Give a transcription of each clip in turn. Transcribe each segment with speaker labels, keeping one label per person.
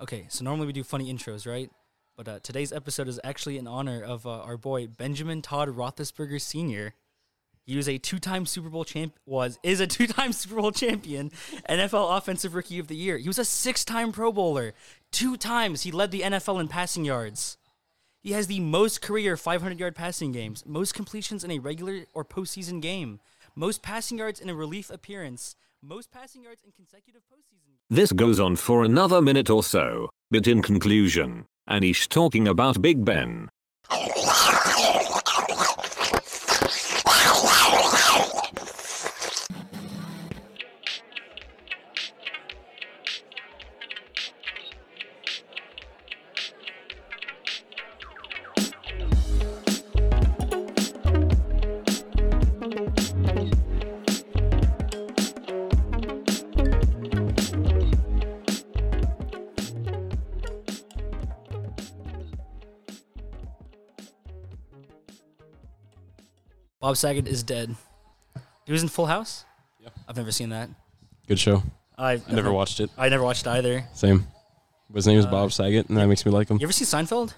Speaker 1: Okay, so normally we do funny intros, right? But uh, today's episode is actually in honor of uh, our boy Benjamin Todd Roethlisberger Sr. He was a two-time Super Bowl champ. Was is a two-time Super Bowl champion, NFL Offensive Rookie of the Year. He was a six-time Pro Bowler. Two times he led the NFL in passing yards. He has the most career 500-yard passing games, most completions in a regular or postseason game, most passing yards in a relief appearance, most passing yards in consecutive postseason.
Speaker 2: This goes on for another minute or so, but in conclusion, Anish talking about Big Ben.
Speaker 1: Bob Saget is dead. He was in Full House. I've never seen that.
Speaker 3: Good show.
Speaker 1: I've
Speaker 3: I never watched it.
Speaker 1: I never watched either.
Speaker 3: Same. But his name is Bob Saget, and that makes me like him.
Speaker 1: You ever see Seinfeld?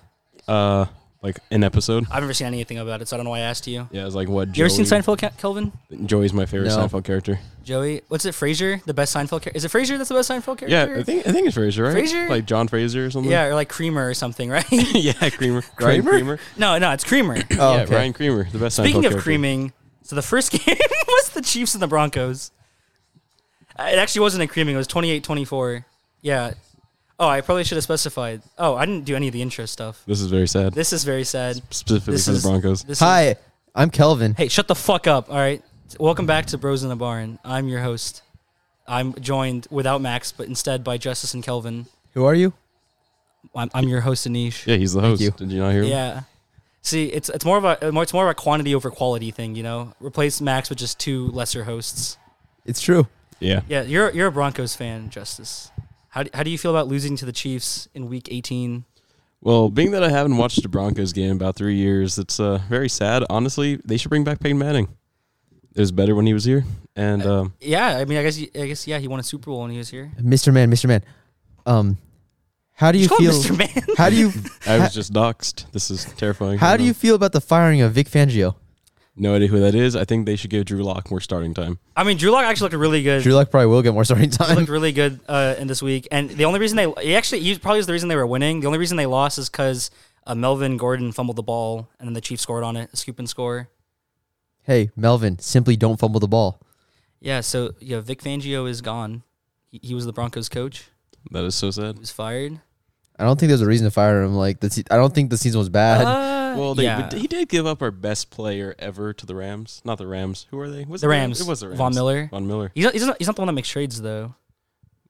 Speaker 3: Uh, like an episode.
Speaker 1: I've never seen anything about it, so I don't know why I asked you.
Speaker 3: Yeah, it's like what.
Speaker 1: You ever seen
Speaker 3: Joey-
Speaker 1: Seinfeld, Ke- Kelvin?
Speaker 3: Joey's my favorite
Speaker 4: No.
Speaker 3: Seinfeld character.
Speaker 1: Joey, what's it? Frasier, the best Seinfeld character. Is it Frasier that's the best Seinfeld character?
Speaker 3: Yeah, I think I think it's Fraser, right?
Speaker 1: Frasier?
Speaker 3: Like John Fraser or something.
Speaker 1: Yeah, or like Creamer or something, right?
Speaker 3: yeah, Creamer. Ryan
Speaker 4: Kramer?
Speaker 3: Creamer.
Speaker 1: no, no, it's Creamer.
Speaker 4: Oh,
Speaker 3: yeah,
Speaker 4: okay.
Speaker 3: Ryan Creamer, the best. Seinfeld
Speaker 1: Speaking of
Speaker 3: character.
Speaker 1: creaming, so the first game was the Chiefs and the Broncos. Uh, It actually wasn't a creaming. It was 28-24. Yeah. Oh, I probably should have specified. Oh, I didn't do any of the intro stuff.
Speaker 3: this is very sad.
Speaker 1: This is very sad.
Speaker 3: specifically
Speaker 1: this
Speaker 3: for the
Speaker 1: is-
Speaker 3: Broncos.
Speaker 1: This is-
Speaker 4: Hi, I'm Kelvin.
Speaker 1: Hey, shut the fuck up. All right. Welcome back to Bros in the Barn. I'm your host. I'm joined without Max, but instead by Justice and Kelvin.
Speaker 4: Who are you?
Speaker 1: I'm, I'm your host, Anish.
Speaker 3: yeah, he's the host.
Speaker 4: you.
Speaker 3: Did you not hear? him?
Speaker 1: Yeah. See, it's it's more of a it's more of a quantity over quality thing, you know. Replace Max with just two lesser hosts.
Speaker 4: It's true.
Speaker 3: Yeah.
Speaker 1: Yeah, you're you're a Broncos fan, Justice. How do, how do you feel about losing to the Chiefs in Week 18?
Speaker 3: Well, being that I haven't watched a Broncos game in about three years, it's uh, very sad. Honestly, they should bring back Peyton Manning. It was better when he was here, and um,
Speaker 1: Yeah, I mean, I guess he- I guess yeah, he won a Super Bowl when he was here.
Speaker 4: Mr. Man, Mr. Man. Um how do you
Speaker 1: He's called
Speaker 4: feel
Speaker 1: Mr. Man.
Speaker 4: How do you
Speaker 3: I was just doxxed. This is terrifying.
Speaker 4: how
Speaker 3: Hold
Speaker 4: do
Speaker 3: on.
Speaker 4: you feel about the firing of Vic Fangio?
Speaker 3: No idea who that is. I think they should give Drew Lock more starting time.
Speaker 1: I mean, Drew Lock actually looked really good.
Speaker 4: Drew Lock probably will get more starting
Speaker 1: He looked
Speaker 4: time.
Speaker 1: really good uh, in this week. And the only reason they he actually he probably is the reason they were winning. The only reason they lost is because uh, Melvin Gordon fumbled the ball and then the Chiefs scored on it, a scoop and score.
Speaker 4: Hey, Melvin, simply don't fumble the ball.
Speaker 1: Yeah, so yeah, Vic Fangio is gone. He, he was the Broncos coach.
Speaker 3: That is so sad.
Speaker 1: He was fired.
Speaker 4: I don't think there's a reason to fire him. Like the se- I don't think the season was bad.
Speaker 1: Uh,
Speaker 3: Well, they,
Speaker 1: yeah.
Speaker 3: but he did give up our best player ever to the Rams. Not the Rams. Who are they? Was
Speaker 1: The
Speaker 3: it
Speaker 1: Rams.
Speaker 3: It was the Rams.
Speaker 1: Von Miller.
Speaker 3: Von Miller.
Speaker 1: he's, not, he's, not, he's not the one that makes trades though.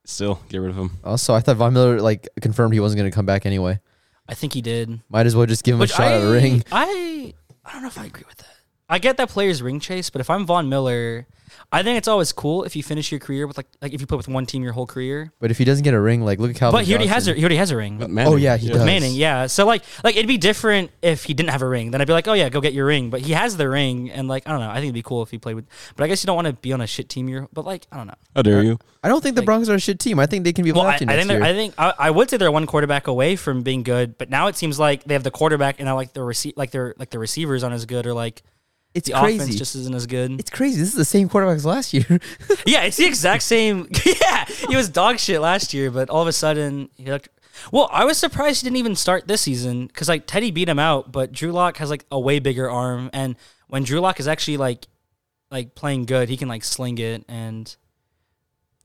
Speaker 3: Still, get rid of him.
Speaker 4: also, I thought Von Miller like confirmed he wasn't going to come back anyway.
Speaker 1: I think he did.
Speaker 4: Might as well just give him
Speaker 1: Which
Speaker 4: a shot
Speaker 1: I,
Speaker 4: at a ring.
Speaker 1: I I don't know if I agree with that. I get that players ring chase, but if I'm Von Miller, I think it's always cool if you finish your career with like like if you play with one team your whole career.
Speaker 4: But if he doesn't get a ring, like look at Calvin.
Speaker 1: But he already has a,
Speaker 4: Johnson.
Speaker 1: he already has a ring.
Speaker 3: With Manning.
Speaker 4: Oh, yeah, he does.
Speaker 1: Manning, yeah. So like, like it'd be different if he didn't have a ring. Then I'd be like, oh yeah, go get your ring. But he has the ring, and like I don't know. I think it'd be cool if he played with. But I guess you don't want to be on a shit team. You're, but like I don't know.
Speaker 3: How dare you?
Speaker 4: I don't think the Broncos are a shit team. I think they can be
Speaker 1: Well, I, I
Speaker 4: playoff team
Speaker 1: think
Speaker 4: next
Speaker 1: they're-
Speaker 4: year.
Speaker 1: I think I, I would say they're one quarterback away from being good. But now it seems like they have the quarterback, and I like the receive like their like the receivers aren't as good, or like
Speaker 4: it's
Speaker 1: the offense
Speaker 4: crazy.
Speaker 1: just isn't as good.
Speaker 4: it's crazy. This is the same quarterback as last year.
Speaker 1: yeah, it's the exact same. yeah, he was dog shit last year, but all of a sudden he looked. Well, I was surprised he didn't even start this season because like Teddy beat him out, but Drew Lock has like a way bigger arm, and when Drew Lock is actually like like playing good, he can like sling it. And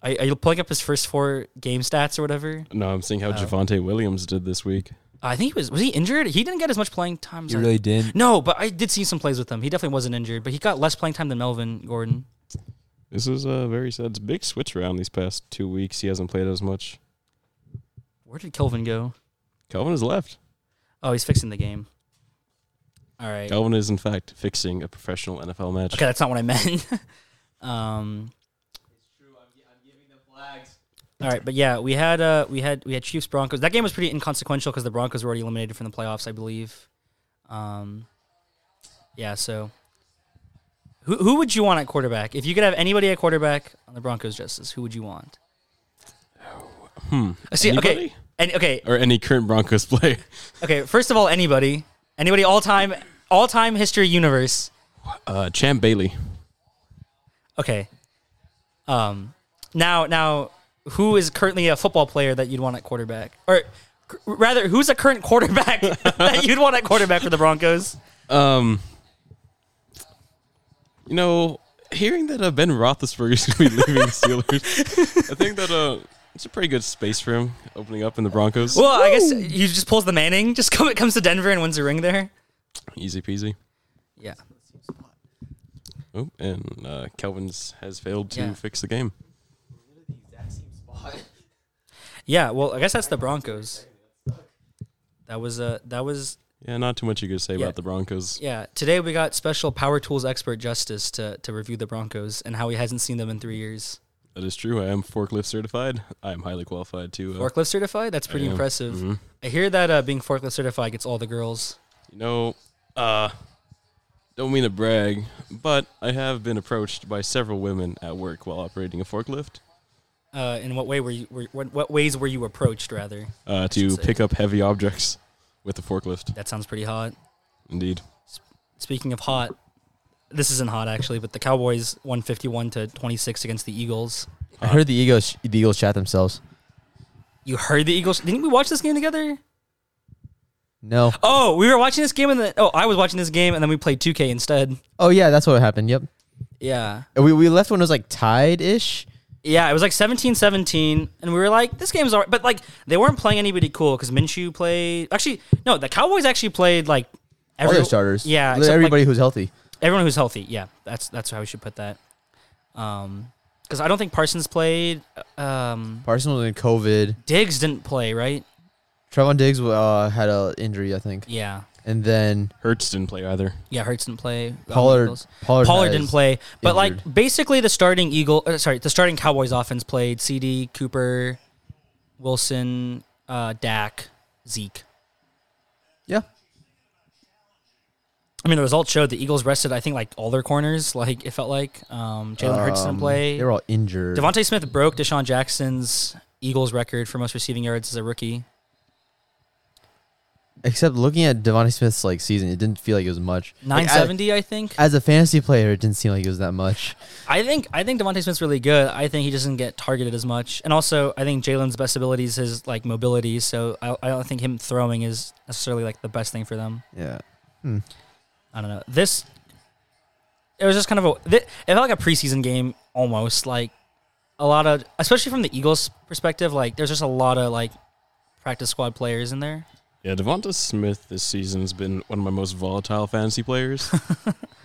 Speaker 1: are, are you pulling up his first four game stats or whatever?
Speaker 3: No, I'm seeing how
Speaker 1: uh,
Speaker 3: Javante Williams did this week.
Speaker 1: I think he was was he injured? He didn't get as much playing time. as I-
Speaker 4: didn't.
Speaker 1: no, but I did see some plays with him. He definitely wasn't injured, but he got less playing time than Melvin Gordon.
Speaker 3: This is uh, very sad. It's a big switch around these past two weeks. He hasn't played as much.
Speaker 1: Where did Kelvin go?
Speaker 3: Calvin has left.
Speaker 1: Oh, he's fixing the game. All right.
Speaker 3: Calvin is, in fact, fixing a professional NFL match.
Speaker 1: Okay, that's not what I meant. um, all right, but yeah, we had uh, we had we had Chiefs Broncos. That game was pretty inconsequential because the Broncos were already eliminated from the playoffs, I believe. Um, yeah, so who who would you want at quarterback? If you could have anybody at quarterback on the Broncos, Justice, who would you want? Hmm. See, okay,
Speaker 3: Anybody?
Speaker 1: And okay,
Speaker 3: or any current Broncos player.
Speaker 1: okay. First of all, anybody, anybody, all time, all time history universe.
Speaker 3: Uh, Champ Bailey.
Speaker 1: Okay. Um. Now, now, who is currently a football player that you'd want at quarterback, or c- rather, who's a current quarterback that you'd want at quarterback for the Broncos?
Speaker 3: Um, you know, hearing that uh, Ben Roethlisberger's going to be leaving the Steelers, I think that uh, it's a pretty good space for him opening up in the Broncos.
Speaker 1: Well, I guess he just pulls the Manning. Just come, comes to Denver and wins a ring there.
Speaker 3: Easy peasy.
Speaker 1: Yeah.
Speaker 3: Oh, and uh, Kelvin's has failed to
Speaker 1: Yeah.
Speaker 3: fix the game.
Speaker 1: Yeah. Well, I guess that's the Broncos. That was uh that was
Speaker 3: Yeah, not too much you could say
Speaker 1: Yeah.
Speaker 3: about the Broncos.
Speaker 1: yeah. Today we got special power tools expert Justice to to review the Broncos and how he hasn't seen them in three years.
Speaker 3: That is true. I am forklift certified. I am highly qualified to. Uh,
Speaker 1: Forklift certified? That's pretty
Speaker 3: am.
Speaker 1: impressive. I hear that uh, being forklift certified gets all the girls.
Speaker 3: You know, uh, don't mean to brag, but I have been approached by several women at work while operating a forklift
Speaker 1: Uh, in what way were you? Were, what, what ways were you approached? Rather,
Speaker 3: uh, to
Speaker 1: Should say.
Speaker 3: pick up heavy objects with a forklift.
Speaker 1: that sounds pretty hot.
Speaker 3: Indeed.
Speaker 1: Speaking of hot, this isn't hot actually, but the Cowboys won fifty-one to twenty-six against the Eagles.
Speaker 4: I heard the Eagles, the Eagles chat themselves.
Speaker 1: You heard the Eagles? Didn't we watch this game together?
Speaker 4: No.
Speaker 1: Oh, we were watching this game, and then oh, I was watching this game, and then we played 2K instead.
Speaker 4: Oh yeah, that's what happened. Yep.
Speaker 1: Yeah,
Speaker 4: And We we left when it was like tied ish.
Speaker 1: yeah, it was like 17-17, and we were like, this game's alright, but like they weren't playing anybody cool because Minshew played. Actually, no, the Cowboys actually played like
Speaker 4: All
Speaker 1: every
Speaker 4: their starters.
Speaker 1: Yeah,
Speaker 4: Li-
Speaker 1: except,
Speaker 4: everybody
Speaker 1: like,
Speaker 4: who's healthy.
Speaker 1: everyone who's healthy. Yeah, that's that's how we should put that. Um, because I don't think Parsons played. Um,
Speaker 4: Parsons was in COVID.
Speaker 1: Diggs didn't play, right?
Speaker 4: Trevon Diggs uh, had a injury, I think,
Speaker 1: Yeah,
Speaker 4: and then
Speaker 3: Hertz didn't play either.
Speaker 1: yeah, Hurts didn't play. Uh,
Speaker 4: Pollard.
Speaker 1: Nichols.
Speaker 4: Pollard,
Speaker 1: Pollard
Speaker 4: has-
Speaker 1: didn't play, but like
Speaker 4: injured.
Speaker 1: basically the starting Eagle, uh, sorry, the starting Cowboys offense played CD, Cooper, Wilson, uh, Dak, Zeke.
Speaker 4: Yeah.
Speaker 1: I mean, the results showed the Eagles rested, I think, like all their corners. Like it felt like um, Jalen Hurts didn't
Speaker 4: Um,
Speaker 1: play.
Speaker 4: They were all injured.
Speaker 1: Devontae Smith broke Deshaun Jackson's Eagles record for most receiving yards as a rookie.
Speaker 4: Except looking at Devontae Smith's like season, it didn't feel like it was much. Like,
Speaker 1: Nine
Speaker 4: as-
Speaker 1: seventy, I think.
Speaker 4: As a fantasy player, it didn't seem like it was that much.
Speaker 1: I think I think Devontae Smith's really good. I think he doesn't get targeted as much, and also I think Jalen's best ability is his like mobility. So I, I don't think him throwing is necessarily like the best thing for them.
Speaker 4: Yeah.
Speaker 1: I don't know. This it was just kind of a thi- it felt like a preseason game almost. Like a lot of, especially from the Eagles' perspective, like there's just a lot of like practice squad players in there.
Speaker 3: Yeah, Devonta Smith this season has been one of my most volatile fantasy players,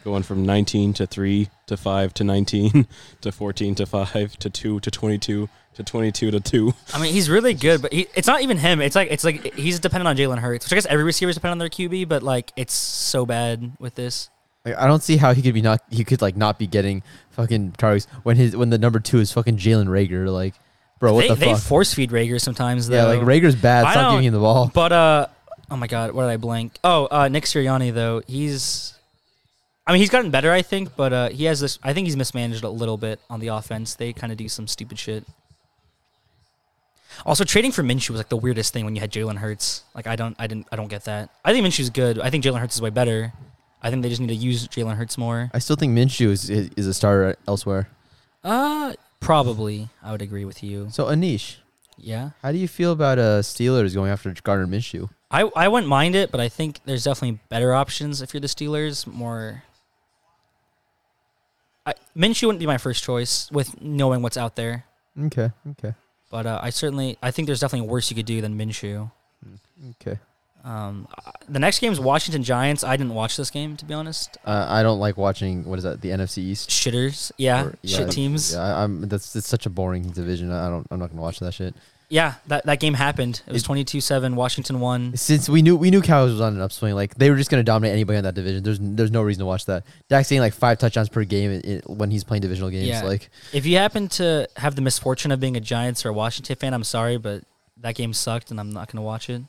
Speaker 3: going from 19 to 3 to 5 to 19 to 14 to 5 to 2 to 22 to 22 to 2.
Speaker 1: I mean, he's really good, but he, it's not even him. It's like it's like he's dependent on Jalen Hurts, which I guess every receiver is dependent on their QB, but like it's so bad with this.
Speaker 4: Like, I don't see how he could be not. He could like not be getting fucking targets when his when the number two is fucking Jalen Rager. Like, bro, what
Speaker 1: they
Speaker 4: the
Speaker 1: they
Speaker 4: fuck?
Speaker 1: force feed Rager sometimes though.
Speaker 4: yeah, like Rager's bad.
Speaker 1: I
Speaker 4: Stop
Speaker 1: don't-
Speaker 4: giving him the ball.
Speaker 1: But uh, oh my god, what did I blank? Oh, uh, Nick Sirianni though, he's, I mean, he's gotten better, I think, but uh, he has this. I think he's mismanaged a little bit on the offense. They kind of do some stupid shit. Also, trading for Minshew was like the weirdest thing when you had Jalen Hurts. Like, I don't, I didn't, I don't get that. I think Minshew's good. I think Jalen Hurts is way better. I think they just need to use Jalen Hurts more.
Speaker 4: I still think Minshew is, is is a starter elsewhere.
Speaker 1: Uh, probably. I would agree with you.
Speaker 4: So Anish,
Speaker 1: Yeah.
Speaker 4: how do you feel about uh Steelers going after Gardner Minshew?
Speaker 1: I, I wouldn't mind it, but I think there's definitely better options if you're the Steelers. More. I, Minshew wouldn't be my first choice with knowing what's out there,
Speaker 4: Okay, okay,
Speaker 1: but uh, I certainly I think there's definitely worse you could do than Minshew.
Speaker 4: Hmm, okay.
Speaker 1: Um, I- the next game's Washington Giants. I didn't watch this game to be honest.
Speaker 4: Uh, I don't like watching what is that the NFC East.
Speaker 1: Shitters, yeah,
Speaker 4: Or- yeah,
Speaker 1: shit teams, yeah.
Speaker 4: Yeah, I, I'm that's it's such a boring division. I I don't. I'm not gonna watch that shit.
Speaker 1: that, that game happened. It was
Speaker 4: It-
Speaker 1: twenty two seven. Washington won.
Speaker 4: Since we knew we knew Cowboys was on an upswing, like they were just gonna dominate anybody in that division. There's there's no reason to watch that. Dak's getting like five touchdowns per game in, in- when he's playing divisional games.
Speaker 1: Yeah.
Speaker 4: Like
Speaker 1: If you happen to have the misfortune of being a Giants or a Washington fan, I'm sorry, but that game sucked, and I'm not gonna watch it.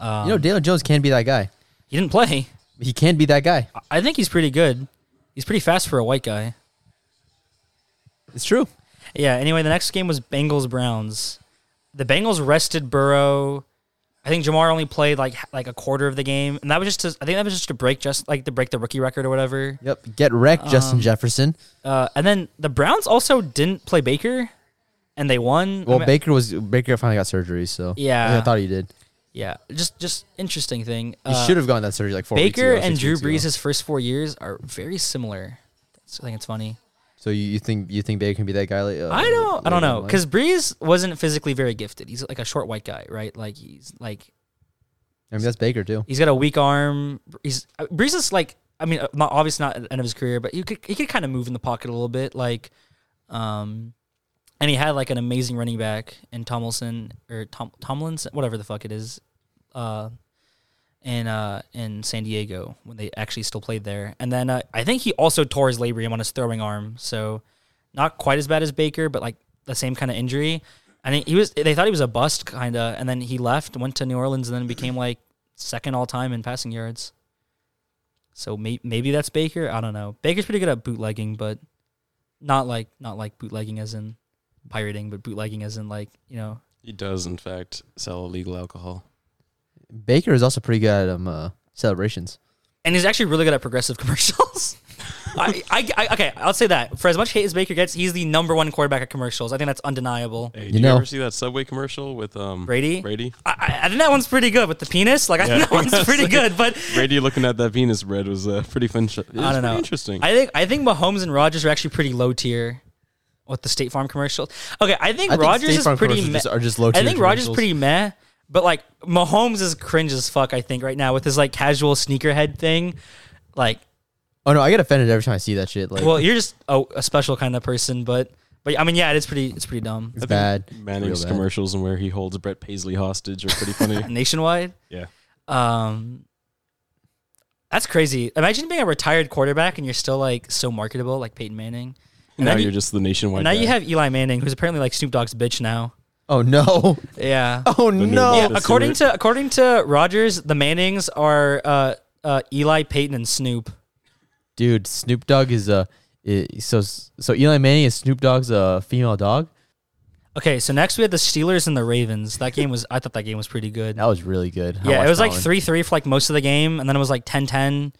Speaker 1: Um,
Speaker 4: you know, Daniel Jones can be that guy.
Speaker 1: he didn't play.
Speaker 4: He can be that guy.
Speaker 1: I- I think he's pretty good. He's pretty fast for a white guy.
Speaker 4: It's true.
Speaker 1: Yeah. Anyway, the next game was Bengals Browns. the Bengals rested Burrow. I think Jamar only played like like a quarter of the game, and that was just to, I think that was just to break just like to break the rookie record or whatever.
Speaker 4: Yep. Get wrecked,
Speaker 1: Um,
Speaker 4: Justin Jefferson.
Speaker 1: Uh, and then the Browns also didn't play Baker, and they won. I
Speaker 4: Well,
Speaker 1: mean-
Speaker 4: Baker was Baker finally got surgery, so I think I
Speaker 1: Yeah.
Speaker 4: thought he did.
Speaker 1: yeah, just just interesting thing.
Speaker 4: He
Speaker 1: Uh,
Speaker 4: should have gone that surgery like four weeks
Speaker 1: Baker
Speaker 4: ago,
Speaker 1: and
Speaker 4: six
Speaker 1: Drew
Speaker 4: weeks ago.
Speaker 1: Brees' first four years are very similar. So I think it's funny.
Speaker 4: So you, you think you think Baker can be that guy? Like, uh,
Speaker 1: I don't. I don't
Speaker 4: later in
Speaker 1: know
Speaker 4: life?
Speaker 1: because Brees wasn't physically very gifted. He's like a short white guy, right? Like he's like
Speaker 4: I mean that's Baker too.
Speaker 1: he's got a weak arm. He's uh, Brees is like I mean, uh, not obviously not at the end of his career, but you could he could kind of move in the pocket a little bit, like, um, and he had like an amazing running back in Tomlinson or Tom Tomlinson, whatever the fuck it is, uh, in uh in San Diego when they actually still played there, and then uh, I think he also tore his labrum on his throwing arm, so not quite as bad as Baker, but like the same kind of injury. And he- he was they thought he was a bust kind of, and then he left, went to New Orleans, and then became like second all time in passing yards. So may- maybe that's Baker. I don't know. Baker's pretty good at bootlegging, but not like not like bootlegging as in pirating, but bootlegging as in like you know.
Speaker 3: He does, in fact, sell illegal alcohol.
Speaker 4: Baker is also pretty good at um uh, celebrations.
Speaker 1: And he's actually really good at progressive commercials. I, I, I okay, I'll say that for as much hate as Baker gets, he's the number one quarterback at commercials. I think that's undeniable.
Speaker 3: Hey,
Speaker 4: You
Speaker 3: did you
Speaker 4: know-
Speaker 3: ever see that Subway commercial with um
Speaker 1: Brady?
Speaker 3: Brady?
Speaker 1: I, I, I think that one's pretty good with the penis. Like I
Speaker 3: Yeah,
Speaker 1: think that one's
Speaker 3: that's
Speaker 1: pretty
Speaker 3: it.
Speaker 1: good, but
Speaker 3: Brady looking at that Venus bread was uh, pretty fun. Sh- it was
Speaker 1: I don't
Speaker 3: pretty
Speaker 1: know.
Speaker 3: Interesting.
Speaker 1: I think I think Mahomes and Rogers are actually pretty low tier with the State Farm commercials. Okay, I think
Speaker 4: I think
Speaker 1: Rogers
Speaker 4: State
Speaker 1: is
Speaker 4: Farm
Speaker 1: pretty.
Speaker 4: commercials
Speaker 1: meh.
Speaker 4: just- are just low
Speaker 1: I
Speaker 4: tier
Speaker 1: think Rogers is
Speaker 4: commercials.
Speaker 1: pretty meh, but like Mahomes is cringe as fuck. I think right now with his like casual sneakerhead thing. Like,
Speaker 4: Oh no, I get offended every time I see that shit. Like
Speaker 1: well, you're just a, a special kind of person, but but I mean, yeah, it's pretty it's pretty dumb.
Speaker 4: it's bad. It's
Speaker 3: Manning's
Speaker 4: real bad.
Speaker 3: commercials and where he holds Brett Paisley hostage are pretty funny.
Speaker 1: Nationwide,
Speaker 3: yeah.
Speaker 1: um, that's crazy. Imagine being a retired quarterback and you're still like so marketable, like Peyton Manning. And
Speaker 3: now
Speaker 1: then you-
Speaker 3: you're just the nationwide.
Speaker 1: now
Speaker 3: guy.
Speaker 1: you have Eli Manning, who's apparently like Snoop Dogg's bitch now.
Speaker 4: Oh no.
Speaker 1: Yeah.
Speaker 4: Oh
Speaker 3: new-
Speaker 4: no.
Speaker 1: yeah,
Speaker 3: the
Speaker 1: according
Speaker 3: sewer-
Speaker 1: to according to Rogers, the Mannings are uh, uh, Eli, Peyton, and Snoop.
Speaker 4: Dude, Snoop Dogg is a i so so Eli Manning is Snoop Dogg's uh, female dog.
Speaker 1: Okay, so next we had the Steelers and the Ravens. That game was I thought that game was pretty good.
Speaker 4: That was really good.
Speaker 1: yeah,
Speaker 4: I watched
Speaker 1: it was
Speaker 4: that
Speaker 1: like
Speaker 4: one.
Speaker 1: three three for like most of the game, and then it was like 10-10,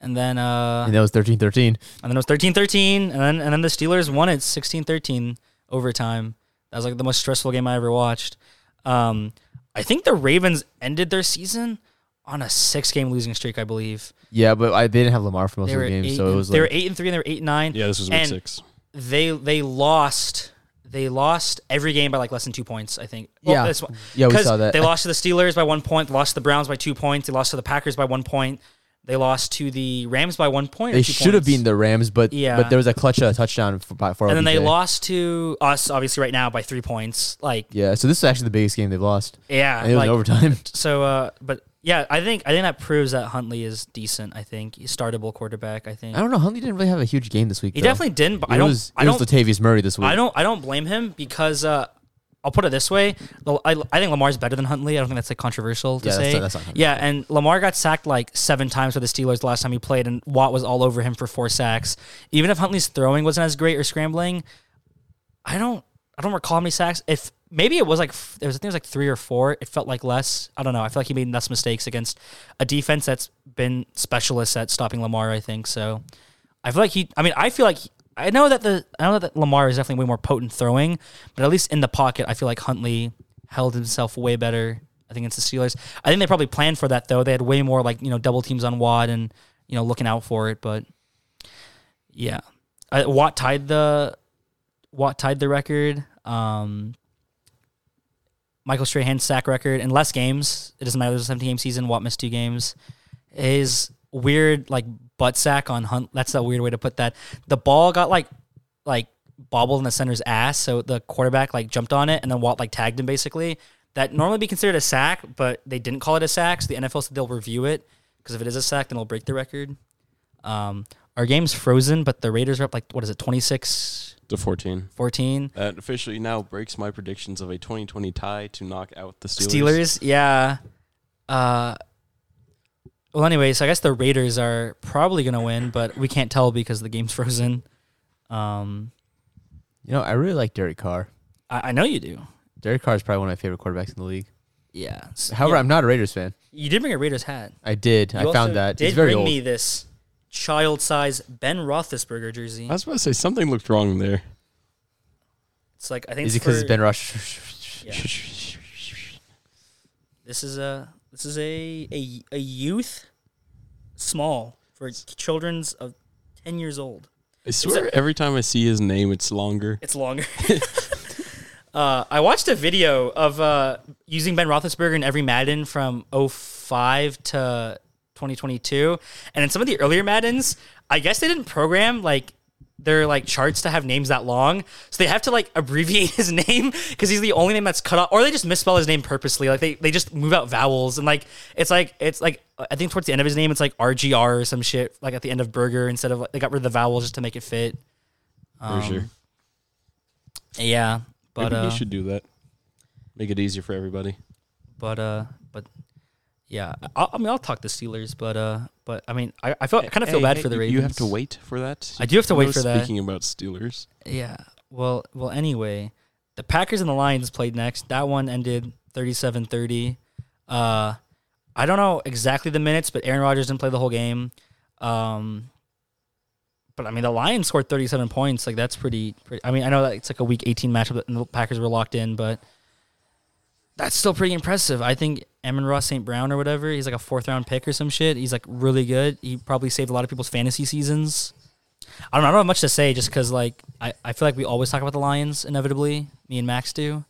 Speaker 1: and then uh,
Speaker 4: And that was 13-13.
Speaker 1: and then it was 13-13, and then and then the Steelers won it 16-13 overtime. That was like the most stressful game I ever watched. Um, I think the Ravens ended their season on a six game losing streak, I believe.
Speaker 4: Yeah, but I they didn't have Lamar for most
Speaker 1: They
Speaker 4: of
Speaker 1: were
Speaker 4: the game,
Speaker 1: eight,
Speaker 4: so it was
Speaker 1: they
Speaker 4: like
Speaker 1: were eight and three and they were eight and nine.
Speaker 3: Yeah, this was week
Speaker 1: And
Speaker 3: six.
Speaker 1: They they lost they lost every game by like less than two points, I think.
Speaker 4: Yeah.
Speaker 1: that's wh-
Speaker 4: Yeah, we
Speaker 1: 'cause
Speaker 4: saw that.
Speaker 1: They lost to the Steelers by one point, lost to the Browns by two points, they lost to the Packers by one point, they lost to the Rams by one point. or
Speaker 4: they
Speaker 1: two
Speaker 4: should have
Speaker 1: points.
Speaker 4: beaten the Rams, but
Speaker 1: Yeah.
Speaker 4: but there was a clutch uh, touchdown for, by, for
Speaker 1: And then they
Speaker 4: OBJ.
Speaker 1: lost to us, obviously, right now by three points. Like,
Speaker 4: Yeah, so this is actually the biggest game they've lost.
Speaker 1: yeah,
Speaker 4: And it was
Speaker 1: like,
Speaker 4: in overtime.
Speaker 1: So, uh, but yeah, I think I think that proves that Huntley is decent. I think he's startable quarterback. I think
Speaker 4: I don't know. Huntley didn't really have a huge game this week.
Speaker 1: he
Speaker 4: though.
Speaker 1: definitely didn't. But
Speaker 4: It
Speaker 1: I don't.
Speaker 4: was,
Speaker 1: I
Speaker 4: it
Speaker 1: don't
Speaker 4: was Latavius Murray this week.
Speaker 1: I don't I don't blame him because uh, I'll put it this way. The- I, I think Lamar's better than Huntley. I don't think that's like controversial to
Speaker 4: Yeah, that's
Speaker 1: say.
Speaker 4: not- that's not controversial.
Speaker 1: yeah, and Lamar got sacked like seven times for the Steelers the last time he played, and Watt was all over him for four sacks. Even if Huntley's throwing wasn't as great or scrambling, I don't I don't recall how many sacks. If maybe it was like f- there was I think it was like three or four. It felt like less. I don't know. I feel like he made less mistakes against a defense that's been specialists at stopping Lamar. I think so. I feel like he. I mean, I feel like I know that the I know that Lamar is definitely way more potent throwing, but at least in the pocket, I feel like Huntley held himself way better. I think against the Steelers. I think they probably planned for that though. They had way more like you know double teams on Watt and you know looking out for it. But yeah, I, Watt tied the Watt tied the record. Um, Michael Strahan's sack record in less games. It doesn't matter. There's a 17 game season. Watt missed two games. His weird like butt sack on Hunt. That's a weird way to put that. The ball got like like bobbled in the center's ass, so the quarterback like jumped on it, and then Watt like tagged him basically. That normally be considered a sack, but they didn't call it a sack. So the NFL said they'll review it because if it is a sack, then it'll break the record. Um, our game's frozen, but the Raiders are up like what is it, 26
Speaker 3: to 14.
Speaker 1: 14?
Speaker 3: That officially now breaks my predictions of a 2020 tie to knock out the Steelers.
Speaker 1: Steelers, yeah. Uh, well, anyway, so I guess the Raiders are probably gonna win, but we can't tell because the game's frozen. Um,
Speaker 4: You know, I really like Derek Carr.
Speaker 1: I, I know you do.
Speaker 4: Derek Carr is probably one of my favorite quarterbacks in the league.
Speaker 1: Yeah. S-
Speaker 4: However,
Speaker 1: yeah.
Speaker 4: I'm not a Raiders fan.
Speaker 1: you did bring a Raiders hat.
Speaker 4: I did. I
Speaker 1: You also
Speaker 4: found that.
Speaker 1: Did
Speaker 4: He's very
Speaker 1: bring
Speaker 4: old.
Speaker 1: me this child size Ben Roethlisberger jersey.
Speaker 3: I was about to say something looked wrong there.
Speaker 1: It's like I think
Speaker 4: Is
Speaker 1: it's
Speaker 4: it because
Speaker 1: for-
Speaker 4: it's Ben Rush?
Speaker 1: Yeah. This is a this is a a, a youth small for children's of ten years old.
Speaker 3: I swear
Speaker 1: a-
Speaker 3: every time I see his name, it's longer.
Speaker 1: It's longer. uh, I watched a video of uh, using Ben Roethlisberger in every Madden from 05 to 2022, and in some of the earlier Maddens, I guess they didn't program like their like charts to have names that long, so they have to like abbreviate his name because he's the only name that's cut off, or they just misspell his name purposely. Like they they just move out vowels and like it's like it's like I think towards the end of his name, it's like RGR or some shit. Like at the end of burger instead of like, they got rid of the vowels just to make it fit.
Speaker 3: For sure.
Speaker 1: Yeah, Um, but
Speaker 3: Maybe
Speaker 1: uh,
Speaker 3: he should do that. Make it easier for everybody.
Speaker 1: but uh, but yeah, I, I mean, I'll talk the Steelers, but uh, but I mean, I, I feel I kind of feel bad for the Ravens.
Speaker 3: You have to wait for that.
Speaker 1: I do have to wait
Speaker 3: No
Speaker 1: for that.
Speaker 3: Speaking about Steelers,
Speaker 1: Yeah. Well, well. Anyway, the Packers and the Lions played next. That one ended 37-30. Uh, I don't know exactly the minutes, but Aaron Rodgers didn't play the whole game. Um, but I mean, the Lions scored thirty-seven points. Like that's pretty. pretty I mean, I know that it's like a Week eighteen matchup, and the Packers were locked in, but that's still pretty impressive. I think Amon Ross St. Brown or whatever, he's like a fourth round pick or some shit. He's like really good. He probably saved a lot of people's fantasy seasons. I don't know. I don't have much to say just because, like, I, I feel like we always talk about the Lions inevitably. Me and Max do,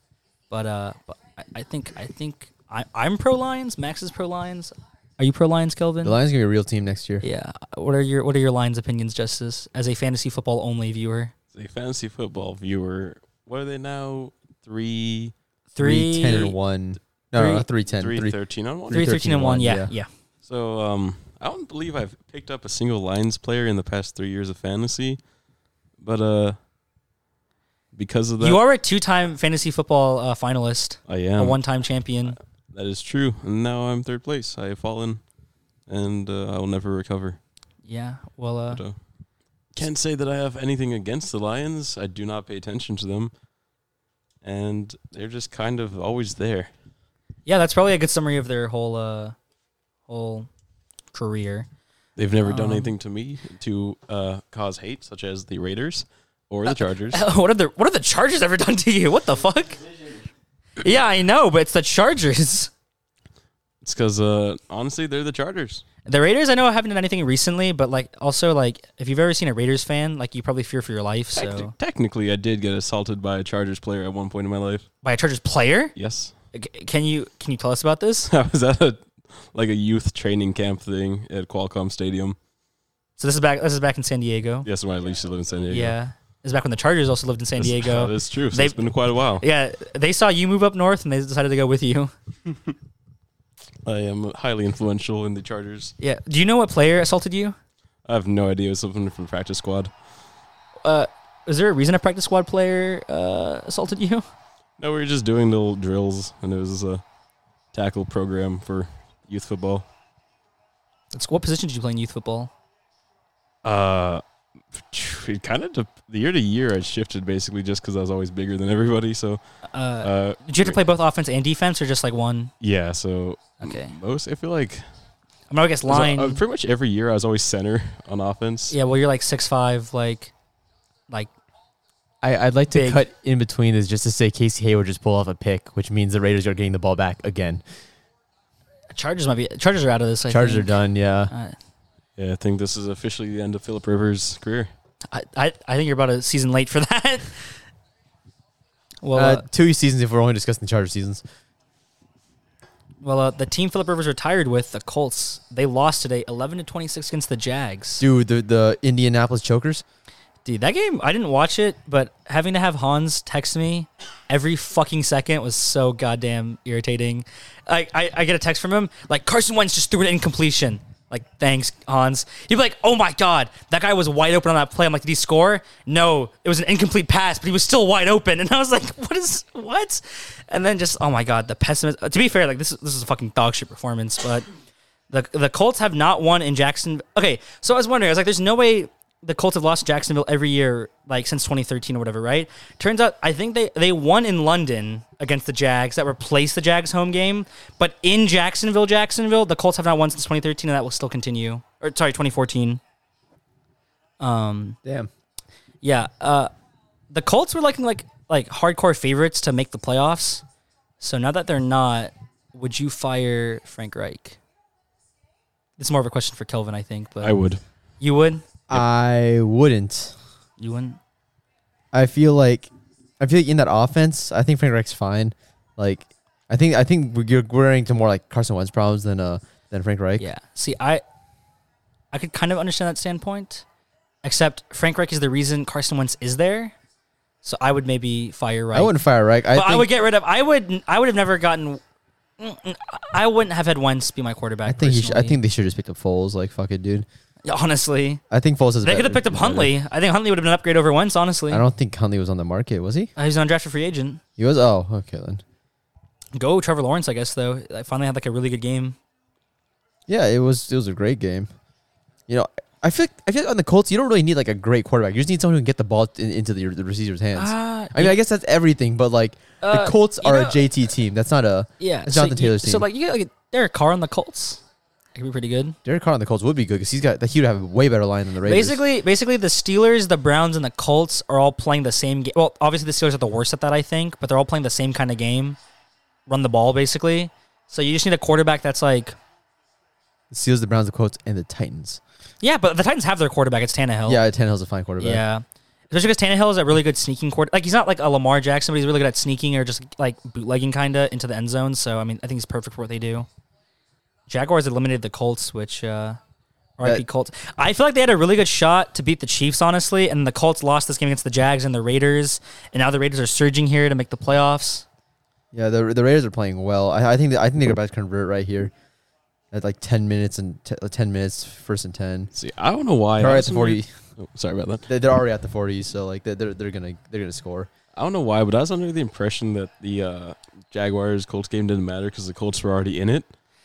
Speaker 1: but uh, but I, I think I think I I'm pro Lions. Max is pro Lions. Are you pro Lions, Kelvin?
Speaker 4: The Lions are gonna be a real team next year.
Speaker 1: yeah. What are your What are your Lions opinions, Justice, as a fantasy football only viewer?
Speaker 3: as a fantasy football viewer, what are they now? Three,
Speaker 1: Three,
Speaker 4: ten and one. No, no, no, three ten.
Speaker 3: three,
Speaker 4: Three.
Speaker 3: thirteen on one.
Speaker 1: three, 13 and one. Yeah, yeah.
Speaker 3: So um, I don't believe I've picked up a single Lions player in the past three years of fantasy, but uh, because of that,
Speaker 1: You are a two time fantasy football uh, finalist,
Speaker 3: I
Speaker 1: a
Speaker 4: Um,
Speaker 3: am.
Speaker 1: one time champion.
Speaker 3: That is true, and now I'm third place. I have fallen, and uh, I will never recover.
Speaker 1: Yeah. Well, uh,
Speaker 3: But, uh, can't say that I have anything against the Lions. I do not pay attention to them, and they're just kind of always there.
Speaker 1: yeah. That's probably a good summary of their whole uh, whole career.
Speaker 3: They've never done
Speaker 1: Um,
Speaker 3: anything to me to uh, cause hate, such as the Raiders or
Speaker 1: Uh,
Speaker 3: the Chargers.
Speaker 1: what have the What have the Chargers ever done to you? What the fuck? Yeah, I know, but it's the Chargers.
Speaker 3: It's because uh, honestly, they're the Chargers.
Speaker 1: The Raiders, I know, haven't done anything recently, but like also like if you've ever seen a Raiders fan, like you probably fear for your life.
Speaker 3: Techni-
Speaker 1: So
Speaker 3: technically, I did get assaulted by a Chargers player at one point in my life.
Speaker 1: by a Chargers player,
Speaker 3: Yes,
Speaker 1: C- can you can you tell us about this?
Speaker 3: I was at a like a youth training camp thing at Qualcomm Stadium.
Speaker 1: So this is back. This is back in San Diego.
Speaker 3: Yes, when I used to live in San Diego.
Speaker 1: Yeah, this is back when the Chargers also lived in San
Speaker 3: That's-
Speaker 1: Diego.
Speaker 3: that is true. So
Speaker 1: They-
Speaker 3: it's been quite a while.
Speaker 1: Yeah, they saw you move up north and they decided to go with you.
Speaker 3: I am highly influential in the Chargers.
Speaker 1: Yeah. Do you know what player assaulted you?
Speaker 3: I have no idea. It was something from practice squad.
Speaker 1: Uh, is there a reason a practice squad player uh, assaulted you?
Speaker 3: No, we were just doing little drills, and it was a tackle program for youth football.
Speaker 1: It's, what position did you play in youth football?
Speaker 3: Uh, it kind of dep the year to year I shifted basically just because I was always bigger than everybody. So
Speaker 1: Uh,
Speaker 3: uh,
Speaker 1: did you have to play both offense and defense, or just like one?
Speaker 3: yeah, so
Speaker 1: Okay.
Speaker 3: most I feel like
Speaker 1: I mean, I guess line.
Speaker 3: uh, pretty much every year I was always center on offense.
Speaker 1: yeah. Well, you're like six five, like, like
Speaker 4: I, I'd like to
Speaker 1: Big.
Speaker 4: cut in between this just to say Casey Hayward just pulled off a pick, which means the Raiders are getting the ball back again.
Speaker 1: Chargers might be. Chargers are out of this. I
Speaker 4: Chargers are
Speaker 1: think.
Speaker 4: done. Yeah.
Speaker 1: Uh,
Speaker 3: Yeah, I think this is officially the end of Philip Rivers' career.
Speaker 1: I, I I think you're about a season late for that. well, uh,
Speaker 4: Uh, two seasons if we're only discussing the Charger seasons.
Speaker 1: well, uh, the team Philip Rivers retired with, the Colts, they lost today, eleven to twenty six against the Jags.
Speaker 4: Dude, the, the Indianapolis Chokers.
Speaker 1: Dude, that game, I didn't watch it, but having to have Hans text me every fucking second was so goddamn irritating. I, I, I get a text from him, like, Carson Wentz just threw an incompletion. Like, thanks, Hans. He'd be like, oh my God, that guy was wide open on that play. I'm like, did he score? No, it was an incomplete pass, but he was still wide open. And I was like, what is, what? And then just, oh my God, the pessimist. To be fair, like, this, is- this is a fucking dog shit performance, but. The, the Colts have not won in Jackson. Okay, so I was wondering, I was like, there's no way the Colts have lost to Jacksonville every year, like since 2013 or whatever, right? Turns out, I think they, they won in London against the Jags that replaced the Jags home game. But in Jacksonville, Jacksonville, the Colts have not won since 2013, and that will still continue. Or, sorry, 2014.
Speaker 4: Damn.
Speaker 1: Yeah. Uh, the Colts were looking like like hardcore favorites to make the playoffs. So now that they're not, would you fire Frank Reich? It's more of a question for Kelvin, I think. But
Speaker 3: I would.
Speaker 1: you would,
Speaker 4: I wouldn't.
Speaker 1: you wouldn't.
Speaker 4: I feel like I feel like in that offense, I think Frank Reich's fine. Like I think I think we're we're running into more like Carson Wentz problems than uh than Frank Reich.
Speaker 1: Yeah. See, I I could kind of understand that standpoint, except Frank Reich is the reason Carson Wentz is there. So I would maybe fire Reich.
Speaker 4: I wouldn't fire Reich. I,
Speaker 1: but
Speaker 4: think,
Speaker 1: I would get rid of. I would. I would have never gotten. I wouldn't have had Wentz be my quarterback.
Speaker 4: I think he sh- I
Speaker 1: personally.
Speaker 4: think they should just pick up Foles. Like fuck it, dude.
Speaker 1: honestly.
Speaker 4: I think Foles is.
Speaker 1: They could have picked up Huntley. I think Huntley would have been an upgrade over Wentz, honestly.
Speaker 4: I don't think Huntley was on the market, was he?
Speaker 1: Uh, He's an undrafted free agent.
Speaker 4: He was. Oh, okay then.
Speaker 1: Go Trevor Lawrence, I guess, though. I finally had like a really good game.
Speaker 4: Yeah, it was. It was a great game. You know, I feel. I feel like on the Colts, you don't really need like a great quarterback. You just need someone who can get the ball in, into the, the receiver's hands.
Speaker 1: Ah,
Speaker 4: I mean, I guess that's everything. But like,
Speaker 1: Uh,
Speaker 4: the Colts
Speaker 1: you
Speaker 4: are
Speaker 1: know-
Speaker 4: a JT team. That's not a.
Speaker 1: Yeah.
Speaker 4: It's Jonathan
Speaker 1: so,
Speaker 4: Taylor's
Speaker 1: you, So,
Speaker 4: team.
Speaker 1: like, you got like, Derek Carr on the Colts. It could be pretty good.
Speaker 4: Derek Carr on the Colts would be good because he's got. He would have a way better line than the Raiders.
Speaker 1: Basically, basically, the Steelers, the Browns, and the Colts are all playing the same game. Well, obviously, the Steelers are the worst at that, I think, but they're all playing the same kind of game, run the ball, basically. So you just need a quarterback that's like,
Speaker 4: the Steelers, the Browns, the Colts, and the Titans.
Speaker 1: yeah, but the Titans have their quarterback. It's Tannehill.
Speaker 4: Yeah, Tannehill's a fine quarterback.
Speaker 1: Oh. Yeah. Especially because Tannehill is a really good sneaking quarter. Like he's not like a Lamar Jackson, but he's really good at sneaking or just like bootlegging kinda into the end zone. So I mean, I think he's perfect for what they do. Jaguars eliminated the Colts, which uh RIP
Speaker 4: That-
Speaker 1: Colts. I feel like they had a really good shot to beat the Chiefs, honestly, and the Colts lost this game against the Jags and the Raiders, and now the Raiders are surging here to make the playoffs.
Speaker 4: Yeah, the the Raiders are playing well. I, I think that, I think they're about to convert right here, at like ten minutes and t- ten minutes, first and ten.
Speaker 3: See, I don't know why.
Speaker 4: They're
Speaker 3: I
Speaker 4: already at
Speaker 3: was
Speaker 4: the
Speaker 3: under-
Speaker 4: forty.
Speaker 3: oh, sorry about that.
Speaker 4: They're they're already at the forty, so like they're they're, they're gonna they're gonna score.
Speaker 3: I don't know why, but I was under the impression that the uh, Jaguars Colts game didn't matter because the Colts were already in it.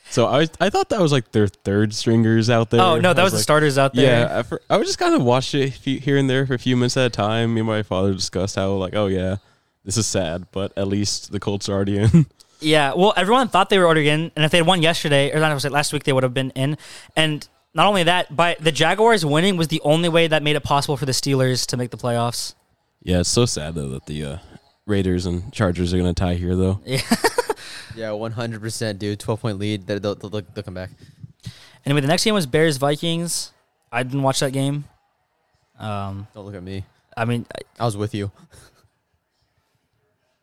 Speaker 3: So I I thought that was like their third stringers out there.
Speaker 1: Oh no, that
Speaker 3: I
Speaker 1: was the
Speaker 3: like,
Speaker 1: starters out there.
Speaker 3: Yeah, I, for, I would just kind of watch it fe- here and there for a few minutes at a time. Me and my father discussed how like, oh yeah, this is sad, but at least the Colts are already in.
Speaker 1: Yeah, well, everyone thought they were already in, and if they had won yesterday, or not, I was like last week, they would have been in. And not only that, but the Jaguars winning was the only way that made it possible for the Steelers to make the playoffs.
Speaker 3: yeah, it's so sad though that the uh, Raiders and Chargers are gonna tie here though.
Speaker 4: Yeah, one hundred percent, dude. Twelve point lead. They're, they'll, they'll, they'll come back.
Speaker 1: Anyway, the next game was Bears Vikings. I didn't watch that game. Um,
Speaker 4: Don't look at me.
Speaker 1: I mean, I-
Speaker 4: I was with you.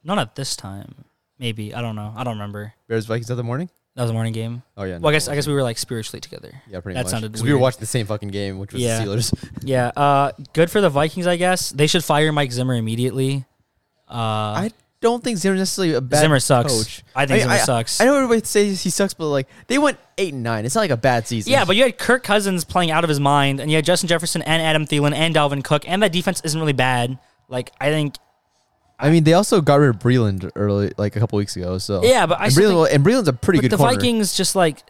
Speaker 1: not at this time. Maybe I don't know. I don't remember.
Speaker 4: Bears Vikings the other morning.
Speaker 1: That was a morning game.
Speaker 4: Oh yeah.
Speaker 1: Well, I guess I guess we were like spiritually together.
Speaker 4: yeah, pretty
Speaker 1: that
Speaker 4: much.
Speaker 1: sounded
Speaker 4: 'Cause we were
Speaker 1: weird.
Speaker 4: watching the same fucking game, which was
Speaker 1: Yeah.
Speaker 4: the Steelers.
Speaker 1: Yeah. Uh, good for the Vikings, I guess. They should fire Mike Zimmer immediately. Uh,
Speaker 4: I don't think Zimmer's necessarily a bad
Speaker 1: Zimmer sucks.
Speaker 4: coach.
Speaker 1: I think Zimmer
Speaker 4: I,
Speaker 1: sucks.
Speaker 4: I know everybody says he sucks, but like they went eight and nine. It's not like a bad season.
Speaker 1: Yeah, but you had Kirk Cousins playing out of his mind, and you had Justin Jefferson and Adam Thielen and Dalvin Cook, and that defense isn't really bad. Like I think,
Speaker 4: I mean, they also got rid of Breland early, like a couple weeks ago. So
Speaker 1: Yeah, but I
Speaker 4: and,
Speaker 1: still
Speaker 4: Breland, and Breland's a pretty
Speaker 1: but
Speaker 4: good
Speaker 1: the
Speaker 4: corner.
Speaker 1: Vikings just like,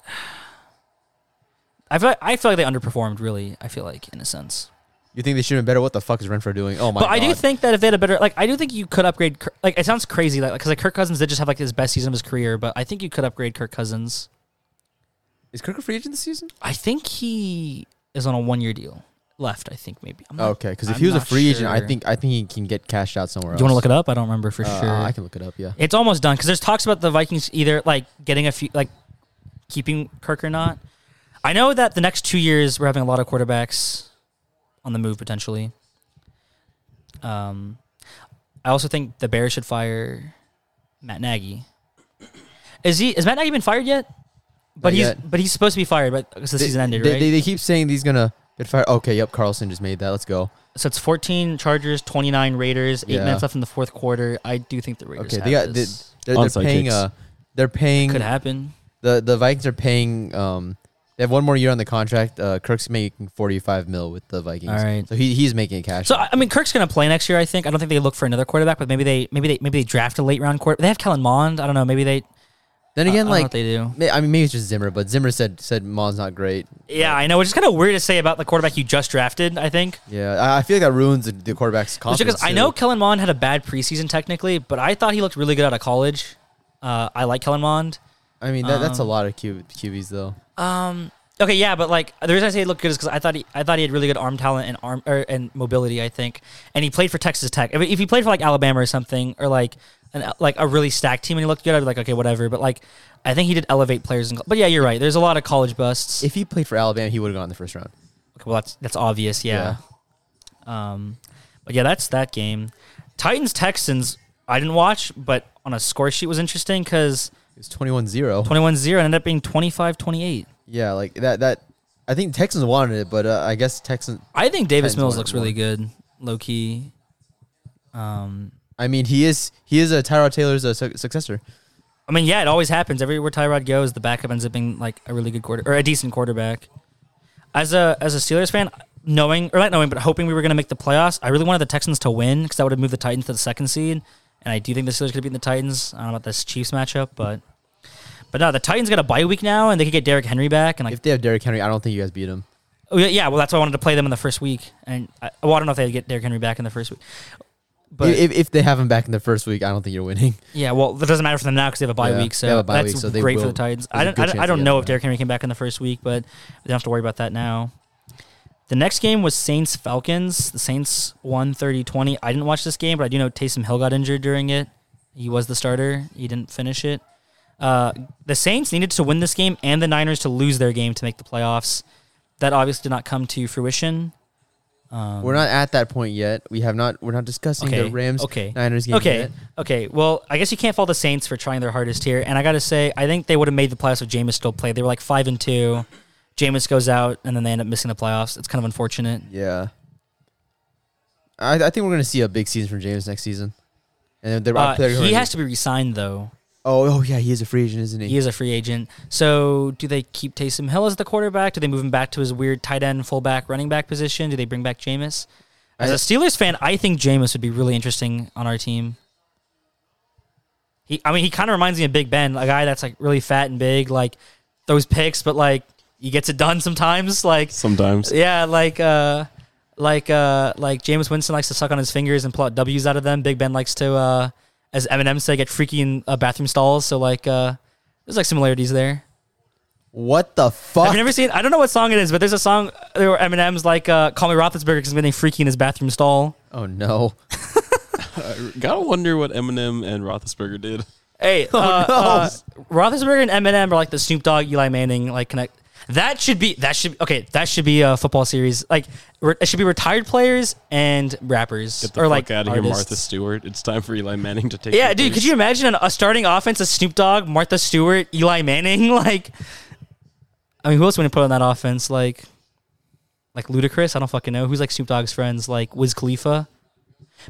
Speaker 1: I feel like, I feel like they underperformed. Really, I feel like in a sense.
Speaker 4: You think they should have been better? What the fuck is Renfro doing? Oh my!
Speaker 1: But I do
Speaker 4: God.
Speaker 1: think that if they had a better, like I do think you could upgrade. Kirk- Like it sounds crazy, like because like Kirk Cousins did just have like his best season of his career, but I think you could upgrade Kirk Cousins.
Speaker 4: is Kirk a free agent this season?
Speaker 1: I think he is on a one-year deal left. I think maybe. I'm not-
Speaker 4: Oh, Okay, because if
Speaker 1: I'm
Speaker 4: he was a
Speaker 1: not
Speaker 4: free agent, I
Speaker 1: sure.
Speaker 4: think I think he can get cashed out somewhere else.
Speaker 1: Do you want to look it up? I don't remember for sure.
Speaker 4: Uh, I can look it up. Yeah,
Speaker 1: It's almost done because there's talks about the Vikings either like getting a few, like keeping Kirk or not. I know that the next two years we're having a lot of quarterbacks on the move potentially. Um, I also think the Bears should fire Matt Nagy. Is he? Is Matt Nagy been fired yet? But
Speaker 4: Not
Speaker 1: he's
Speaker 4: yet.
Speaker 1: but he's supposed to be fired, but because the
Speaker 4: they,
Speaker 1: season ended,
Speaker 4: they,
Speaker 1: right?
Speaker 4: They, they keep saying he's gonna get fired. Okay, yep. Carlson just made that. Let's go.
Speaker 1: so it's 14 Chargers, 29 Raiders, eight
Speaker 4: Yeah.
Speaker 1: minutes left in the fourth quarter. I do think the Raiders.
Speaker 4: Okay,
Speaker 1: have
Speaker 4: they got they,
Speaker 1: this.
Speaker 4: they're, they're
Speaker 3: Onside
Speaker 4: paying.
Speaker 3: kicks.
Speaker 4: Uh, they're paying.
Speaker 1: could happen.
Speaker 4: the the Vikings are paying. Um, they have one more year on the contract. Uh, Kirk's making forty five mil with the Vikings.
Speaker 1: All right.
Speaker 4: so he he's making a cash.
Speaker 1: So I I mean, Kirk's going to play next year. I think. I don't think they look for another quarterback, but maybe they maybe they maybe they draft a late round quarterback. They have Kellen Mond. I don't know. Maybe they
Speaker 4: Then again,
Speaker 1: I, I don't know
Speaker 4: like
Speaker 1: what they do.
Speaker 4: may- I mean, maybe it's just Zimmer, but Zimmer said said Ma's not great.
Speaker 1: Yeah, I know, which is kind of weird to say about the quarterback you just drafted. I think.
Speaker 4: Yeah, I, I feel like that ruins the, the quarterback's
Speaker 1: Which,
Speaker 4: confidence.
Speaker 1: because I
Speaker 4: too.
Speaker 1: know Kellen Mond had a bad preseason technically, but I thought he looked really good out of college. Uh, I like Kellen Mond.
Speaker 4: I mean, that, that's a lot of Q, QBs though.
Speaker 1: Um, okay, yeah, but like the reason I say he looked good is because I thought he, I thought he had really good arm talent and arm or, and mobility. I think, and he played for Texas Tech. If, if he played for like Alabama or something, or like an, like a really stacked team, and he looked good, I'd be like, okay, whatever. But like, I think he did elevate players. In, co- but yeah, you're right. There's a lot of college busts.
Speaker 4: If he played for Alabama, he would have gone in the first round.
Speaker 1: Okay, well, that's that's obvious. Yeah. Um, but yeah, that's that game. Titans Texans. I didn't watch, but on a score sheet was interesting because
Speaker 4: It was 21-0.
Speaker 1: 21-0 ended up being 25-28.
Speaker 4: Yeah, like that. That I think Texans wanted it, but uh, I guess Texans.
Speaker 1: I think Davis
Speaker 4: Titans
Speaker 1: Mills
Speaker 4: wanted
Speaker 1: looks
Speaker 4: more.
Speaker 1: really good, low key. Um,
Speaker 4: I mean, he is he is a Tyrod Taylor's uh, su- successor.
Speaker 1: I mean, yeah, it always happens. Everywhere Tyrod goes, the backup ends up being like a really good quarter or a decent quarterback. As a as a Steelers fan, knowing or not knowing, but hoping we were going to make the playoffs, I really wanted the Texans to win because that would have moved the Titans to the second seed. And I do think the Steelers could beat the Titans. I don't know about this Chiefs matchup, but but no, the Titans got a bye week now, and they could get Derrick Henry back. And like,
Speaker 4: If they have Derrick Henry, I don't think you guys beat him.
Speaker 1: Oh, yeah, yeah, well, that's why I wanted to play them in the first week. And I, well, I don't know if they get Derrick Henry back in the first week, but
Speaker 4: if, if they have him back in the first week, I don't think you're winning.
Speaker 1: Yeah, well, that doesn't matter for them now because they have a bye
Speaker 4: Yeah,
Speaker 1: week, so
Speaker 4: they have a bye
Speaker 1: that's
Speaker 4: week, so they
Speaker 1: great for
Speaker 4: will-
Speaker 1: the Titans.
Speaker 4: there's
Speaker 1: I
Speaker 4: a
Speaker 1: don't,
Speaker 4: good
Speaker 1: I don't, I
Speaker 4: chance
Speaker 1: don't
Speaker 4: they
Speaker 1: know
Speaker 4: get
Speaker 1: if
Speaker 4: it.
Speaker 1: Derrick Henry came back in the first week, but we don't have to worry about that now. The next game was Saints Falcons. The Saints won 30-20. I didn't watch this game, but I do know Taysom Hill got injured during it. He was the starter. He didn't finish it. Uh, the Saints needed to win this game and the Niners to lose their game to make the playoffs. That obviously did not come to fruition. Um,
Speaker 4: We're not at that point yet. We have not. We're not discussing
Speaker 1: Okay,
Speaker 4: the Rams
Speaker 1: okay,
Speaker 4: Niners game
Speaker 1: Okay.
Speaker 4: yet.
Speaker 1: Okay. Well, I guess you can't fault the Saints for trying their hardest here. And I got to say, I think they would have made the playoffs if Jameis still played. They were like five and two. Jameis goes out, and then they end up missing the playoffs. It's kind of unfortunate.
Speaker 4: Yeah. I, I think we're gonna see a big season from James next season, and then the
Speaker 1: Uh,
Speaker 4: player
Speaker 1: he has to be re-signed though.
Speaker 4: Oh, oh yeah, he is a free agent, isn't he?
Speaker 1: He is a free agent. So, do they keep Taysom Hill as the quarterback? Do they move him back to his weird tight end, fullback, running back position? Do they bring back Jameis? As
Speaker 4: I-
Speaker 1: a Steelers fan, I think Jameis would be really interesting on our team. He, I mean, he kind of reminds me of Big Ben, a guy that's like really fat and big, like those picks, but like he gets it done sometimes. Like,
Speaker 3: Sometimes.
Speaker 1: yeah, like, uh, like, uh, like Jameis Winston likes to suck on his fingers and pull out W's out of them. Big Ben likes to, uh, as Eminem said, get freaky in uh, bathroom stalls. So like, uh, there's like similarities there.
Speaker 4: What the
Speaker 1: Have
Speaker 4: fuck?
Speaker 1: you never seen? I don't know what song it is, but there's a song where Eminem's like, uh, "Call me Roethlisberger" because getting freaky in his bathroom stall.
Speaker 4: oh no.
Speaker 3: Gotta wonder what Eminem and Roethlisberger did.
Speaker 1: Hey, uh, uh, Roethlisberger and Eminem are like the Snoop Dogg, Eli Manning, like connect. That should be that should okay. That should be a football series. Like re- it should be retired players and rappers
Speaker 3: Get the
Speaker 1: or
Speaker 3: fuck
Speaker 1: like
Speaker 3: out of here,
Speaker 1: artists.
Speaker 3: Martha Stewart. It's time for Eli Manning to take.
Speaker 1: Yeah,
Speaker 3: your
Speaker 1: dude. Could
Speaker 3: place.
Speaker 1: you imagine an, a starting offense of Snoop Dogg, Martha Stewart, Eli Manning? Like, I mean, who else would you put on that offense? Like, like Ludacris. I don't fucking know who's like Snoop Dogg's friends, like Wiz Khalifa.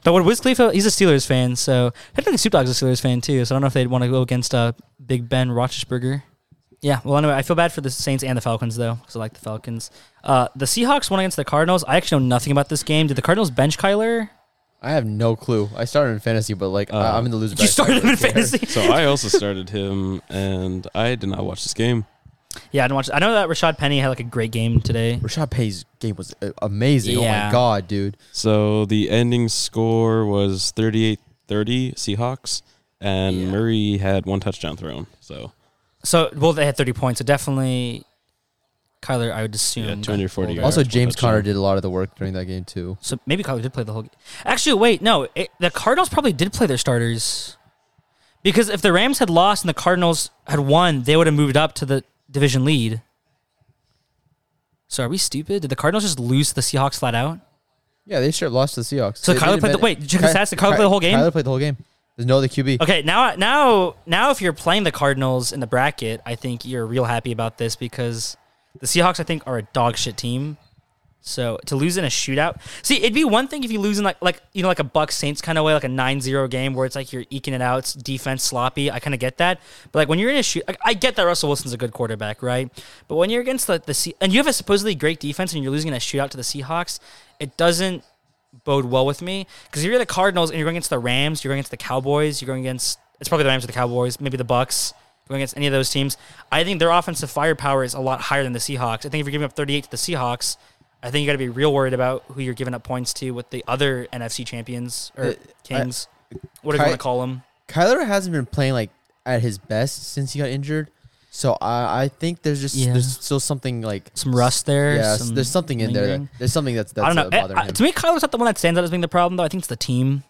Speaker 1: But what Wiz Khalifa? He's a Steelers fan, so I think Snoop Dogg's a Steelers fan too. So I don't know if they'd want to go against uh, Big Ben Roethlisberger. Yeah. Well, anyway, I feel bad for the Saints and the Falcons though, because I like the Falcons. Uh, the Seahawks won against the Cardinals. I actually know nothing about this game. Did the Cardinals bench Kyler?
Speaker 4: I have no clue. I started in fantasy, but like I, I'm in the loser.
Speaker 1: You started him in fantasy.
Speaker 3: So I also started him, and I did not watch this game.
Speaker 1: Yeah, I didn't watch. I know that Rashad Penny had like a great game today.
Speaker 4: Rashad Pay's game was uh, amazing. Oh
Speaker 1: Yeah.
Speaker 4: my god, dude.
Speaker 3: So the ending score was 38-30 Seahawks, and Murray had one touchdown thrown. So
Speaker 1: So, well, they had thirty points. So definitely, Kyler, I would assume.
Speaker 3: yeah,
Speaker 1: got
Speaker 3: two hundred forty
Speaker 1: pulled.
Speaker 3: yards.
Speaker 4: Also,
Speaker 3: one
Speaker 4: James
Speaker 3: touchdown.
Speaker 4: Conner did a lot of the work during that game too.
Speaker 1: So maybe Kyler did play the whole game. Actually, wait, no, it, the Cardinals probably did play their starters because if the Rams had lost and the Cardinals had won, they would have moved up to the division lead. So are we stupid? Did the Cardinals just lose to the Seahawks flat out?
Speaker 4: Yeah, they sure lost to the Seahawks.
Speaker 1: So
Speaker 4: They- they
Speaker 1: Kyler
Speaker 4: didn't
Speaker 1: played the-
Speaker 4: manage-
Speaker 1: wait, did you check the
Speaker 4: Ky-
Speaker 1: stats? Did Kyler play
Speaker 4: Ky-
Speaker 1: the whole game?
Speaker 4: Kyler played the whole game. There's no other QB.
Speaker 1: Okay, now now now if you're playing the Cardinals in the bracket, I think you're real happy about this because the Seahawks I think are a dog shit team. So to lose in a shootout, see, it'd be one thing if you lose in like like you know like a Bucks Saints kind of way, like a 9-0 game where it's like you're eking it out, it's defense sloppy. I kind of get that, but like when you're in a shoot, like, I get that Russell Wilson's a good quarterback, right? But when you're against the the Se- and you have a supposedly great defense and you're losing in a shootout to the Seahawks, it doesn't bode well with me because if you're the Cardinals and you're going against the Rams, you're going against the Cowboys, you're going against it's probably the Rams or the Cowboys, maybe the Bucks. going against any of those teams. I think their offensive firepower is a lot higher than the Seahawks. I think if you're giving up 38 to the Seahawks, I think you got to be real worried about who you're giving up points to with the other NFC champions or
Speaker 4: Uh,
Speaker 1: Kings, whatever you
Speaker 4: Ky-
Speaker 1: want to call them.
Speaker 4: Kyler hasn't been playing like at his best since he got injured. So I, I think there's just
Speaker 1: Yeah.
Speaker 4: there's still something like
Speaker 1: Some rust there.
Speaker 4: yeah,
Speaker 1: some
Speaker 4: there's something in there.
Speaker 1: lingering.
Speaker 4: that- There's something that's that's
Speaker 1: I don't
Speaker 4: uh,
Speaker 1: know. Eh,
Speaker 4: bothering
Speaker 1: I-
Speaker 4: him.
Speaker 1: to me, Kyler's not the one that stands out as being the problem, though. I think it's the team.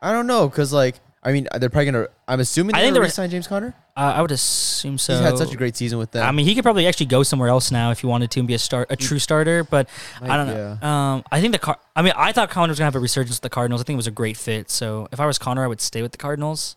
Speaker 4: I don't know because like I mean they're probably gonna. I'm assuming
Speaker 1: I
Speaker 4: they're
Speaker 1: think
Speaker 4: gonna
Speaker 1: they're-
Speaker 4: resign James Conner.
Speaker 1: Uh, I would assume so.
Speaker 4: He's had such a great season with them.
Speaker 1: I mean, he could probably actually go somewhere else now if he wanted to and be a start, a true starter. But I
Speaker 4: Might-
Speaker 1: don't know. Um, I think the car. I mean, I thought Connor was gonna have a resurgence with the Cardinals. I think it was a great fit. So if I was Connor, I would stay with the Cardinals.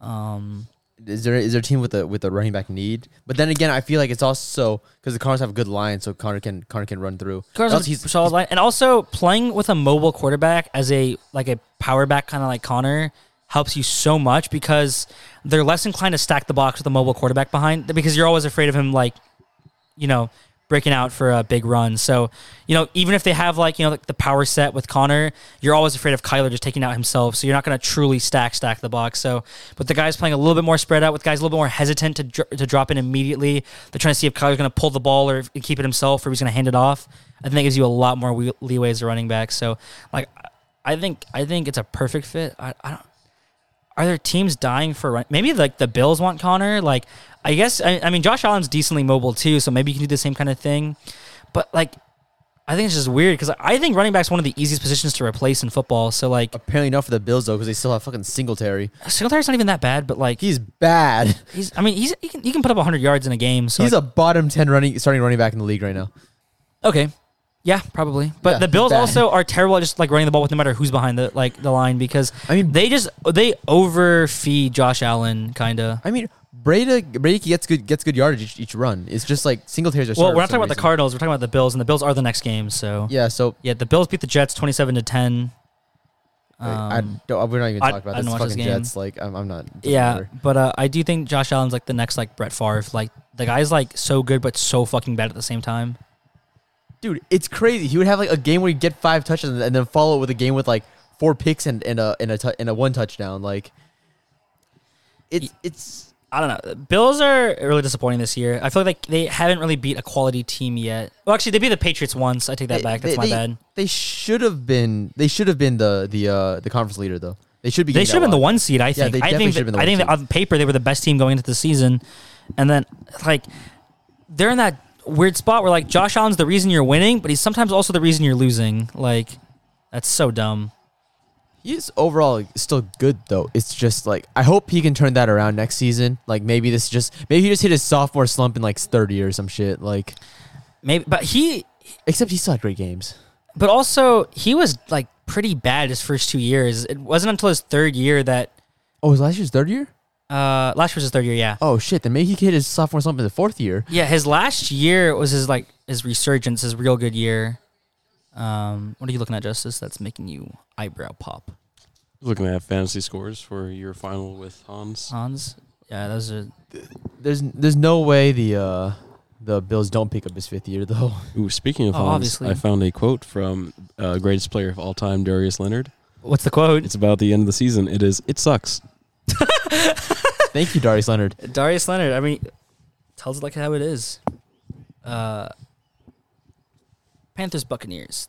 Speaker 1: Um,
Speaker 4: is there is there a team with a with a running back need? But then again, I feel like it's also because the Cardinals have a good line, so Connor can Connor can run through.
Speaker 1: Cardinals
Speaker 4: Also, he's-
Speaker 1: have a solid line, and also playing with a mobile quarterback as a like a power back kind of like Connor helps you so much because they're less inclined to stack the box with a mobile quarterback behind because you're always afraid of him like you know breaking out for a big run. So you know even if they have like you know like the power set with Connor, you're always afraid of Kyler just taking out himself. So you're not going to truly stack stack the box. So but the guys playing a little bit more spread out with guys a little bit more hesitant to dr- to drop in immediately. They're trying to see if Kyler's going to pull the ball or if- keep it himself or if he's going to hand it off. I think that gives you a lot more we- leeway as a running back. So like I think I think it's a perfect fit. I, I don't are there teams dying for run? Maybe like the Bills want Connor. Like I guess I, I mean Josh Allen's decently mobile too, so maybe you can do the same kind of thing. But like I think it's just weird because I think running back's one of the easiest positions to replace in football. So like
Speaker 4: apparently not for the Bills though, because they still have fucking Singletary.
Speaker 1: Singletary's not even that bad, but like
Speaker 4: He's bad.
Speaker 1: he's I mean he's he can, he can put up 100 yards in a game. So
Speaker 4: He's
Speaker 1: like,
Speaker 4: a bottom ten running starting running back in the league right now.
Speaker 1: okay. Yeah, probably. But
Speaker 4: Yeah,
Speaker 1: the
Speaker 4: he's
Speaker 1: Bills
Speaker 4: bad.
Speaker 1: also are terrible at just like running the ball with no matter who's behind the like the line because
Speaker 4: I mean-
Speaker 1: they just they overfeed Josh Allen kind of.
Speaker 4: I mean, Brady Brady gets good gets good yardage each, each run. It's just like Singletary's our
Speaker 1: Well,
Speaker 4: starter
Speaker 1: we're not talking
Speaker 4: for some
Speaker 1: about the
Speaker 4: reason.
Speaker 1: Cardinals. We're talking about the Bills, and the Bills are the next game. So
Speaker 4: Yeah, so
Speaker 1: Yeah, the Bills beat the Jets twenty-seven to ten.
Speaker 4: like,
Speaker 1: Um,
Speaker 4: I don't, we're not even
Speaker 1: I-
Speaker 4: talking
Speaker 1: I
Speaker 4: about
Speaker 1: didn't
Speaker 4: this
Speaker 1: watch this
Speaker 4: fucking
Speaker 1: game.
Speaker 4: Jets. Like I'm, I'm not. doesn't
Speaker 1: yeah,
Speaker 4: matter.
Speaker 1: but uh, I do think Josh Allen's like the next like Brett Favre. Like the guy's like so good but so fucking bad at the same time.
Speaker 4: dude, it's crazy. He would have like a game where you get five touchdowns and then follow it with a game with like four picks and and a and a tou- and a one touchdown. Like it's it's
Speaker 1: I don't know. Bills are really disappointing this year. I feel like they haven't really beat a quality team yet. Well, actually, they beat the Patriots once. I take that
Speaker 4: they-
Speaker 1: back. That's
Speaker 4: they,
Speaker 1: my
Speaker 4: they,
Speaker 1: bad.
Speaker 4: They should have been. They should have been the the uh the conference leader though. They should be.
Speaker 1: They
Speaker 4: getting
Speaker 1: should have
Speaker 4: that
Speaker 1: been the
Speaker 4: lot.
Speaker 1: one seed. I
Speaker 4: Yeah,
Speaker 1: think.
Speaker 4: they
Speaker 1: I
Speaker 4: definitely
Speaker 1: think.
Speaker 4: should
Speaker 1: That,
Speaker 4: have been the
Speaker 1: I
Speaker 4: one
Speaker 1: think that
Speaker 4: seed.
Speaker 1: on paper they were the best team going into the season, and then like they're in that weird spot where like Josh Allen's the reason you're winning, but he's sometimes also the reason you're losing. Like that's so dumb.
Speaker 4: He's overall like, still good though. It's just like I hope he can turn that around next season. Like maybe this just maybe he just hit his sophomore slump in like thirty or some shit. Like
Speaker 1: Maybe, but he,
Speaker 4: except he still had great games.
Speaker 1: but also he was like pretty bad his first two years. It wasn't until his third year that
Speaker 4: Oh, was last year's third year?
Speaker 1: uh, last year was his third year. Yeah,
Speaker 4: Oh shit! Then maybe he could hit his sophomore slump in the fourth year.
Speaker 1: yeah. His last year was his like his resurgence, his real good year. Um, what are you looking at, Justice? That's making you eyebrow pop,
Speaker 3: Looking at fantasy scores for your final with Hans.
Speaker 1: Hans. Yeah, those are
Speaker 4: There's there's no way the uh the Bills don't pick up his fifth year though.
Speaker 3: Ooh, speaking of
Speaker 1: Oh,
Speaker 3: Hans,
Speaker 1: obviously.
Speaker 3: I found a quote from uh, greatest player of all time, Darius Leonard.
Speaker 1: What's the quote?
Speaker 3: It's about the end of the season. It is. It sucks.
Speaker 4: Thank you, Darius Leonard.
Speaker 1: Darius Leonard. I mean, tells it like how it is. Uh, Panthers Buccaneers.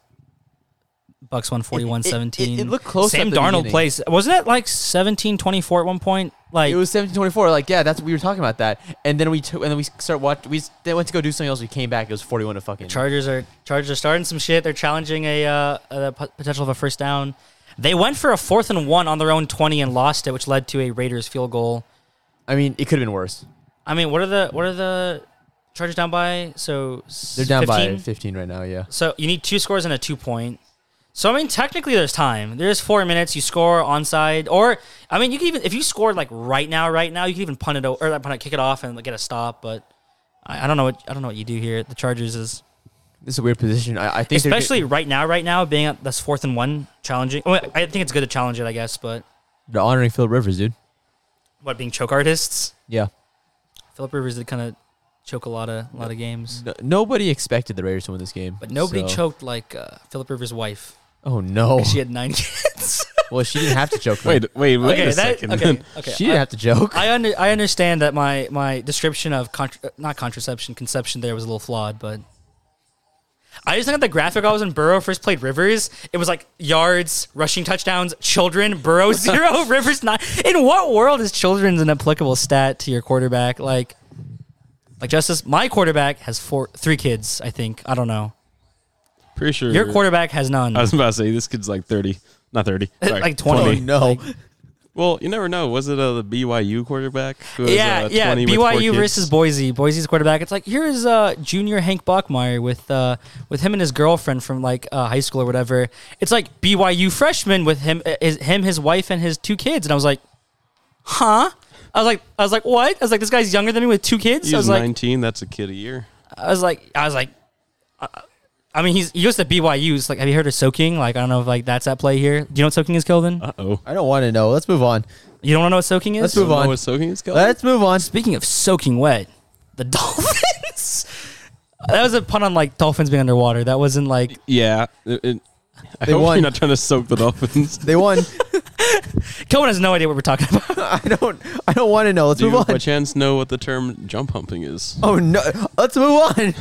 Speaker 1: Bucks won
Speaker 4: it-
Speaker 1: 41-17.
Speaker 4: it- it looked close
Speaker 1: Sam
Speaker 4: at the
Speaker 1: Darnold
Speaker 4: beginning.
Speaker 1: plays. Wasn't it like 17-24 at one point? Like
Speaker 4: It was 17-24. Like yeah, that's we were talking about that. And then we took and then we start watch. We s- then went to go do something else. We came back. It was forty one to fucking.
Speaker 1: Chargers are Chargers are starting some shit. They're challenging a, uh, a po- potential of a first down. They went for a fourth and one on their own 20 and lost it, which led to a Raiders field goal.
Speaker 4: I mean, it could have been worse.
Speaker 1: I mean, what are the what are the Chargers down by? So
Speaker 4: They're down
Speaker 1: 15?
Speaker 4: by fifteen right now. Yeah.
Speaker 1: So you need two scores and a two point. So I mean, technically, there's time. There's four minutes. You score onside, or I mean, you can even if you scored like right now, right now, you can even punt it o- or like, punt it, kick it off, and like, get a stop. But I, I don't know what I don't know what you do here. The Chargers is
Speaker 4: This is a weird position. I, I think they're
Speaker 1: especially right now, right now, being at this fourth and one challenging. oh, I think it's good to challenge it, I guess. But
Speaker 4: get- they're honoring Phil Rivers, dude.
Speaker 1: what being choke artists?
Speaker 4: Yeah.
Speaker 1: Philip Rivers did kind of choke a lot of a lot of games,
Speaker 4: No, nobody expected the Raiders to win this game,
Speaker 1: but nobody
Speaker 4: so-
Speaker 1: choked like uh, Philip Rivers' wife.
Speaker 4: Oh no!
Speaker 1: She had nine kids.
Speaker 4: Well, she didn't have to joke. man.
Speaker 3: Wait, wait, wait
Speaker 1: Okay,
Speaker 3: a
Speaker 1: that-
Speaker 3: second.
Speaker 1: okay, okay.
Speaker 4: she didn't have to joke.
Speaker 1: I under, I understand that my my description of contra- not contraception conception there was a little flawed, but I just think that the graphic I was in Burrow first played Rivers. It was like yards, rushing touchdowns, children, Burrow zero, Rivers nine. In what world is children's an applicable stat to your quarterback? Like, like Justice, my quarterback has four, three kids. I think I don't know.
Speaker 3: Pretty sure
Speaker 1: Your quarterback has none.
Speaker 3: I was about to say this kid's like thirty, not thirty, sorry,
Speaker 1: Like 20.
Speaker 4: Oh, no,
Speaker 3: Well, you never know. Was it uh, the BYU quarterback? who was,
Speaker 1: yeah,
Speaker 3: uh,
Speaker 1: yeah.
Speaker 3: 20 with four
Speaker 1: BYU
Speaker 3: kids?
Speaker 1: versus Boise. Boise's quarterback. It's like here is uh, junior Hank Bachmeyer with uh, with him and his girlfriend from like uh, high school or whatever. It's like BYU freshman with him, uh, his, him, his wife, and his two kids. And I was like, huh? I was like, I was like, what? I was like, this guy's younger than me with two kids.
Speaker 3: He's
Speaker 1: I was like,
Speaker 3: nineteen. That's a kid a year.
Speaker 1: I was like, I was like, uh, I, I mean, he's he goes to BYU. It's like, have you heard of soaking? Like, I don't know if like that's at play here. Do you know what soaking is, Kelvin?
Speaker 3: Uh oh.
Speaker 4: I don't want to know. Let's move on.
Speaker 1: you don't know what soaking is?
Speaker 4: Let's move on.
Speaker 3: What soaking is called?
Speaker 4: Let's move on.
Speaker 1: Speaking of soaking wet, the Dolphins. that was a pun on like dolphins being underwater. That wasn't like
Speaker 3: Yeah. It- it- I
Speaker 4: They
Speaker 3: hope
Speaker 4: won.
Speaker 3: you're not trying to soak the dolphins.
Speaker 4: They won.
Speaker 1: Cohen has no idea what we're talking about.
Speaker 4: I don't. I don't want to know. Let's
Speaker 3: Do you
Speaker 4: move
Speaker 3: by
Speaker 4: on.
Speaker 3: chance know what the term jump humping is?
Speaker 4: Oh no. Let's move on.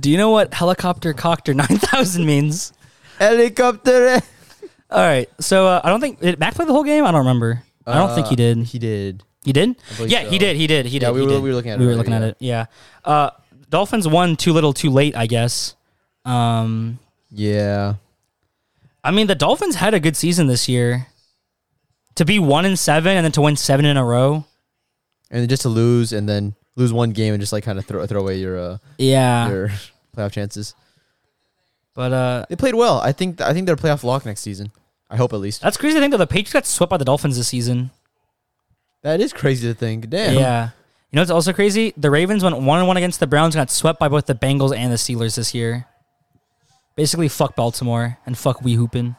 Speaker 1: Do you know what helicopter cocter nine thousand means?
Speaker 4: Helicopter.
Speaker 1: All right, so uh, I don't think did Mac play the whole game. I don't remember. I don't think he did.
Speaker 4: Uh, He did.
Speaker 1: He did.
Speaker 4: believe
Speaker 1: Yeah, he
Speaker 4: so.
Speaker 1: did. He did. He did.
Speaker 4: Yeah, we
Speaker 1: he
Speaker 4: were-
Speaker 1: did.
Speaker 4: we were looking at it
Speaker 1: We were
Speaker 4: earlier,
Speaker 1: looking at it. Yeah. Uh, dolphins won too little, too late. I guess. Um,
Speaker 4: Yeah.
Speaker 1: I mean, the Dolphins had a good season this year. To be one in seven and then to win seven in a row.
Speaker 4: And then just to lose, and then lose one game, and just like kind of throw throw away your uh,
Speaker 1: Yeah.
Speaker 4: your playoff chances.
Speaker 1: But uh,
Speaker 4: They played well. I think I think they're playoff lock next season. I hope at least.
Speaker 1: that's crazy to think that the Patriots got swept by the Dolphins this season.
Speaker 4: That is crazy to think. Damn.
Speaker 1: Yeah. You know what's also crazy? The Ravens went one and one against the Browns and got swept by both the Bengals and the Steelers this year. Basically, fuck Baltimore and fuck Wee Hoopin.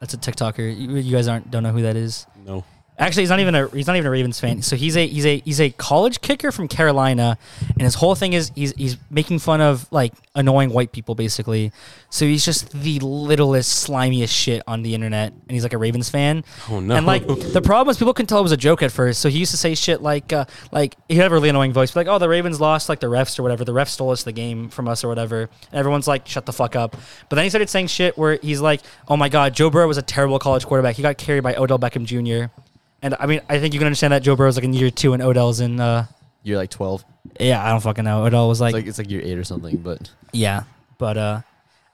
Speaker 1: That's a TikToker. You, you guys aren't don't know who that is.
Speaker 3: No.
Speaker 1: Actually, he's not even a he's not even a Ravens fan. So he's a he's a he's a college kicker from Carolina, and his whole thing is he's he's making fun of like annoying white people basically. So he's just the littlest slimiest shit on the internet, and he's like a Ravens fan.
Speaker 3: Oh, no.
Speaker 1: And like the problem is people couldn't tell it was a joke at first. So he used to say shit like uh, like he had a really annoying voice, but like oh the Ravens lost like the refs or whatever. The refs stole us the game from us or whatever. And everyone's like shut the fuck up. But then he started saying shit where he's like oh my god Joe Burrow was a terrible college quarterback. He got carried by Odell Beckham Jr. And I mean, I think you can understand that Joe Burrow's like in year two and Odell's in, uh,
Speaker 4: You're like twelve.
Speaker 1: yeah, I don't fucking know. Odell was like,
Speaker 4: It's like it's like year eight or something. But
Speaker 1: yeah, but, uh,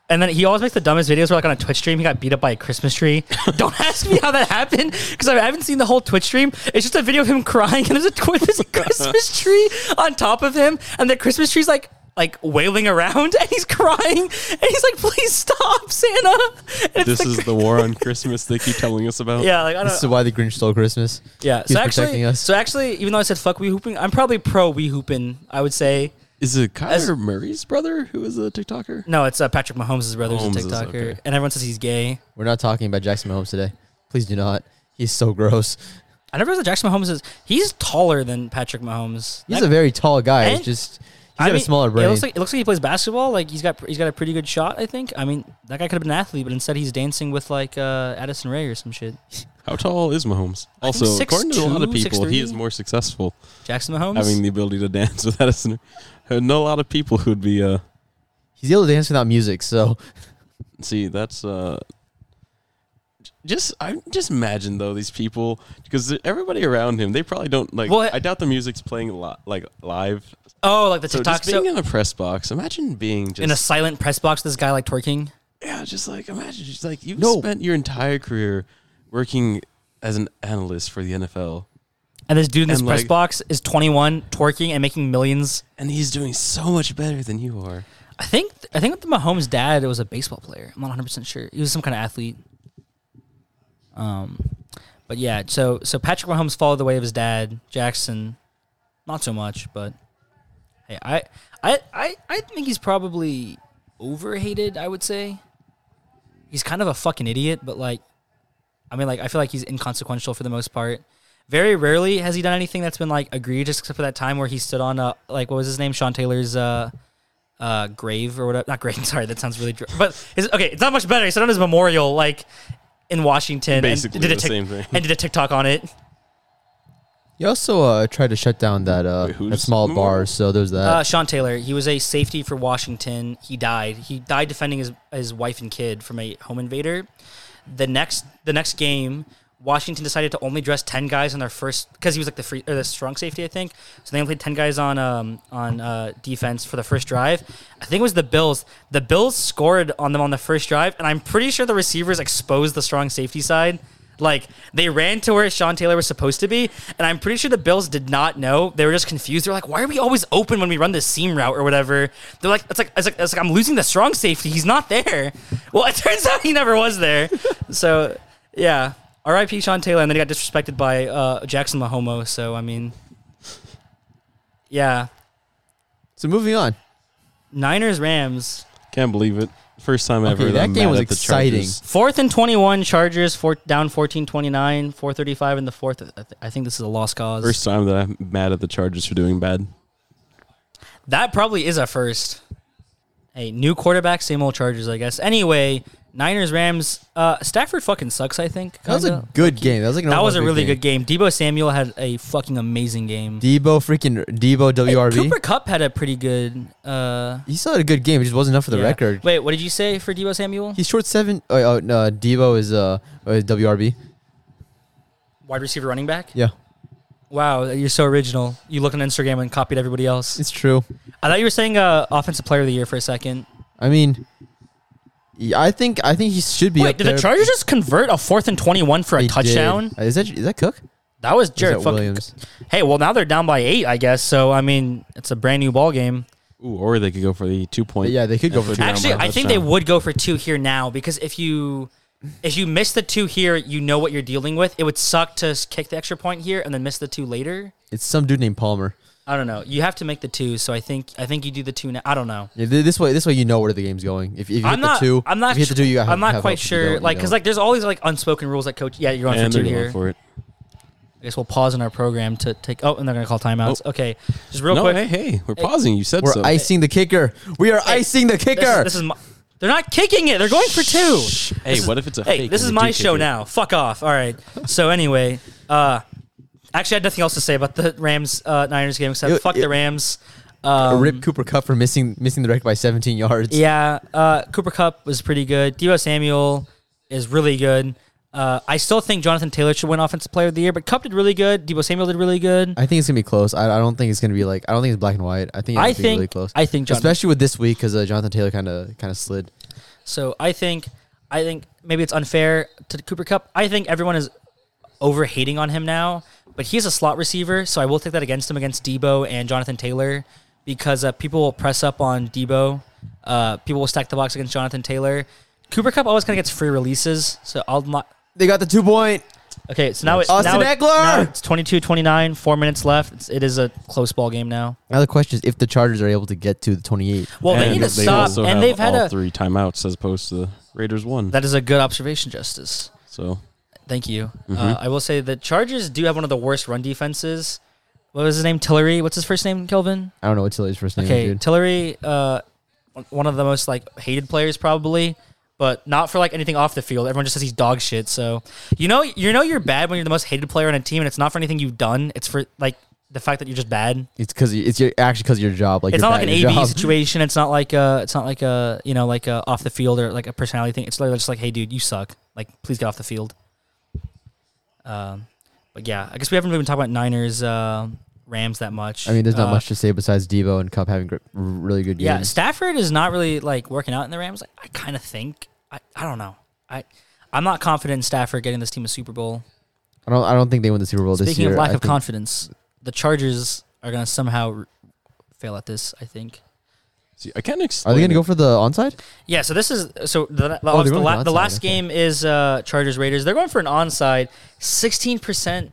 Speaker 1: and then he always makes the dumbest videos where, like, on a Twitch stream, he got beat up by a Christmas tree. Don't ask me how that happened because I haven't seen the whole Twitch stream. It's just a video of him crying, and there's a, tw- there's a Christmas tree on top of him, and the Christmas tree's like, like wailing around, and he's crying, and he's like, "Please stop, Santa!" And it's
Speaker 3: This
Speaker 1: the-
Speaker 3: is the war on Christmas they keep telling us about.
Speaker 1: yeah, like I don't,
Speaker 4: this is why the Grinch stole Christmas.
Speaker 1: Yeah,
Speaker 4: He's
Speaker 1: so actually,
Speaker 4: protecting us.
Speaker 1: so actually, even though I said fuck wee hooping, I'm probably pro wee hooping. I would say
Speaker 3: Is it Kyler
Speaker 1: As-
Speaker 3: Murray's brother who is a TikToker?
Speaker 1: no. It's uh, Patrick Mahomes' brother who's a
Speaker 3: Mahomes is-
Speaker 1: TikToker,
Speaker 3: okay.
Speaker 1: and everyone says he's gay.
Speaker 4: We're not talking about Jackson Mahomes today. Please do not. He's so gross.
Speaker 1: I never realized that Jackson Mahomes is he's taller than Patrick Mahomes.
Speaker 4: He's
Speaker 1: That-
Speaker 4: a very tall guy. It's
Speaker 1: And-
Speaker 4: just he's
Speaker 1: I
Speaker 4: got a
Speaker 1: mean,
Speaker 4: smaller brain.
Speaker 1: It looks like it looks like he plays basketball. Like he's got he's got a pretty good shot. I think. I mean, that guy could have been an athlete, but instead he's dancing with like uh, Addison Ray or some shit.
Speaker 3: How tall is Mahomes? Also,
Speaker 1: think
Speaker 3: according to a lot of
Speaker 1: 6'2",,
Speaker 3: people, he
Speaker 1: 6'3".
Speaker 3: is more successful
Speaker 1: Jackson Mahomes.
Speaker 3: having the ability to dance with Addison. I know Uh, a lot of people who'd be uh,
Speaker 4: he's able to dance without music. So
Speaker 3: See, that's uh j- just I just imagine though these people because everybody around him they probably don't like.
Speaker 1: Well,
Speaker 3: I doubt the music's playing li- like live.
Speaker 1: oh, like the
Speaker 3: So
Speaker 1: TikTok.
Speaker 3: just being
Speaker 1: So,
Speaker 3: in a press box, imagine being
Speaker 1: in a
Speaker 3: just
Speaker 1: silent press box, this guy like twerking.
Speaker 3: yeah, just like imagine just like you've
Speaker 4: No.
Speaker 3: spent your entire career working as an analyst for the NFL,
Speaker 1: And this dude in this
Speaker 3: And,
Speaker 1: press
Speaker 3: like-
Speaker 1: box is 21, twerking and making millions.
Speaker 3: and he's doing so much better than you are.
Speaker 1: I think I think with Mahomes' dad, it was a baseball player. I'm not 100 percent sure. He was some kind of athlete. Um, but yeah. So so Patrick Mahomes followed the way of his dad, Jackson. Not so much, but hey, I I I, I think he's probably overhated. I would say he's kind of a fucking idiot, but like, I mean, like I feel like he's inconsequential for the most part. Very rarely has he done anything that's been like egregious, except for that time where he stood on uh like what was his name, Sean Taylor's uh uh, grave or whatever. Not grave. Sorry, that sounds really. Dr- but his, okay, it's not much better. He stood on his memorial, like in Washington
Speaker 3: Basically
Speaker 1: and did a
Speaker 3: the
Speaker 1: tic-
Speaker 3: same thing.
Speaker 1: and did a TikTok on it.
Speaker 4: You also uh, tried to shut down that uh,
Speaker 3: Wait, who's-
Speaker 4: that small
Speaker 3: who?
Speaker 4: bar, so there's that.
Speaker 1: Uh, Sean Taylor, he was a safety for Washington. He died. He died defending his, his wife and kid from a home invader. The next the next game, Washington decided to only dress ten guys on their first because he was like the free or the strong safety, I think. So they only played ten guys on um on uh, defense for the first drive. I think it was the Bills. The Bills scored on them on the first drive, and I'm pretty sure the receivers exposed the strong safety side. Like they ran to where Sean Taylor was supposed to be, and I'm pretty sure the Bills did not know. They were just confused. They're like, "Why are we always open when we run this seam route or whatever?" They're like, "It's like it's like, it's like I'm losing the strong safety. He's not there." Well, it turns out he never was there. so yeah, R.I.P. Sean Taylor, and then he got disrespected by uh, Jackson Mahomo. So I mean, yeah,
Speaker 4: so moving on.
Speaker 1: Niners Rams
Speaker 3: Can't believe it. First time ever.
Speaker 4: Okay,
Speaker 3: that I'm
Speaker 4: that game
Speaker 3: mad
Speaker 4: was
Speaker 3: at the
Speaker 4: exciting.
Speaker 3: Chargers.
Speaker 1: fourth and 21 Chargers four, down 14-29, 435 in the fourth. I, th- I think this is a lost cause.
Speaker 3: First time that I'm mad at the Chargers for doing bad.
Speaker 1: That probably is a first. Hey, new quarterback, same old Chargers, I guess. Anyway, Niners, Rams. Uh, Stafford fucking sucks. I think
Speaker 4: That was a
Speaker 1: kinda.
Speaker 4: good game. That was like an
Speaker 1: that
Speaker 4: overall
Speaker 1: was a really
Speaker 4: game.
Speaker 1: good game. Debo Samuel had a fucking amazing game.
Speaker 4: Debo freaking Debo
Speaker 1: Hey,
Speaker 4: WRB.
Speaker 1: Cooper Cup had a pretty good. Uh,
Speaker 4: he still had a good game. It just wasn't enough for the
Speaker 1: yeah.
Speaker 4: record.
Speaker 1: Wait, what did you say for Debo Samuel?
Speaker 4: He's short seven. Oh, oh no, Debo is uh uh, WRB.
Speaker 1: Wide receiver, running back.
Speaker 4: Yeah,
Speaker 1: Wow, you're so original. You look on Instagram and copied everybody else.
Speaker 4: it's true.
Speaker 1: I thought you were saying uh, offensive player of the year for a second.
Speaker 4: I mean, yeah, I think I think he should be.
Speaker 1: Wait,
Speaker 4: up
Speaker 1: did
Speaker 4: there.
Speaker 1: the Chargers just convert a fourth and twenty-one for a
Speaker 4: They did.
Speaker 1: touchdown?
Speaker 4: Uh, Is that is that Cook? Or is
Speaker 1: That was Jared
Speaker 4: that
Speaker 1: fucking
Speaker 4: Williams.
Speaker 1: Hey, well now they're down by eight, I guess. So I mean, it's a brand new ball game.
Speaker 3: Ooh, or they could go for the two point.
Speaker 4: Yeah, they could go for two.
Speaker 1: Actually, I think they would go for two here now because if you if you miss the two here, you know what you're dealing with. It would suck to s- kick the extra point here and then miss the two later.
Speaker 4: It's some dude named Palmer.
Speaker 1: I don't know. You have to make the two, so I think I think you do the two now. I don't know.
Speaker 4: Yeah, th- this way, this way, you know where the game's going. If, if you
Speaker 1: I'm
Speaker 4: hit
Speaker 1: not.
Speaker 4: the two,
Speaker 1: I'm not.
Speaker 4: If you hit the two,
Speaker 1: su-
Speaker 4: you have,
Speaker 1: I'm not
Speaker 4: have
Speaker 1: quite
Speaker 4: hope if you
Speaker 1: sure.
Speaker 4: don't,
Speaker 1: like,
Speaker 4: you
Speaker 1: because
Speaker 4: know.
Speaker 1: like, there's always like unspoken rules that coach. Yeah, you're going
Speaker 3: And
Speaker 1: for
Speaker 3: they're
Speaker 1: two
Speaker 3: going
Speaker 1: here.
Speaker 3: for it.
Speaker 1: I guess we'll pause in our program to take. Oh, and they're gonna call timeouts. Okay, just real
Speaker 3: no,
Speaker 1: quick.
Speaker 3: hey, hey, we're pausing. You said
Speaker 4: we're
Speaker 3: so.
Speaker 4: icing the kicker. We are icing the
Speaker 1: This
Speaker 4: kicker.
Speaker 1: is, this is my, they're not kicking it. They're going for two.
Speaker 3: Hey, what if it's a
Speaker 1: Hey,
Speaker 3: fake
Speaker 1: this
Speaker 3: and
Speaker 1: is
Speaker 3: they
Speaker 1: my
Speaker 3: do kick
Speaker 1: show
Speaker 3: it?
Speaker 1: now. Fuck off. All right. So anyway, uh, actually, I had nothing else to say about the Rams uh, Niners game except
Speaker 4: It-
Speaker 1: fuck
Speaker 4: it-
Speaker 1: the Rams.
Speaker 4: A
Speaker 1: Um,
Speaker 4: Rip Cooper Cup for missing missing the record by 17 yards.
Speaker 1: yeah, uh, Cooper Cup was pretty good. Debo Samuel is really good. Uh, I still think Jonathan Taylor should win Offensive Player of the Year, but Cup did really good. Debo Samuel did really good.
Speaker 4: I think it's gonna be close. I, I don't think it's gonna be like I don't think it's black and white. I think it's
Speaker 1: I
Speaker 4: gonna be really
Speaker 1: think-
Speaker 4: close.
Speaker 1: I think Jonathan-
Speaker 4: especially with this week because uh, Jonathan Taylor kind of kind of slid.
Speaker 1: So I think, I think maybe it's unfair to Cooper Cup. I think everyone is over hating on him now, but he's a slot receiver, so I will take that against him against Debo and Jonathan Taylor because uh, people will press up on Debo. Uh, people will stack the box against Jonathan Taylor. Cooper Cup always kind of gets free releases, so I'll not.
Speaker 4: They got the two point.
Speaker 1: Okay, so now, it,
Speaker 4: Austin
Speaker 1: now, it,
Speaker 4: Eckler!
Speaker 1: now it's 22-29, four minutes left. It's, it is a close ball game now.
Speaker 4: Now the question is if the Chargers are able to get to the 28.
Speaker 1: Well, they
Speaker 3: And
Speaker 1: need to
Speaker 3: they
Speaker 1: stop,
Speaker 3: also
Speaker 1: and
Speaker 3: have
Speaker 1: they've had
Speaker 3: all
Speaker 1: a.
Speaker 3: three timeouts as opposed to the Raiders one.
Speaker 1: That is a good observation, Justice.
Speaker 3: so
Speaker 1: Thank you. Uh, I will say the Chargers do have one of the worst run defenses. What was his name? Tillery. What's his first name? Kelvin.
Speaker 4: I don't know what Tilly's first name
Speaker 1: Okay,
Speaker 4: is. Dude.
Speaker 1: Tillery. Uh, one- one of the most like hated players probably, but not for like anything off the field. Everyone just says he's dog shit. So you know, you know, you're bad when you're the most hated player on a team, and it's not for anything you've done. It's for like the fact that you're just bad.
Speaker 4: It's because it's your, actually because of your job. Like
Speaker 1: It's
Speaker 4: you're
Speaker 1: not like
Speaker 4: bad
Speaker 1: an
Speaker 4: at your
Speaker 1: AB
Speaker 4: job.
Speaker 1: situation. It's not like uh, it's not like a you know like a off the field or like a personality thing. It's literally just like, hey, dude, you suck. Like, please get off the field. Um, but yeah, I guess we haven't really been talking about Niners uh, Rams that much.
Speaker 4: I mean, there's not
Speaker 1: Uh,
Speaker 4: much to say besides Debo and Cup having gr- really good games.
Speaker 1: Yeah, Stafford is not really like working out in the Rams. I, I kind of think I, I don't know. I I'm not confident in Stafford getting this team a Super Bowl.
Speaker 4: I don't I don't think they win the Super Bowl this
Speaker 1: Speaking
Speaker 4: year.
Speaker 1: of lack
Speaker 4: I
Speaker 1: of
Speaker 4: think-
Speaker 1: confidence, the Chargers are gonna somehow r- fail at this. I think.
Speaker 3: see, I can't.
Speaker 4: Are
Speaker 3: Explain
Speaker 4: they going to go
Speaker 3: it.
Speaker 4: for the onside?
Speaker 1: Yeah, so this is so the the,
Speaker 4: Oh, they're
Speaker 1: the,
Speaker 4: going
Speaker 1: la-
Speaker 4: for
Speaker 1: the
Speaker 4: onside,
Speaker 1: last
Speaker 4: okay.
Speaker 1: game is uh Chargers Raiders. They're going for an onside. Sixteen percent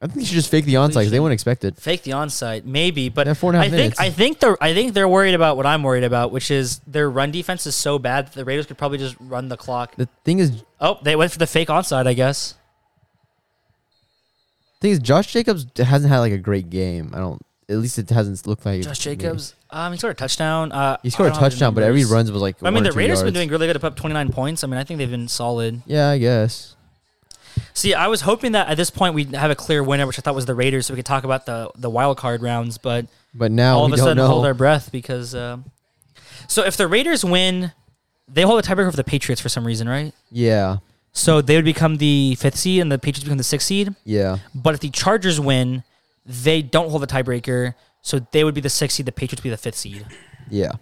Speaker 4: I think they should just fake the onside because they won't expect it.
Speaker 1: fake the onside, maybe, but
Speaker 4: They have four and a half
Speaker 1: I
Speaker 4: minutes.
Speaker 1: think I think they're I think they're worried about what I'm worried about, which is their run defense is so bad that the Raiders could probably just run the clock.
Speaker 4: The thing is,
Speaker 1: Oh, they went for the fake onside, I guess.
Speaker 4: thing is, Josh Jacobs hasn't had like a great game. I don't. at least it hasn't looked like it
Speaker 1: Josh
Speaker 4: to me.
Speaker 1: Jacobs, um, he scored a touchdown. Uh,
Speaker 4: He scored
Speaker 1: I
Speaker 4: a
Speaker 1: don't have the
Speaker 4: touchdown, but every
Speaker 1: numbers.
Speaker 4: runs was like.
Speaker 1: I mean,
Speaker 4: one or
Speaker 1: the
Speaker 4: two
Speaker 1: Raiders
Speaker 4: yards.
Speaker 1: been doing really good. Up up 29 points. I mean, I think they've been solid.
Speaker 4: Yeah, I guess.
Speaker 1: See, I was hoping that at this point we'd have a clear winner, which I thought was the Raiders, so we could talk about the the wild card rounds. But
Speaker 4: But now
Speaker 1: all of
Speaker 4: we
Speaker 1: a
Speaker 4: don't
Speaker 1: sudden,
Speaker 4: know.
Speaker 1: hold our breath because. Uh, so if the Raiders win, they hold a tiebreaker over the Patriots for some reason, right?
Speaker 4: yeah,
Speaker 1: So they would become the fifth seed, and the Patriots become the sixth seed.
Speaker 4: yeah,
Speaker 1: But if the Chargers win, they don't hold the tiebreaker, so they would be the sixth seed. The Patriots would be the fifth seed.
Speaker 4: yeah.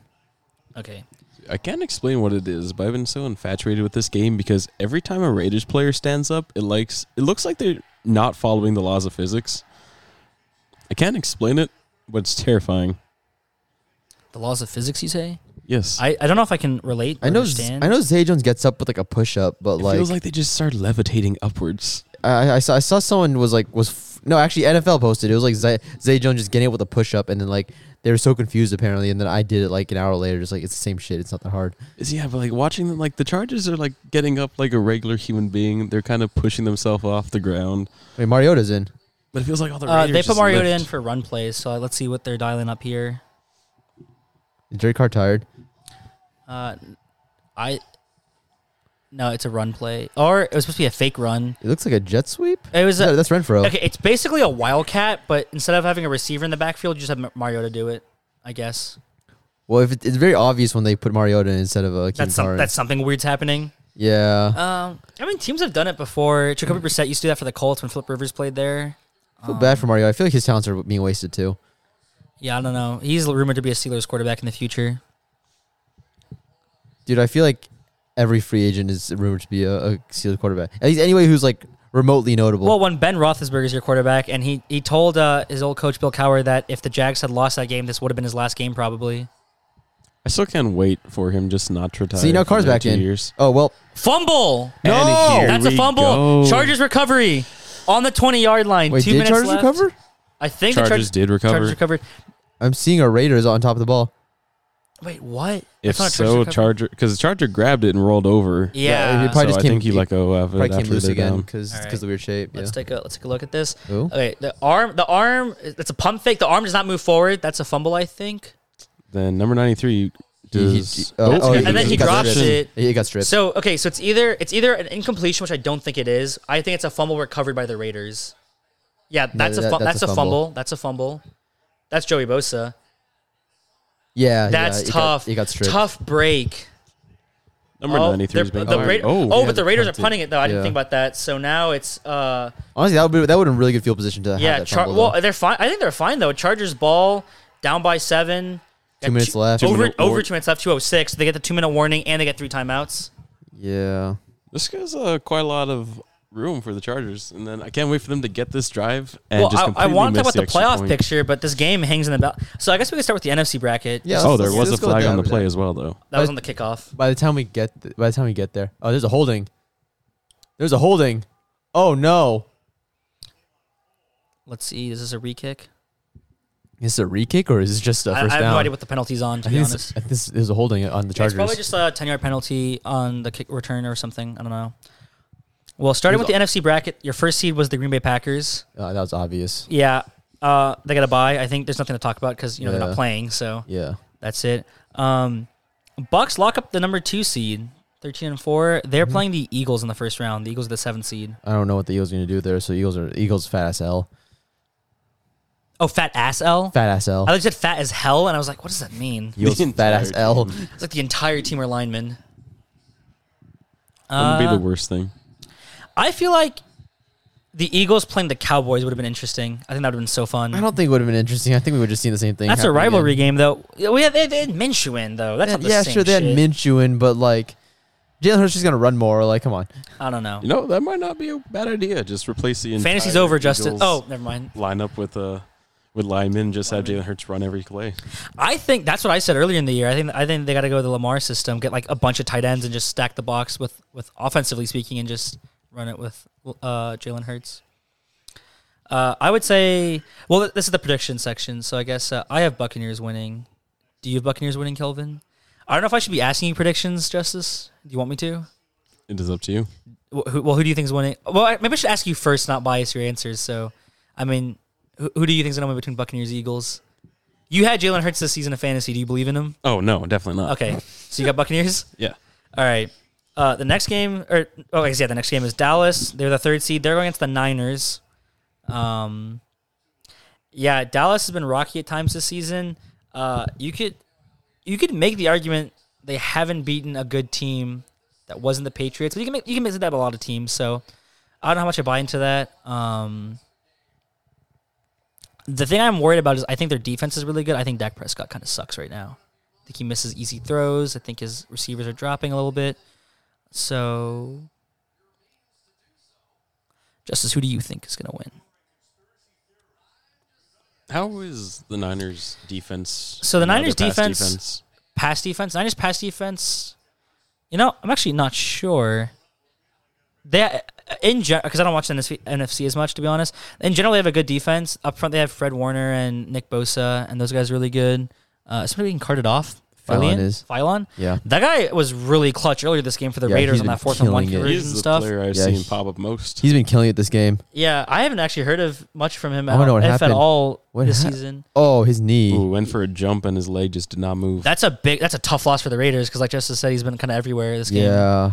Speaker 1: Okay.
Speaker 3: I can't explain what it is, but I've been so infatuated with this game because every time a Raiders player stands up, it likes it looks like they're not following the laws of physics. I can't explain it, but it's terrifying.
Speaker 1: The laws of physics, you say?
Speaker 3: Yes.
Speaker 1: I, I don't know if I can relate. Or
Speaker 4: I know. Z-
Speaker 1: Understand.
Speaker 4: I know. Zay Jones gets up with like a push up, but
Speaker 3: it
Speaker 4: like,
Speaker 3: feels like they just start levitating upwards.
Speaker 4: I, I saw I saw someone was like was f- no actually NFL posted it was like Zay, Zay Jones just getting it with a push up and then like they were so confused apparently and then I did it like an hour later just like it's the same shit it's not that hard
Speaker 3: Is yeah, but like watching them like the Chargers are like getting up like a regular human being. They're kind of pushing themselves off the ground.
Speaker 4: I mean Mariota's in
Speaker 3: But it feels like all the
Speaker 1: Uh,
Speaker 3: Raiders
Speaker 1: they put
Speaker 3: just
Speaker 1: Mariota
Speaker 3: lift.
Speaker 1: in for run plays, so let's see what they're dialing up here.
Speaker 4: Is Jerry Carr tired
Speaker 1: Uh, I no, it's a run play, or it was supposed to be a fake run.
Speaker 4: it looks like a jet sweep
Speaker 1: It was
Speaker 4: no,
Speaker 1: a,
Speaker 4: that's
Speaker 3: Oh.
Speaker 4: Renfro
Speaker 1: okay. It's basically a wildcat, but instead of having a receiver in the backfield, you just have Ma- Mariota do it. I guess
Speaker 4: well if it, it's very obvious when they put Mariota in instead of a King
Speaker 1: that's some, that's something weird's happening.
Speaker 4: yeah
Speaker 1: Um, I mean, teams have done it before. Jacoby Brissett used to do that for the Colts when Flip Rivers played there.
Speaker 4: I feel bad for Mariota I feel like his talents are being wasted too
Speaker 1: Yeah, I don't know. He's rumored to be a Steelers quarterback in the future.
Speaker 4: dude I feel like every free agent is rumored to be a, a Steelers quarterback at least anyway who's like remotely notable
Speaker 1: Well, when Ben Roethlisberger is your quarterback, and he he told uh, his old coach Bill Cowher that if the Jags had lost that game, this would have been his last game probably.
Speaker 3: I still can't wait for him just not to retire.
Speaker 4: see now
Speaker 3: for
Speaker 4: Carr's
Speaker 3: another
Speaker 4: back
Speaker 3: two
Speaker 4: in
Speaker 3: Years.
Speaker 4: oh well
Speaker 1: Fumble.
Speaker 3: No! And here
Speaker 1: that's a
Speaker 3: we
Speaker 1: fumble.
Speaker 3: go.
Speaker 1: Chargers recovery on the twenty yard line.
Speaker 4: wait
Speaker 1: Two
Speaker 4: did
Speaker 1: minutes
Speaker 4: Chargers
Speaker 1: left.
Speaker 4: recover
Speaker 1: I think the
Speaker 3: Chargers did recover.
Speaker 1: Chargers recovered.
Speaker 4: I'm seeing a Raiders on top of the ball.
Speaker 1: Wait, what? That's
Speaker 3: If
Speaker 1: not a
Speaker 3: so,
Speaker 1: recovery.
Speaker 3: Charger because the Charger grabbed it and rolled over.
Speaker 1: Yeah.
Speaker 4: it probably
Speaker 3: so
Speaker 4: just
Speaker 3: I
Speaker 4: came-
Speaker 3: think he
Speaker 4: it
Speaker 3: let go of it
Speaker 4: Probably came
Speaker 3: after um,
Speaker 4: loose
Speaker 3: they're
Speaker 4: again
Speaker 3: down.
Speaker 4: because
Speaker 1: Alright.
Speaker 4: the weird shape. Yeah.
Speaker 1: Let's take a let's take a look at this.
Speaker 4: Ooh.
Speaker 1: Okay, the arm the arm it's a pump fake. The arm does not move forward. That's a fumble, I think.
Speaker 3: Then number ninety three
Speaker 4: He- he-
Speaker 3: does.
Speaker 4: oh, oh,
Speaker 1: and then he
Speaker 4: got
Speaker 1: drops
Speaker 4: stripped.
Speaker 1: it.
Speaker 4: He got stripped.
Speaker 1: So okay, so it's either it's either an incompletion, which I don't think it is. I think it's a fumble recovered by the Raiders. Yeah, that's a
Speaker 4: that-
Speaker 1: fu-
Speaker 4: that's
Speaker 1: that's,
Speaker 4: a
Speaker 1: a fumble. That's a fumble. That's Joey Bosa.
Speaker 4: yeah,
Speaker 1: That's
Speaker 4: yeah,
Speaker 1: tough.
Speaker 4: He got, stripped.
Speaker 1: Tough break.
Speaker 3: Number
Speaker 1: Oh,
Speaker 3: ninety three is
Speaker 1: they're-
Speaker 3: been
Speaker 1: the
Speaker 3: fired.
Speaker 1: Ra-
Speaker 3: oh,
Speaker 1: oh, but
Speaker 4: yeah,
Speaker 1: the
Speaker 4: they
Speaker 1: Raiders are
Speaker 4: punted.
Speaker 1: punting it though. I
Speaker 4: Yeah.
Speaker 1: didn't think about that. So now it's uh
Speaker 4: Honestly, that would be that would have been a really good field position to have.
Speaker 1: yeah,
Speaker 4: that
Speaker 1: char-
Speaker 4: fumble,
Speaker 1: well
Speaker 4: though.
Speaker 1: they're fine. I think they're fine though. Chargers ball down by 7.
Speaker 4: Two minutes left. Two
Speaker 1: Over
Speaker 3: minute
Speaker 1: over
Speaker 3: warning.
Speaker 1: 2 minutes left, 206. They get the 2 minute warning and they get three timeouts.
Speaker 4: yeah,
Speaker 3: this guy's uh, quite a lot of room for the Chargers, and then I can't wait for them to get this drive and
Speaker 1: well,
Speaker 3: just
Speaker 1: I, I
Speaker 3: completely
Speaker 1: want to
Speaker 3: miss
Speaker 1: talk about the
Speaker 3: extra
Speaker 1: playoff
Speaker 3: point.
Speaker 1: picture, but this game hangs in the balance. So I guess we can start with the NFC bracket.
Speaker 4: yeah.
Speaker 3: Oh,
Speaker 4: let's-
Speaker 3: there
Speaker 4: let's-
Speaker 3: was a
Speaker 4: let's go with
Speaker 3: flag
Speaker 4: that.
Speaker 3: on the play as well, though.
Speaker 1: That was on the kickoff.
Speaker 4: By the time we get th- by the time we get there, oh, there's a holding. There's a holding. Oh no,
Speaker 1: Let's see. Is this a re-kick?
Speaker 4: is it a re kick or is it just a
Speaker 1: I, I
Speaker 4: first
Speaker 1: have
Speaker 4: down?
Speaker 1: no idea what the penalty's on, to
Speaker 4: I
Speaker 1: be
Speaker 4: think
Speaker 1: honest.
Speaker 4: it's- I think this is a holding on the
Speaker 1: Yeah, It's
Speaker 4: Chargers.
Speaker 1: probably just a 10 yard penalty on the kick return or something. I don't know. Well, starting with the NFC bracket, your first seed was the Green Bay Packers.
Speaker 4: Uh, that was obvious.
Speaker 1: Yeah. Uh, they got a bye. I think there's nothing to talk about because, you know, they're
Speaker 4: Yeah.
Speaker 1: not playing. So
Speaker 4: Yeah,
Speaker 1: that's it. Um, Bucks lock up the number two seed, 13 and 4.
Speaker 4: Mm-hmm.
Speaker 1: They're playing the Eagles in the first round. The Eagles are the seventh seed.
Speaker 4: I don't know what the Eagles are gonna do there. So Eagles are Eagles fat ass hell,
Speaker 1: Oh, fat ass L.
Speaker 4: fat ass hell.
Speaker 1: I looked at fat as hell and I was like, what does that mean?
Speaker 4: Eagles
Speaker 3: The
Speaker 4: fat ass
Speaker 3: entire
Speaker 4: L.
Speaker 1: It's like the entire team are linemen.
Speaker 3: That would be
Speaker 1: Uh,
Speaker 3: the worst thing.
Speaker 1: I feel like the Eagles playing the Cowboys would have been interesting. I think that would have been so fun.
Speaker 4: I don't think it would have been interesting. I think we would have seen the same thing.
Speaker 1: That's a
Speaker 4: happen
Speaker 1: rivalry
Speaker 4: again.
Speaker 1: game, though. Yeah, We had, they, they had Minshew in, though. That's not the
Speaker 4: yeah,
Speaker 1: same
Speaker 4: sure, they had
Speaker 1: shit.
Speaker 4: Minshew in, but like Jalen Hurts is gonna run more. Like, come on,
Speaker 1: I don't know.
Speaker 3: You know, that might not be a bad idea. Just replace the entire
Speaker 1: Fantasy's over, Justin.
Speaker 3: Eagles
Speaker 1: Oh, never mind.
Speaker 3: lineup with uh with linemen. Just have Jalen Hurts run every play.
Speaker 1: I think that's what I said earlier in the year. I think I think they got to go with the Lamar system, get like a bunch of tight ends, and just stack the box with with offensively speaking, and just run it with uh, Jalen Hurts. Uh, I would say, well, th- this is the prediction section, so I guess uh, I have Buccaneers winning. Do you have Buccaneers winning, Kelvin? I don't know if I should be asking you predictions, Justice. Do you want me to?
Speaker 3: It is up to you.
Speaker 1: Wh- who, well, who do you think is winning? Well, I, maybe I should ask you first, not bias your answers. So, I mean, Who, who do you think's gonna win between Buccaneers Eagles? You had Jalen Hurts this season in fantasy. Do you believe in him?
Speaker 3: Oh no, definitely not.
Speaker 1: Okay, so you got Buccaneers.
Speaker 3: Yeah.
Speaker 1: All right. Uh, the next game, or oh, I guess, yeah, the next game is Dallas. They're the third seed. They're going against the Niners. Um, yeah, Dallas has been rocky at times this season. Uh, you could, you could make the argument they haven't beaten a good team that wasn't the Patriots, but you can make you can make that a lot of teams. So I don't know how much I buy into that. Um, the thing I'm worried about is I think their defense is really good. I think Dak Prescott kind of sucks right now. I think he misses easy throws. I think his receivers are dropping a little bit. So, Justice, who do you think is going to win?
Speaker 3: How is the Niners defense?
Speaker 1: So the
Speaker 3: you know,
Speaker 1: Niners
Speaker 3: their pass
Speaker 1: defense- Pass defense, Niners pass defense. You know, I'm actually not sure. They uh, in general because I don't watch the NFC, NFC as much to be honest. In general, they have a good defense up front. They have Fred Warner and Nick Bosa, and those guys are really good. Uh, somebody getting carted off.
Speaker 4: Phylon
Speaker 1: Fillion?
Speaker 4: is.
Speaker 1: Phylon.
Speaker 4: Yeah.
Speaker 1: That guy was really clutch earlier this game for the
Speaker 4: Yeah,
Speaker 1: Raiders
Speaker 4: he's
Speaker 1: on that
Speaker 4: been
Speaker 1: fourth and one
Speaker 4: killing it.
Speaker 1: conversion
Speaker 3: He
Speaker 1: and
Speaker 3: is the
Speaker 1: stuff.
Speaker 3: player I've
Speaker 4: Yeah,
Speaker 3: seen
Speaker 4: he-
Speaker 3: pop up most.
Speaker 4: He's been killing it this game.
Speaker 1: Yeah, I haven't actually heard of much from him
Speaker 4: I
Speaker 1: at,
Speaker 4: wonder
Speaker 1: all,
Speaker 4: what
Speaker 1: if at
Speaker 4: happened.
Speaker 1: all
Speaker 4: What
Speaker 1: this
Speaker 4: hap-
Speaker 1: season.
Speaker 4: Oh, his knee.
Speaker 3: Ooh, went for a jump and his leg just did not move.
Speaker 1: That's a big. That's a tough loss for the Raiders because, like Justice said, he's been kind of everywhere this game.
Speaker 4: yeah.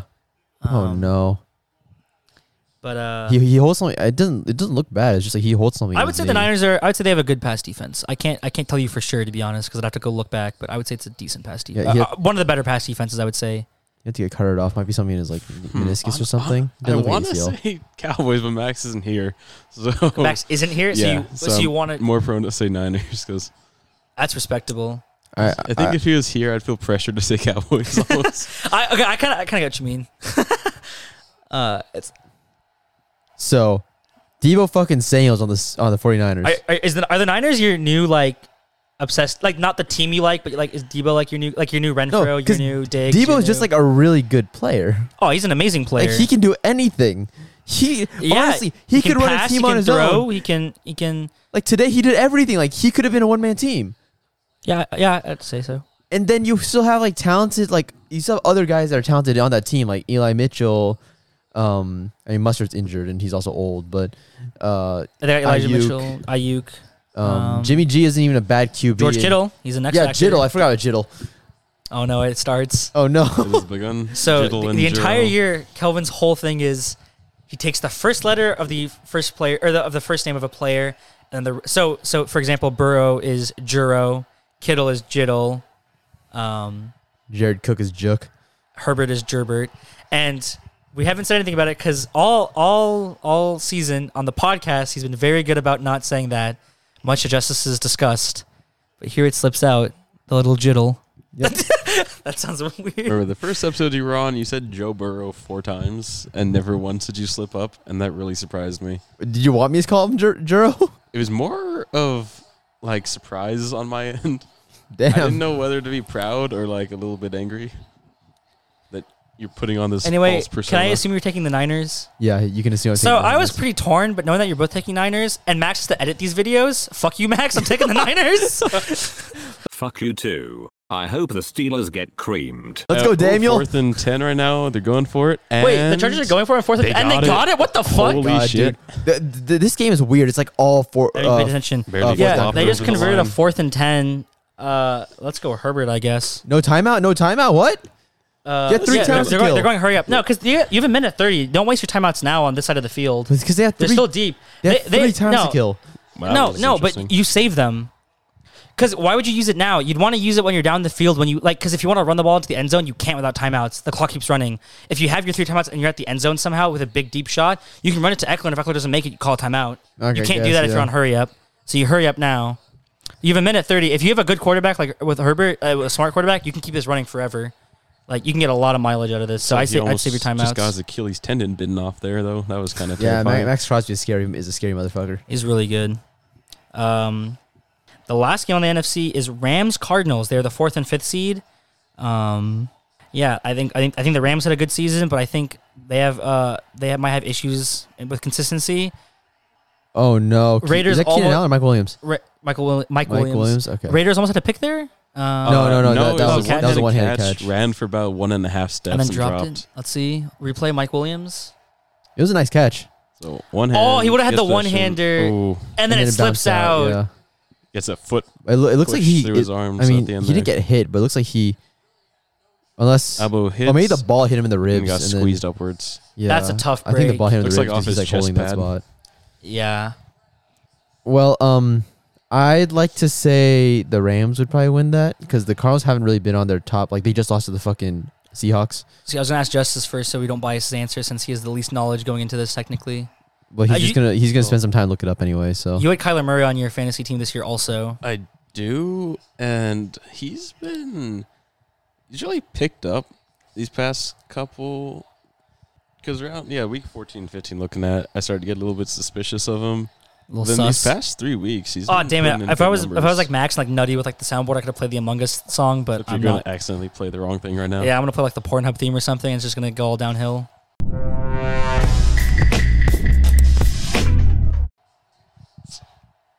Speaker 4: oh
Speaker 1: Um,
Speaker 4: no.
Speaker 1: But uh,
Speaker 4: He, he holds something. It doesn't. It doesn't look bad. It's just like he holds something.
Speaker 1: I
Speaker 4: in
Speaker 1: would
Speaker 4: his
Speaker 1: say the
Speaker 4: knee.
Speaker 1: Niners are. I would say they have a good pass defense. I can't. I can't tell you for sure to be honest because I'd have to go look back. But I would say it's a decent pass defense.
Speaker 4: Yeah, he
Speaker 1: uh,
Speaker 4: had-
Speaker 1: uh, one of the better pass defenses, I would say.
Speaker 4: You have to get carted off. Might be something in his like meniscus or something.
Speaker 3: Hmm. I
Speaker 4: Doesn't look like
Speaker 3: want to
Speaker 4: ACL.
Speaker 3: say Cowboys, but Max isn't here, so
Speaker 1: Max isn't here, so
Speaker 3: Oh. yeah,
Speaker 1: you so, you
Speaker 3: I'm
Speaker 1: want to.
Speaker 3: more prone to say Niners because
Speaker 1: That's respectable.
Speaker 4: I, I,
Speaker 3: I think if he was here, I'd feel pressured to say Cowboys. almost.
Speaker 1: I okay. I kind of. I kind of get what you mean. uh, it's
Speaker 4: so. Debo fucking Samuel's on the s- on the 49ers.
Speaker 1: Are, are, is the, are the Niners your new like obsessed? Like not the team you like, but like is Debo like your new like your new Renfro,
Speaker 4: no,
Speaker 1: your
Speaker 4: because
Speaker 1: new Diggs? your
Speaker 4: Debo's just
Speaker 1: new-
Speaker 4: like a really good player.
Speaker 1: oh, he's an amazing player.
Speaker 4: Like he can do anything. He
Speaker 1: Yeah,
Speaker 4: honestly he, could run
Speaker 1: pass,
Speaker 4: a team
Speaker 1: he
Speaker 4: on
Speaker 1: can
Speaker 4: his
Speaker 1: throw,
Speaker 4: own.
Speaker 1: He can he can
Speaker 4: Like today he did everything. Like he could have been a one man team.
Speaker 1: yeah yeah I'd say so.
Speaker 4: And then you still have like talented like you still have other guys that are talented on that team like Eli Mitchell. Um, I mean Mustard's injured and he's also old, but uh,
Speaker 1: They got Elijah
Speaker 4: Ayuk,
Speaker 1: Mitchell, Ayuk,
Speaker 4: um,
Speaker 1: Um,
Speaker 4: Jimmy G isn't even a bad QB.
Speaker 1: George
Speaker 4: and-
Speaker 1: Kittle. He's the next.
Speaker 4: Yeah,
Speaker 1: factor.
Speaker 4: Jittle. I forgot about Jittle.
Speaker 1: Oh no, it starts.
Speaker 4: Oh no.
Speaker 3: It has begun.
Speaker 1: So
Speaker 3: Jittle
Speaker 1: the,
Speaker 3: and
Speaker 1: the entire
Speaker 3: Jiro.
Speaker 1: year, Kelvin's whole thing is he takes the first letter of the first player or the, of the first name of a player, and then the so so for example, Burrow is Juro, Kittle is Jittle, um,
Speaker 4: Jared Cook is Jook.
Speaker 1: Herbert is Gerbert, and we haven't said anything about it because all all all season on the podcast he's been very good about not saying that. Much of justice is discussed, but here it slips out the little jittle.
Speaker 4: Yep.
Speaker 1: that sounds weird.
Speaker 3: Remember the first episode you were on, you said Joe Burrow four times, and never once did you slip up, and that really surprised me.
Speaker 4: Did you want me to call him Jer- Juro?
Speaker 3: It was more of like surprise on my end.
Speaker 4: Damn.
Speaker 3: I didn't know whether to be proud or like a little bit angry that you're putting on this
Speaker 1: Anyway,
Speaker 3: false
Speaker 1: can
Speaker 3: persona.
Speaker 1: I assume you're taking the Niners?
Speaker 4: Yeah, you can assume. I'm
Speaker 1: So
Speaker 4: taking
Speaker 1: I was
Speaker 4: Niners.
Speaker 1: pretty torn, but knowing that you're both taking Niners and Max has to edit these videos, fuck you, Max. I'm taking the Niners.
Speaker 2: Fuck you too. I hope the Steelers get creamed.
Speaker 4: Let's
Speaker 3: Uh,
Speaker 4: go,
Speaker 3: we're
Speaker 4: Daniel.
Speaker 3: Fourth and ten right now. They're going for it. And
Speaker 1: Wait, the Chargers are going for it on fourth, and
Speaker 3: They
Speaker 1: and they
Speaker 3: got it.
Speaker 1: got it. What the fuck?
Speaker 3: Holy
Speaker 4: God,
Speaker 3: shit!
Speaker 4: Uh, dude. Th- th- this game is weird. It's like all four.
Speaker 1: I didn't pay
Speaker 4: uh,
Speaker 1: attention.
Speaker 3: Barely
Speaker 4: Uh,
Speaker 3: got
Speaker 1: Yeah,
Speaker 3: off
Speaker 1: they
Speaker 3: over
Speaker 1: just
Speaker 3: the
Speaker 1: converted a
Speaker 3: line.
Speaker 1: fourth and ten. Uh, let's go Herbert, I guess.
Speaker 4: no timeout. No timeout. What?
Speaker 1: Uh,
Speaker 4: Get three
Speaker 1: They're
Speaker 4: timeouts to
Speaker 1: going,
Speaker 4: kill.
Speaker 1: they're going hurry up. No, because you you have a minute thirty. Don't waste your timeouts now on this side of the field. They're
Speaker 4: Because they have 3
Speaker 1: still deep.
Speaker 4: they have three times
Speaker 1: no,
Speaker 4: to kill.
Speaker 3: Wow,
Speaker 1: no,
Speaker 3: that's
Speaker 1: no,
Speaker 3: interesting.
Speaker 1: but you save them. Because why would you use it now? You'd want to use it when you're down the field when you like. Because if you want to run the ball into the end zone, you can't without timeouts. The clock keeps running. If you have your three timeouts and you're at the end zone somehow with a big deep shot, you can run it to Eckler. And if Eckler doesn't make it, you call a timeout.
Speaker 4: Okay,
Speaker 1: you can't do
Speaker 4: guess,
Speaker 1: that if you're
Speaker 4: yeah.
Speaker 1: on hurry up. So you hurry up now. You have a minute thirty. If you have a good quarterback like with Herbert, uh, with a smart quarterback, you can keep this running forever. Like you can get a lot of mileage out of this. So I
Speaker 3: He
Speaker 1: say I'd
Speaker 3: almost
Speaker 1: save your
Speaker 3: Just
Speaker 1: timeouts.
Speaker 3: got his Achilles tendon bitten off there, though. That was kind of
Speaker 4: Yeah, Ma-
Speaker 3: terrifying.
Speaker 4: Max Crosby is scary. Is a scary motherfucker.
Speaker 1: He's really good. Um, the last game on the NFC is Rams Cardinals. They're the fourth and fifth seed. Um, yeah, I think I think I think the Rams had a good season, but I think they have uh they have, might have issues with consistency.
Speaker 4: Oh no. Ke-
Speaker 1: Raiders
Speaker 4: Is that Keenan
Speaker 1: almo-
Speaker 4: Allen or Mike Williams?
Speaker 1: Ra- Michael Will- Mike,
Speaker 4: Mike
Speaker 1: Williams.
Speaker 4: Williams? Okay.
Speaker 1: Raiders almost had a pick there. Uh,
Speaker 4: No, no, no,
Speaker 3: no.
Speaker 4: that- that
Speaker 3: it
Speaker 1: was a- that was a
Speaker 3: one-handed
Speaker 4: one-handed catch.
Speaker 3: Ran for about one and a half steps
Speaker 1: and
Speaker 3: and,
Speaker 1: then dropped,
Speaker 3: dropped.
Speaker 1: it. Let's see. Replay Mike Williams.
Speaker 4: It was a nice catch.
Speaker 3: So one hand.
Speaker 1: Oh, he would've had
Speaker 3: gets
Speaker 1: the
Speaker 3: that
Speaker 1: one-hander.
Speaker 3: shim- Ooh,
Speaker 1: And then it
Speaker 4: it
Speaker 1: slips
Speaker 4: bounced
Speaker 1: out.
Speaker 3: gets a foot.
Speaker 4: yeah. It, lo- it looks like
Speaker 3: Pushed
Speaker 4: he.
Speaker 3: through his
Speaker 4: it-
Speaker 3: arms
Speaker 4: I
Speaker 3: at
Speaker 4: mean,
Speaker 3: the end
Speaker 4: he didn't
Speaker 3: there.
Speaker 4: get hit, but it looks like he. Unless
Speaker 3: Elbow hits.
Speaker 4: Oh, maybe the ball hit him in the ribs.
Speaker 3: and got
Speaker 4: and then-
Speaker 3: squeezed upwards.
Speaker 4: yeah,
Speaker 1: That's a tough
Speaker 4: I think the
Speaker 1: break.
Speaker 4: ball hit him in
Speaker 3: Looks
Speaker 4: the
Speaker 3: like
Speaker 4: ribs.
Speaker 3: off
Speaker 4: because
Speaker 3: his
Speaker 4: he's
Speaker 3: chest
Speaker 4: like holding
Speaker 3: pad.
Speaker 4: that spot.
Speaker 1: Yeah.
Speaker 4: Well, um, I'd like to say the Rams would probably win that because the Cardinals haven't really been on their top. Like they just lost to the fucking Seahawks.
Speaker 1: See, I was gonna ask Justice first, so we don't bias his answer since he has the least knowledge going into this. Technically,
Speaker 4: But he's
Speaker 1: Uh,
Speaker 4: just
Speaker 1: you-
Speaker 4: gonna he's gonna spend some time looking it up anyway. So
Speaker 1: you had Kyler Murray on your fantasy team this year, also.
Speaker 3: I do, and he's been he's really picked up these past couple. Because around yeah, week 14, 15, looking at, I started to get a little bit suspicious of him.
Speaker 1: A little
Speaker 3: then
Speaker 1: sus.
Speaker 3: these past three weeks, he's
Speaker 1: Oh
Speaker 3: been
Speaker 1: damn
Speaker 3: putting
Speaker 1: it!
Speaker 3: in
Speaker 1: If I
Speaker 3: good
Speaker 1: was if I
Speaker 3: numbers.
Speaker 1: was like Max, like nutty with like the soundboard, I could have played the Among Us song, but
Speaker 3: Except
Speaker 1: I'm
Speaker 3: you're gonna
Speaker 1: not.
Speaker 3: accidentally play the wrong thing right now.
Speaker 1: Yeah, I'm gonna play like the Pornhub theme or something. and It's just gonna go all downhill.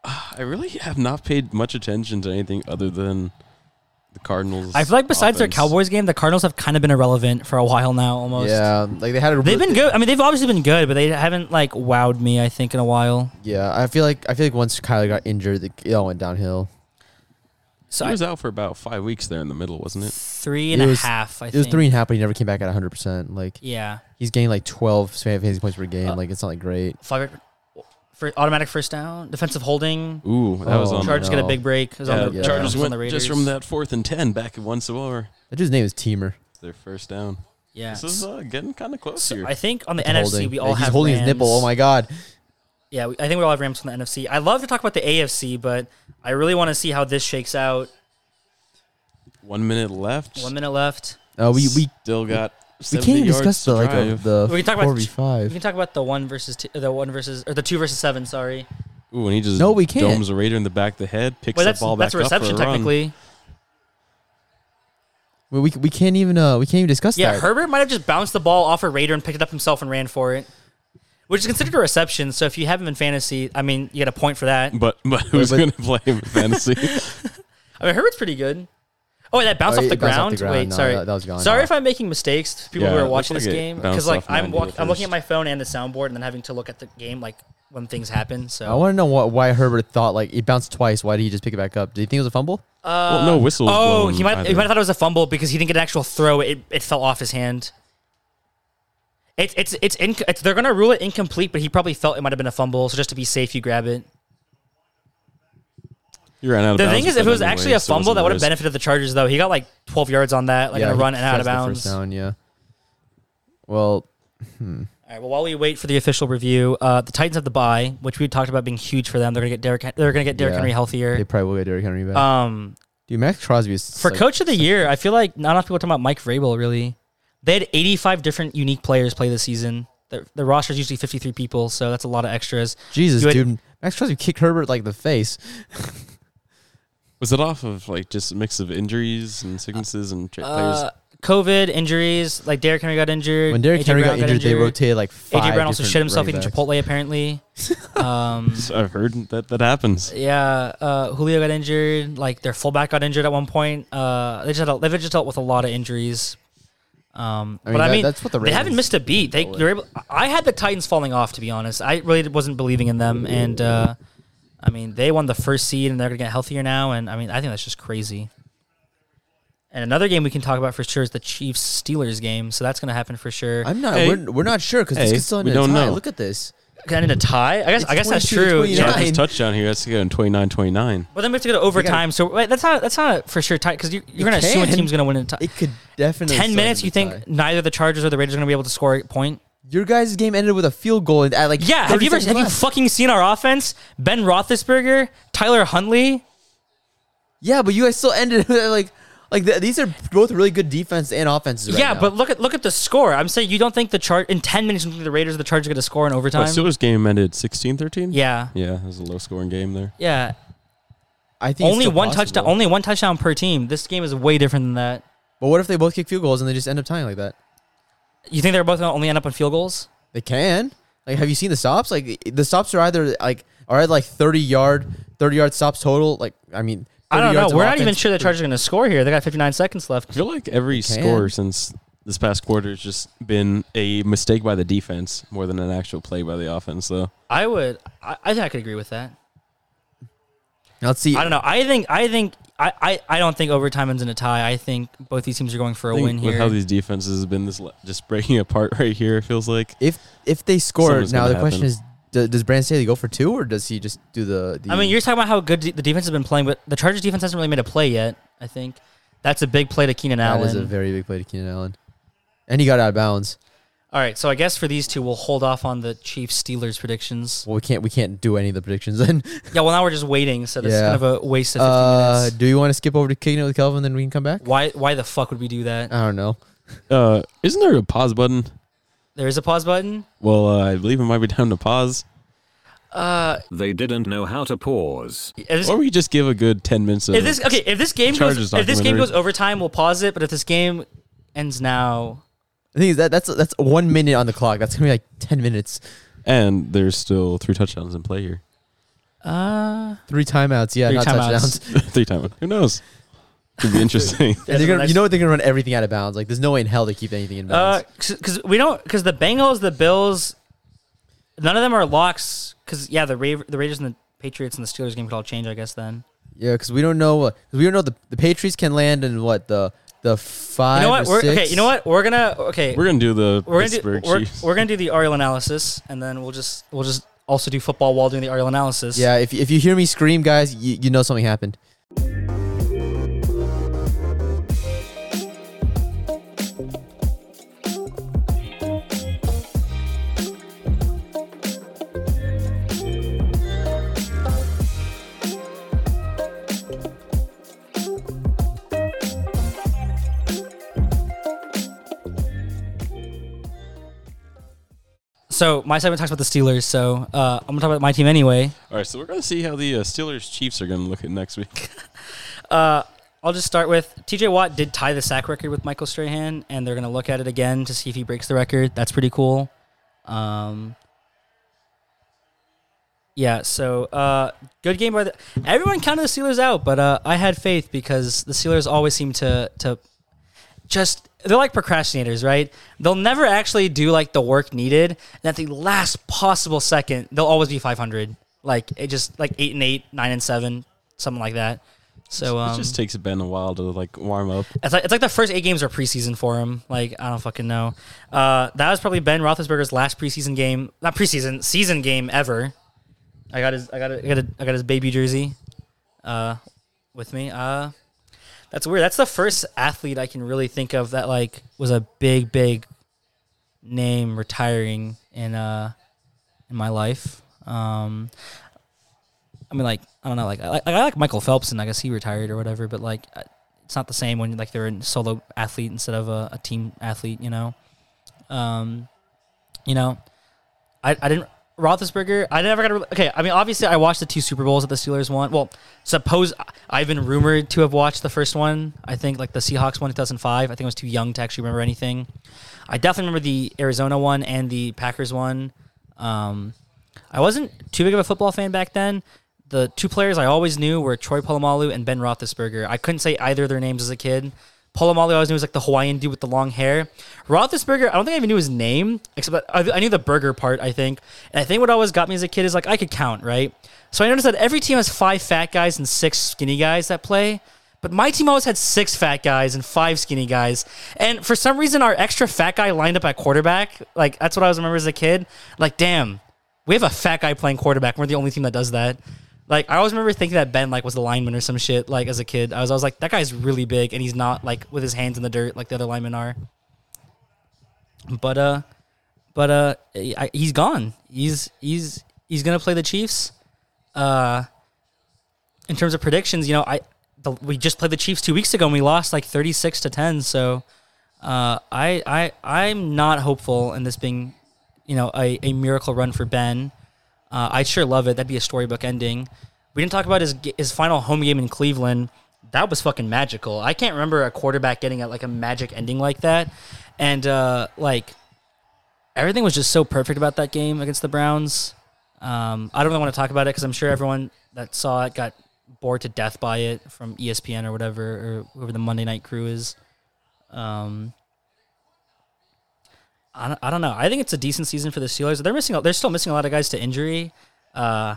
Speaker 3: I really have not paid much attention to anything other than the Cardinals.
Speaker 1: I feel like besides their
Speaker 3: offense.
Speaker 1: Cowboys game, the Cardinals have kind of been irrelevant for a while now, almost.
Speaker 4: yeah, like they had a
Speaker 1: They've been good. I mean, they've obviously been good, but they haven't like wowed me. I think in a while.
Speaker 4: Yeah, I feel like I feel like once Kyler got injured, it- it all went downhill.
Speaker 1: So
Speaker 3: he
Speaker 1: I,
Speaker 3: was out for about five weeks there in the middle, wasn't it?
Speaker 1: three and
Speaker 4: It
Speaker 1: a
Speaker 4: was-
Speaker 1: half. I
Speaker 4: It
Speaker 1: think
Speaker 4: was three and a half, but he never came back at 100. percent Like
Speaker 1: Yeah,
Speaker 4: he's gained like 12 fantasy points per game.
Speaker 1: Uh,
Speaker 4: like it's not like great.
Speaker 1: five for automatic first down, defensive holding.
Speaker 3: Ooh, that was
Speaker 4: Oh,
Speaker 3: on.
Speaker 1: Chargers
Speaker 4: no.
Speaker 1: get a big break. It was
Speaker 3: Yeah,
Speaker 1: on the,
Speaker 4: yeah.
Speaker 3: Chargers
Speaker 1: it was on
Speaker 3: went
Speaker 1: the Raiders.
Speaker 3: just from that fourth and ten back once more.
Speaker 4: That dude's name is Teamer.
Speaker 3: Their first down.
Speaker 1: Yeah.
Speaker 3: This is uh, getting kind of close
Speaker 1: So
Speaker 3: here.
Speaker 1: I think on the NFC
Speaker 4: It's holding.
Speaker 1: we all
Speaker 4: Like,
Speaker 1: have
Speaker 4: he's holding
Speaker 1: Rams.
Speaker 4: his nipple. Oh my god.
Speaker 1: Yeah, we, I think we all have Rams on the NFC. I love to talk about the AFC, but I really want to see how this shakes out.
Speaker 3: One minute left.
Speaker 1: One minute left.
Speaker 4: Uh, we we
Speaker 3: still got.
Speaker 4: we
Speaker 3: 70
Speaker 4: can't even
Speaker 3: yards
Speaker 4: discuss
Speaker 3: to
Speaker 4: the like uh,
Speaker 3: drive.
Speaker 4: the
Speaker 1: We can talk about the ch-
Speaker 4: 4v5.
Speaker 1: We can talk about the one versus two, the one versus or the two versus seven. Sorry,
Speaker 3: Ooh, and he just
Speaker 4: No, we can't.
Speaker 3: domes a Raider in the back of the head, picks
Speaker 1: but that's
Speaker 3: the ball back
Speaker 1: that's a reception
Speaker 3: up for a run.
Speaker 1: technically.
Speaker 4: We, we, we can't even uh we can't even discuss
Speaker 1: Yeah,
Speaker 4: that.
Speaker 1: Herbert might have just bounced the ball off a Raider and picked it up himself and ran for it, which is considered a reception. So if you have him in fantasy, I mean, you get a point for that.
Speaker 3: But but who's
Speaker 4: but-
Speaker 3: gonna play him in fantasy?
Speaker 1: I mean, Herbert's pretty good. Oh, wait, that bounced,
Speaker 4: Oh,
Speaker 1: off,
Speaker 4: it
Speaker 1: the
Speaker 4: bounced off
Speaker 1: ground. Wait,
Speaker 4: the ground. No,
Speaker 1: sorry.
Speaker 4: that- that was gone.
Speaker 1: Sorry if I'm making mistakes. People
Speaker 3: Yeah,
Speaker 1: who
Speaker 3: it
Speaker 1: are
Speaker 3: looks
Speaker 1: watching
Speaker 3: like
Speaker 1: this
Speaker 3: it
Speaker 1: game,
Speaker 3: bounced
Speaker 1: because like
Speaker 3: off
Speaker 1: I'm
Speaker 3: Matt
Speaker 1: walk-
Speaker 3: Neal
Speaker 1: I'm looking at
Speaker 3: first.
Speaker 1: my phone and the soundboard, and then having to look at the game like when things happen.
Speaker 4: I
Speaker 1: So
Speaker 4: want to know what, why Herbert thought like it bounced twice. Why did he just pick it back up? Do you think it was a fumble?
Speaker 3: well, no whistle. was
Speaker 1: oh,
Speaker 3: blown
Speaker 1: he might he
Speaker 3: either.
Speaker 1: might have thought it was a fumble because he didn't get an actual throw. It it fell off his hand. It's it's it's, inc- it's they're gonna rule it incomplete, but he probably felt it might have been a fumble. So just to be safe, you grab it.
Speaker 3: He ran out of
Speaker 1: The
Speaker 3: bounds
Speaker 1: thing is,
Speaker 3: with
Speaker 1: if it was
Speaker 3: anyway,
Speaker 1: actually a
Speaker 3: so it wasn't
Speaker 1: fumble, that
Speaker 3: a
Speaker 1: would have
Speaker 3: risk.
Speaker 1: benefited the Chargers though. He got like 12 yards on that, like on a
Speaker 4: he
Speaker 1: run and out of
Speaker 4: pressed the
Speaker 1: bounds.
Speaker 4: first down, yeah. Well,
Speaker 1: All right. Well, while we wait for the official review, uh, the Titans have the bye, which we talked about being huge for them. They're gonna get Derek. They're gonna get Derrick
Speaker 4: Yeah.
Speaker 1: Henry
Speaker 4: they
Speaker 1: healthier.
Speaker 4: probably will get Derrick Henry back.
Speaker 1: Um,
Speaker 4: Dude, Max Crosby is
Speaker 1: for
Speaker 4: like,
Speaker 1: coach of the year, I feel like not enough people are talking about Mike Vrabel. Really, they had 85 different unique players play this season. The, the roster is usually 53 people, so that's a lot of extras.
Speaker 4: Jesus,
Speaker 1: you had-
Speaker 4: dude. Max Crosby kicked Herbert like in the face.
Speaker 3: Was it off of like just a mix of injuries and sicknesses and tra-
Speaker 1: Uh, COVID injuries, like Derrick Henry got injured.
Speaker 4: When Derrick
Speaker 1: AJ
Speaker 4: Henry
Speaker 1: Brown
Speaker 4: got injured, they rotated like five.
Speaker 1: AJ Brown also
Speaker 4: different
Speaker 1: shit himself
Speaker 4: running
Speaker 1: eating
Speaker 4: backs.
Speaker 1: Chipotle apparently. um,
Speaker 3: players? I've heard that that happens.
Speaker 1: Yeah, uh, Julio got injured. Like their fullback got injured at one point. Uh, they just had a, they've just dealt with a lot of injuries. Um,
Speaker 4: I mean,
Speaker 1: but I
Speaker 4: that-
Speaker 1: mean,
Speaker 4: that's what the
Speaker 1: they haven't
Speaker 4: Ravens
Speaker 1: missed a beat. They
Speaker 4: dealt
Speaker 1: they're able. I had the Titans falling off to be honest. I really wasn't believing in them, and uh, I mean they won the first seed and they're gonna get healthier now. And I mean I think that's just crazy. And another game we can talk about for sure is the Chiefs Steelers game. So that's gonna happen for sure.
Speaker 4: I'm not.
Speaker 3: Hey.
Speaker 4: We're, we're not sure because this
Speaker 3: Hey,
Speaker 4: could still end
Speaker 3: we
Speaker 4: in a
Speaker 3: don't
Speaker 4: tie.
Speaker 3: know.
Speaker 4: Look at this.
Speaker 1: Kind of a tie. I guess I guess that's
Speaker 4: 22 to
Speaker 1: true.
Speaker 4: 29.
Speaker 1: Yeah.
Speaker 3: Chargers
Speaker 4: Nine.
Speaker 3: touchdown here. That's again 29-29.
Speaker 1: But then we have to go to overtime. so wait, that's not that's not a for sure tie because you, you're gonna assume a
Speaker 4: can.
Speaker 1: team's gonna win in tie.
Speaker 4: It could definitely. still
Speaker 1: Ten
Speaker 4: end
Speaker 1: minutes,
Speaker 4: in a
Speaker 1: you think
Speaker 4: tie.
Speaker 1: neither the Chargers or the Raiders are gonna be able to score a point?
Speaker 4: your guys' game ended with a field goal and at like
Speaker 1: Yeah. Have
Speaker 4: 30
Speaker 1: you ever
Speaker 4: seconds
Speaker 1: have you
Speaker 4: left.
Speaker 1: fucking seen our offense? Ben Roethlisberger, Tyler Huntley.
Speaker 4: Yeah, but you guys still ended like like th- these are both really good defense and offenses. Right
Speaker 1: yeah,
Speaker 4: now.
Speaker 1: but look at look at the score. I'm saying you don't think the chart in ten minutes you don't think the Raiders or the Chargers are gonna score in
Speaker 3: But
Speaker 1: overtime?
Speaker 3: Steelers game ended 16-13?
Speaker 1: yeah.
Speaker 3: Yeah, it was a low scoring game there.
Speaker 1: Yeah.
Speaker 4: I think it's
Speaker 1: Only
Speaker 4: still
Speaker 1: one
Speaker 4: possible.
Speaker 1: touchdown. Only one touchdown per team. This game is way different than that.
Speaker 4: But what if they both kick field goals and they just end up tying like that?
Speaker 1: You think they're both gonna only end up on field goals?
Speaker 4: They can. Like, have you seen the stops? Like the stops are either like are at like thirty yard, thirty yard stops total. Like I mean,
Speaker 1: I
Speaker 4: 30
Speaker 1: don't know.
Speaker 4: yards of
Speaker 1: We're not even
Speaker 4: offense.
Speaker 1: sure the Chargers are gonna score here. They got 59 seconds left.
Speaker 3: I feel like every
Speaker 4: can.
Speaker 3: score since This past quarter has just been a mistake by the defense more than an actual play by the offense, though.
Speaker 1: I would. I, I think I could agree with that.
Speaker 4: Now, let's see.
Speaker 1: I don't know. I think. I think. I, I, I don't think overtime ends in a tie. I think both these teams are going for a
Speaker 3: I think
Speaker 1: win
Speaker 3: with
Speaker 1: here.
Speaker 3: how these defenses have been this le- just breaking apart right here, it feels like.
Speaker 4: if if they score
Speaker 3: Something's
Speaker 4: now,
Speaker 3: gonna
Speaker 4: the question
Speaker 3: happen.
Speaker 4: is, do, does Brandon Staley go for two or does he just do the? the
Speaker 1: I mean, you're talking about how good de- the defense has been playing, but the Chargers defense hasn't really made a play yet. I think that's a big play to Keenan
Speaker 4: that
Speaker 1: Allen.
Speaker 4: was a very big play to Keenan Allen, and he got out of bounds.
Speaker 1: All right, so I guess for these two, we'll hold off on the Chiefs Steelers predictions.
Speaker 4: Well, we can't we can't do any of the predictions then.
Speaker 1: Yeah, well now we're just waiting, so that's
Speaker 4: Yeah.
Speaker 1: kind of a waste of 15
Speaker 4: Uh,
Speaker 1: minutes.
Speaker 4: do you want to skip over to kicking it with Kelvin, then we can come back?
Speaker 1: Why why the fuck would we do that?
Speaker 4: I don't know.
Speaker 3: Uh, isn't there a pause button?
Speaker 1: There is a pause button.
Speaker 3: Well, uh, I believe it might be down to pause.
Speaker 1: Uh,
Speaker 2: They didn't know how to pause.
Speaker 1: if this,
Speaker 3: Or we just give a good 10 minutes of
Speaker 1: if this okay, if this game
Speaker 3: Chargers
Speaker 1: goes if this game
Speaker 3: documentary.
Speaker 1: goes overtime, we'll pause it. But if this game ends now,
Speaker 4: The thing is that that's that's one minute on the clock. That's gonna be like ten minutes.
Speaker 3: And there's still three touchdowns in play here.
Speaker 1: uh,
Speaker 4: Three timeouts, yeah,
Speaker 1: Three
Speaker 4: not
Speaker 1: timeouts.
Speaker 4: touchdowns.
Speaker 3: three times. Who knows? Could be interesting.
Speaker 4: And they're
Speaker 1: the
Speaker 4: gonna,
Speaker 1: next-
Speaker 4: you know what? They're gonna run everything out of bounds. Like there's no way in hell they keep anything in
Speaker 1: Uh,
Speaker 4: bounds.
Speaker 1: because we don't because the Bengals, the Bills, none of them are locks. Because yeah, the Ra- the Raiders and the Patriots and the Steelers game could all change. I guess then.
Speaker 4: yeah, because we don't know. what- Cause we don't know the, the Patriots can land in what the the five.
Speaker 1: You know what?
Speaker 4: or
Speaker 1: We're,
Speaker 4: six.
Speaker 1: okay, you know what? We're gonna okay.
Speaker 3: We're going to do the
Speaker 1: we're gonna do
Speaker 3: Pittsburgh
Speaker 1: we're,
Speaker 3: Chiefs.
Speaker 1: we're gonna do the Ariel analysis, and then we'll just we'll just also do football while doing the Ariel analysis.
Speaker 4: Yeah, if if you hear me scream, guys, you, you know something happened.
Speaker 1: So my segment talks about the Steelers. So uh, I'm gonna talk about my team anyway.
Speaker 3: All right, so we're going to see how the uh, Steelers Chiefs are going to look at next week.
Speaker 1: Uh, I'll just start with T.J. Watt did tie the sack record with Michael Strahan, and they're gonna look at it again to see if he breaks the record. That's pretty cool. Um, yeah. So uh, good game by the. Everyone counted the Steelers out, but uh, I had faith because the Steelers always seem to to just they're like procrastinators, right? They'll never actually do like the work needed, and at the last possible second, they'll always be 500. Like it just like eight and eight, nine and seven, something like that. So um,
Speaker 3: it just takes Ben a while to like warm up.
Speaker 1: it's like it's like the first eight games are preseason for him. Like I don't fucking know. Uh, that was probably Ben Roethlisberger's last preseason game, not preseason, season game ever. I got his, I got, a, I got, a, I got his baby jersey, uh, with me. Uh, that's weird. That's the first athlete I can really think of that like was a big, big name retiring in uh in my life. Um, I mean, like I don't know, like I, like- I like Michael Phelps, and I guess he retired or whatever. But like, I- it's not the same when like they're a solo athlete instead of a, a team athlete. You know, um, you know, I I didn't Roethlisberger. I never got to. Okay, I mean, obviously, I watched the two Super Bowls that the Steelers won. Well, suppose I've been rumored to have watched the first one. I think like the Seahawks one, two thousand five. I think I was too young to actually remember anything. I definitely remember the Arizona one and the Packers one. Um, I wasn't too big of a football fan back then. The two players I always knew were Troy Polamalu and Ben Roethlisberger. I couldn't say either of their names as a kid. Polamalu I always knew was like the Hawaiian dude with the long hair. Roethlisberger, I don't think I even knew his name, except that I, I knew the burger part, I think. And I think what always got me as a kid is like I could count, right? So I noticed that every team has five fat guys and six skinny guys that play. But my team always had six fat guys and five skinny guys. And for some reason, our extra fat guy lined up at quarterback. Like, that's what I always remember as a kid. Like, damn, we have a fat guy playing quarterback. We're the only team that does that. Like I always remember thinking that Ben like was the lineman or some shit. Like as a kid, I was always like, that guy's really big, and he's not like with his hands in the dirt like the other linemen are. But uh, but uh, I, he's gone. He's he's he's gonna play the Chiefs. Uh, in terms of predictions, you know, I the, we just played the Chiefs two weeks ago and we lost like thirty six to ten. So uh, I I I'm not hopeful in this being you know, a, a miracle run for Ben. Uh, I'd sure love it. That'd be a storybook ending. We didn't talk about his g- his final home game in Cleveland. That was fucking magical. I can't remember a quarterback getting a, like a magic ending like that, and uh, like everything was just so perfect about that game against the Browns. Um, I don't really want to talk about it because I'm sure everyone that saw it got bored to death by it E from ESPN or whatever or whoever the Monday Night Crew is. Um, I don't, I don't know. I think it's a decent season for the Steelers. They're missing. They're still missing a lot of guys to injury. Uh,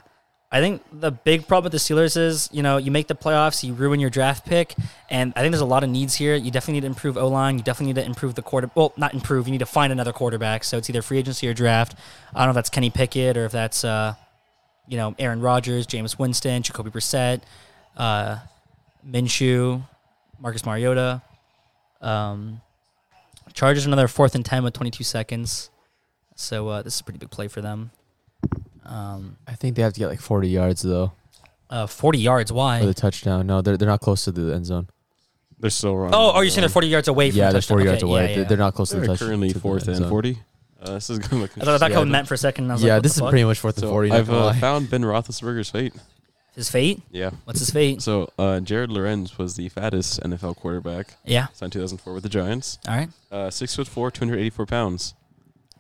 Speaker 1: I think the big problem with the Steelers is you know you make the playoffs, you ruin your draft pick, and I think there's a lot of needs here. You definitely need to improve O line. You definitely need to improve the quarter. Well, not improve. You need to find another quarterback. So it's either free agency or draft. I don't know if that's Kenny Pickett or if that's uh, you know Aaron Rodgers, Jameis Winston, Jacoby Brissett, uh, Minshew, Marcus Mariota. Um, Chargers another fourth and ten with 22 seconds. So uh, this is a pretty big play for them. Um,
Speaker 4: I think they have to get like 40 yards though
Speaker 1: uh, 40 yards.
Speaker 4: for
Speaker 1: Why?
Speaker 4: the touchdown. No, they're they're not close to the end zone.
Speaker 3: They're still wrong.
Speaker 1: Oh, are you saying they're 40 yards away? From
Speaker 4: Yeah,
Speaker 1: the
Speaker 4: they're
Speaker 1: touchdown?
Speaker 4: 40 yards
Speaker 1: Okay,
Speaker 4: away.
Speaker 1: Yeah,
Speaker 4: They're-
Speaker 1: yeah.
Speaker 4: They're not close to
Speaker 3: They're
Speaker 4: the touchdown.
Speaker 3: currently fourth and forty. Uh, this is going to
Speaker 1: I thought
Speaker 3: look.
Speaker 1: that
Speaker 4: Yeah,
Speaker 1: yeah, meant for a second. And I was
Speaker 4: Yeah,
Speaker 1: like, what
Speaker 4: this
Speaker 1: the
Speaker 4: is
Speaker 1: fuck?
Speaker 4: pretty much fourth and
Speaker 3: So
Speaker 4: 40.
Speaker 3: I've uh,
Speaker 4: found
Speaker 3: found Ben Roethlisberger's fate.
Speaker 1: his fate.
Speaker 3: Yeah.
Speaker 1: What's his fate?
Speaker 3: So uh, Jared Lorenz was the fattest NFL quarterback
Speaker 1: Yeah.
Speaker 3: signed 2004 with the Giants.
Speaker 1: All right.
Speaker 3: Uh, six foot four, 284 pounds.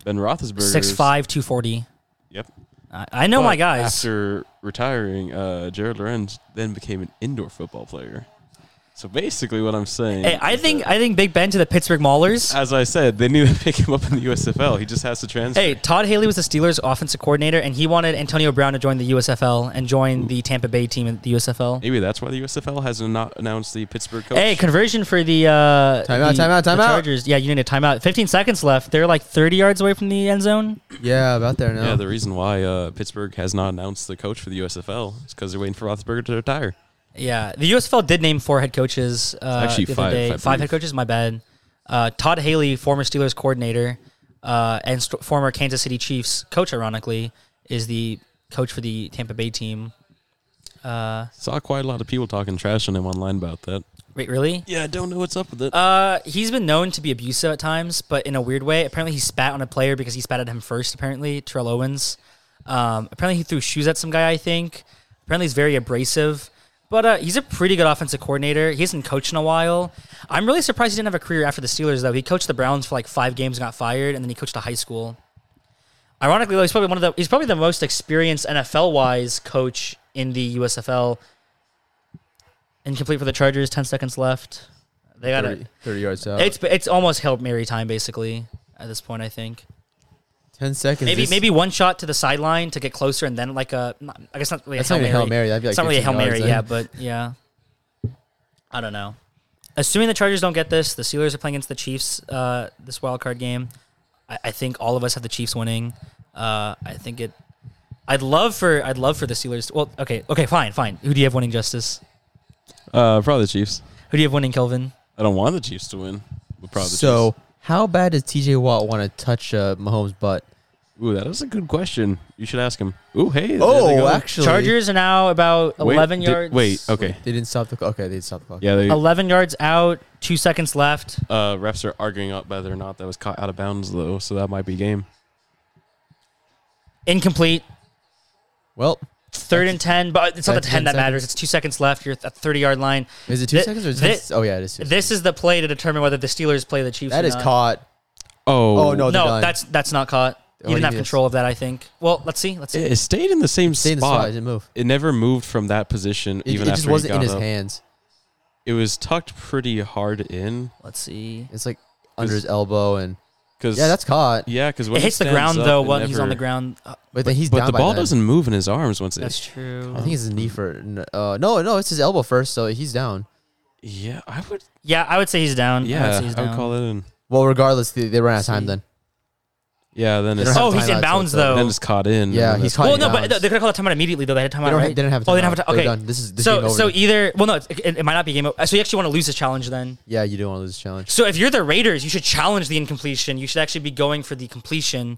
Speaker 3: Ben Roethlisberger.
Speaker 1: Six five two forty.
Speaker 3: Yep.
Speaker 1: I, I know my
Speaker 3: But
Speaker 1: guys.
Speaker 3: After retiring, uh, Jared Lorenz then became an indoor football player. So basically, what I'm saying.
Speaker 1: hey, I
Speaker 3: is
Speaker 1: think
Speaker 3: that,
Speaker 1: I think Big Ben to the Pittsburgh Maulers.
Speaker 3: as I said, they need to pick him up in the USFL. He just has to transfer.
Speaker 1: Hey, Todd Haley was the Steelers offensive coordinator, and he wanted Antonio Brown to join the USFL and join the Tampa Bay team in the USFL.
Speaker 3: Maybe that's why the USFL has not announced the Pittsburgh coach.
Speaker 1: Hey, conversion for the uh,
Speaker 4: Timeout,
Speaker 1: the-
Speaker 4: timeout,
Speaker 1: the
Speaker 4: timeout.
Speaker 1: Chargers. Yeah, you need a timeout. Fifteen seconds left. They're like thirty yards away from the end zone.
Speaker 4: yeah, about there now.
Speaker 3: yeah, the reason why uh, Pittsburgh has not announced the coach for the USFL is because they're waiting for Roethlisberger to retire.
Speaker 1: Yeah, the USFL did name four head coaches. Uh,
Speaker 3: actually
Speaker 1: the other
Speaker 3: five,
Speaker 1: day.
Speaker 3: I
Speaker 1: Five
Speaker 3: believe.
Speaker 1: head coaches. My bad. Uh, Todd Haley, former Steelers coordinator uh, and st- former Kansas City Chiefs coach, ironically, is the coach for the Tampa Bay team. Uh,
Speaker 3: Saw quite a lot of people talking trash on him online about that.
Speaker 1: wait, really?
Speaker 3: Yeah, I don't know what's up with it.
Speaker 1: Uh, he's been known to be abusive at times, but in a weird way. Apparently, he spat on a player because he spat at him first. Apparently, Terrell Owens. Um, apparently, he threw shoes at some guy. I think. Apparently, he's very abrasive, but uh, he's a pretty good offensive coordinator. He hasn't coached in a while. I'm really surprised he didn't have a career after the Steelers though. He coached the Browns for like five games, and got fired, and then he coached a high school. Ironically, though, he's probably one of the he's probably the most experienced NFL wise coach in the USFL. Incomplete for the Chargers. Ten seconds left. They got it.
Speaker 4: 30, 30 yards out.
Speaker 1: It's it's almost Hail Mary time basically at this point. I think
Speaker 4: 10 seconds.
Speaker 1: maybe
Speaker 4: This-
Speaker 1: maybe one shot to the sideline to get closer, and then like a not- I guess not really
Speaker 4: That's
Speaker 1: a Hail
Speaker 4: not even
Speaker 1: Mary.
Speaker 4: a Hail Mary. That'd be like
Speaker 1: it's not really a
Speaker 4: 15
Speaker 1: Hail Mary,
Speaker 4: yards
Speaker 1: yeah,
Speaker 4: then.
Speaker 1: but yeah. I don't know. Assuming the Chargers don't get this, the Steelers are playing against the Chiefs uh, this wild card game. I, I think all of us have the Chiefs winning. Uh, I think it. I'd love for I'd love for the Steelers. Well, okay, okay, fine, fine. Who do you have winning, Justice?
Speaker 3: Uh, probably the Chiefs.
Speaker 1: Who do you have winning, Kelvin?
Speaker 3: I don't want the Chiefs to win, but probably the
Speaker 4: So, how bad does TJ Watt want to touch uh, Mahomes' butt?
Speaker 3: Chiefs. Ooh, that is a good question. You should ask him. Ooh, hey. there they go.
Speaker 4: Oh, actually.
Speaker 1: Chargers are now about
Speaker 3: Wait,
Speaker 1: eleven
Speaker 3: did-
Speaker 1: yards.
Speaker 3: Wait, okay.
Speaker 4: They didn't stop the clock. Okay, they didn't stop the clock.
Speaker 3: Yeah, they, uh,
Speaker 1: 11 yards out, two seconds left.
Speaker 3: refs are arguing up whether or not that was caught out of bounds, though, so that might be game.
Speaker 1: Incomplete.
Speaker 4: Well,
Speaker 1: Third and 10, but it's not the
Speaker 4: That's
Speaker 1: 10 that
Speaker 4: 10
Speaker 1: matters.
Speaker 4: seconds.
Speaker 1: It's two seconds left. You're at the 30 yard line.
Speaker 4: is it two
Speaker 1: Thi-
Speaker 4: seconds or is
Speaker 1: thi-
Speaker 4: it- Oh, yeah, it is two
Speaker 1: This is the play to determine whether the Steelers play the Chiefs.
Speaker 4: That
Speaker 1: or
Speaker 4: is
Speaker 1: not.
Speaker 4: caught.
Speaker 3: Oh,
Speaker 4: Oh, no. they're
Speaker 1: No,
Speaker 4: done.
Speaker 1: that's that's not caught. He
Speaker 4: Oh,
Speaker 1: didn't
Speaker 4: he
Speaker 1: have
Speaker 4: is.
Speaker 1: control of that, I think. Well, let's see. Let's see.
Speaker 3: It, it stayed in the same
Speaker 4: Stay in the
Speaker 3: spot.
Speaker 4: spot. It didn't move.
Speaker 3: It never moved from that position,
Speaker 4: It,
Speaker 3: even
Speaker 4: it
Speaker 3: after
Speaker 4: just wasn't
Speaker 3: he got
Speaker 4: in his
Speaker 3: up.
Speaker 4: hands.
Speaker 3: It was tucked pretty hard in
Speaker 1: Let's see.
Speaker 4: It's like under
Speaker 3: Cause-
Speaker 4: his elbow, and
Speaker 3: because
Speaker 4: yeah, that's caught.
Speaker 3: yeah, because
Speaker 1: It hits the ground, though, while he's on the ground. Uh,
Speaker 4: But then he's
Speaker 3: But
Speaker 4: down
Speaker 3: the
Speaker 4: by
Speaker 3: ball
Speaker 4: then.
Speaker 3: doesn't move in his arms once
Speaker 1: that's
Speaker 3: it's
Speaker 1: true.
Speaker 4: I think it's his knee for. Uh, no, no, it's his elbow first, so he's down.
Speaker 3: Yeah, I would.
Speaker 1: yeah, I would say he's down. I would
Speaker 3: Yeah,
Speaker 1: say he's
Speaker 3: I would
Speaker 1: down.
Speaker 3: call that in.
Speaker 4: Well, regardless, they, they ran out of
Speaker 1: Let's see.
Speaker 4: time then.
Speaker 3: Yeah, then
Speaker 4: They
Speaker 3: it's
Speaker 4: don't
Speaker 1: Oh,
Speaker 4: have
Speaker 1: he's in
Speaker 4: timeouts,
Speaker 1: bounds,
Speaker 4: so it's, uh,
Speaker 1: though.
Speaker 3: then it's caught in.
Speaker 4: Yeah,
Speaker 3: and then
Speaker 4: he's
Speaker 3: that's-
Speaker 4: caught
Speaker 1: Well,
Speaker 4: in
Speaker 1: no, but
Speaker 4: bounds.
Speaker 1: they could have called a time out immediately, though. They had time
Speaker 4: They
Speaker 1: out,
Speaker 4: don't,
Speaker 1: right?
Speaker 4: ha- they didn't have.
Speaker 1: Oh, they didn't have
Speaker 4: timeout.
Speaker 1: a time. Okay.
Speaker 4: They're done. This is this game
Speaker 1: So,
Speaker 4: over
Speaker 1: so
Speaker 4: then.
Speaker 1: either, well, no, it, it, it might not be game over. So you actually want to lose this challenge then.
Speaker 4: yeah, you don't want to lose the challenge.
Speaker 1: So if you're the Raiders, you should challenge the incompletion. You should actually be going for the completion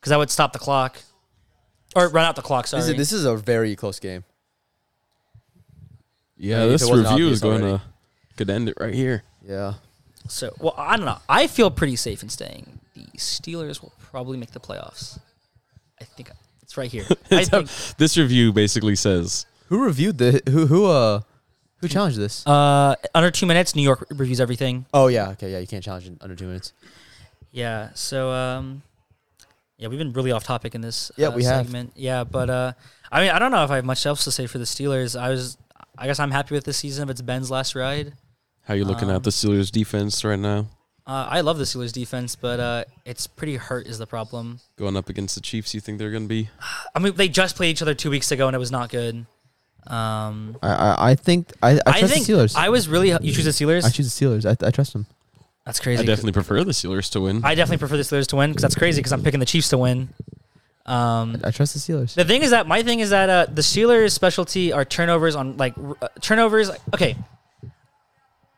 Speaker 1: because that would stop the clock or run out the clock. Sorry.
Speaker 4: This is, this is a very close game.
Speaker 3: yeah,
Speaker 4: if
Speaker 3: this
Speaker 4: it wasn't
Speaker 3: review is
Speaker 4: obvious
Speaker 3: going
Speaker 4: already.
Speaker 3: to could end it right here.
Speaker 4: Yeah,
Speaker 1: so well, I don't know. I feel pretty safe in saying the Steelers will probably make the playoffs. I think it's right here. I think,
Speaker 3: This review basically says
Speaker 4: who reviewed the who who uh who challenged this?
Speaker 1: uh, under two minutes, New York reviews everything.
Speaker 4: oh yeah, okay, yeah, you can't challenge in under two minutes.
Speaker 1: Yeah. So, um, yeah, we've been really off topic in this.
Speaker 4: Yeah,
Speaker 1: uh,
Speaker 4: we have.
Speaker 1: segment. Yeah, but uh, I mean, I don't know if I have much else to say for the Steelers. I was, I guess, I'm happy with this season. If it's Ben's last ride,
Speaker 3: how you looking
Speaker 1: Um,
Speaker 3: at the Steelers defense right now.
Speaker 1: Uh, I love the Steelers defense, but uh, it's pretty hurt is the problem.
Speaker 3: Going up against the Chiefs, you think they're going to be?
Speaker 1: I mean, they just played each other two weeks ago, and it was not good. Um,
Speaker 4: I, I, I think I, I
Speaker 1: I,
Speaker 4: trust
Speaker 1: think
Speaker 4: the Steelers. I,
Speaker 1: I was really you choose the Steelers.
Speaker 4: choose the Steelers. I, I trust them.
Speaker 1: that's
Speaker 3: I
Speaker 1: crazy.
Speaker 3: definitely prefer the Steelers to win.
Speaker 1: I definitely prefer the Steelers to win because that's crazy because I'm picking the Chiefs to win. Um,
Speaker 4: I trust the Steelers.
Speaker 1: The thing is that my thing is that uh, the Steelers' specialty are turnovers on like r- uh, turnovers. Okay,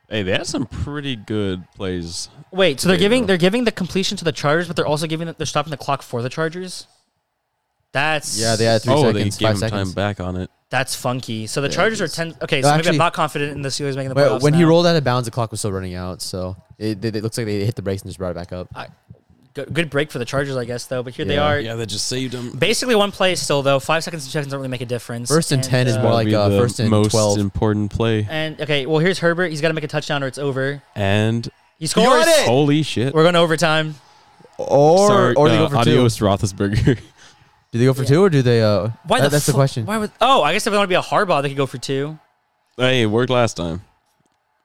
Speaker 3: hey, they had some pretty good plays.
Speaker 1: wait. So they're
Speaker 3: There you
Speaker 1: giving
Speaker 3: go.
Speaker 1: they're giving the completion to the Chargers, but they're also giving the, they're stopping the clock for the Chargers. That's
Speaker 4: Yeah, they had three
Speaker 3: oh,
Speaker 4: seconds,
Speaker 3: they gave
Speaker 4: five
Speaker 3: him time
Speaker 4: seconds.
Speaker 3: back on it.
Speaker 1: that's funky. So the Chargers are
Speaker 4: it's-
Speaker 1: ten. Okay, so maybe
Speaker 4: No,
Speaker 1: I'm
Speaker 4: actually-
Speaker 1: not confident in the Steelers making the
Speaker 4: But
Speaker 1: playoffs.
Speaker 4: when he
Speaker 1: now.
Speaker 4: rolled out of bounds, the clock was still running out. So it, it, it looks like they hit the brakes and just brought it back up.
Speaker 1: good, good break for the Chargers, I guess though. But here they
Speaker 4: Yeah.
Speaker 1: are.
Speaker 3: Yeah, that just saved him.
Speaker 1: Basically, one play still though. Five seconds and two seconds don't really make a difference.
Speaker 4: First and 10 is
Speaker 1: uh,
Speaker 4: more like, uh, first and
Speaker 3: most
Speaker 4: 12.
Speaker 3: important play.
Speaker 1: And okay, well here's Herbert. He's got to make a touchdown or it's over.
Speaker 3: And
Speaker 1: He scores. Oh.
Speaker 4: it!
Speaker 3: holy shit!
Speaker 1: We're going to overtime.
Speaker 4: Or
Speaker 3: Sorry,
Speaker 4: or they
Speaker 3: uh,
Speaker 4: go for two.
Speaker 3: adios Roethlisberger.
Speaker 4: Do they go for two or do they? Uh,
Speaker 1: Why
Speaker 4: that-
Speaker 1: the
Speaker 4: that's the
Speaker 1: fu-
Speaker 4: question.
Speaker 1: Why would? Oh, I guess if they want to be a Harbaugh, they could go for two.
Speaker 3: hey, it worked last time,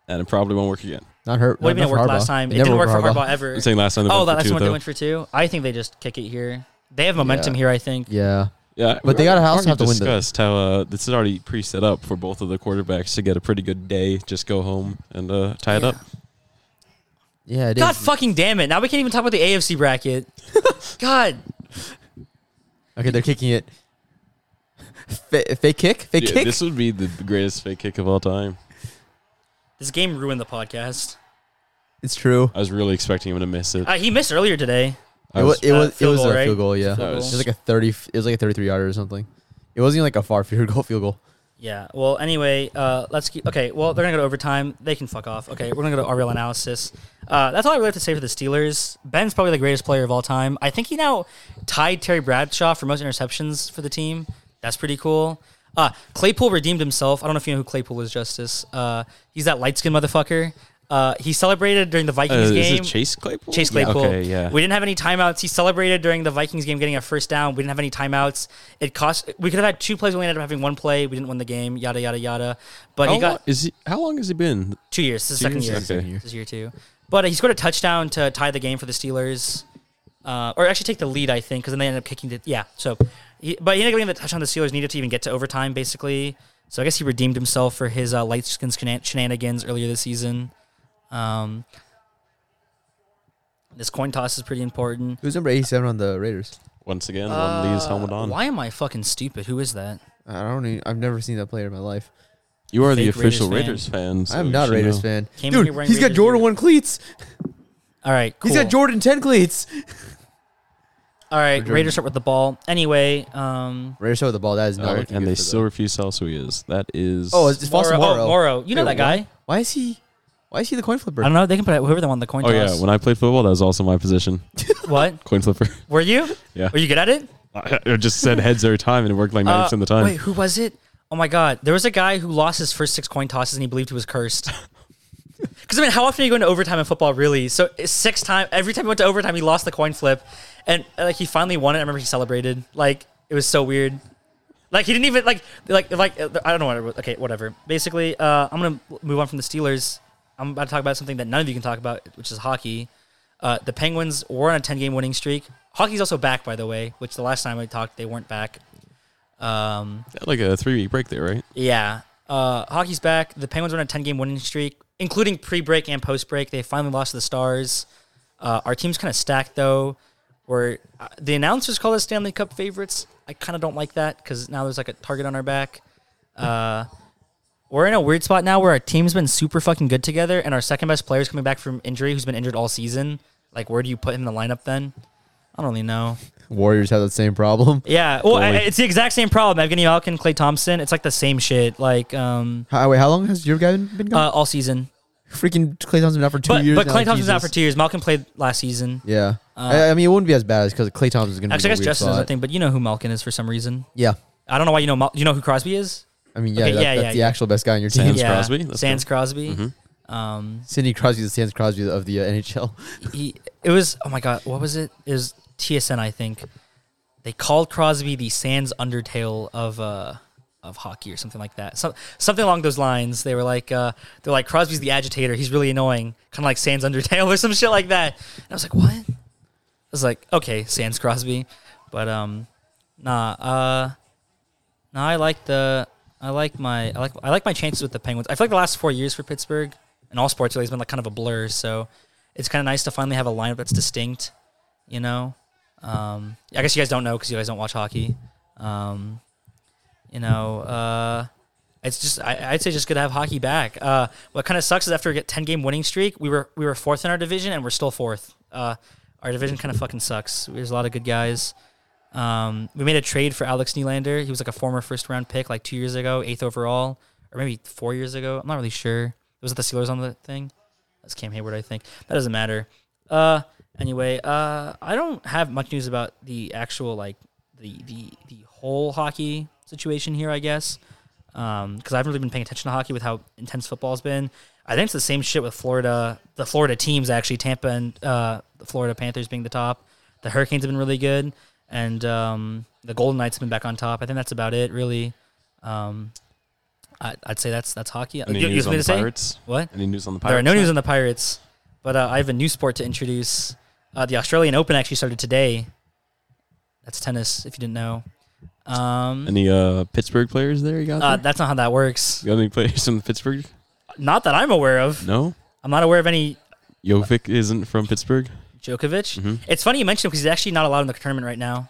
Speaker 3: and it probably won't work again.
Speaker 4: Not hurt.
Speaker 1: What do you mean
Speaker 4: not
Speaker 1: it worked
Speaker 4: for
Speaker 1: last
Speaker 4: Harbaugh.
Speaker 1: time? It,
Speaker 4: never
Speaker 1: didn't work
Speaker 4: worked
Speaker 1: for Harbaugh, ever.
Speaker 3: I'm saying last time they
Speaker 1: oh,
Speaker 3: went for
Speaker 1: that's
Speaker 3: two,
Speaker 1: when they
Speaker 3: though.
Speaker 1: went for two. I think they just kick it here. They have momentum
Speaker 4: Yeah.
Speaker 1: here. I think.
Speaker 4: Yeah.
Speaker 3: Yeah,
Speaker 4: But they
Speaker 3: we
Speaker 4: gotta
Speaker 3: already
Speaker 4: also have to win the-
Speaker 3: discussed how uh, this is already pre-set up for both of the quarterbacks to get a pretty good day. Just go home and uh, tie it
Speaker 1: Yeah.
Speaker 3: up.
Speaker 4: Yeah, it is.
Speaker 1: God fucking damn it! Now we can't even talk about the AFC bracket. God,
Speaker 4: Okay, they're kicking it. Fa- fake kick? Fake
Speaker 3: Yeah,
Speaker 4: kick?
Speaker 3: This would be the greatest fake kick of all time.
Speaker 1: this game ruined the podcast.
Speaker 4: it's true.
Speaker 3: I was really expecting him to miss it.
Speaker 1: Uh, he missed earlier today.
Speaker 3: I
Speaker 4: it was,
Speaker 3: was,
Speaker 4: it
Speaker 1: uh,
Speaker 4: was, it
Speaker 1: field
Speaker 4: was
Speaker 1: goal,
Speaker 4: a
Speaker 1: right?
Speaker 4: field goal, yeah.
Speaker 1: Field
Speaker 4: It
Speaker 1: goal.
Speaker 4: was like a 30, f- it was like a 33 yarder or something. It wasn't even like a far field goal, field goal.
Speaker 1: Yeah. Well, anyway, uh, let's keep. Okay. Well, they're gonna go to overtime. They can fuck off. Okay. We're gonna go to our real analysis. Uh, that's all I really have to say for the Steelers. Ben's probably the greatest player of all time. I think he now tied Terry Bradshaw for most interceptions for the team. That's pretty cool. Uh, Claypool redeemed himself. I don't know if you know who Claypool is, Justice. Uh, he's that light skinned motherfucker. Uh, he celebrated during the
Speaker 3: uh,
Speaker 1: Vikings
Speaker 3: is
Speaker 1: game.
Speaker 3: it Chase Claypool?
Speaker 1: Chase Claypool.
Speaker 3: Okay, yeah.
Speaker 1: We didn't have any timeouts. He celebrated during the Vikings game getting a first down. We didn't have any timeouts. It cost. We could have had two plays. We ended up having one play. We didn't win the game. Yada yada yada. But
Speaker 3: how,
Speaker 1: he got
Speaker 3: long, is he, how long has he been?
Speaker 1: two years. This is
Speaker 3: Two
Speaker 1: second year.
Speaker 3: years? Okay.
Speaker 1: This is year two. But uh, he scored a touchdown to tie the game for the Steelers, uh, or actually take the lead, I think, because then they ended up kicking the yeah. So, he, but he ended up getting the touchdown. The Steelers needed to even get to overtime, basically. So I guess he redeemed himself for his uh, light skins shenan- shenanigans earlier this season. Um, this coin toss is pretty important.
Speaker 4: Who's number 87 on the Raiders?
Speaker 3: Once again,
Speaker 1: Uh,
Speaker 3: one leaves helmet on.
Speaker 1: Why am I fucking stupid? Who is that?
Speaker 4: I don't even, I've never seen that player in my life.
Speaker 3: You are the
Speaker 1: Fake
Speaker 3: official
Speaker 1: Raiders
Speaker 3: Raiders fan. so
Speaker 4: I'm
Speaker 3: you
Speaker 4: not a
Speaker 3: should
Speaker 4: Raiders
Speaker 3: know.
Speaker 4: fan.
Speaker 1: Came
Speaker 4: Dude,
Speaker 1: here wearing
Speaker 4: he's got
Speaker 1: Raiders
Speaker 4: Jordan
Speaker 1: gear.
Speaker 4: 1 cleats.
Speaker 1: All right, cool.
Speaker 4: He's got Jordan 10 cleats.
Speaker 1: All right,
Speaker 4: Jordan.
Speaker 1: Raiders start with the ball. Anyway, um,
Speaker 4: Raiders start with the ball. That is not
Speaker 3: All right,
Speaker 4: looking
Speaker 3: Oh, and
Speaker 4: good
Speaker 3: they
Speaker 4: for them.
Speaker 3: still refuse to tell us who he is. That is.
Speaker 4: Oh, it's, it's Foster
Speaker 1: Morrow,
Speaker 4: Morrow.
Speaker 1: oh, Morrow. You know
Speaker 4: Wait,
Speaker 1: that guy.
Speaker 4: Why is he? Why is he the coin
Speaker 1: I
Speaker 4: flipper?
Speaker 1: don't know. They can put whoever they want on the coin
Speaker 3: oh yeah.
Speaker 1: toss.
Speaker 3: When I played football, that was also my position.
Speaker 1: what?
Speaker 3: Coin flipper.
Speaker 1: Were you?
Speaker 3: Yeah.
Speaker 1: Were you good at it?
Speaker 3: I just said heads every time, and it worked like ninety percent of the time.
Speaker 1: Uh, Wait, who was it? Oh my God. There was a guy who lost his first six coin tosses and he believed he was cursed. Because, I mean, how often are you going to overtime in football, really? So, it's six time, every time he went to overtime, he lost the coin flip. And, uh, like, he finally won it. I remember he celebrated. Like, it was so weird. Like, he didn't even, like, like, like, uh, I don't know what it was. Okay, whatever. Basically, uh, I'm going to move on from the Steelers. I'm about to talk about something that none of you can talk about, which is hockey. Uh, the Penguins were on a 10 game winning streak. Hockey's also back, by the way, which the last time I talked, they weren't back. Um,
Speaker 3: Like a three week break there, right?
Speaker 1: yeah. Uh, hockey's back. The Penguins were on a 10 game winning streak, including pre break and post break. They finally lost to the Stars. Uh, our team's kind of stacked, though. Where uh, the announcers call us Stanley Cup favorites. I kind of don't like that because now there's like a target on our back. Uh, we're in a weird spot now where our team's been super fucking good together, and our second best player's coming back from injury who's been injured all season. Like, where do you put him in the lineup then? I don't really know.
Speaker 4: Warriors have that same problem.
Speaker 1: Yeah, well, I,
Speaker 3: Goalie.
Speaker 1: it's the exact same problem. Evgeny Malkin, Clay Thompson. It's like the same shit. Like, um,
Speaker 4: How, wait, how long has your guy been, been gone?
Speaker 1: Uh, all season.
Speaker 4: Freaking Clay Thompson been out for two
Speaker 1: but
Speaker 4: years.
Speaker 1: but
Speaker 4: now,
Speaker 1: Clay Thompson's out for
Speaker 4: Jesus. Uh,
Speaker 1: two years. Malcolm played last season.
Speaker 4: Yeah, I, I mean it wouldn't be as bad as because Clay Thompson's going to
Speaker 1: Actually,
Speaker 4: be
Speaker 1: I
Speaker 4: in
Speaker 1: guess
Speaker 4: a weird
Speaker 1: Justin doesn't
Speaker 4: spot.
Speaker 1: think, but you know who Malkin is for some reason.
Speaker 4: Yeah,
Speaker 1: I don't know why you know Mal- you know who Crosby is.
Speaker 4: I mean yeah,
Speaker 1: Okay,
Speaker 4: that,
Speaker 1: yeah,
Speaker 4: that's
Speaker 1: yeah,
Speaker 4: the
Speaker 1: yeah.
Speaker 4: actual best guy on your team.
Speaker 3: Sans
Speaker 1: yeah,
Speaker 3: Crosby, that's
Speaker 1: Sans Crosby.
Speaker 4: Mm-hmm.
Speaker 1: Um,
Speaker 4: Sidney Crosby, the Sans Crosby of the uh, NHL.
Speaker 1: he it was oh my god, what was it? It was TSN, I think. They called Crosby the Sans Undertale of uh of hockey or something like that. So, something along those lines. They were like, uh, they're like Crosby's the agitator. He's really annoying, kind of like Sans Undertale or some shit like that. And I was like, what? I was like, okay, Sans Crosby, but um, nah, uh, nah. I like the, I like my, I like, I like my chances with the Penguins. I feel like the last four years for Pittsburgh and all sports really has been like kind of a blur. So it's kind of nice to finally have a lineup that's distinct. You know, um, I guess you guys don't know because you guys don't watch hockey. Um, you know, uh, it's just I, I'd say just good to have hockey back. Uh, what kind of sucks is after a ten game winning streak, we were we were fourth in our division and we're still fourth. Uh, our division kind of fucking sucks. There's a lot of good guys. Um, we made a trade for Alex Nylander. He was like a former first round pick, like two years ago, eighth overall, or maybe four years ago. I'm not really sure. Was it the Steelers on the thing? That's Cam Hayward, I think. That doesn't matter. Uh, anyway, uh, I don't have much news about the actual like the the the whole hockey situation here. I guess because I haven't really been paying attention to hockey with how intense football's been. I think it's the same shit with Florida. The Florida teams actually, Tampa and uh, the Florida Panthers being the top. The Hurricanes have been really good, and um, the Golden Knights have been back on top. I think that's about it, really. Um, I, I'd say that's that's hockey.
Speaker 3: Any
Speaker 1: You- you
Speaker 3: news
Speaker 1: have something
Speaker 3: on
Speaker 1: to
Speaker 3: the
Speaker 1: say?
Speaker 3: Pirates?
Speaker 1: What?
Speaker 3: Any news on the
Speaker 1: There are
Speaker 3: Pirates?
Speaker 1: no news on the Pirates, but uh, I have a new sport to introduce. Uh, the Australian Open actually started today. That's tennis, if you didn't know. Um,
Speaker 3: Any uh, Pittsburgh players there? You got?
Speaker 1: uh,
Speaker 3: there?
Speaker 1: that's not how that works.
Speaker 3: You got any players from Pittsburgh?
Speaker 1: Not that I'm aware of.
Speaker 3: No.
Speaker 1: I'm not aware of any
Speaker 3: Jovic isn't from Pittsburgh.
Speaker 1: Djokovic.
Speaker 3: Mm-hmm.
Speaker 1: It's funny you mentioned him because he's actually not allowed in the tournament right now.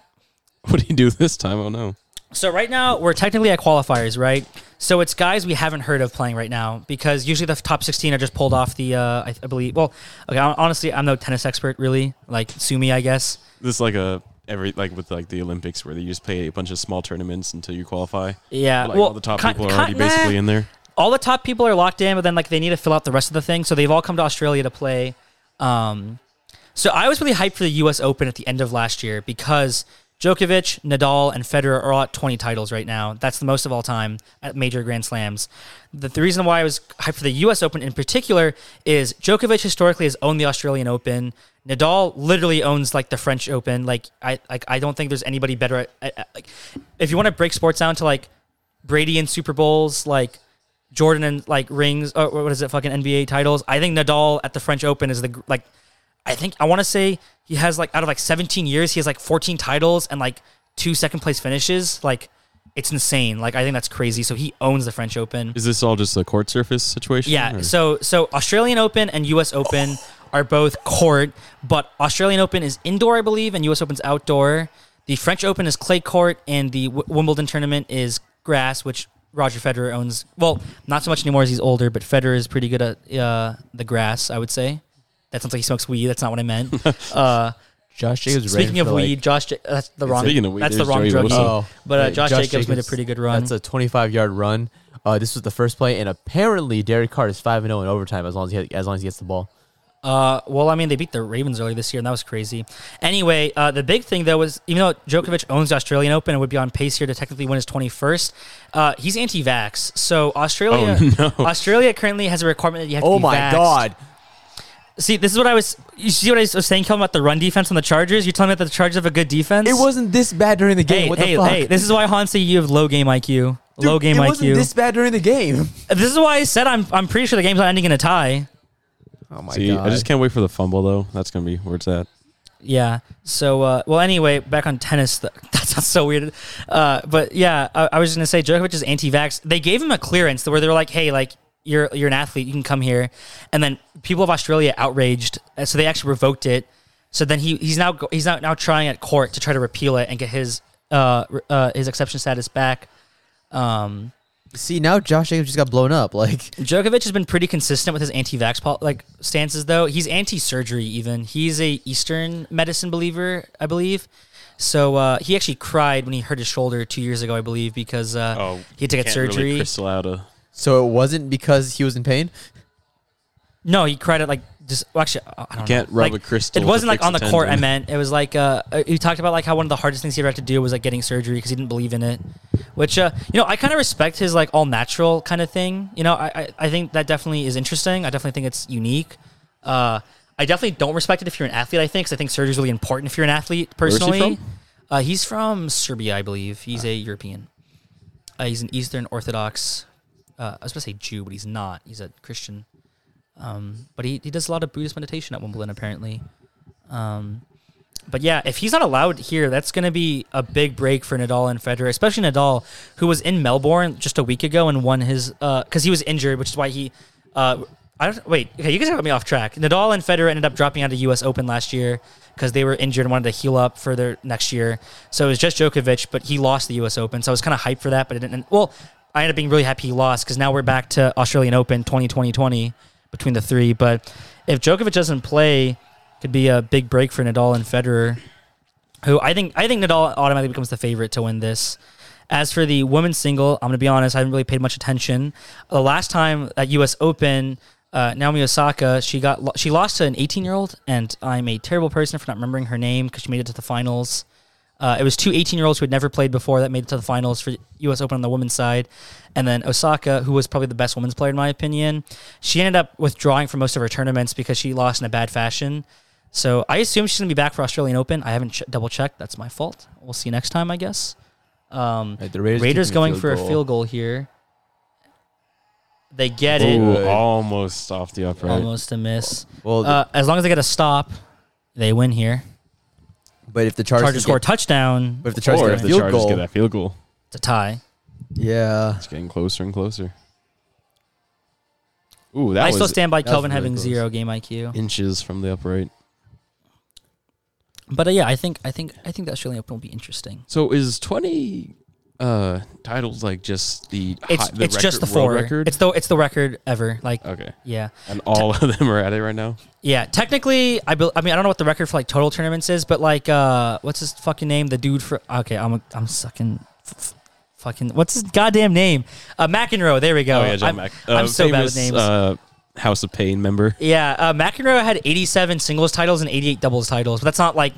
Speaker 3: What do you do this time? Oh no.
Speaker 1: So right now we're technically at qualifiers, right? So it's guys we haven't heard of playing right now because usually the top 16 are just pulled off the. Uh, I, I believe. Well, okay. hon- Honestly, I'm no tennis expert really. Like Sumi, I guess.
Speaker 3: This is like a every like with like the Olympics where you just play a bunch of small tournaments until you qualify.
Speaker 1: Yeah.
Speaker 3: Like
Speaker 1: well,
Speaker 3: all the top
Speaker 1: ki-
Speaker 3: people are
Speaker 1: ki-
Speaker 3: already basically
Speaker 1: nah.
Speaker 3: in there.
Speaker 1: all the top people are locked in, but then like they need to fill out the rest of the thing. So they've all come to Australia to play. Um, so I was really hyped for the U.S. Open at the end of last year because Djokovic, Nadal, and Federer are all at 20 titles right now. That's the most of all time at major Grand Slams. The, the reason why I was hyped for the U.S. Open in particular is Djokovic historically has owned the Australian Open. Nadal literally owns like the French Open. Like I like I don't think there's anybody better at, at, at like if you want to break sports down to like Brady and Super Bowls, like Jordan and like rings, or what is it, fucking NBA titles. I think Nadal at the French Open is the gr- like, I think I want to say he has like out of like 17 years, he has like 14 titles and like two second place finishes. Like, it's insane. Like, I think that's crazy. So he owns the French Open.
Speaker 3: Is this all just a court surface situation?
Speaker 1: Yeah.
Speaker 3: or-
Speaker 1: So so Australian Open and U.S. Open
Speaker 3: Oh.
Speaker 1: are both court, but Australian Open is indoor, I believe, and U.S. Open's outdoor. The French Open is clay court, and the w- Wimbledon tournament is grass, which Roger Federer owns. Well, not so much anymore as he's older, but Federer is pretty good at uh, the grass, I would say. That sounds like he smokes weed. That's not what I meant. uh,
Speaker 4: Josh Jacobs. is ready
Speaker 1: speaking of
Speaker 4: for, like-
Speaker 1: weed, Josh, Ja- that's the wrong.
Speaker 3: Speaking of weed,
Speaker 1: that's the
Speaker 3: there's
Speaker 1: wrong
Speaker 3: Joey
Speaker 1: drug.
Speaker 3: Wilson.
Speaker 1: use. But uh,
Speaker 4: Hey,
Speaker 1: Josh, Jacobs, made a pretty good run.
Speaker 4: Oh. That's a 25 yard run. Uh, this was the first play, and apparently Derek Carr is five and zero in overtime as long as he as long as he gets the ball.
Speaker 1: Uh, well, I mean, they beat the Ravens earlier this year, and that was crazy. Anyway, uh, the big thing though was even though Djokovic owns the Australian Open and would be on pace here to technically win his twenty first, uh, he's anti-vax. So Australia,
Speaker 4: Oh,
Speaker 1: Australia currently has a requirement that you have to be vaxxed. See, this is what I was. You see what I was saying, Kelvin, about the run defense on the Chargers. You're telling me that the Chargers have a good defense.
Speaker 4: It wasn't this bad during the game.
Speaker 1: Hey,
Speaker 4: what
Speaker 1: hey,
Speaker 4: the fuck?
Speaker 1: hey! This is why Hansi, you have low game IQ.
Speaker 4: Dude,
Speaker 1: low game
Speaker 4: it
Speaker 1: IQ.
Speaker 4: wasn't this bad during the game.
Speaker 1: this is why I said I'm. I'm pretty sure the game's not ending in a tie.
Speaker 4: Oh my
Speaker 3: See,
Speaker 4: god!
Speaker 3: I just can't wait for the fumble though. That's gonna be where it's at.
Speaker 1: Yeah. So, uh, well, anyway, back on tennis. Th- that sounds so weird. Uh, but yeah, I, I was just gonna say Djokovic is anti-vax. They gave him a clearance where they were like, "Hey, like you're you're an athlete, you can come here." And then people of Australia outraged, uh, so they actually revoked it. So then he he's now go- he's now now trying at court to try to repeal it and get his uh, re- uh his exception status back. Um,
Speaker 4: see now Josh Jacobs just got blown up. Like
Speaker 1: Djokovic has been pretty consistent with his anti-vax pol- like stances, though. He's anti-surgery. Even he's a Eastern medicine believer, I believe. So uh, he actually cried when he hurt his shoulder two years ago, I believe, because uh, he had to get surgery.
Speaker 3: Oh, crystal out a
Speaker 4: so, it wasn't because he was in pain.
Speaker 1: No, he cried at like just well, actually. I I don't
Speaker 3: can't
Speaker 1: know.
Speaker 3: rub
Speaker 1: Like,
Speaker 3: a crystal
Speaker 1: It
Speaker 3: to
Speaker 1: wasn't like
Speaker 3: fix
Speaker 1: on the
Speaker 3: a
Speaker 1: court. I
Speaker 3: tendon.
Speaker 1: meant it was like uh, uh, he talked about like how one of the hardest things he ever had to do was like getting surgery because he didn't believe in it. Which uh, you know, I kind of respect his like all natural kind of thing. You know, I, I I think that definitely is interesting. I definitely think it's unique. Uh, I definitely don't respect it if you're an athlete. I think 'cause I think surgery is really important if you're an athlete
Speaker 3: is he
Speaker 1: personally.
Speaker 3: from? Ah.
Speaker 1: Uh, he's from Serbia, I believe. He's a European. Uh, he's an Eastern Orthodox. Uh, I was going to say Jew, but he's not. He's a Christian. Um, but he, he does a lot of Buddhist meditation at Wimbledon, apparently. Um, but yeah, if he's not allowed here, that's going to be a big break for Nadal and Federer, especially Nadal, who was in Melbourne just a week ago and won his because he was injured, which is why he. Uh, I don't, wait, okay, you guys got me off track. Nadal and Federer ended up dropping out of U.S. Open last year because they were injured and wanted to heal up for their next year. So it was just Djokovic, but he lost the U.S. Open, so I was kind of hyped for that, but it didn't. Well, I ended up being really happy he lost because now we're back to Australian Open 2020 between the three. But if Djokovic doesn't play, could be a big break for Nadal and Federer, who I think I think Nadal automatically becomes the favorite to win this. As for the women's single, I'm going to be honest, I haven't really paid much attention. The last time at U.S. Open, uh, Naomi Osaka she got lo- she lost to an 18 year old, and I'm a terrible person for not remembering her name because she made it to the finals. Uh, it was two 18 year olds who had never played before that made it to the finals for U.S. Open on the women's side. And then Osaka, who was probably the best women's player in my opinion, she ended up withdrawing from most of her tournaments because she lost in a bad fashion. So I assume she's going to be back for Australian Open. I haven't ch- double checked. That's my fault. We'll see you next time, I guess. Um,
Speaker 5: Right, the Raiders,
Speaker 1: Raiders
Speaker 5: kicking
Speaker 1: going for a field goal here. They get it.
Speaker 3: Ooh, almost off the upright.
Speaker 1: Almost a miss.
Speaker 4: Well,
Speaker 1: Uh, as long as they get a stop, they win here.
Speaker 4: but if the Chargers,
Speaker 1: Chargers score a
Speaker 4: get-
Speaker 1: touchdown.
Speaker 4: but if the Chargers
Speaker 3: Or
Speaker 4: get
Speaker 3: if
Speaker 4: a
Speaker 3: the
Speaker 4: field
Speaker 3: Chargers
Speaker 4: goal,
Speaker 3: get that field goal,
Speaker 1: It's a tie.
Speaker 4: yeah,
Speaker 3: it's getting closer and closer. Ooh, that
Speaker 1: I
Speaker 3: was
Speaker 1: still stand by
Speaker 4: that was
Speaker 1: Kelvin
Speaker 4: really
Speaker 1: having
Speaker 4: close.
Speaker 1: zero game IQ.
Speaker 3: inches from the upright.
Speaker 1: But uh, yeah, I think I think I think the Australian Open will be interesting.
Speaker 3: So is twenty uh titles like just the
Speaker 1: It's
Speaker 3: hi- the
Speaker 1: it's just the
Speaker 3: record- world
Speaker 1: four.
Speaker 3: record? Uh,
Speaker 1: It's the it's the record ever. Like
Speaker 3: okay,
Speaker 1: yeah.
Speaker 3: and all of them are at it right now.
Speaker 1: Yeah, technically, I, bel I mean, I don't know what the record for like total tournaments is, but like, uh, what's his fucking name? The dude for okay, I'm a, I'm sucking, f- f- fucking. What's his goddamn name? Uh, McEnroe. There we go.
Speaker 3: Oh,
Speaker 1: I'm, I'm so bad with names.
Speaker 3: Uh, House of Pain member.
Speaker 1: yeah, uh, McEnroe had 87 singles titles and 88 doubles titles, but that's not like,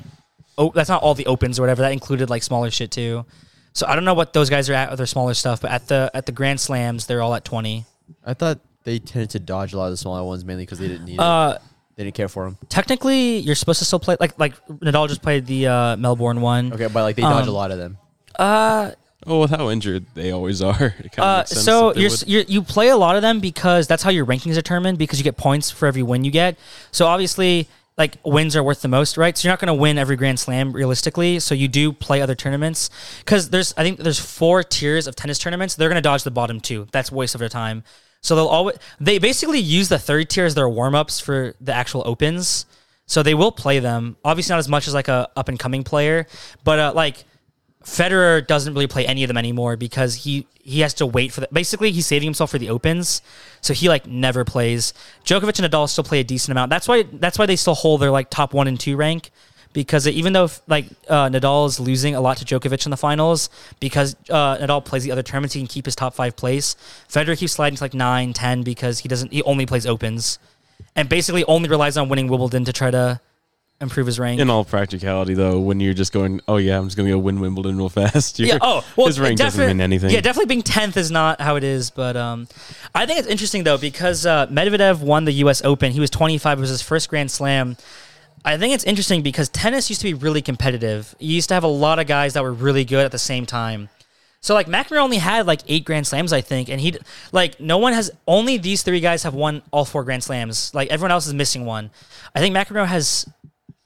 Speaker 1: oh, that's not all the opens or whatever. That included like smaller shit too. So I don't know what those guys are at with their smaller stuff, but at the at the Grand Slams, they're all at 20.
Speaker 4: I thought they tended to dodge a lot of the smaller ones mainly because they didn't need it.
Speaker 1: Uh,
Speaker 4: They didn't care for them.
Speaker 1: technically, you're supposed to still play like like Nadal just played the uh, Melbourne one.
Speaker 4: Okay, but like they dodge a
Speaker 1: um,
Speaker 4: lot of them.
Speaker 1: Uh,
Speaker 3: Oh, with how injured they always are. It kinda
Speaker 1: Uh,
Speaker 3: makes sense
Speaker 1: so
Speaker 3: that they
Speaker 1: you're,
Speaker 3: would-
Speaker 1: s- you're you play a lot of them because that's how your rankings are determined because you get points for every win you get. So obviously, like wins are worth the most, right? So you're not going to win every Grand Slam realistically. So you do play other tournaments because there's I think there's four tiers of tennis tournaments. They're going to dodge the bottom two. That's waste of their time. So they'll always they basically use the third tier as their warm ups for the actual opens. So they will play them. Obviously, not as much as like a up and coming player, but uh, like. Federer doesn't really play any of them anymore because he he has to wait for the basically he's saving himself for the opens, so he like never plays. Djokovic and Nadal still play a decent amount. That's why that's why they still hold their like top one and two rank because even though like uh, Nadal is losing a lot to Djokovic in the finals because uh, Nadal plays the other tournaments, he can keep his top five place. Federer keeps sliding to like nine, ten because he doesn't he only plays opens, and basically only relies on winning Wimbledon to try to improve his rank.
Speaker 3: in all practicality, though, when you're just going, oh yeah, I'm just going to go win Wimbledon real fast.
Speaker 1: Yeah.
Speaker 3: you're-
Speaker 1: Oh, well,
Speaker 3: his rank doesn't
Speaker 1: defi-
Speaker 3: mean anything.
Speaker 1: Yeah, definitely being tenth is not how it is, but um, I think it's interesting though because uh, Medvedev won the U.S. Open. He was 25. It was his first Grand Slam. I think it's interesting because tennis used to be really competitive. You used to have a lot of guys that were really good at the same time. So like McEnroe only had like eight Grand Slams, I think, and he like no one has only these three guys have won all four Grand Slams. Like everyone else is missing one. I think McEnroe has,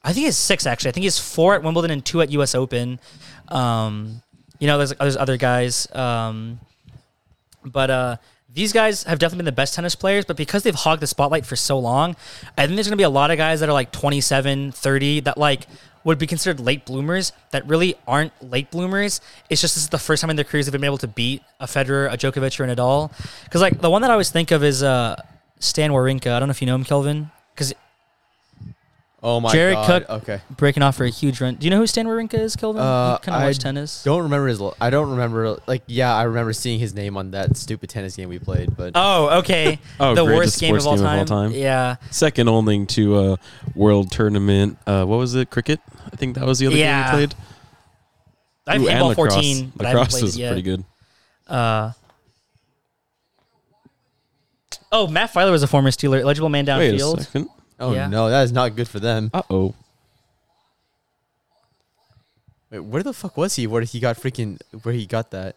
Speaker 1: I think he has six actually. I think he has four at Wimbledon and two at U.S. Open. Um, you know, there's there's other guys, um, but uh, these guys have definitely been the best tennis players. But because they've hogged the spotlight for so long, I think there's gonna be a lot of guys that are like 27, 30 that like would be considered late bloomers that really aren't late bloomers. It's just this is the first time in their careers they've been able to beat a Federer, a Djokovic, or an Nadal. Because like the one that I always think of is uh, Stan Wawrinka. I don't know if you know him, Kelvin, because
Speaker 4: Oh my
Speaker 1: Jared
Speaker 4: god.
Speaker 1: Cook-
Speaker 4: Okay.
Speaker 1: breaking off for a huge run. Do you know who Stan Wawrinka is, Kelvin?
Speaker 4: Uh,
Speaker 1: you kind
Speaker 4: I
Speaker 1: of watch tennis.
Speaker 4: Don't remember his. l- I don't remember. Like, yeah, I remember seeing his name on that stupid tennis game we played. But
Speaker 1: Oh, okay.
Speaker 3: Oh,
Speaker 1: the
Speaker 3: greatest
Speaker 1: worst game
Speaker 3: sports
Speaker 1: of all,
Speaker 3: game of
Speaker 1: time.
Speaker 3: all time.
Speaker 1: Yeah,
Speaker 3: Second only to uh, World Tournament. Uh, what was it? Cricket? I think that was the other
Speaker 1: Yeah.
Speaker 3: game we played.
Speaker 1: I've
Speaker 3: Ooh,
Speaker 1: hit
Speaker 3: and
Speaker 1: ball
Speaker 3: lacrosse.
Speaker 1: fourteen, but I haven't
Speaker 3: Lacrosse
Speaker 1: played it
Speaker 3: is
Speaker 1: yet.
Speaker 3: pretty good.
Speaker 1: Uh, oh, Matt Filer was a former Steeler, eligible man
Speaker 3: Wait a
Speaker 1: downfield.
Speaker 3: second.
Speaker 4: oh
Speaker 1: yeah.
Speaker 4: no, that is not good for them.
Speaker 3: Uh oh.
Speaker 4: Wait, where the fuck was he? Where he got freaking? Where he got that?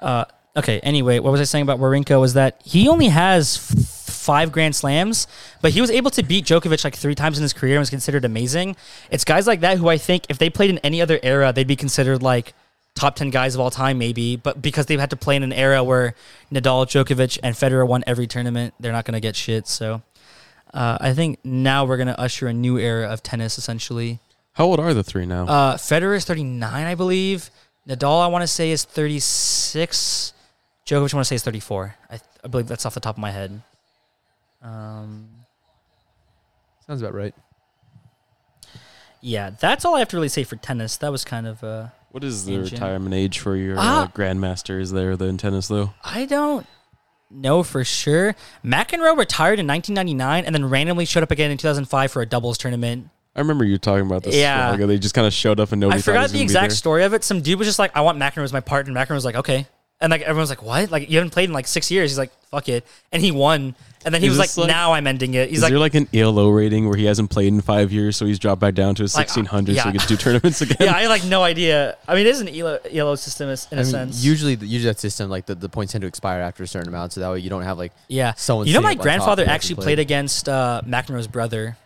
Speaker 1: Uh, okay. Anyway, what was I saying about Wawrinka was that he only has f- five Grand Slams, but he was able to beat Djokovic like three times in his career and was considered amazing. It's guys like that who I think if they played in any other era, they'd be considered like top ten guys of all time, maybe. But because they've had to play in an era where Nadal, Djokovic, and Federer won every tournament, they're not going to get shit. So. Uh, I think now we're going to usher a new era of tennis, essentially.
Speaker 3: How old are the three now?
Speaker 1: Uh, Federer is 39, I believe. Nadal, I want to say, is 36. Djokovic, I want to say, is 34. I, th- I believe that's off the top of my head. Um,
Speaker 4: Sounds about right.
Speaker 1: yeah, that's all I have to really say for tennis. That was kind of. Uh,
Speaker 3: what is the
Speaker 1: Ancient.
Speaker 3: retirement age for your uh,
Speaker 1: Ah!
Speaker 3: grandmaster? Is there the in tennis though?
Speaker 1: I don't know for sure. McEnroe retired in 1999 and then randomly showed up again in 2005 for a doubles tournament.
Speaker 3: I remember you talking about this.
Speaker 1: Yeah.
Speaker 3: Yeah, they just kind of showed up and nobody.
Speaker 1: I
Speaker 3: thought he
Speaker 1: forgot
Speaker 3: was
Speaker 1: the
Speaker 3: gonna be
Speaker 1: exact
Speaker 3: there.
Speaker 1: story of it. Some dude was just like, I want McEnroe as my partner. And McEnroe was like, okay. And like everyone's like, what? Like you haven't played in like six years. He's like, fuck it. And he won. And then he
Speaker 3: Is
Speaker 1: was like,
Speaker 3: this like-
Speaker 1: now I'm ending it. He's
Speaker 3: Is
Speaker 1: like,
Speaker 3: there like an ELO rating where he hasn't played in five years, so he's dropped back down to a
Speaker 1: Like, uh,
Speaker 3: 1600, so
Speaker 1: yeah.
Speaker 3: he gets two tournaments again?
Speaker 1: yeah, I had, like no idea. I mean, it is an ELO, ELO system is- in a
Speaker 4: I mean,
Speaker 1: sense.
Speaker 4: usually, the, usually that system like the, the points tend to expire after a certain amount, so that way you don't have like
Speaker 1: yeah.
Speaker 4: someone
Speaker 1: you know,
Speaker 4: sitting
Speaker 1: my
Speaker 4: up on top
Speaker 1: grandfather
Speaker 4: who hasn't
Speaker 1: actually
Speaker 4: played.
Speaker 1: played against uh, McEnroe's brother.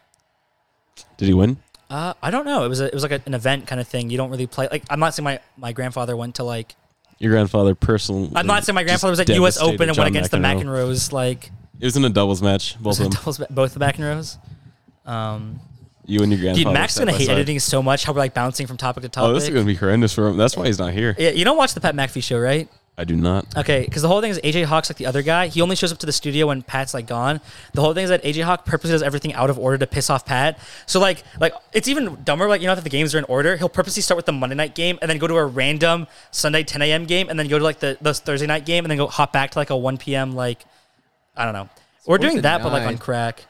Speaker 3: Did he win?
Speaker 1: Uh, I don't know. It was a, it was like a, an event kind of thing. You don't really play. Like I'm not saying my, my grandfather went to like.
Speaker 3: Your grandfather personally.
Speaker 1: I'm not saying my
Speaker 3: just
Speaker 1: grandfather was at U.S.
Speaker 3: devastated
Speaker 1: Open and
Speaker 3: John
Speaker 1: went against the McEnroes. Like
Speaker 3: It was in a doubles match, both of them.
Speaker 1: doubles- both the McEnroes. Um,
Speaker 3: You and your grandfather.
Speaker 1: Dude, Mac's
Speaker 3: side
Speaker 1: gonna
Speaker 3: by
Speaker 1: hate
Speaker 3: side.
Speaker 1: editing so much. How we're like bouncing from topic to topic.
Speaker 3: Oh, this is gonna be horrendous for him. That's why he's not here.
Speaker 1: yeah, you don't watch the Pat McAfee show, right?
Speaker 3: I do not.
Speaker 1: Okay, because the whole thing is AJ Hawk's like the other guy. He only shows up to the studio when Pat's like gone. The whole thing is that AJ Hawk purposely does everything out of order to piss off Pat. So like, like it's even dumber. Like you know that the games are in order. He'll purposely start with the Monday night game and then go to a random Sunday 10 a.m. game and then go to like the, the Thursday night game and then go hop back to like a 1 p.m. Like I don't know. We're doing
Speaker 4: to
Speaker 1: that, but like
Speaker 4: nine.
Speaker 1: on crack.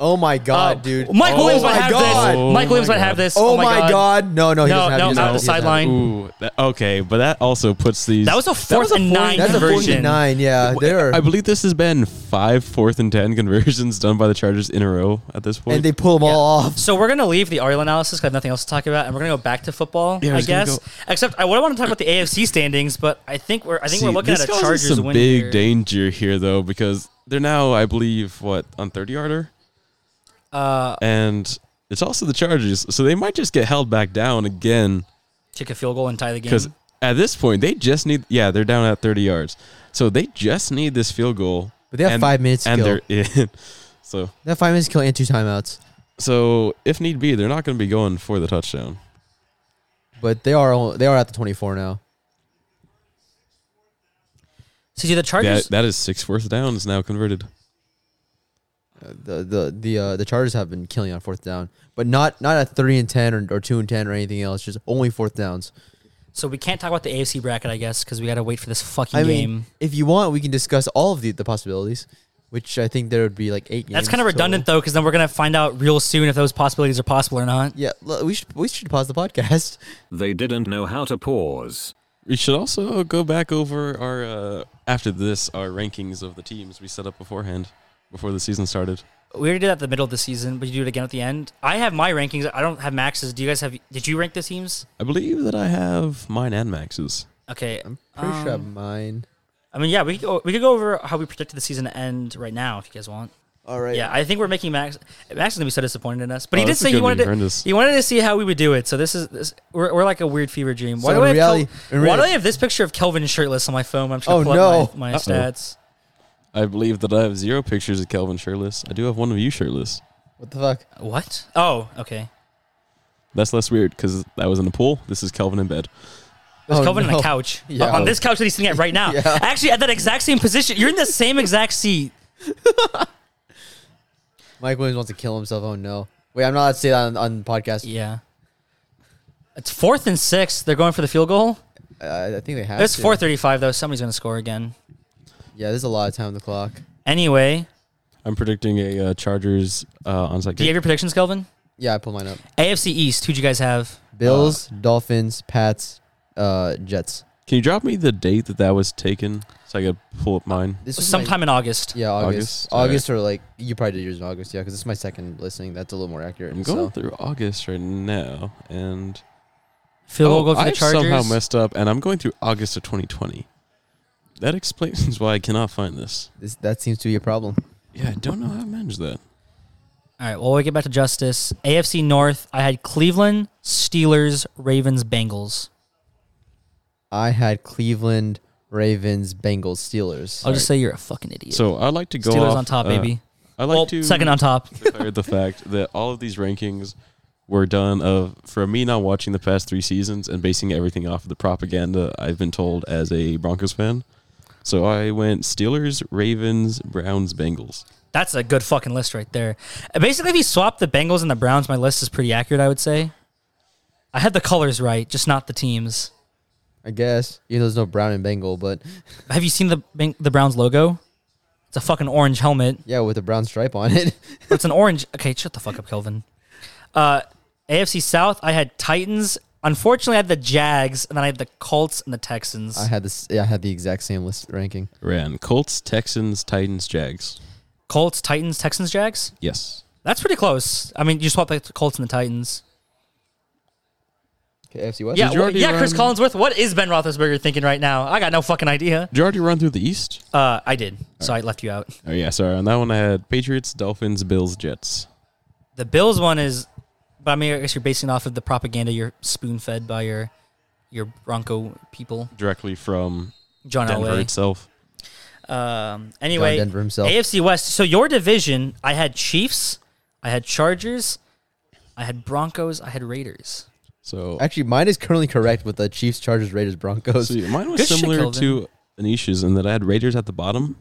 Speaker 4: Oh my god,
Speaker 1: Uh,
Speaker 4: dude!
Speaker 1: Mike
Speaker 4: oh
Speaker 1: Williams
Speaker 4: my
Speaker 1: might have
Speaker 4: god.
Speaker 1: this. Mike
Speaker 3: Oh
Speaker 1: Williams
Speaker 3: my
Speaker 1: might have
Speaker 3: God.
Speaker 1: this.
Speaker 4: Oh, my god. No, no, he
Speaker 1: No,
Speaker 4: doesn't have
Speaker 1: no,
Speaker 4: he doesn't
Speaker 1: out
Speaker 4: have-
Speaker 1: the
Speaker 4: he doesn't have-
Speaker 1: sideline.
Speaker 3: Ooh, that, okay, but that also puts these.
Speaker 1: That was a fourth
Speaker 3: was a
Speaker 1: and
Speaker 3: fourth-
Speaker 1: nine
Speaker 4: That's a
Speaker 1: conversion.
Speaker 4: 49. Yeah, there.
Speaker 3: I believe this has been five fourth and ten conversions done by the Chargers in a row at this point.
Speaker 4: and they pull them all off.
Speaker 1: So we're gonna leave the Ariel analysis. 'cause I have nothing else to talk about, and we're gonna go back to football.
Speaker 3: Yeah, I
Speaker 1: I
Speaker 3: was gonna
Speaker 1: guess.
Speaker 3: go-
Speaker 1: Except I, want to talk about the AFC standings, but I think we're I think we're
Speaker 3: See,
Speaker 1: looking
Speaker 3: this
Speaker 1: at a
Speaker 3: causes
Speaker 1: Chargers
Speaker 3: some
Speaker 1: win
Speaker 3: big
Speaker 1: here.
Speaker 3: danger here though because they're now, I believe, what on thirty yarder,
Speaker 1: uh,
Speaker 3: and it's also the Chargers, so they might just get held back down again.
Speaker 1: kick a field goal and tie the game.
Speaker 3: Because at this point, they just need. Yeah, they're down at 30 yards, so they just need this field goal.
Speaker 4: But they have five minutes to
Speaker 3: and
Speaker 4: kill.
Speaker 3: they're in. So,
Speaker 4: That five minutes kill and two timeouts,
Speaker 3: so if need be, they're not going to be going for the touchdown.
Speaker 4: but they are all- they are at the 24 now.
Speaker 1: So yeah, the Chargers.
Speaker 3: That, that is six fourth downs now converted.
Speaker 4: Uh, The the the uh, the Chargers have been killing on fourth down, but not not at three and ten or, or two and ten or anything else. Just only fourth downs.
Speaker 1: so we can't talk about the AFC bracket, I guess, because we gotta wait for this fucking
Speaker 4: I
Speaker 1: game.
Speaker 4: mean, if you want, we can discuss all of the, the possibilities, which I think there would be like eight.
Speaker 1: That's
Speaker 4: games
Speaker 1: kind of redundant
Speaker 4: total.
Speaker 1: though, because then we're gonna find out real soon if those possibilities are possible or not.
Speaker 4: Yeah, l- we should we should pause the podcast.
Speaker 2: They didn't know how to pause.
Speaker 3: We should also go back over our uh, after this our rankings of the teams we set up beforehand before the season started.
Speaker 1: We already did that at the middle of the season, but you do it again at the end. I have my rankings. I don't have Max's. Do you guys have? Did you rank the teams?
Speaker 3: I believe that I have mine and Max's.
Speaker 1: Okay,
Speaker 4: I'm pretty sure I have
Speaker 1: Um,
Speaker 4: mine.
Speaker 1: I mean, yeah, we could go, we could go over how we predicted the season to end right now if you guys want.
Speaker 4: All right.
Speaker 1: Yeah, I think we're making Max. Max is gonna be so disappointed in us, but
Speaker 3: Oh,
Speaker 1: he did
Speaker 3: this is
Speaker 1: say he
Speaker 3: gonna be
Speaker 1: wanted to,
Speaker 3: horrendous.
Speaker 1: he wanted to see how we would do it. So this is this, we're, we're like a weird fever dream. Why
Speaker 4: So
Speaker 1: do I
Speaker 4: in
Speaker 1: have
Speaker 4: reality-
Speaker 1: Kel- why do
Speaker 4: in
Speaker 1: I
Speaker 4: reality-
Speaker 1: have this picture of Kelvin shirtless on my phone? I'm trying
Speaker 4: Oh,
Speaker 1: to pull up
Speaker 4: no.
Speaker 1: my, my
Speaker 3: Uh-oh.
Speaker 1: stats.
Speaker 3: I believe that I have zero pictures of Kelvin shirtless. I do have one of you shirtless.
Speaker 4: What the fuck?
Speaker 1: What? Oh, okay.
Speaker 3: That's less weird because that was in the pool. This is Kelvin in bed.
Speaker 1: There's
Speaker 4: Oh,
Speaker 1: Kelvin on
Speaker 4: no.
Speaker 1: a couch
Speaker 4: Yeah.
Speaker 1: on this couch that he's sitting at right now.
Speaker 4: Yeah.
Speaker 1: Actually, at that exact same position. You're in the same exact seat.
Speaker 4: Mike Williams wants to kill himself. Oh no! Wait, I'm not allowed to say that on, on the podcast.
Speaker 1: Yeah. It's fourth and six. They're going for the field goal.
Speaker 4: Uh, I think they have.
Speaker 1: It's
Speaker 4: to.
Speaker 1: four thirty-five though. Somebody's gonna score again.
Speaker 4: Yeah, there's a lot of time on the clock.
Speaker 1: Anyway,
Speaker 3: I'm predicting a uh, Chargers uh, onside
Speaker 1: do you have
Speaker 3: kick.
Speaker 1: your predictions, Kelvin?
Speaker 4: Yeah, I pulled mine up.
Speaker 1: AFC East. Who'd you guys have? Uh,
Speaker 4: Bills, Dolphins, Pats, uh, Jets.
Speaker 3: Can you drop me the date that that was taken so I could pull up mine?
Speaker 4: This is my-
Speaker 1: Sometime in August.
Speaker 4: yeah, August.
Speaker 3: August? All
Speaker 4: August or like you probably did yours in August. Yeah, because this is my second listening. That's a little more accurate.
Speaker 3: I'm
Speaker 4: so.
Speaker 3: going through August right now, and
Speaker 1: Field goal
Speaker 3: Oh,
Speaker 1: goal for
Speaker 3: I
Speaker 1: the Chargers.
Speaker 3: somehow messed up, and I'm going through August of 2020. That explains why I cannot find this.
Speaker 4: This, that seems to be a problem.
Speaker 3: Yeah, I don't know how I managed that.
Speaker 1: All right, well, we get back to justice. AFC North, I had Cleveland, Steelers, Ravens, Bengals.
Speaker 4: I had Cleveland, Ravens, Bengals, Steelers.
Speaker 1: I'll just say you're a fucking idiot.
Speaker 3: So I'd like to go
Speaker 1: Steelers
Speaker 3: off,
Speaker 1: on top,
Speaker 3: uh,
Speaker 1: baby.
Speaker 3: I like
Speaker 1: well,
Speaker 3: to
Speaker 1: second on top.
Speaker 3: declare the fact that all of these rankings were done of from me not watching the past three seasons and basing everything off of the propaganda I've been told as a Broncos fan. So I went Steelers, Ravens, Browns, Bengals.
Speaker 1: That's a good fucking list right there. Uh, Basically, if you swap the Bengals and the Browns, my list is pretty accurate, I would say. I had the colors right, just not the teams.
Speaker 4: I guess. You know, there's no Brown and Bengal, but
Speaker 1: Have you seen the Beng- the Browns logo? It's a fucking orange helmet.
Speaker 4: yeah, with a brown stripe on it.
Speaker 1: But it's an orange. Okay, shut the fuck up, Kelvin. Uh, AFC South, I had Titans. Unfortunately, I had the Jags, and then I had the Colts and the Texans.
Speaker 4: I had this. Yeah, I had the exact same list ranking.
Speaker 3: Ran Colts, Texans, Titans, Jags.
Speaker 1: Colts, Titans, Texans, Jags.
Speaker 3: Yes.
Speaker 1: That's pretty close. I mean, you swap the Colts and the Titans.
Speaker 4: Okay, AFC West.
Speaker 1: Yeah,
Speaker 3: you
Speaker 1: well,
Speaker 3: already
Speaker 1: yeah. Chris
Speaker 3: run-
Speaker 1: Collinsworth. What is Ben Roethlisberger thinking right now? I got no fucking idea.
Speaker 3: Did you already run through the East?
Speaker 1: Uh, I did, so I left you out.
Speaker 3: Oh yeah, sorry. On that one, I had Patriots, Dolphins, Bills, Jets.
Speaker 1: The Bills one is, but I mean, I guess you're basing off of the propaganda you're spoon fed by your your Bronco people,
Speaker 3: Directly from
Speaker 1: John
Speaker 3: Denver
Speaker 1: Elway.
Speaker 3: itself.
Speaker 1: Um, anyway,
Speaker 4: John Denver himself.
Speaker 1: AFC West. So your division, I had Chiefs, I had Chargers, I had Broncos, I had Raiders.
Speaker 3: So
Speaker 4: Actually, mine is currently correct with the Chiefs, Chargers, Raiders, Broncos.
Speaker 3: See, mine was
Speaker 1: Good shit,
Speaker 3: similar
Speaker 1: Kelvin.
Speaker 3: to Anisha's in that I had Raiders at the bottom,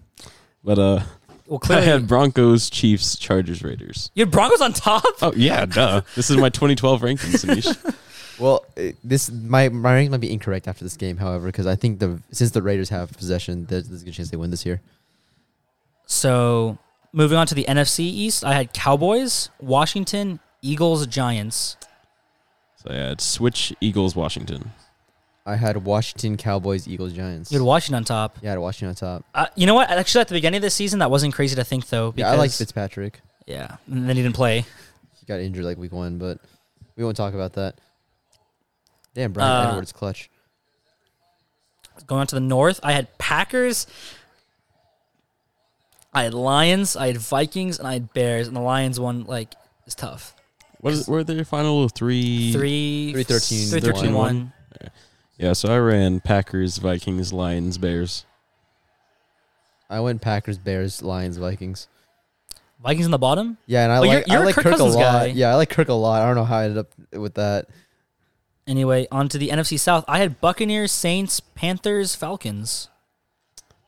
Speaker 3: but uh,
Speaker 1: Well,
Speaker 3: I
Speaker 1: clearly,
Speaker 3: had Broncos, Chiefs, Chargers, Raiders.
Speaker 1: you had Broncos on top.
Speaker 3: Oh yeah, duh. This is my 2012 rankings, Anish.
Speaker 4: Well, eh, this my my ranking might be incorrect after this game, however, because I think the since the Raiders have possession, there's, there's a good chance they win this year.
Speaker 1: So moving on to the NFC East, I had Cowboys, Washington, Eagles, Giants.
Speaker 3: So yeah, it's switch Eagles, Washington.
Speaker 4: I had Washington, Cowboys, Eagles, Giants.
Speaker 1: You had Washington on top.
Speaker 4: yeah, I had Washington on top.
Speaker 1: Uh, you know what? Actually, at the beginning of this season, that wasn't crazy to think though. Because,
Speaker 4: Yeah, I like Fitzpatrick.
Speaker 1: Yeah, and then he didn't play.
Speaker 4: He got injured like week one, but we won't talk about that. Damn, Brian
Speaker 1: Uh,
Speaker 4: Edwards clutch.
Speaker 1: Going on to the North, I had Packers, I had Lions, I had Vikings, and I had Bears. And the Lions one like is tough.
Speaker 3: What is, were their final three?
Speaker 1: Three,
Speaker 4: Three thirteen,
Speaker 1: three thirteen
Speaker 4: one.
Speaker 1: one.
Speaker 3: Yeah, so I ran Packers, Vikings, Lions, Bears.
Speaker 4: I went Packers, Bears, Lions, Vikings.
Speaker 1: Vikings in the bottom.
Speaker 4: Yeah, and I
Speaker 1: Well, you're-
Speaker 4: like
Speaker 1: you're
Speaker 4: I
Speaker 1: a
Speaker 4: like
Speaker 1: Kirk
Speaker 4: Kirk,
Speaker 1: Cousins
Speaker 4: a lot.
Speaker 1: guy.
Speaker 4: Yeah, I like Kirk a lot. I don't know how I ended up with that.
Speaker 1: Anyway, on to the NFC South. I had Buccaneers, Saints, Panthers, Falcons.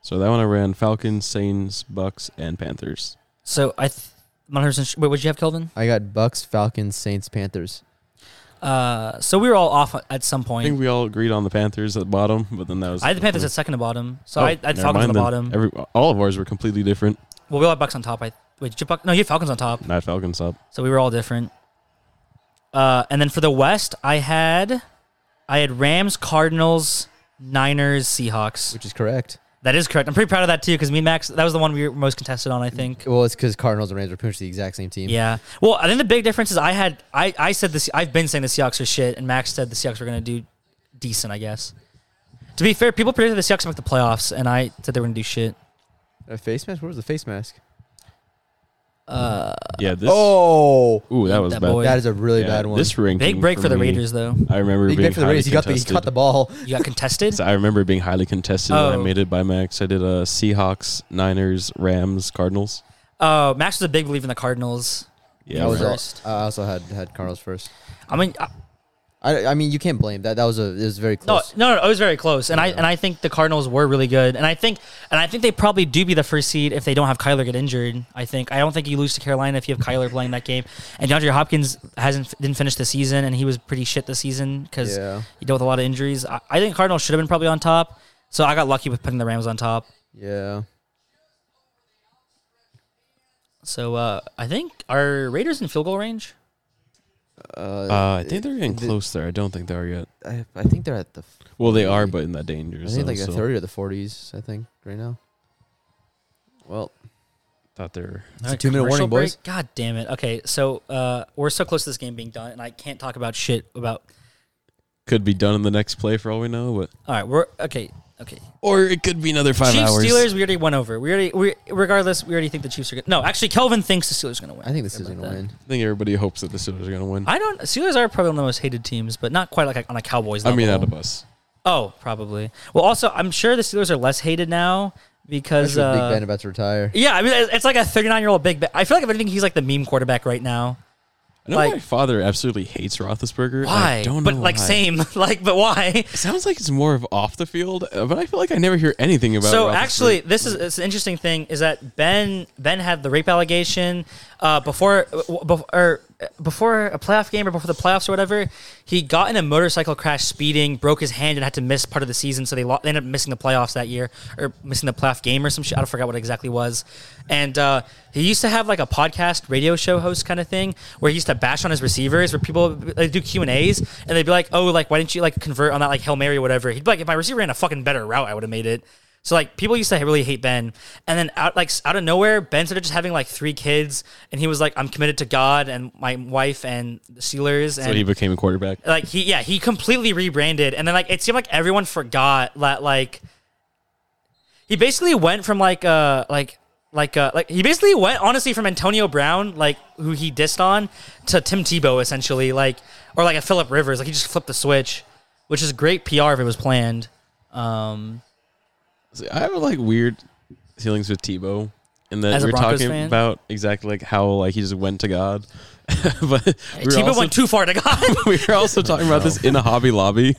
Speaker 3: So that one I ran Falcons, Saints, Bucks, and Panthers.
Speaker 1: So I, th- I'm not 100% sure. Wait, what'd you have, Kelvin?
Speaker 4: I got Bucks, Falcons, Saints, Panthers.
Speaker 1: Uh, so we were all off at some
Speaker 3: I
Speaker 1: point.
Speaker 3: think we all agreed on the Panthers at the bottom, but then that was
Speaker 1: I had the Panthers at second to bottom. So
Speaker 3: Oh,
Speaker 1: I, I had
Speaker 3: never
Speaker 1: Falcons on
Speaker 3: mind
Speaker 1: the
Speaker 3: then.
Speaker 1: bottom.
Speaker 3: Every, all of ours were completely different.
Speaker 1: well, we all had Bucks on top. I wait, did you Buc- no, you had Falcons on top.
Speaker 3: Not Falcons up.
Speaker 1: So we were all different. Uh, and then for the West, I had, I had Rams, Cardinals, Niners, Seahawks.
Speaker 4: Which is correct.
Speaker 1: That is correct. I'm pretty proud of that too because me and Max, that was the one we were most contested on. I think.
Speaker 4: Well, it's because Cardinals and Rams are pretty much the exact same team.
Speaker 1: Yeah. Well, I think the big difference is I had I I said this I've been saying the Seahawks are shit, and Max said the Seahawks were gonna do decent, I guess. To be fair, people predicted the Seahawks would make the playoffs, and I said they were gonna do shit.
Speaker 4: A face mask. Where was the face mask?
Speaker 3: Yeah, this.
Speaker 4: Oh,
Speaker 3: Ooh, that was
Speaker 1: that
Speaker 3: bad.
Speaker 1: boy.
Speaker 4: that is a really
Speaker 3: Yeah,
Speaker 4: bad one.
Speaker 3: This ranking
Speaker 1: Big break for, the
Speaker 3: me,
Speaker 1: Raiders, though.
Speaker 3: I remember
Speaker 4: Big
Speaker 3: being
Speaker 4: big for the
Speaker 3: highly
Speaker 4: Raiders. He got the he
Speaker 3: contested.
Speaker 4: caught the ball.
Speaker 1: You got contested.
Speaker 3: So I remember being highly contested. and
Speaker 1: Oh.
Speaker 3: I made it by Max. I did uh, Seahawks, Niners, Rams, Cardinals.
Speaker 1: Oh, Max was a big believer in the Cardinals.
Speaker 3: Yeah,
Speaker 4: I was
Speaker 3: right.
Speaker 1: first.
Speaker 4: I also had had Cardinals first.
Speaker 1: I mean, I,
Speaker 4: I, I mean you can't blame that. That was a it was very
Speaker 1: no,
Speaker 4: close.
Speaker 1: no, no, it was very close, and I and I think the Cardinals were really good, and I think and I think they probably do be the first seed if they don't have Kyler get injured. I think I don't think you lose to Carolina if you have Kyler playing that game, and DeAndre Hopkins hasn't didn't finish the season, and he was pretty shit this season because
Speaker 4: Yeah.
Speaker 1: he dealt with a lot of injuries. I, I think Cardinals should have been probably on top, so I got lucky with putting the Rams on top.
Speaker 4: Yeah.
Speaker 1: So uh, I think are Raiders in field goal range?
Speaker 3: Uh, I think they're getting close there. I don't think they are yet.
Speaker 4: I, I think they're at the f-
Speaker 3: Well, they are, but in that danger.
Speaker 4: I
Speaker 3: zone,
Speaker 4: think like
Speaker 3: so
Speaker 4: the thirty or the forties. I think right now. Well,
Speaker 3: thought they're.
Speaker 1: All right,
Speaker 4: two-minute
Speaker 1: commercial
Speaker 4: warning, boys.
Speaker 1: break? God damn it. Okay, so uh, we're so close to this game being done, and I can't talk about shit about.
Speaker 3: Could be done in the next play for all we know, but
Speaker 1: All right, we're okay. Okay.
Speaker 3: Or it could be another five
Speaker 1: Chiefs
Speaker 3: hours.
Speaker 1: Steelers. We already went over. We already. We, regardless, we already think the Chiefs are. Gonna, no, actually, Kelvin thinks the Steelers are going to win.
Speaker 4: I think this is
Speaker 1: Something
Speaker 4: gonna
Speaker 1: like that.
Speaker 4: win.
Speaker 3: I think everybody hopes that the Steelers are going to win. I,
Speaker 1: I don't. Steelers are probably one of the most hated teams, but not quite like on a Cowboys level.
Speaker 3: mean, out of us.
Speaker 1: Oh, probably. Well, also, I'm sure the Steelers are less hated now because
Speaker 4: Especially with
Speaker 1: uh,
Speaker 4: Big Ben about to retire.
Speaker 1: yeah, I mean, it's it's like a 39 year old Big Ben. I feel like if anything, he's like the meme quarterback right now.
Speaker 3: I know
Speaker 1: Like-
Speaker 3: my father absolutely hates Roethlisberger. and
Speaker 1: Why?
Speaker 3: I don't know
Speaker 1: but like
Speaker 3: why.
Speaker 1: same, like but why?
Speaker 3: It sounds like it's more of off the field, uh, but I feel like I never hear anything about.
Speaker 1: So
Speaker 3: Roethlisberger.
Speaker 1: actually, this is it's an interesting thing is that Ben Ben had the rape allegation uh, before before or uh, before a playoff game or before the playoffs or whatever. He got in a motorcycle crash, speeding, broke his hand, and had to miss part of the season. So they, lo- they ended up missing the playoffs that year or missing the playoff game or some shit. I forgot what it exactly was. And uh, he used to have like a podcast radio show host kind of thing where he used to bash on his receivers where people like, do Q and A's and they'd be like, oh, like why didn't you like convert on that like hail mary or whatever? He'd be like, if my receiver ran a fucking better route, I would have made it. So like people used to really hate Ben, and then out like out of nowhere, Ben started just having like three kids, and he was like, "I'm committed to God and my wife and the Steelers." And
Speaker 3: so he became a quarterback.
Speaker 1: like he yeah he completely rebranded and then like it seemed like everyone forgot that like he basically went from like uh like like uh like he basically went honestly from Antonio Brown like who he dissed on to Tim Tebow essentially like or like a Philip Rivers like he just flipped the switch which is great PR if it was planned um
Speaker 3: See, I have like weird feelings with Tebow, and
Speaker 1: As
Speaker 3: that
Speaker 1: a
Speaker 3: we're
Speaker 1: Broncos
Speaker 3: talking
Speaker 1: fan?
Speaker 3: about exactly like how like he just went to God, but we were
Speaker 1: Tebow
Speaker 3: also-
Speaker 1: went too far to God
Speaker 3: we were also talking about this in a Hobby Lobby,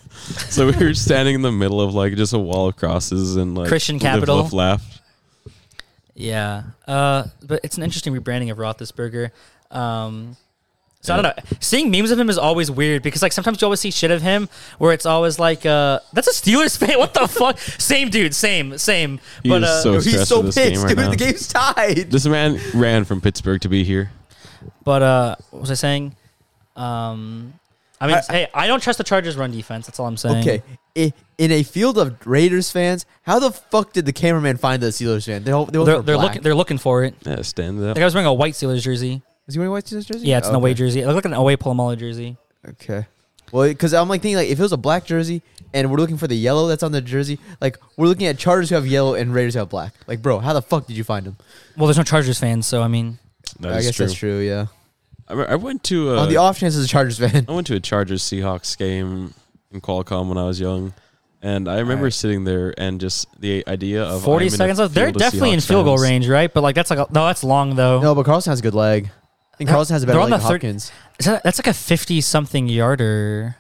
Speaker 3: so we were standing in the middle of like just a wall of crosses and like
Speaker 1: Christian
Speaker 3: live,
Speaker 1: capital.
Speaker 3: love, laugh.
Speaker 1: Yeah, uh, but it's an interesting rebranding of Roethlisberger. Um, so I don't know. Seeing memes of him is always weird because like sometimes you always see shit of him where it's always like, uh, "That's a Steelers fan. What the fuck? Same dude. Same. Same."
Speaker 3: He
Speaker 1: but
Speaker 3: is
Speaker 1: uh,
Speaker 3: so stressed
Speaker 4: He's so
Speaker 3: for this game
Speaker 4: pissed,
Speaker 3: right
Speaker 4: dude.
Speaker 3: now.
Speaker 4: The game's tied.
Speaker 3: This man ran from Pittsburgh to be here.
Speaker 1: but uh, what was I saying? Um, I mean,
Speaker 4: I-
Speaker 1: hey, I don't trust the Chargers' run defense. That's all I'm saying.
Speaker 4: Okay. I- In a field of Raiders fans, how the fuck did the cameraman find the Steelers fan? They, all- they all
Speaker 1: they're,
Speaker 4: were
Speaker 1: they're
Speaker 4: black.
Speaker 1: looking. They're looking for it.
Speaker 3: Yeah, stand up.
Speaker 1: The guy was wearing a white Steelers jersey.
Speaker 4: Is he wearing a white Steelers jersey?
Speaker 1: Yeah, it's an
Speaker 4: Oh,
Speaker 1: away
Speaker 4: okay.
Speaker 1: jersey. It looked like an away Palomalo jersey.
Speaker 4: Okay. Well, because I'm like thinking like if it was a black jersey and we're looking for the yellow that's on the jersey, like we're looking at Chargers who have yellow and Raiders who have black. Like, bro, how the fuck did you find him?
Speaker 1: Well, there's no Chargers fans, so I mean,
Speaker 3: That
Speaker 4: I
Speaker 3: is
Speaker 4: guess that's true. Yeah.
Speaker 3: I, I went to uh,
Speaker 4: on the off chance it's a Chargers fan.
Speaker 3: I went to a Chargers Seahawks game in Qualcomm when I was young, and I remember sitting there and just the idea of
Speaker 1: 40
Speaker 3: I'm in a
Speaker 1: seconds left. They're
Speaker 3: field of
Speaker 1: definitely in
Speaker 3: Seahawks
Speaker 1: field goal
Speaker 3: fans.
Speaker 1: range, right? But like that's like a, no, that's long though.
Speaker 4: No, but Carlson has a good leg. I think
Speaker 1: They're-
Speaker 4: Carlson has a better
Speaker 1: they're on
Speaker 4: leg than
Speaker 1: the third-
Speaker 4: Hopkins.
Speaker 1: Is that, that's like a fifty-something yarder.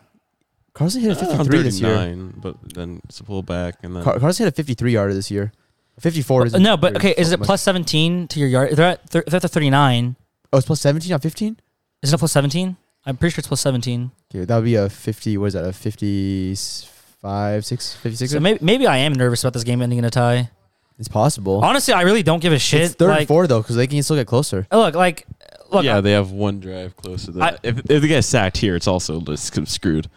Speaker 4: Carlson hit a
Speaker 3: Uh,
Speaker 4: 53 this year.
Speaker 3: 39, but then it's a pull back and then
Speaker 4: Car- Carlson hit a 53 yarder this year. 54 is
Speaker 1: Uh, No, but okay, is it
Speaker 4: much.
Speaker 1: plus seventeen to your yard? They're at thir- they're at the thirty-nine.
Speaker 4: Oh, it's plus 17 on 15.
Speaker 1: Is it a plus seventeen? I'm pretty sure it's plus seventeen.
Speaker 4: Okay, that would be a 50. What is that? A 55, 6, 56?
Speaker 1: So maybe, maybe I am nervous about this game ending in a tie.
Speaker 4: it's possible.
Speaker 1: Honestly, I really don't give a Oh, shit.
Speaker 4: it's third
Speaker 1: like,
Speaker 4: and four though, because they can still get closer.
Speaker 1: Look, like, look.
Speaker 3: yeah,
Speaker 1: I,
Speaker 3: they have one drive close to
Speaker 1: I-
Speaker 3: that. if, if they get sacked here, it's also just screwed.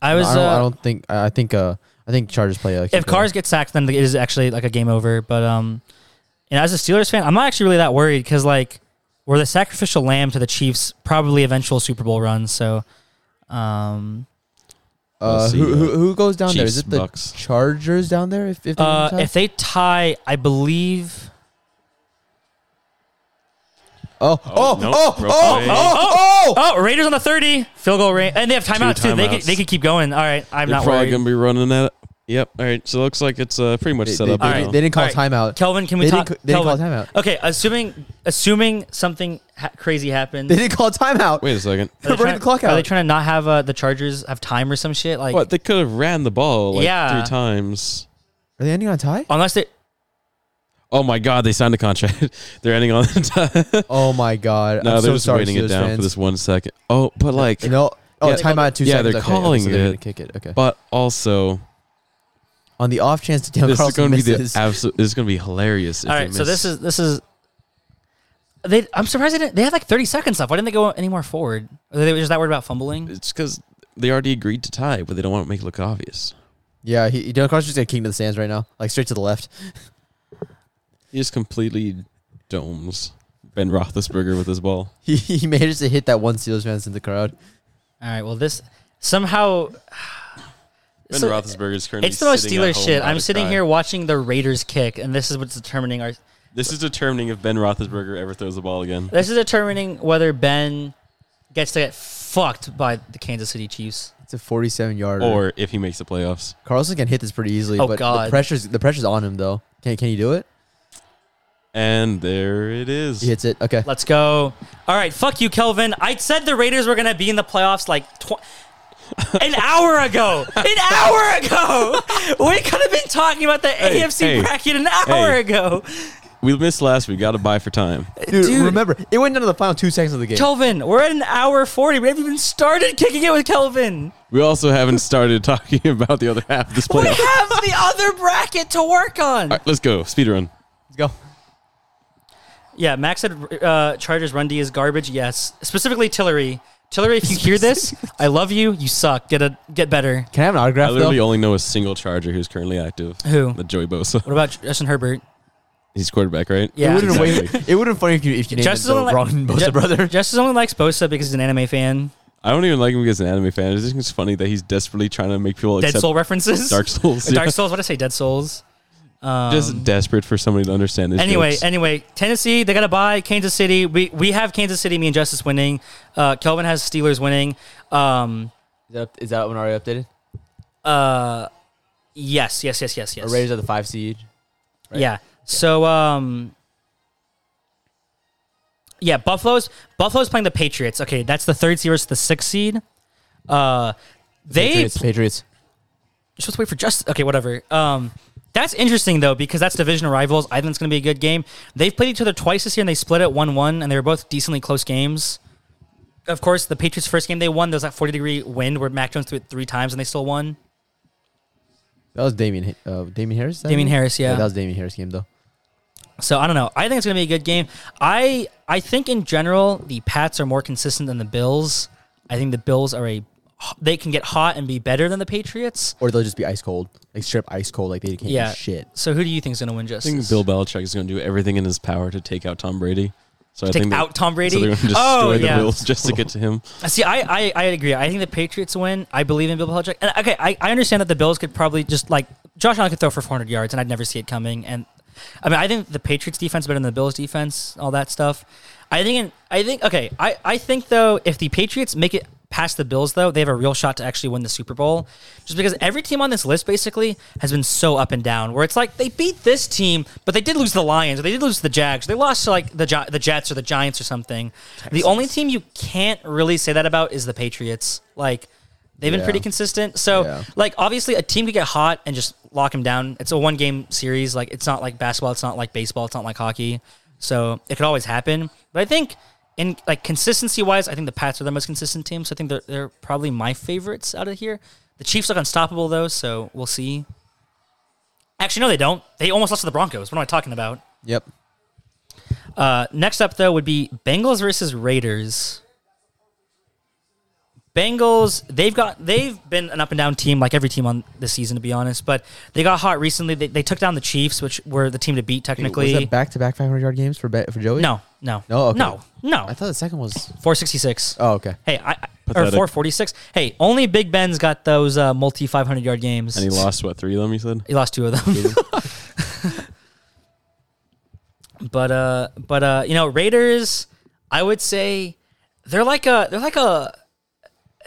Speaker 1: I was.
Speaker 4: I, don't,
Speaker 1: uh,
Speaker 4: I don't think. I I think. Uh, I think Chargers play. Uh,
Speaker 1: if Cars get sacked, then it is actually like a game over. But um, and as a Steelers fan, I'm not actually really that worried because like we're the sacrificial lamb to the Chiefs, probably eventual Super Bowl run. So, um,
Speaker 3: We'll
Speaker 4: uh,
Speaker 3: see,
Speaker 4: who,
Speaker 3: uh,
Speaker 4: who, who goes down there? Is
Speaker 3: Chiefs,
Speaker 4: it the
Speaker 3: Bucks.
Speaker 4: Chargers down there? If if they,
Speaker 1: uh,
Speaker 4: win
Speaker 1: if they tie, I believe.
Speaker 4: oh oh
Speaker 3: nope,
Speaker 4: oh
Speaker 3: broke
Speaker 4: oh
Speaker 3: away.
Speaker 4: oh oh
Speaker 1: Oh, Raiders on the thirty field goal range, and they have timeouts too. They could,
Speaker 3: timeouts.
Speaker 1: they could keep going. All right, I'm
Speaker 3: They're
Speaker 1: not
Speaker 3: probably
Speaker 1: worried.
Speaker 3: gonna be running at it. Yep. All right. So it looks like it's uh, pretty much
Speaker 4: They,
Speaker 3: set
Speaker 4: they-
Speaker 3: up.
Speaker 4: they-
Speaker 3: right
Speaker 4: they
Speaker 3: now.
Speaker 4: didn't call
Speaker 1: All right.
Speaker 4: timeout.
Speaker 1: Kelvin, can we
Speaker 4: They
Speaker 1: talk?
Speaker 4: didn't c- they didn't call
Speaker 1: Kelvin.
Speaker 4: timeout.
Speaker 1: Okay, assuming assuming something ha- crazy happened.
Speaker 4: They didn't call timeout.
Speaker 3: Wait a second.
Speaker 1: Are they
Speaker 4: Running
Speaker 1: trying-
Speaker 4: the clock
Speaker 1: Are they
Speaker 4: out.
Speaker 1: trying to not have uh, the Chargers have time or some shit? Like,
Speaker 3: What they could have ran the ball like
Speaker 1: Yeah.
Speaker 3: three times.
Speaker 4: Are they ending on a tie?
Speaker 1: unless they
Speaker 3: Oh my God! They signed a contract. They're ending on the time.
Speaker 4: Oh my god!
Speaker 3: no,
Speaker 4: I'm
Speaker 3: they're
Speaker 4: so
Speaker 3: just
Speaker 4: sorry,
Speaker 3: waiting it
Speaker 4: Steelers
Speaker 3: down
Speaker 4: fans.
Speaker 3: for this one second. Oh, but like,
Speaker 4: You know, oh
Speaker 3: Yeah,
Speaker 4: timeout two
Speaker 3: yeah,
Speaker 4: secones.
Speaker 3: they're
Speaker 4: okay, so
Speaker 3: calling
Speaker 4: they're gonna
Speaker 3: it,
Speaker 4: kick it. Okay.
Speaker 3: but also
Speaker 4: On the off chance that Daniel
Speaker 3: this is
Speaker 4: Carlson
Speaker 3: going to be the
Speaker 4: misses,
Speaker 3: absolute. This is going to be hilarious. If
Speaker 1: All
Speaker 3: they
Speaker 1: right, so
Speaker 3: miss.
Speaker 1: this is this is. They, I'm surprised they didn't. They had like 30 seconds left. Why didn't they go any more forward? Or they were just that worried about fumbling.
Speaker 3: It's because they already agreed to tie, but they don't want to make it look obvious.
Speaker 4: yeah, he, Daniel Carson's gonna king to the stands right now, like straight to the left.
Speaker 3: He just completely domes Ben Roethlisberger with his ball.
Speaker 4: He, he managed to hit that one Steelers fan in the crowd.
Speaker 1: All right, well this somehow
Speaker 3: Ben
Speaker 1: So-
Speaker 3: Roethlisberger is currently.
Speaker 1: It's the most
Speaker 3: sitting at
Speaker 1: Steelers
Speaker 3: home
Speaker 1: shit.
Speaker 3: on
Speaker 1: I'm
Speaker 3: a
Speaker 1: sitting
Speaker 3: cry.
Speaker 1: here watching the Raiders kick, and this is what's determining our.
Speaker 3: This is determining if Ben Roethlisberger ever throws the ball again.
Speaker 1: This is determining whether Ben gets to get fucked by the Kansas City Chiefs.
Speaker 4: It's a 47 yard.
Speaker 3: Or if he makes the playoffs.
Speaker 4: Carlson can hit this pretty easily.
Speaker 1: Oh,
Speaker 4: but
Speaker 1: God.
Speaker 4: The pressure's the pressure's on him though. Can can he do it?
Speaker 3: And there it is.
Speaker 4: He hits it. Okay.
Speaker 1: Let's go. All right, fuck you, Kelvin. I said the Raiders were gonna be in the playoffs like tw- an hour ago. An hour ago, we could have been talking about the AFC
Speaker 3: hey,
Speaker 1: bracket an hour
Speaker 3: hey.
Speaker 1: ago.
Speaker 3: We missed last week. Got to buy for time.
Speaker 4: Dude,
Speaker 1: Dude.
Speaker 4: remember it went down to the final two seconds of the game.
Speaker 1: Kelvin, we're at an hour forty. We haven't even started kicking it with Kelvin.
Speaker 3: We also haven't started talking about the other half of this
Speaker 1: We
Speaker 3: playoff. All
Speaker 1: have the other bracket to work on.
Speaker 3: right, let's go. Speed run.
Speaker 4: Let's go.
Speaker 1: Yeah, Max said uh, Chargers run D is garbage. Yes, specifically Tillery. Tillery, if you hear this, I love you. You suck. Get a get better.
Speaker 4: Can I have an
Speaker 3: I
Speaker 4: autograph though?
Speaker 3: literally only know a single Charger who's currently active.
Speaker 1: Who?
Speaker 3: The Joey Bosa.
Speaker 1: What about Justin Herbert?
Speaker 3: He's quarterback, right?
Speaker 1: Yeah.
Speaker 4: It wouldn't have
Speaker 3: Exactly.
Speaker 4: waited- it wouldn't have funny if you if you named
Speaker 1: Justin's
Speaker 4: it the
Speaker 1: only like-
Speaker 4: wrong Bosa
Speaker 1: Ju-
Speaker 4: brother.
Speaker 1: Justin only likes Bosa because he's an anime fan.
Speaker 3: I don't even like him because he's an anime fan. I just think it's funny that he's desperately trying to make people
Speaker 1: Dead
Speaker 3: accept
Speaker 1: Soul references.
Speaker 3: Dark Souls.
Speaker 1: Dark
Speaker 3: yeah.
Speaker 1: Souls. What did I say? Dead Souls.
Speaker 3: just desperate for somebody to understand this.
Speaker 1: Anyway,
Speaker 3: jokes.
Speaker 1: anyway, Tennessee they got to buy Kansas City. We we have Kansas City. Me and Justice winning. Uh, Kelvin has Steelers winning. Um,
Speaker 4: Is that, is that one already updated?
Speaker 1: yes, yes, yes, yes, yes.
Speaker 4: Or Raiders are the five seed.
Speaker 1: Yeah. So um Yeah, Buffalo's Buffalo's playing the Patriots. Okay, that's the third seed versus the sixth seed. Uh they
Speaker 4: Patriots. Patriots.
Speaker 1: just wait for just okay, whatever. Um that's interesting though, because that's divisional rivals. I think it's gonna be a good game. They've played each other twice this year and they split at one one and they were both decently close games. Of course, the Patriots first game they won, there was that forty degree wind where Mac Jones threw it three times and they still won.
Speaker 4: That was Damien. Ha- Uh, Damien Harris. is that
Speaker 1: Damien
Speaker 4: his name?
Speaker 1: Harris, yeah.
Speaker 4: that was Damien Harris game though.
Speaker 1: So I don't know. I think it's gonna be a good game. I I think in general the Pats are more consistent than the Bills. I think the Bills are a they can get hot and be better than the Patriots.
Speaker 4: Or they'll just be ice cold, like strip ice cold, like they can't
Speaker 1: Yeah.
Speaker 4: do shit.
Speaker 1: So who do you think's gonna win?
Speaker 3: I
Speaker 1: Justice?
Speaker 3: think Bill Belichick is going to do everything in his power to take out Tom Brady. So I
Speaker 1: Take
Speaker 3: think that-
Speaker 1: out Tom Brady?
Speaker 3: So they're going to destroy
Speaker 1: Oh,
Speaker 3: the
Speaker 1: yeah.
Speaker 3: Bills just to get to him.
Speaker 1: Uh, See, I, I I agree. I think the Patriots win. I believe in Bill Belichick. And okay, I, I understand that the Bills could probably just like Josh Allen could throw for 400 yards, and I'd never see it coming. And I mean, I think the Patriots defense is better than the Bills defense, all that stuff. I think in, I think okay, I I think though if the Patriots make it past the Bills though, they have a real shot to actually win the Super Bowl, just because every team on this list basically has been so up and down. Where it's like they beat this team, but they did lose the Lions, or they did lose the Jags, they lost to like the Gi- the Jets or the Giants or something. The only team you can't really say that about is the Patriots. Like they've been
Speaker 4: Yeah.
Speaker 1: pretty consistent. So
Speaker 4: Yeah.
Speaker 1: like obviously a team could get hot and just lock him down. It's a one game series. Like it's not like basketball. It's not like baseball. It's not like hockey. So it could always happen. But I think in like consistency wise, I think the Pats are the most consistent team. So I think they're they're probably my favorites out of here. The Chiefs look unstoppable though, so we'll see. Actually, no, they don't. They almost lost to the Broncos. What am I talking about?
Speaker 4: Yep.
Speaker 1: Uh, next up though would be Bengals versus Raiders. Bengals, they've got they've been an up and down team like every team on this season to be honest, but they got hot recently. They, they took down the Chiefs, which were the team to beat
Speaker 4: Was
Speaker 1: technically.
Speaker 4: that back to back 500 yard games for Ba- for Joey?
Speaker 1: no, no,
Speaker 4: No, okay.
Speaker 1: no, no.
Speaker 4: I thought the second was.
Speaker 1: 466.
Speaker 4: Oh, okay.
Speaker 1: Hey, I, I- or
Speaker 3: Pathetic.
Speaker 1: 446. Hey, only Big Ben's got those uh, multi 500 yard games.
Speaker 3: And he lost, what, three of them, you said?
Speaker 1: He lost two of them. but uh but uh you know, Raiders, I would say they're like a they're like a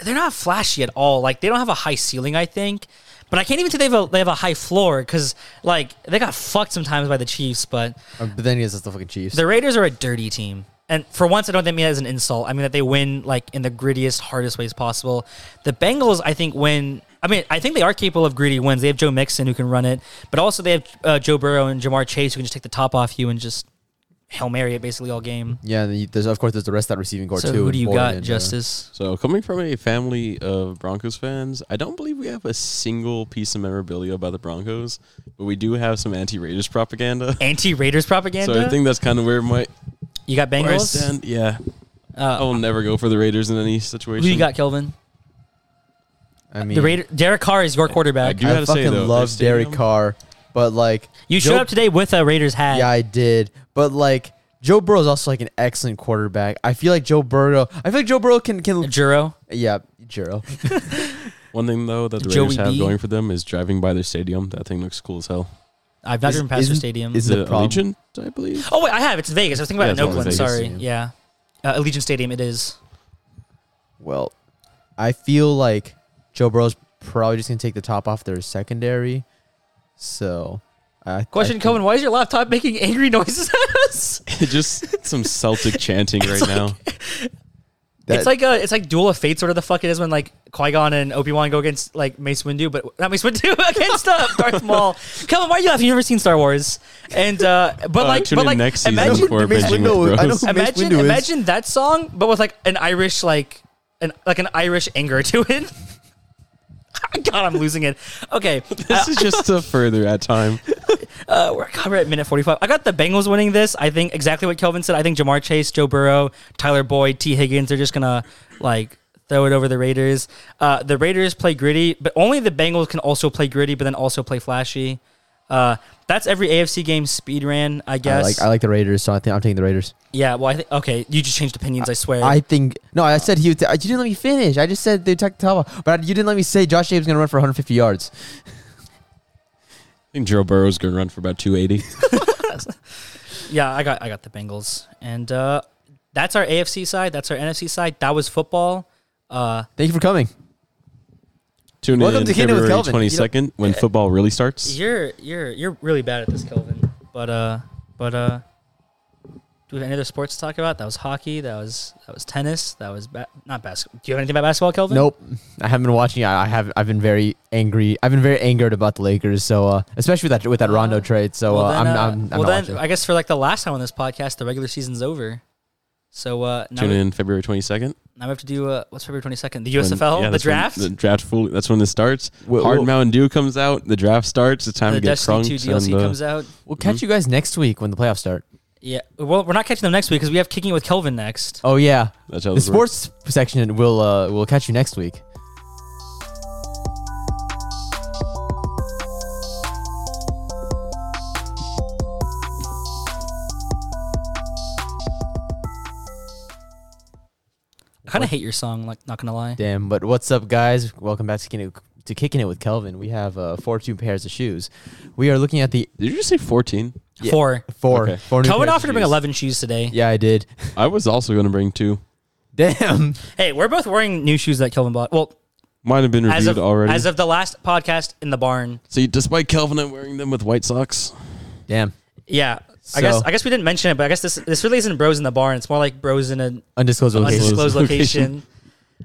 Speaker 1: they're not flashy at all. Like they don't have a high ceiling, I think. But I can't even say they have a they have a high floor because like they got fucked sometimes by the Chiefs. But
Speaker 4: Uh, But then he has the fucking Chiefs.
Speaker 1: the Raiders are a dirty team, and for once, I don't think mean that as an insult. I mean that they win like in the grittiest, hardest ways possible. The Bengals, I think, win. I mean, I think they are capable of gritty wins. They have Joe Mixon who can run it, but also they have uh, Joe Burrow and Jamar Chase who can just take the top off you and just hail mary it basically all game.
Speaker 4: yeah, and then you- there's of course there's the rest of that receiving core
Speaker 1: So
Speaker 4: too.
Speaker 1: who do you
Speaker 4: Boyd
Speaker 1: got,
Speaker 4: and, uh,
Speaker 1: Justice?
Speaker 3: So coming from a family of Broncos fans, I don't believe we have a single piece of memorabilia about the Broncos, but we do have some anti-Raiders propaganda.
Speaker 1: Anti Raiders propaganda.
Speaker 3: So I think that's kind of where my
Speaker 1: you got
Speaker 3: where I
Speaker 1: Bengals.
Speaker 3: stand. Yeah, I will never go for the Raiders in any
Speaker 1: Who
Speaker 3: situation.
Speaker 1: you Uh, got, Kelvin?
Speaker 4: I mean,
Speaker 1: The Raider Derek Carr is your
Speaker 3: I
Speaker 1: quarterback.
Speaker 3: do
Speaker 4: I
Speaker 3: have to say
Speaker 4: fucking
Speaker 3: though,
Speaker 4: love
Speaker 3: their
Speaker 4: Derek
Speaker 3: stadium-
Speaker 4: Carr, but like
Speaker 1: You
Speaker 4: Joe-
Speaker 1: showed up today with a Raiders hat.
Speaker 4: Yeah, I did. But like Joe Burrow is also like an excellent quarterback. I feel like Joe Burrow. I feel like Joe Burrow can can.
Speaker 1: Juro.
Speaker 4: Yeah, Juro.
Speaker 3: One thing though that the
Speaker 1: Joey
Speaker 3: Raiders have
Speaker 1: B.
Speaker 3: going for them is driving by their stadium. That thing looks cool as hell.
Speaker 1: I've not
Speaker 4: Is-
Speaker 1: driven past their
Speaker 4: isn't-
Speaker 1: stadium.
Speaker 4: is-
Speaker 3: Is
Speaker 4: Isn't
Speaker 3: it
Speaker 4: it Prom?
Speaker 3: Allegiant? I believe.
Speaker 1: oh wait, I have. It's in Vegas. I was thinking about
Speaker 3: Yeah,
Speaker 1: it in
Speaker 3: it's one of
Speaker 1: Oakland.
Speaker 3: Vegas,
Speaker 1: Sorry. Yeah.
Speaker 4: yeah.
Speaker 1: Uh, Allegiant Stadium. It is.
Speaker 4: Well, I feel like Joe Burrow's probably just gonna take the top off their secondary. So, I,
Speaker 1: Question,
Speaker 4: I think-
Speaker 1: Cohen. Why is your laptop making angry noises at us?
Speaker 3: Just some Celtic chanting right now.
Speaker 4: That-
Speaker 1: it's like a, it's like Duel of Fate, sort of the fuck it is when like Qui Gon and Obi Wan go against like Mace Windu, but not Mace Windu against uh, Darth Maul. Come on, why are you laughing? You've never seen Star Wars, and uh, but
Speaker 3: Uh,
Speaker 1: like,
Speaker 3: tune
Speaker 1: but
Speaker 3: in
Speaker 1: like,
Speaker 3: next season
Speaker 1: imagine,
Speaker 3: for
Speaker 4: Mace
Speaker 3: binging
Speaker 4: Windu-
Speaker 3: with
Speaker 4: I
Speaker 3: Bros.
Speaker 4: know- Mace
Speaker 1: imagine,
Speaker 4: Windu is.
Speaker 1: imagine that song, but with like an Irish like an like an Irish anger to it. God, I'm losing it. Okay,
Speaker 3: This is just a further at time.
Speaker 1: uh, we're, God, we're at minute 45. I got the Bengals winning this. I think exactly what Kelvin said. I think Jamar Chase, Joe Burrow, Tyler Boyd, T. Higgins, they're just going to like throw it over the Raiders. Uh, the Raiders play gritty, but only the Bengals can also play gritty, but then also play flashy. Uh, that's every AFC game speed ran, I
Speaker 4: I
Speaker 1: guess.
Speaker 4: like I like the Raiders, so I think I'm taking the Raiders.
Speaker 1: yeah, well, I think, okay, you just changed opinions, I, swear.
Speaker 4: I think no. I said he. Would you didn't let me finish. I just said they took the top off, but you didn't let me say Josh Jacobs gonna run for 150 yards.
Speaker 3: I think Joe Burrow's gonna run for about 280.
Speaker 1: yeah, I got I got the Bengals. And uh, that's our AFC side. That's our NFC side. That was football. Uh,
Speaker 4: Thank you for coming.
Speaker 3: Tune
Speaker 4: Welcome
Speaker 3: in
Speaker 4: to Kingdom with
Speaker 3: February
Speaker 4: Kelvin.
Speaker 3: 22nd when football really starts.
Speaker 1: You're you're you're really bad at this, Kelvin. But uh, but uh, do we have any other sports to talk about? That was hockey. That was that was tennis. That was ba- not basketball. Do you have anything about basketball, Kelvin?
Speaker 4: Nope, I haven't been watching. I, I have. I've been very angry. I've been very angered about the Lakers. So uh, especially with that with that Rondo trade. So
Speaker 1: Well,
Speaker 4: uh,
Speaker 1: then,
Speaker 4: I'm,
Speaker 1: uh,
Speaker 4: I'm, I'm
Speaker 1: well
Speaker 4: not
Speaker 1: then
Speaker 4: watching.
Speaker 1: I guess for like the last time on this podcast, the regular season's over. So uh, now,
Speaker 3: Tune
Speaker 1: we,
Speaker 3: in February 22nd.
Speaker 1: now we have to do uh, what's February twenty second? The
Speaker 3: when-
Speaker 1: USFL,
Speaker 3: yeah,
Speaker 1: the
Speaker 3: that's when
Speaker 1: draft,
Speaker 3: the draft. Fully, that's when this starts.
Speaker 4: Well,
Speaker 3: Hard
Speaker 4: well-
Speaker 3: Mountain Dew comes out. The draft starts. It's time
Speaker 1: the
Speaker 3: to get
Speaker 1: Destiny
Speaker 3: crunked.
Speaker 1: two DLC
Speaker 3: and, uh,
Speaker 1: comes out.
Speaker 4: we'll catch you guys next week when the playoffs start.
Speaker 1: Yeah, well, we're not catching them next week because we have kicking It with Kelvin next.
Speaker 4: Oh yeah,
Speaker 3: That's how
Speaker 4: the
Speaker 3: this works.
Speaker 4: sports section will uh, will catch you next week.
Speaker 1: I kind of hate your song, like not gonna lie.
Speaker 4: Damn, but what's up, guys? Welcome back to kicking it, to kicking it with Kelvin. We have uh, four two pairs of shoes. We are looking at the
Speaker 3: Did you just say 14?
Speaker 4: Yeah.
Speaker 1: Four.
Speaker 4: four
Speaker 3: Okay.
Speaker 4: four new
Speaker 1: Kelvin
Speaker 4: pairs of
Speaker 1: offered to bring
Speaker 4: shoes.
Speaker 1: eleven shoes today.
Speaker 4: Yeah, I did.
Speaker 3: I was also going to bring two.
Speaker 4: Damn.
Speaker 1: Hey, we're both wearing new shoes that Kelvin bought. Well,
Speaker 3: Might have been reviewed
Speaker 1: as of
Speaker 3: already.
Speaker 1: as of the last podcast in the barn.
Speaker 3: See, despite Kelvin not wearing them with white socks,
Speaker 4: Damn.
Speaker 1: Yeah. I
Speaker 4: So-
Speaker 1: guess I guess we didn't mention it, but I guess this this really isn't bros in the barn. It's more like bros in an
Speaker 4: Undisclosed location.
Speaker 1: undisclosed location.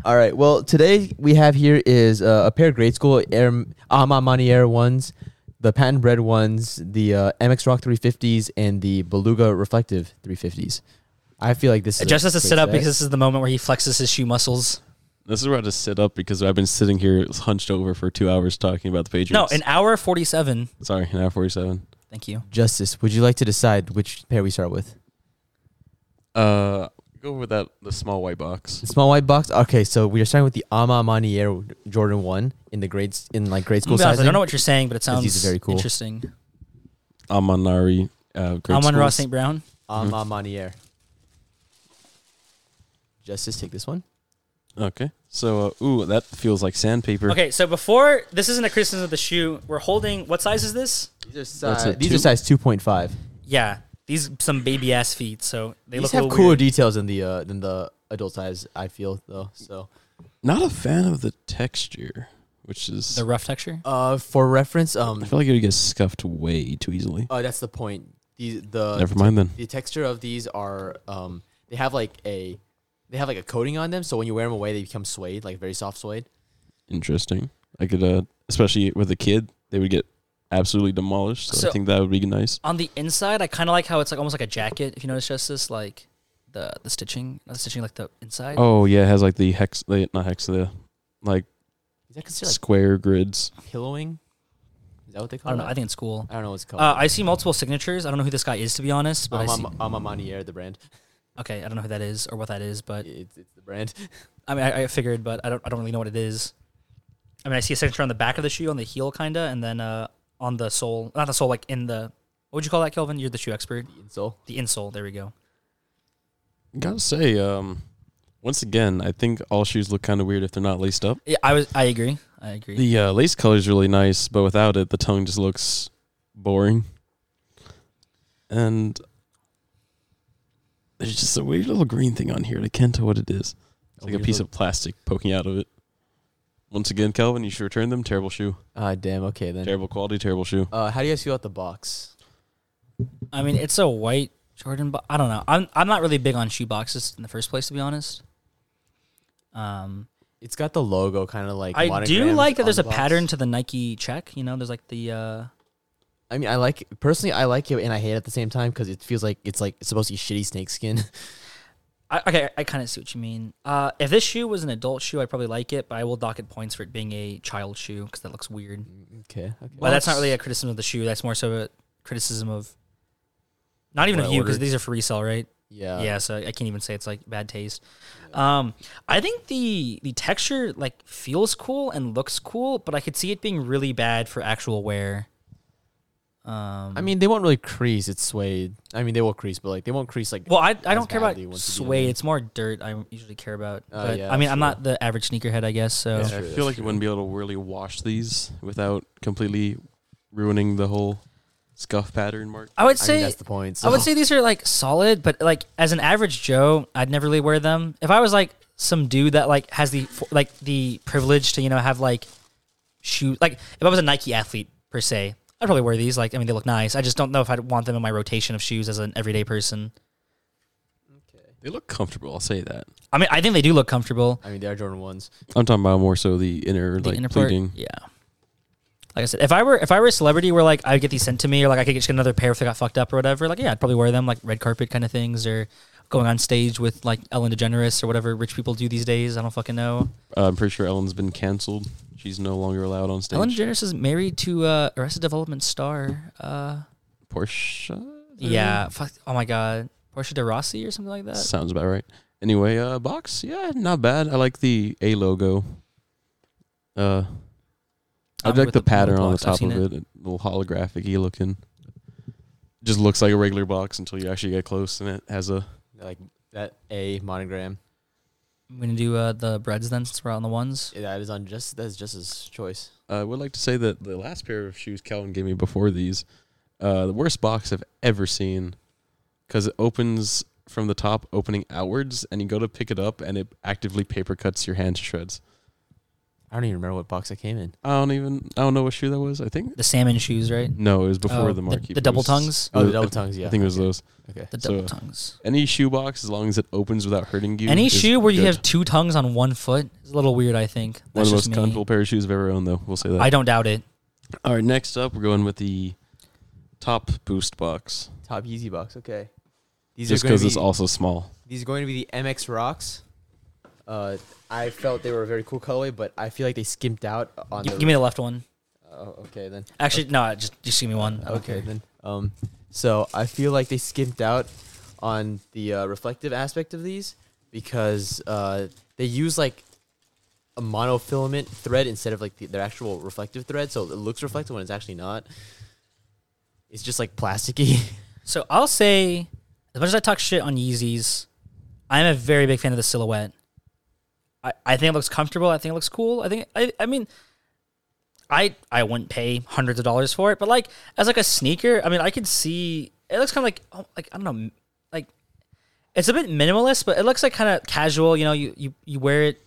Speaker 4: All right. Well, today we have here is uh, a pair of grade school Air Ama Mani Air ones, the patent bread ones, the uh, MX Rock 350s, and the Beluga Reflective 350s. I feel like this is
Speaker 1: Just
Speaker 4: a
Speaker 1: as a
Speaker 4: great
Speaker 1: sit up
Speaker 4: set.
Speaker 1: because this is the moment where he flexes his shoe muscles.
Speaker 3: this is where I just sit up because I've been sitting here hunched over for two hours talking about the Patriots.
Speaker 1: No, an hour forty seven.
Speaker 3: sorry, an hour forty-seven.
Speaker 1: Thank you.
Speaker 4: Justice, would you like to decide which pair we start with?
Speaker 3: Uh, go with that the small white box.
Speaker 4: The small white box. Okay, so we are starting with the Ama Mani Air Jordan One in the grades in like grade
Speaker 1: I'm
Speaker 4: school
Speaker 1: gonna be honest,
Speaker 4: size.
Speaker 1: I don't know what you're saying, but it sounds
Speaker 4: these are very cool.
Speaker 1: interesting.
Speaker 3: Amanari. Uh, grade
Speaker 1: I'm on Ross
Speaker 3: schools.
Speaker 1: St. Brown.
Speaker 4: Ama Ah Mani Air. Justice, take this one.
Speaker 3: Okay, so uh, ooh, that feels like sandpaper.
Speaker 1: Okay, so before this isn't a criticism of the shoe, we're holding what size is this?
Speaker 4: These are
Speaker 3: That's a
Speaker 4: size. These
Speaker 3: two?
Speaker 4: are size two point five.
Speaker 1: Yeah. These some baby ass feet, so they
Speaker 4: These
Speaker 1: look
Speaker 4: have
Speaker 1: a little
Speaker 4: cooler
Speaker 1: weird.
Speaker 4: details than the uh, than the adult size. I feel though. So,
Speaker 3: Not a fan of the texture, which is
Speaker 1: the rough texture.
Speaker 4: uh, for reference,
Speaker 3: I
Speaker 4: um,
Speaker 3: feel like it would get scuffed way too easily.
Speaker 4: uh, that's the point. These
Speaker 1: Uh,
Speaker 4: the
Speaker 3: Never mind then.
Speaker 4: the texture of these are um, they have like a they have like a coating on them. So when you wear them away, they become suede, like very soft suede.
Speaker 3: Interesting. I could, uh, especially with a kid, they would get absolutely demolished. So,
Speaker 1: So-
Speaker 3: I think that would be nice.
Speaker 1: on the inside, I kind of like how it's like almost like a jacket. If you notice, Justice, like the the stitching, not the stitching, like the inside.
Speaker 3: Oh yeah, it has like the hex, the, not hex, the like
Speaker 4: Is that considered
Speaker 3: square grids.
Speaker 4: like pillowing? Is that what they
Speaker 1: I
Speaker 4: call
Speaker 1: don't
Speaker 4: it?
Speaker 1: know. I think it's cool.
Speaker 4: I don't know what's called.
Speaker 1: Uh, I see multiple signatures. I don't know who this guy is to be honest,
Speaker 3: Um,
Speaker 1: but I see, Uh,
Speaker 4: Ama, Ama Manier, the brand.
Speaker 1: okay, I don't know who that is or what that is, but
Speaker 4: It's, it's the brand.
Speaker 1: I mean, I, I figured, but I don't, I don't really know what it is. I mean, I see a signature on the back of the shoe, on the heel, kinda, and then uh, on the sole, not the sole, like in the what would you call that, Kelvin? You're the shoe expert.
Speaker 4: Insole.
Speaker 1: The insole. There we go.
Speaker 3: Gotta say, um, once again, I think all shoes look kind of weird if they're not laced up.
Speaker 1: Yeah, I was. I agree. I I agree.
Speaker 3: The uh, lace color is really nice, but without it, the tongue just looks boring. And there's just a weird little green thing on here. I can't tell what it is. It's like a
Speaker 4: weird
Speaker 3: piece
Speaker 4: little-
Speaker 3: of plastic poking out of it. Once again, Calvin, you should return them. Terrible shoe.
Speaker 4: Ah, damn. Okay then.
Speaker 3: Terrible quality, terrible shoe.
Speaker 4: Uh, how do you guys feel about the box?
Speaker 1: I mean, it's a white Jordan, but I don't know. I'm I'm not really big on shoe boxes in the first place, to be honest. Um,
Speaker 4: It's got the logo kind of like.
Speaker 1: I do
Speaker 4: monogrammed
Speaker 1: like that.
Speaker 4: on
Speaker 1: There's
Speaker 4: the
Speaker 1: a
Speaker 4: box.
Speaker 1: pattern to the Nike check. You know, there's like the uh,
Speaker 4: I mean, I like personally, I like it and I hate it at the same time because it feels like it's like it's supposed to be shitty snake skin.
Speaker 1: I, okay, I kind of see what you mean. Uh, if this shoe was an adult shoe, I'd probably like it, but I will dock it points for it being a child shoe because that looks weird.
Speaker 4: okay. okay.
Speaker 1: But that's not really a criticism of the shoe. That's more so a criticism of not even
Speaker 3: What
Speaker 1: of
Speaker 3: I
Speaker 1: you because
Speaker 3: ordered.
Speaker 1: these are for resale, right?
Speaker 4: Yeah.
Speaker 1: yeah, so I can't even say it's like bad taste. Um, I think the the texture like feels cool and looks cool, but I could see it being really bad for actual wear. Um,
Speaker 4: I mean, they won't really crease. It's suede. I mean, they will crease, but like they won't crease like.
Speaker 1: Well, I, I
Speaker 4: as
Speaker 1: don't care
Speaker 4: badly
Speaker 1: about
Speaker 4: once you get in
Speaker 1: suede.
Speaker 4: there.
Speaker 1: It's more dirt I usually care about.
Speaker 4: Oh,
Speaker 1: but
Speaker 4: yeah,
Speaker 1: I mean, I'm
Speaker 4: sure.
Speaker 1: not the average sneakerhead, I guess. So
Speaker 4: That's
Speaker 3: I
Speaker 4: true,
Speaker 3: feel
Speaker 4: that's
Speaker 3: like you
Speaker 4: true.
Speaker 3: wouldn't be able to really wash these without completely ruining the whole scuff pattern mark.
Speaker 1: I would
Speaker 4: I mean,
Speaker 1: say I,
Speaker 4: that's the point.
Speaker 1: would
Speaker 4: so-
Speaker 1: say these are like solid, but like as an average Joe, I'd never really wear them. If I was like some dude that like has the fo- like the privilege to you know have like shoe like if I was a Nike athlete per se, I'd probably wear these. Like I mean, they look nice. I just don't know if I'd want them in my rotation of shoes as an everyday person.
Speaker 3: They look comfortable, I'll say that.
Speaker 1: I mean, I think they do look comfortable.
Speaker 4: I mean, they are Jordan ones.
Speaker 3: I'm talking about more so the inner
Speaker 1: the
Speaker 3: like
Speaker 1: inner part,
Speaker 3: pleating.
Speaker 1: Yeah. Like I said, if I were if I were a celebrity where like I would get these sent to me or like I could just get another pair if they got fucked up or whatever, like yeah, I'd probably wear them like red carpet kind of things or going on stage with like Ellen DeGeneres or whatever rich people do these days. I don't fucking know.
Speaker 3: Uh, I'm pretty sure Ellen's been canceled. She's no longer allowed on stage.
Speaker 1: Ellen DeGeneres is married to uh Arrested Development star. Uh
Speaker 3: Portia.
Speaker 1: yeah. Fuck oh my god. Portia de Rossi or something like that.
Speaker 3: Sounds about right. Anyway, uh, box, yeah, not bad. I like the A logo. Uh, I
Speaker 1: I'm
Speaker 3: like
Speaker 1: with the
Speaker 3: the
Speaker 1: metal
Speaker 3: pattern on the
Speaker 1: box. I've
Speaker 3: top
Speaker 1: seen
Speaker 3: of it. a little holographic y looking. Just looks like a regular box until you actually get close, and it has a.
Speaker 4: Like that A monogram.
Speaker 1: I'm gonna do uh the breads then since we're on the ones.
Speaker 4: Yeah, that is on just that's just his choice.
Speaker 3: I would like to say that the last pair of shoes Calvin gave me before these, uh, the worst box I've ever seen, because it opens from the top, opening outwards, and you go to pick it up, and it actively paper cuts your hand to shreds.
Speaker 4: I don't even remember what box I came in.
Speaker 3: I don't even. I don't know what shoe that was. I think
Speaker 1: The salmon shoes, right?
Speaker 3: no, it was before
Speaker 1: Oh,
Speaker 3: the
Speaker 1: the-
Speaker 3: marquee.
Speaker 1: the double
Speaker 3: posts.
Speaker 1: tongues?
Speaker 4: Oh, the
Speaker 3: I-
Speaker 4: double tongues, yeah.
Speaker 3: I think it was those.
Speaker 4: Okay.
Speaker 1: The
Speaker 3: So-
Speaker 1: double tongues.
Speaker 3: Any shoe box, as long as it opens without hurting you.
Speaker 1: Any
Speaker 3: is
Speaker 1: shoe where you
Speaker 3: good.
Speaker 1: have two tongues on one foot is a little weird, I think.
Speaker 3: one
Speaker 1: That's
Speaker 3: of the
Speaker 1: just
Speaker 3: most
Speaker 1: me.
Speaker 3: comfortable pair of shoes I've ever owned, though. We'll say that.
Speaker 1: I don't doubt it.
Speaker 3: All right, next up, we're going with the top boost box,
Speaker 4: Top Yeezy box. Okay. These
Speaker 3: just
Speaker 4: are going
Speaker 3: because
Speaker 4: to
Speaker 3: it's
Speaker 4: be
Speaker 3: also small.
Speaker 4: these are going to be the MX Rocks. Uh, I felt they were a very cool colorway, but I feel like they skimped out on.
Speaker 1: Give,
Speaker 4: the,
Speaker 1: give me the left one.
Speaker 4: Oh, okay then.
Speaker 1: Actually, no, just just give me one. I don't
Speaker 4: Okay
Speaker 1: care.
Speaker 4: then. Um, so I feel like they skimped out on the uh, reflective aspect of these because uh, they use like a monofilament thread instead of like the, their actual reflective thread, so it looks reflective when it's actually not. It's just like plasticky.
Speaker 1: So I'll say, as much as I talk shit on Yeezys, I'm a very big fan of the silhouette. I, I think it looks comfortable. I think it looks cool. I think I I mean, I I wouldn't pay hundreds of dollars for it, but like as like a sneaker, I mean, I could see it looks kind of like oh, like I don't know, like it's a bit minimalist, but it looks like kind of casual. You know, you you you wear it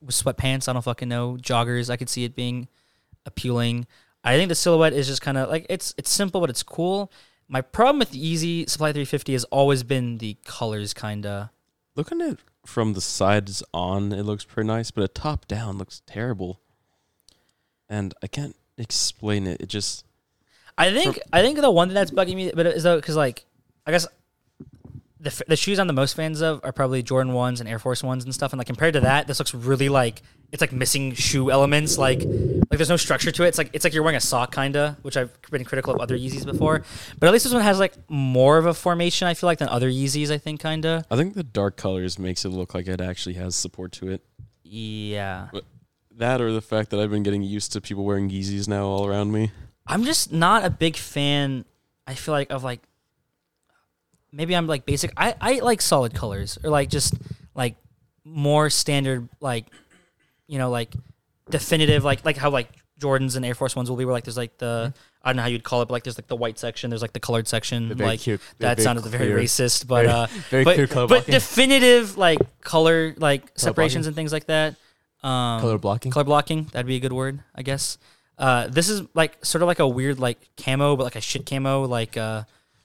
Speaker 1: with sweatpants. I don't fucking know joggers. I could see it being appealing. I think the silhouette is just kind of like it's it's simple but it's cool. My problem with the Easy Supply 350 has always been the colors, kinda.
Speaker 3: Looking at from the sides on, it looks pretty nice, but a top down looks terrible. And I can't explain it. It just
Speaker 1: I think I think the one thing that's bugging me, but is though because like I guess the f- the shoes I'm the most fans of are probably Jordan ones and Air Force ones and stuff. And like compared to that, this looks really like it's like missing shoe elements. Like like there's no structure to it. It's like it's like you're wearing a sock kinda, which I've been critical of other Yeezys before. But at least this one has like more of a formation. I feel like than other Yeezys. I think kinda.
Speaker 3: I think the dark colors makes it look like it actually has support to it.
Speaker 1: Yeah.
Speaker 3: But that or the fact that I've been getting used to people wearing Yeezys now all around me.
Speaker 1: I'm just not a big fan. I feel like of like maybe I'm like basic. I I like solid colors or like just like more standard like you know like definitive like like how like Jordans and Air Force Ones will be where like there's like the I don't know how you'd call it, but like there's like the white section, there's like the colored section.
Speaker 4: very
Speaker 1: like
Speaker 4: cute- Mm-hmm. they're
Speaker 1: that
Speaker 4: very
Speaker 1: sounded very
Speaker 4: clear.
Speaker 1: racist, but
Speaker 4: Very-
Speaker 1: uh,
Speaker 4: very
Speaker 1: but,
Speaker 4: clear color
Speaker 1: but
Speaker 4: blocking.
Speaker 1: definitive like color like separations
Speaker 4: blocking.
Speaker 1: and things like that. Um,
Speaker 4: Color blocking?
Speaker 1: color blocking that'd be a good word, I guess. Uh, this is like sort of like a weird like camo, but like a shit camo, like uh,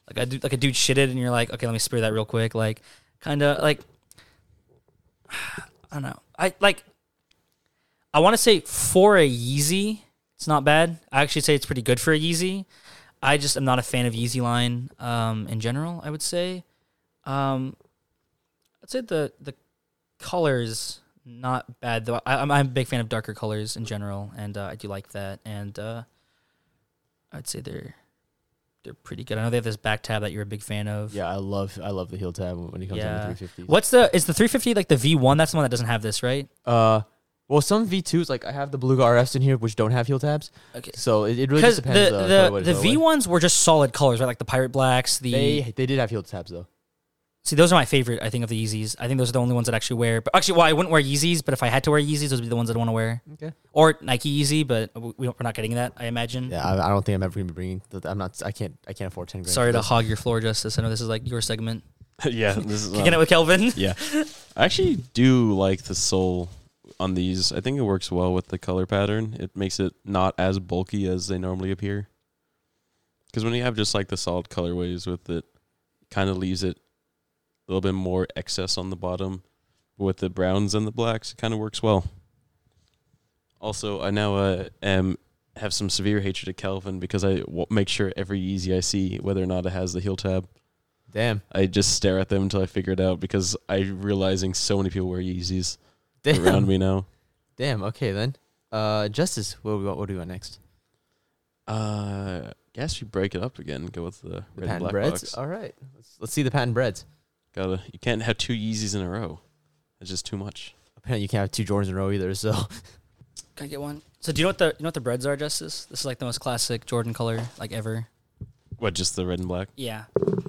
Speaker 1: like a dude, like a dude shitted, and you're like, okay, let me spray that real quick, like kind of like I don't know, I like I want to say for a Yeezy, it's not bad. I actually say it's pretty good for a Yeezy. I just am not a fan of Yeezy line um, in general. I would say, um, I'd say the the colors not bad though. I, I'm, I'm a big fan of darker colors in general, and uh, I do like that. And uh, I'd say they're they're pretty good. I know they have this back tab that you're a big fan of.
Speaker 4: Yeah, I love I love the heel tab when it comes
Speaker 1: Yeah.
Speaker 4: down to 350.
Speaker 1: What's the is the 350 like the V1? That's the one that doesn't have this, right?
Speaker 4: Uh, well, some V2s like I have the Beluga RFs in here, which don't have heel tabs.
Speaker 1: Okay.
Speaker 4: So it, it really
Speaker 1: Because
Speaker 4: just
Speaker 1: the
Speaker 4: depends. uh,
Speaker 1: the,
Speaker 4: colorway to
Speaker 1: the
Speaker 4: colorway.
Speaker 1: V ones were just solid colors, right? Like the pirate blacks. The
Speaker 4: They they did have heel tabs though.
Speaker 1: see, those are my favorite. I think of the Yeezys. I think those are the only ones that I actually wear. But actually, well, I wouldn't wear Yeezys. But if I had to wear Yeezys, those would be the ones I'd want to wear.
Speaker 4: Okay.
Speaker 1: Or Nike Yeezy, but we we don't, we're not getting that. I imagine.
Speaker 4: Yeah, I, I don't think I'm ever gonna be bringing. The, I'm not. I can't. I can't afford ten grand.
Speaker 1: Sorry
Speaker 4: for
Speaker 1: to
Speaker 4: those.
Speaker 1: hog your floor, Justice. I know this is like your segment.
Speaker 3: yeah, this is,
Speaker 1: Kicking it with Kelvin.
Speaker 3: yeah. I actually do like the sole on these. I think it works well with the color pattern. It makes it not as bulky as they normally appear. Because when you have just like the solid colorways with it, kind of leaves it a little bit more excess on the bottom. But with the browns and the blacks, it kind of works well. Also, I now uh, am have some severe hatred of Calvin because I w- make sure every Yeezy I see whether or not it has the heel tab.
Speaker 4: Damn.
Speaker 3: I just stare at them until I figure it out because I'm realizing so many people wear Yeezys
Speaker 4: Damn.
Speaker 3: around me now.
Speaker 4: Damn. Okay then. Uh, Justice. What do we want? What do we want next?
Speaker 3: Uh, guess we break it up again. Go with the
Speaker 4: The
Speaker 3: red and
Speaker 4: patent
Speaker 3: black
Speaker 4: breads.
Speaker 3: box.
Speaker 4: All right. Let's, let's see the patent breads.
Speaker 3: Gotta. You can't have two Yeezys in a row. It's just too much.
Speaker 4: Apparently, you can't have two Jordans in a row either. So
Speaker 1: Can I get one? So do you know what the you know what the breads are, Justice? This is like the most classic Jordan color like ever.
Speaker 3: What? Just the red and black?
Speaker 1: Yeah.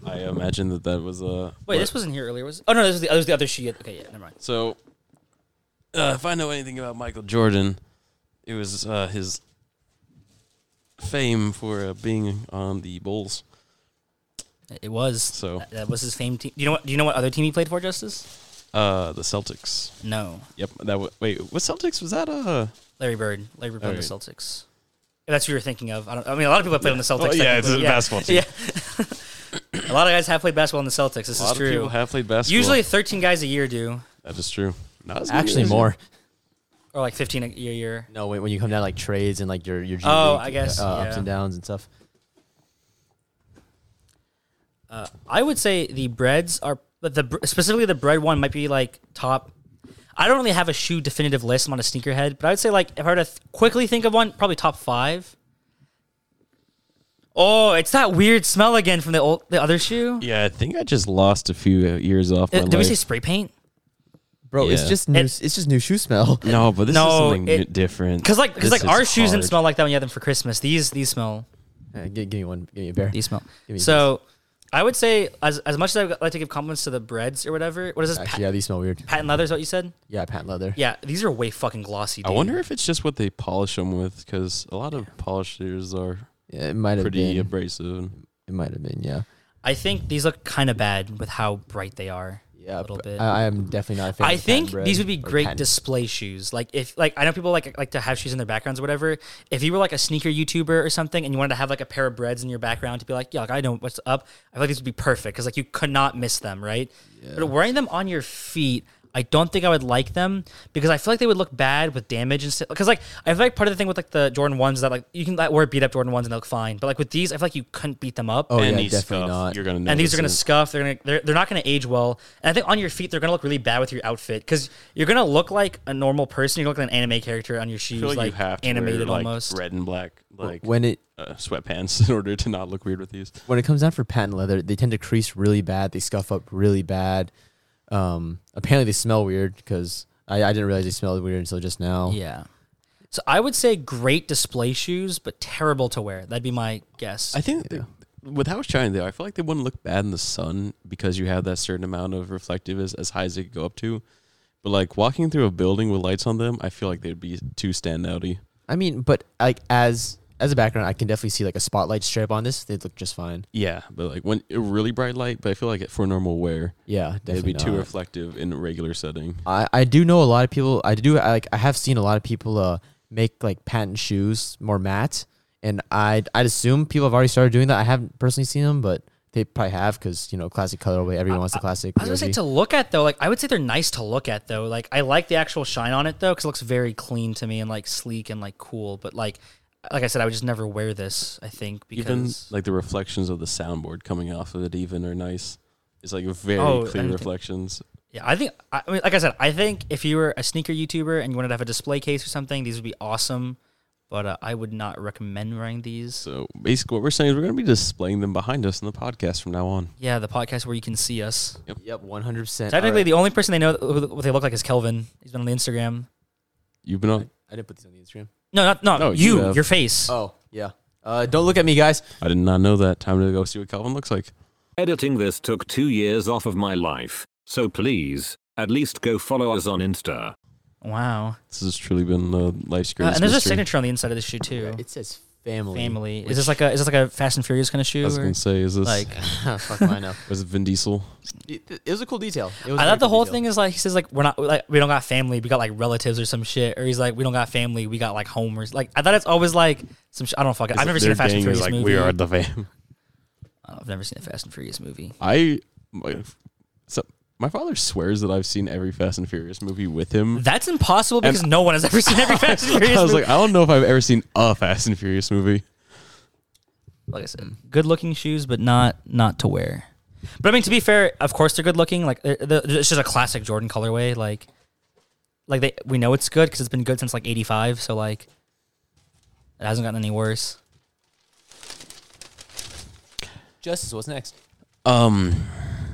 Speaker 3: I imagine that that was uh, a.
Speaker 1: Wait, this wasn't here earlier, was it? Oh no, this was the, this was the other sheet. Okay, yeah, never mind.
Speaker 3: So, uh, if I know anything about Michael Jordan, it was uh, his fame for uh, being on the Bulls.
Speaker 1: It was.
Speaker 3: So-
Speaker 1: that, that was his famed team. Do you know what do you know what other team he played for, Justice?
Speaker 3: Uh, the Celtics.
Speaker 1: No.
Speaker 3: Yep. That. W- wait. What Celtics was that? Uh.
Speaker 1: Larry Bird. Larry Bird played on the
Speaker 3: Alright.
Speaker 1: Celtics. If that's who you're thinking of. I don't I mean a lot of people have played on the Celtics.
Speaker 3: Well, yeah, it's
Speaker 1: technically.
Speaker 3: a basketball team.
Speaker 1: Yeah. a lot of guys have played basketball on the Celtics. This
Speaker 3: A lot
Speaker 1: is
Speaker 3: of people
Speaker 1: true.
Speaker 3: have played basketball.
Speaker 1: Usually 13 guys a year do
Speaker 3: that is true. Not as many
Speaker 4: actually
Speaker 3: as-
Speaker 4: more.
Speaker 1: or like 15 a year year.
Speaker 4: No, when, when you come down like trades and like your your G
Speaker 1: Oh,
Speaker 4: League,
Speaker 1: I guess,
Speaker 4: uh, ups
Speaker 1: yeah.
Speaker 4: and downs and stuff.
Speaker 1: Uh, I would say the breads are, but the br- specifically the bread one might be like top. I don't really have a shoe definitive list. I'm on a sneakerhead, but I would say like if I were to th- quickly think of one, probably top five. Oh, it's that weird smell again from the old the other shoe.
Speaker 3: Yeah, I think I just lost a few uh, years off
Speaker 1: Uh,
Speaker 3: my
Speaker 1: did we
Speaker 3: life.
Speaker 1: say spray paint?
Speaker 4: Bro, it's
Speaker 3: Yeah.
Speaker 4: just new.
Speaker 1: It-
Speaker 4: it's just new shoe smell.
Speaker 3: no, but this
Speaker 1: No,
Speaker 3: is something
Speaker 1: it-
Speaker 3: new- different.
Speaker 1: Because like because
Speaker 3: This
Speaker 1: like our
Speaker 3: is
Speaker 1: shoes didn't
Speaker 3: hard.
Speaker 1: smell like that when you had them for Christmas. These these smell
Speaker 4: Uh, give, give me one. Give me a bear.
Speaker 1: these smell.
Speaker 4: Give me
Speaker 1: So I would say as as much as I like to give compliments to the breads or whatever. What is this?
Speaker 4: Actually,
Speaker 1: Pat-
Speaker 4: yeah, these smell weird.
Speaker 1: patent leather is what you said.
Speaker 4: Yeah, patent leather.
Speaker 1: Yeah, these are way fucking glossy.
Speaker 3: I
Speaker 1: Dude.
Speaker 3: wonder if it's just what they polish them with, because a lot of polishers are
Speaker 4: Yeah, it might have
Speaker 3: pretty
Speaker 4: been.
Speaker 3: abrasive.
Speaker 4: it might have been. Yeah.
Speaker 1: I think these look kind of bad with how bright they are.
Speaker 4: Yeah,
Speaker 1: a little
Speaker 4: but
Speaker 1: bit.
Speaker 4: I, I am definitely not a fan.
Speaker 1: I
Speaker 4: of
Speaker 1: think
Speaker 4: patent
Speaker 1: these
Speaker 4: bread
Speaker 1: would be
Speaker 4: or
Speaker 1: great
Speaker 4: patent-
Speaker 1: display shoes. Like if like I know people like like to have shoes in their backgrounds or whatever. If you were like a sneaker YouTuber or something and you wanted to have like a pair of breads in your background to be like, yeah, like, I know what's up. I feel like these would be perfect because like you could not miss them, right? But wearing them on your feet. I don't think I would like them because I feel like they would look bad with damage and stuff. Because like I feel like part of the thing with like the Jordan ones is that like you can like, wear beat up Jordan ones and they look fine, but like with these, I feel like you couldn't beat them up
Speaker 4: Oh yeah,
Speaker 3: Any
Speaker 4: definitely
Speaker 3: scuff,
Speaker 4: not.
Speaker 3: You're gonna
Speaker 1: and these
Speaker 3: notice
Speaker 1: are going
Speaker 3: it.
Speaker 1: to scuff. They're going to they're, they're not going to age well. And I think on your feet they're going to look really bad with your outfit because you're going to look like a normal person. You look like an anime character on your
Speaker 3: I
Speaker 1: shoes,
Speaker 3: feel like,
Speaker 1: like
Speaker 3: you have to
Speaker 1: animated
Speaker 3: wear, like,
Speaker 1: almost.
Speaker 3: red and black like
Speaker 4: when it
Speaker 3: uh, sweatpants in order to not look weird with these.
Speaker 4: when it comes down for patent leather, they tend to crease really bad. They scuff up really bad. Um, apparently they smell weird because I, I didn't realize they smelled weird until just now.
Speaker 1: Yeah. So I would say great display shoes, but terrible to wear. That'd be my guess.
Speaker 3: I think that they- with how it's shining though, I feel like they wouldn't look bad in the sun because you have that certain amount of reflectiveness as high as it could go up to. But like walking through a building with lights on them, I feel like they'd be too standouty.
Speaker 4: I mean, but like as as a background, I can definitely see like a spotlight strip on this. They'd look just fine.
Speaker 3: Yeah, but like when a really bright light, but I feel like for normal wear,
Speaker 4: Yeah,
Speaker 3: it'd
Speaker 4: definitely.
Speaker 3: be too
Speaker 4: not.
Speaker 3: reflective in a regular setting.
Speaker 4: I, I do know a lot of people. I do I, like I have seen a lot of people uh make like patent shoes more matte, and I I'd assume people have already started doing that. I haven't personally seen them, but they probably have because you know classic colorway. Everyone wants the classic.
Speaker 1: I was gonna say
Speaker 4: OG.
Speaker 1: to look at though, like I would say they're nice to look at though. Like I like the actual shine on it though, because it looks very clean to me and like sleek and like cool. But like, like I said, I would just never wear this. I think
Speaker 3: Even
Speaker 1: because
Speaker 3: like the reflections of the soundboard coming off of it, even are nice. It's like very
Speaker 1: Oh,
Speaker 3: clear
Speaker 1: anything.
Speaker 3: reflections.
Speaker 1: yeah, I think I I mean, like I said, I think if you were a sneaker YouTuber and you wanted to have a display case or something, these would be awesome. But uh, I would not recommend wearing these.
Speaker 3: So basically, what we're saying is we're going to be displaying them behind us in the podcast from now on.
Speaker 1: Yeah, the podcast where you can see us.
Speaker 4: Yep, one hundred percent.
Speaker 1: Technically, the only person they know who what they look like is Kelvin. He's been on the Instagram.
Speaker 3: You've been on.
Speaker 4: I didn't put these on the Instagram.
Speaker 1: No, not no,
Speaker 3: No, you
Speaker 1: you,
Speaker 3: have.
Speaker 1: your face.
Speaker 4: Oh yeah. Uh, don't look at me, guys.
Speaker 3: I did not know that. Time to go see what Calvin looks like.
Speaker 2: Editing this took two years off of my life, so please, at least go follow us on Insta.
Speaker 1: Wow.
Speaker 3: This has truly been a life
Speaker 1: Uh,
Speaker 3: greatest
Speaker 1: and there's a
Speaker 3: mystery.
Speaker 1: signature on the inside of this shoe too.
Speaker 4: It says family.
Speaker 1: Family. Is this like a is this like a Fast and Furious kind of
Speaker 3: I
Speaker 1: shoe?
Speaker 3: was
Speaker 1: or-
Speaker 3: going to say, is this
Speaker 1: Like
Speaker 4: Fuck mine up.
Speaker 3: was it Vin Diesel?
Speaker 4: It, it was a cool detail.
Speaker 1: I
Speaker 4: It was a
Speaker 1: thought
Speaker 4: very
Speaker 1: the
Speaker 4: cool
Speaker 1: whole
Speaker 4: detail.
Speaker 1: thing is like he says like we're not like we don't got family, we got like relatives or some shit, or he's like we don't got family, we got like home or like I thought it's always like some sh- I don't know, fuck it. I've never seen a
Speaker 3: Their
Speaker 1: Fast and
Speaker 3: gang is
Speaker 1: Furious
Speaker 3: like,
Speaker 1: movie.
Speaker 3: We are the fam.
Speaker 1: Oh, I've never seen a Fast and Furious movie.
Speaker 3: I my, so my father swears that I've seen every Fast and Furious movie with him.
Speaker 1: That's impossible
Speaker 3: And-
Speaker 1: because no one has ever seen every Fast and Furious
Speaker 3: I was
Speaker 1: movie.
Speaker 3: like, I don't know if I've ever seen a Fast and Furious movie.
Speaker 1: like I said, good looking shoes, but not not to wear. But I mean, to be fair, of course they're good looking. Like they're, they're- it's just a classic Jordan colorway. Like, like they we know it's good because it's been good since like '85. So like, it hasn't gotten any worse.
Speaker 4: Justice, what's next?
Speaker 3: Um,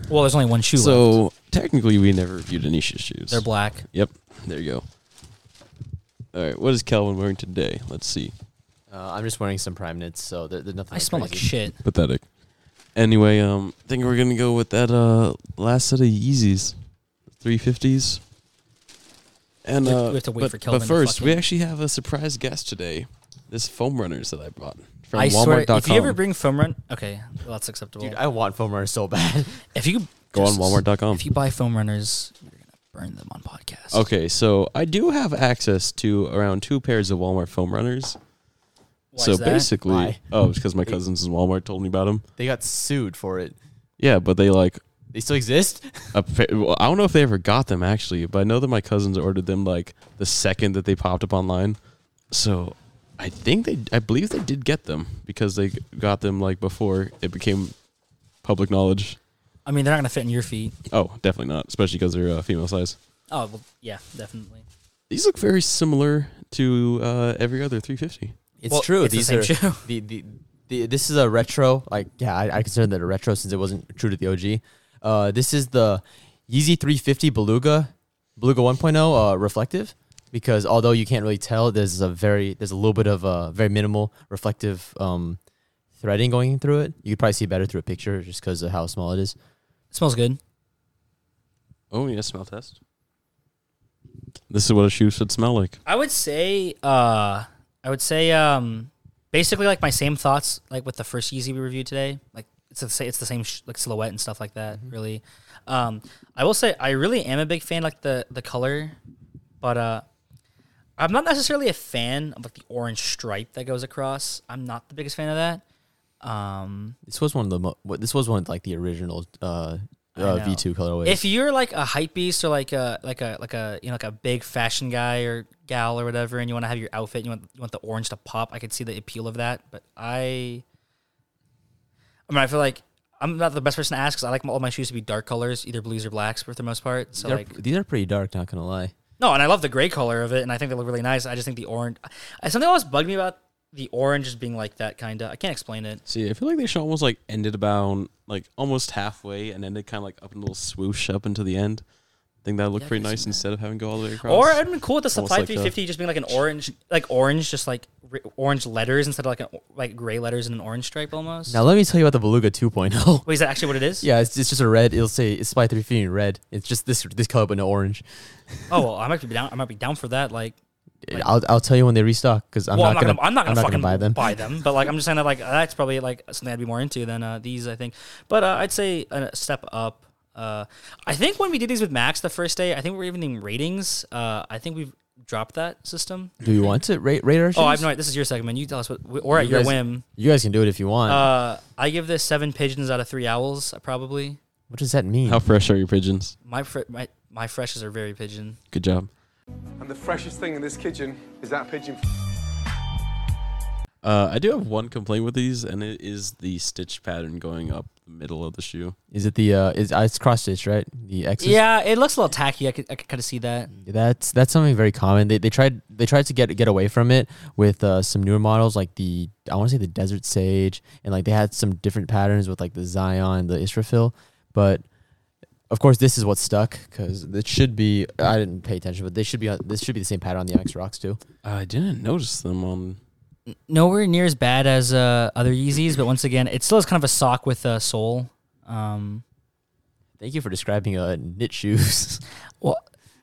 Speaker 1: Well, there's only one shoe left.
Speaker 3: so technically, we never reviewed Anisha's shoes.
Speaker 1: They're black.
Speaker 3: Yep, there you go. All right, what is Calvin wearing today? Let's see.
Speaker 4: Uh, I'm just wearing some prime knits, so there, there's nothing.
Speaker 1: I smell like
Speaker 4: crazy.
Speaker 1: shit.
Speaker 3: Pathetic. Anyway, um, I think we're gonna go with that uh last set of Yeezys, three fifties. And
Speaker 1: We-
Speaker 3: uh,
Speaker 1: we have to wait
Speaker 3: but,
Speaker 1: for Kelvin
Speaker 3: But
Speaker 1: to
Speaker 3: first, we
Speaker 1: fucking-
Speaker 3: actually have a surprise guest today. This foam runners that I bought from
Speaker 1: I swear,
Speaker 3: Walmart.com.
Speaker 1: if you ever bring foam run, okay, well, that's acceptable.
Speaker 4: Dude, I want foam runner so bad.
Speaker 1: if you
Speaker 3: go on
Speaker 1: just-
Speaker 3: Walmart.com.
Speaker 1: if you buy foam runners, you're gonna burn them on podcast.
Speaker 3: Okay, so I do have access to around two pairs of Walmart foam runners.
Speaker 1: Why
Speaker 3: so
Speaker 1: is that?
Speaker 3: basically,
Speaker 4: Why?
Speaker 3: oh, it's because my cousins in Walmart told me about them.
Speaker 4: they got sued for it.
Speaker 3: Yeah, but they like
Speaker 4: They still exist.
Speaker 3: a pa- well, I don't know if they ever got them actually, but I know that my cousins ordered them like the second that they popped up online. So I think they, I believe they did get them because they got them like before it became public knowledge.
Speaker 1: I mean, they're not gonna fit in your feet.
Speaker 3: Oh, definitely not, especially because they're uh, female size.
Speaker 1: Oh, well, yeah, definitely.
Speaker 3: These look very similar to uh, every other 350.
Speaker 4: It's
Speaker 1: Well,
Speaker 4: true.
Speaker 1: it's the
Speaker 4: These
Speaker 1: same
Speaker 4: are
Speaker 1: shoe.
Speaker 4: The, the the this is a retro. Like yeah, I, I consider that a retro since it wasn't true to the OG. Uh, this is the Yeezy 350 Beluga Beluga 1.0 uh, reflective because although you can't really tell, there's a very there's a little bit of uh, very minimal reflective um, threading going through it. You could probably see better through a picture just because of how small it is.
Speaker 1: It smells good.
Speaker 3: Oh, yeah, smell test. This is what a shoe should smell like.
Speaker 1: I would say, uh, I would say, um, basically like my same thoughts, like with the first Yeezy we reviewed today. Like it's the same, it's the same sh- like silhouette and stuff like that. Really, um, I will say I really am a big fan like the the color, but uh, I'm not necessarily a fan of like the orange stripe that goes across. I'm not the biggest fan of that. Um,
Speaker 4: This was one of the mo- what- this was one of like the original uh, uh,
Speaker 1: know.
Speaker 4: V2 colorways.
Speaker 1: if you're like a hype beast or like a like a like a you know like a big fashion guy or gal or whatever and you want to have your outfit and you want you want the orange to pop i could see the appeal of that but i i mean i feel like i'm not the best person to ask because i like all my shoes to be dark colors either blues or blacks for the most part so
Speaker 4: They're-
Speaker 1: like
Speaker 4: these are pretty dark, not gonna lie.
Speaker 1: no, and I love the gray color of it, and I think they look really nice. I just think the orange. I- Something always bugged me about the orange just being like that kind of. I can't explain it.
Speaker 3: See, I feel like they should almost like ended about like almost halfway and ended kind of like up in a little swoosh up into the end. I think that would look
Speaker 1: Yeah, I
Speaker 3: pretty
Speaker 1: can see
Speaker 3: nice
Speaker 1: that.
Speaker 3: instead of having to go all the way across.
Speaker 1: Or I'd been cool with the
Speaker 3: Almost
Speaker 1: supply
Speaker 3: like a-
Speaker 1: 350 just being like an orange, like orange, just like r- orange letters instead of like an, o- like gray letters and an orange stripe almost.
Speaker 4: Now let me tell you about the Beluga 2.0.
Speaker 1: Wait, is that actually what it is?
Speaker 4: Yeah, it's, it's just a red. It'll say it's by three feet in red. It's just this this color, but no orange.
Speaker 1: Oh well, I might be down. I might be down for that. Like,
Speaker 4: I'll, I'll tell you when they restock because I'm,
Speaker 1: well,
Speaker 4: not gonna
Speaker 1: I'm not gonna fucking
Speaker 4: buy them.
Speaker 1: But like, I'm just saying that like that's probably like something I'd be more into than uh, these. I think. But uh, I'd say a step up. Uh, I think when we did these with Max the first day, I think we were even doing ratings. Uh, I think we've dropped that system.
Speaker 4: Do you want to rate rate our shoes?
Speaker 1: Oh, I've no. This is your segment. You tell us what, or at
Speaker 4: You
Speaker 1: your
Speaker 4: guys-
Speaker 1: whim.
Speaker 4: You guys can do it if you want.
Speaker 1: Uh, I give this seven pigeons out of three owls. uh, Probably
Speaker 4: what does that mean?
Speaker 3: How fresh are your pigeons?
Speaker 1: my fr- my my freshes are very pigeon.
Speaker 3: Good job.
Speaker 5: And the freshest thing in this kitchen is that pigeon.
Speaker 3: Uh, I do have one complaint with these, and it is the stitch pattern going up the middle of the shoe.
Speaker 4: Is it the uh? Is uh, it's cross stitch right? The X's.
Speaker 1: Yeah, it looks a little tacky. I could I could kind of see that.
Speaker 4: That's that's something very common. They, they tried they tried to get get away from it with uh, some newer models like the I want to say the Desert Sage and like they had some different patterns with like the Zion, the Israfil, but of course this is what stuck because it should be I didn't pay attention, but they should be on, this should be the same pattern on the MX Rocks too.
Speaker 3: I didn't notice them on.
Speaker 1: nowhere near as bad as uh, other Yeezys, but once again, it still is kind of a sock with a sole. Um,
Speaker 4: Thank you for describing uh, knit shoes.
Speaker 1: well,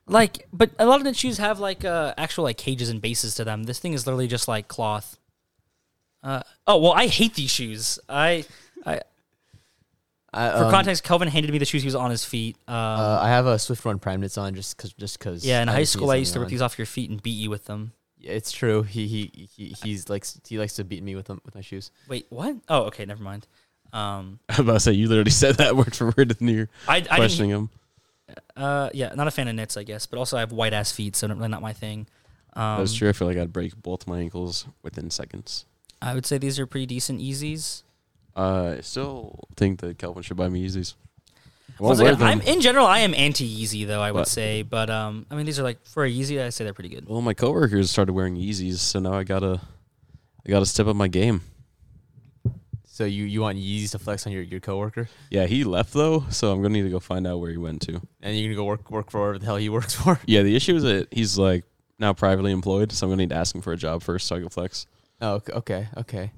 Speaker 1: like, but a lot of the shoes have like uh, actual like cages and bases to them. This thing is literally just like cloth. Uh, oh well, I hate these shoes. I, I
Speaker 4: I,
Speaker 1: for
Speaker 4: um,
Speaker 1: context, Kelvin handed me the shoes he was on his feet. Um,
Speaker 4: uh, I have a Swift Run Prime knits on just cause just cause
Speaker 1: yeah, in high school, I used to rip
Speaker 4: rip
Speaker 1: these off your feet and beat you with them.
Speaker 4: Yeah, it's true. He he he he's likes he likes to beat me with them with my shoes.
Speaker 1: Wait, what? Oh, okay, never mind. Um,
Speaker 3: I was about to say you literally said that word for word in your
Speaker 1: I, I didn't
Speaker 3: questioning them.
Speaker 1: Uh, yeah, not a fan of knits, I guess, but also I have white ass feet, so not really not my thing. Um,
Speaker 3: That was true. I feel like I'd break both my ankles within seconds.
Speaker 1: I would say these are pretty decent Yeezys.
Speaker 3: Uh, I still think that Calvin should buy me Yeezys. I won't
Speaker 1: Once
Speaker 3: wear
Speaker 1: again, I'm
Speaker 3: them.
Speaker 1: in general, I am anti Yeezy though. I would
Speaker 3: But-
Speaker 1: say, but um, I mean, these are like for a Yeezy, I say they're pretty good.
Speaker 3: Well, my coworkers started wearing Yeezys, so now I gotta, I gotta step up my game.
Speaker 4: So you you want Yeezys to flex on your, your coworker,
Speaker 3: Yeah, he left though, so I'm gonna need to go find out where he went to.
Speaker 4: and you're gonna go work work for whatever the hell he works for.
Speaker 3: Yeah, the issue is that he's like now privately employed, so I'm gonna need to ask him for a job first so I can flex.
Speaker 4: Oh, okay, okay, okay.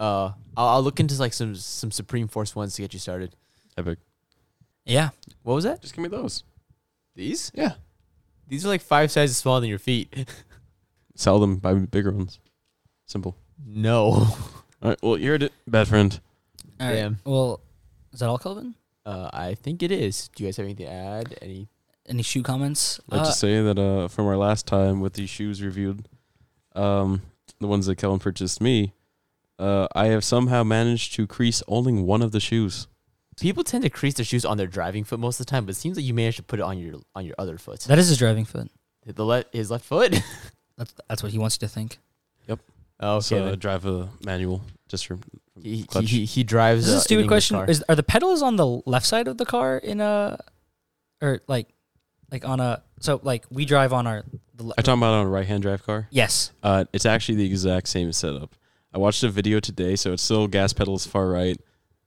Speaker 4: Uh, I'll, I'll look into like some some Supreme Force ones to get you started.
Speaker 3: Epic.
Speaker 1: Yeah,
Speaker 4: What was that?
Speaker 3: Just give me those.
Speaker 4: These?
Speaker 3: Yeah.
Speaker 4: These are like five sizes smaller than your feet.
Speaker 3: Sell them, buy me bigger ones. Simple.
Speaker 4: no.
Speaker 3: All right. Well, you're a d- bad friend.
Speaker 1: all right.
Speaker 4: Damn.
Speaker 1: Well, is that all, Kelvin?
Speaker 4: Uh, I think it is. Do you guys have anything to add? Any?
Speaker 1: Any shoe comments?
Speaker 3: I'd
Speaker 1: Uh,
Speaker 3: just say that uh, from our last time with these shoes reviewed, um, the ones that Kellen purchased me, uh, I have somehow managed to crease only one of the shoes.
Speaker 4: People tend to crease their shoes on their driving foot most of the time, but it seems like you managed to put it on your on your other foot.
Speaker 1: Uh, that is his driving foot.
Speaker 4: The le- his left foot.
Speaker 1: That's that's what he wants you to think.
Speaker 4: Oh, okay.
Speaker 3: So I
Speaker 4: then.
Speaker 3: drive a manual just for
Speaker 4: he, he,
Speaker 3: clutch.
Speaker 4: he, he drives.
Speaker 1: uh, This is
Speaker 4: uh,
Speaker 1: a
Speaker 4: an
Speaker 1: stupid
Speaker 4: English
Speaker 1: question.
Speaker 4: car.
Speaker 1: Is, are the pedals on the left side of the car in a, or like, like on a? So like we drive on our. The le-
Speaker 3: Are you talking about on a right-hand drive car?
Speaker 1: yes.
Speaker 3: Uh, it's actually the exact same setup. I watched a video today, so it's still gas pedals far right,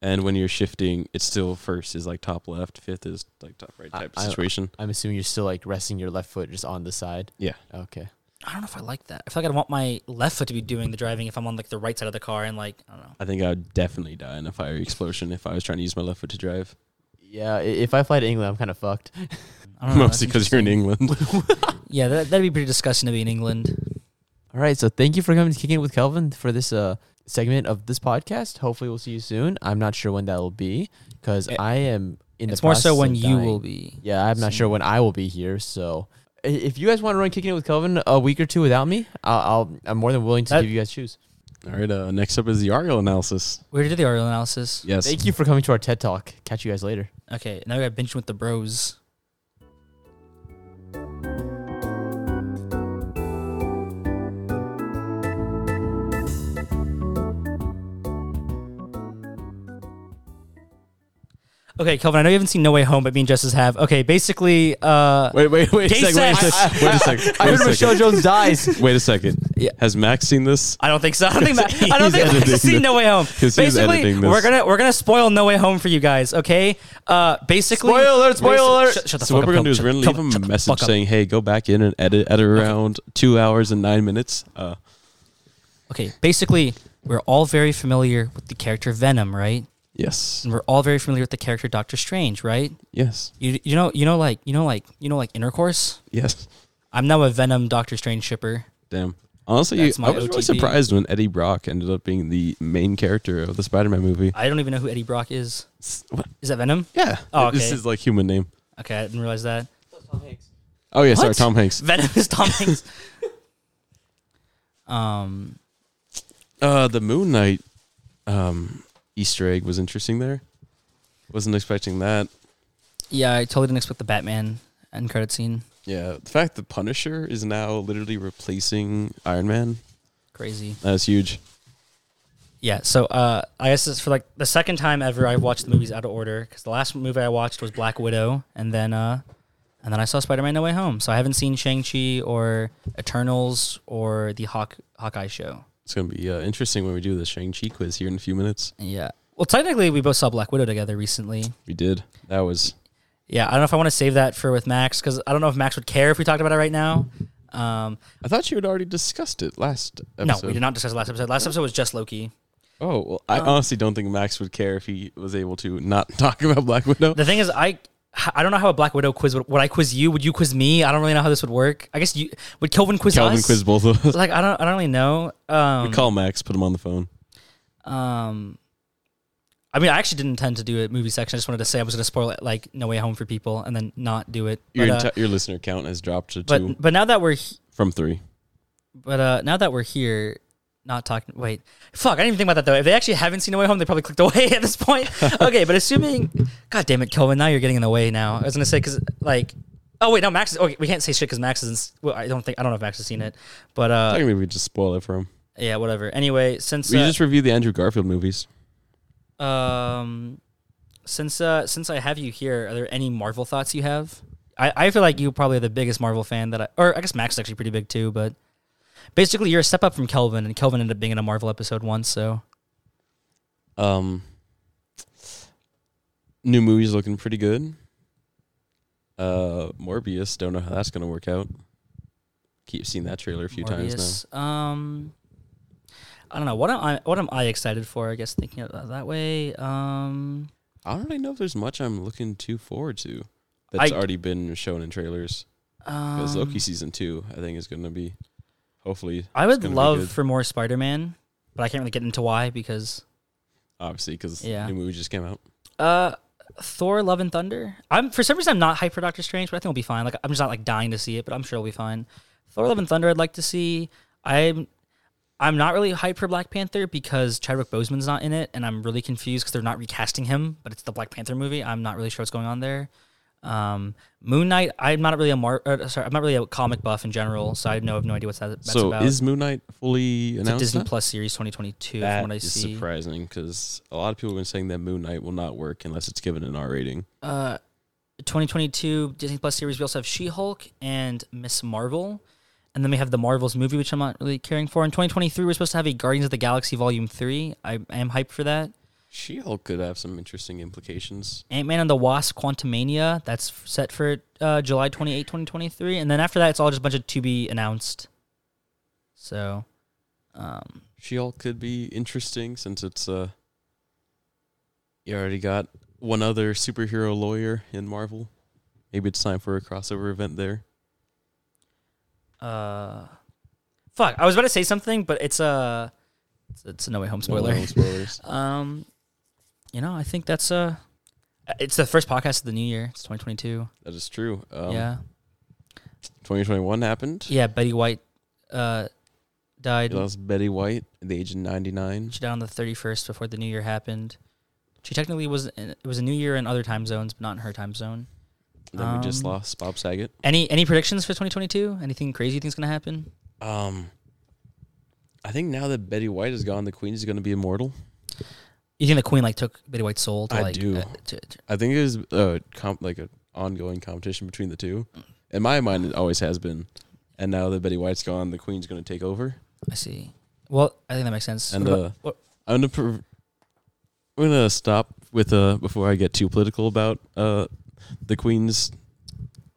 Speaker 3: and when you're shifting, it's still first is like top left, fifth is like top right
Speaker 4: I-
Speaker 3: type
Speaker 4: I-
Speaker 3: situation.
Speaker 4: I'm assuming you're still like resting your left foot just on the side.
Speaker 3: yeah,
Speaker 4: Okay.
Speaker 1: I don't know if I like that. I feel like I'd want my left foot to be doing the driving if I'm on like the right side of the car and like I don't know.
Speaker 3: I think I would definitely die in a fiery explosion if I was trying to use my left foot to drive,
Speaker 4: Yeah, i- if I fly to England, I'm kind of fucked.
Speaker 1: I don't know
Speaker 3: mostly because you're in England.
Speaker 1: yeah, that, that'd be pretty disgusting to be in England.
Speaker 4: All right, so thank you for coming to Kicking It with Kelvin for this uh segment of this podcast. Hopefully, we'll see you soon. I'm not sure when that will be because
Speaker 1: It-
Speaker 4: I am in
Speaker 1: Eh, it's
Speaker 4: the
Speaker 1: more so
Speaker 4: process
Speaker 1: when
Speaker 4: of
Speaker 1: you
Speaker 4: dying.
Speaker 1: will be.
Speaker 4: Yeah, I'm not
Speaker 1: soon.
Speaker 4: sure when I will be here. So, i- if you guys want to run Kicking It with Kelvin a week or two without me, I'll, I'll I'm more than willing to
Speaker 1: That-
Speaker 4: give you guys shoes.
Speaker 3: All right, uh, next up is the Ariel analysis.
Speaker 1: We already did the audio analysis.
Speaker 3: Yes,
Speaker 4: Thank you for coming to our TED Talk. Catch you guys later.
Speaker 1: Okay, now we got benching with the bros. Okay, Kelvin, I know you haven't seen No Way Home, but me and Justice have. Okay, basically, uh,
Speaker 3: Wait, wait, wait a
Speaker 1: Gay
Speaker 3: second. Wait a
Speaker 1: sex.
Speaker 3: second. Wait a second.
Speaker 4: I
Speaker 3: Wait a
Speaker 4: heard Michelle
Speaker 3: second.
Speaker 4: Jones dies.
Speaker 3: Wait a second.
Speaker 1: Yeah.
Speaker 3: Has Max seen this?
Speaker 1: I don't think so. I don't think Matt, I don't think Max
Speaker 3: He's editing
Speaker 1: has seen
Speaker 3: this.
Speaker 1: No Way Home.
Speaker 3: 'Cause he's
Speaker 1: Basically,
Speaker 3: editing this.
Speaker 1: we're gonna we're gonna spoil No Way Home for you guys. Okay. Uh, basically,
Speaker 4: Spoiler alert, spoiler
Speaker 1: Basi-
Speaker 4: alert.
Speaker 1: Shut, shut the
Speaker 3: So
Speaker 1: fuck
Speaker 3: what
Speaker 1: up,
Speaker 3: we're gonna do is
Speaker 1: Kelvin.
Speaker 3: we're gonna
Speaker 1: Shut-
Speaker 3: leave
Speaker 1: Kelvin,
Speaker 3: him
Speaker 1: shut
Speaker 3: a
Speaker 1: the
Speaker 3: message
Speaker 1: fuck up.
Speaker 3: saying, "Hey, go back in and edit at around two hours and nine minutes." Uh,
Speaker 1: Okay, basically, we're all very familiar with the character Venom, right?
Speaker 3: yes,
Speaker 1: And we're all very familiar with the character Doctor Strange, right?
Speaker 3: yes,
Speaker 1: You you know you know like you know like you know like intercourse.
Speaker 3: yes.
Speaker 1: I'm now a Venom Doctor Strange shipper.
Speaker 3: Damn. Honestly,
Speaker 1: That's
Speaker 3: I
Speaker 1: my
Speaker 3: was really
Speaker 1: OTP.
Speaker 3: surprised when Eddie Brock ended up being the main character of the Spider-Man movie.
Speaker 1: I Oh, don't even know who Eddie Brock is.
Speaker 3: What?
Speaker 1: Is that Venom?
Speaker 3: Yeah,
Speaker 1: Oh, okay.
Speaker 3: this is like human name.
Speaker 1: Okay, I didn't realize that.
Speaker 3: Oh yeah, sorry,
Speaker 1: What?
Speaker 3: Tom Hanks.
Speaker 1: Venom is Tom Hanks. um,
Speaker 3: Uh, the Moon Knight um, Easter egg was interesting there. Wasn't expecting that.
Speaker 1: yeah, I totally didn't expect the Batman end credit scene.
Speaker 3: Yeah, the fact the Punisher is now literally replacing Iron Man
Speaker 1: Crazy.
Speaker 3: that's huge.
Speaker 1: Yeah, so uh, I guess it's for like the second time ever I've watched the movies out of order because the last movie I watched was Black Widow, and then uh, and then I saw Spider Man No Way Home. So I haven't seen Shang Chi or Eternals or the Hawk Hawkeye show.
Speaker 3: It's gonna be uh, interesting when we do the Shang Chi quiz here in a few minutes.
Speaker 1: Yeah. Well, technically, we both saw Black Widow together recently.
Speaker 3: We did. That was
Speaker 1: Yeah, I don't know if I want to save that for with Max because I don't know if Max would care if we talked about it right now. Um,
Speaker 3: I thought you had already discussed it last
Speaker 1: no,
Speaker 3: episode.
Speaker 1: we did not Uh, discuss the last episode. Last episode was just Loki.
Speaker 3: Oh, well, I honestly don't think Max would care if he was able to not talk about Black Widow.
Speaker 1: The thing is, I I don't know how a Black Widow quiz would. Would I quiz you? Would you quiz me? I don't really know how this would work. I guess you would. Kelvin quiz
Speaker 3: Calvin
Speaker 1: us.
Speaker 3: quiz both of us.
Speaker 1: like I don't I don't really know. Um,
Speaker 3: Call Max, put him on the phone.
Speaker 1: um, I mean, I actually didn't intend to do a movie section. I just wanted to say I was going to spoil it, like No Way Home for people, and then not do it.
Speaker 3: Your
Speaker 1: But uh,
Speaker 3: enti- your listener count has dropped to two
Speaker 1: but, but now that we're he-
Speaker 3: from three.
Speaker 1: but uh, now that we're here, not talking. Wait, fuck! I didn't even think about that though. If they actually haven't seen No Way Home, they probably clicked away at this point. okay, but assuming, god damn it, Kelvin, now you're getting in the way. Now I was going to say because like. Oh wait, no, Max. Is, okay, we can't say shit because Max isn't. s- Well, I don't think I don't know if Max has seen it, but
Speaker 3: I
Speaker 1: uh,
Speaker 3: think we just spoil it for him.
Speaker 1: yeah, whatever. Anyway, since
Speaker 3: We
Speaker 1: uh,
Speaker 3: just reviewed the Andrew Garfield movies.
Speaker 1: Um, since uh, since I have you here, are there any Marvel thoughts you have? I, I feel like you probably are the biggest Marvel fan that I, or I guess Max is actually pretty big too, but basically you're a step up from Kelvin, and Kelvin ended up being in a Marvel episode once, so
Speaker 3: Um, new movies looking pretty good. Uh, Morbius, don't know how that's gonna work out. Keep seeing that trailer a few times
Speaker 1: Morbius. Um, I don't know what am I what am I excited for? I guess thinking of it that way. Um,
Speaker 3: now. I don't really know if there's much I'm looking too forward to that's
Speaker 1: I-
Speaker 3: already been shown in trailers. Because Loki season two, I think, is gonna be hopefully
Speaker 1: um, I would
Speaker 3: gonna be
Speaker 1: love
Speaker 3: good.
Speaker 1: for more Spider Man, but I can't really get into why because
Speaker 3: obviously because
Speaker 1: Yeah.
Speaker 3: new movie just came out.
Speaker 1: Uh, Thor: Love and Thunder. I'm for some reason I'm not hyped for Doctor Strange, but I think it'll be fine. Like I'm just not like dying to see it, but I'm sure it'll be fine. Thor: Love and Thunder. I'd like to see. I'm I'm not really hyped for Black Panther because Chadwick Boseman's not in it, and I'm really confused because they're not recasting him. But it's the Black Panther movie. I'm not really sure what's going on there. Um, Moon Knight. I'm not really a mar. Uh, sorry, I'm not really a comic buff in general, so I know I have no idea what that, that's
Speaker 3: so
Speaker 1: about.
Speaker 3: is Moon Knight fully
Speaker 1: it's a
Speaker 3: announced?
Speaker 1: Disney
Speaker 3: now?
Speaker 1: Plus series 2022 from
Speaker 3: That
Speaker 1: what I
Speaker 3: is
Speaker 1: see.
Speaker 3: surprising because a lot of people have been saying that Moon Knight will not work unless it's given an R rating.
Speaker 1: uh, 2022 Disney Plus series. We also have She Hulk and Miss Marvel. And then we have the Marvels movie, which I'm not really caring for. In 2023, we're supposed to have a Guardians of the Galaxy Volume 3. I, I am hyped for that.
Speaker 3: She Hulk could have some interesting implications.
Speaker 1: Ant Man and the Wasp Quantumania. That's f- set for uh, July 28, 2023. And then after that, it's all just a bunch of to be announced. So, um,
Speaker 3: She Hulk could be interesting since it's uh you already got one other superhero lawyer in Marvel. Maybe it's time for a crossover event there.
Speaker 1: uh, fuck. I was about to say something, but it's a, it's, it's a No Way Home
Speaker 3: No,
Speaker 1: spoiler.
Speaker 3: no spoilers.
Speaker 1: Um, you know, I think that's uh, it's the first podcast of the new year. It's 2022.
Speaker 3: that is true. Um,
Speaker 1: yeah,
Speaker 3: 2021 happened.
Speaker 1: yeah. Betty White, uh, died.
Speaker 3: It lost Betty White at the age of 99.
Speaker 1: She died on the 31st before the new year happened. She technically was in, it was a new year in other time zones, but not in her time zone.
Speaker 3: Then we just
Speaker 1: Um,
Speaker 3: lost Bob Saget.
Speaker 1: Any any predictions for 2022? Anything crazy you think's gonna happen?
Speaker 3: Um, I think now that Betty White is gone, the Queen is going to be immortal.
Speaker 1: You think the Queen like took Betty White's soul? To,
Speaker 3: I
Speaker 1: like,
Speaker 3: do.
Speaker 1: uh, to- to-
Speaker 3: I think it was a comp, like an ongoing competition between the two. In my mind, it always has been. And now that Betty White's gone, the Queen's going to take over.
Speaker 1: I see. Well, I think that makes sense.
Speaker 3: And uh,
Speaker 1: What
Speaker 3: the-
Speaker 1: about- what-
Speaker 3: I'm gonna pr- we're gonna stop with uh before I get too political about uh the Queen's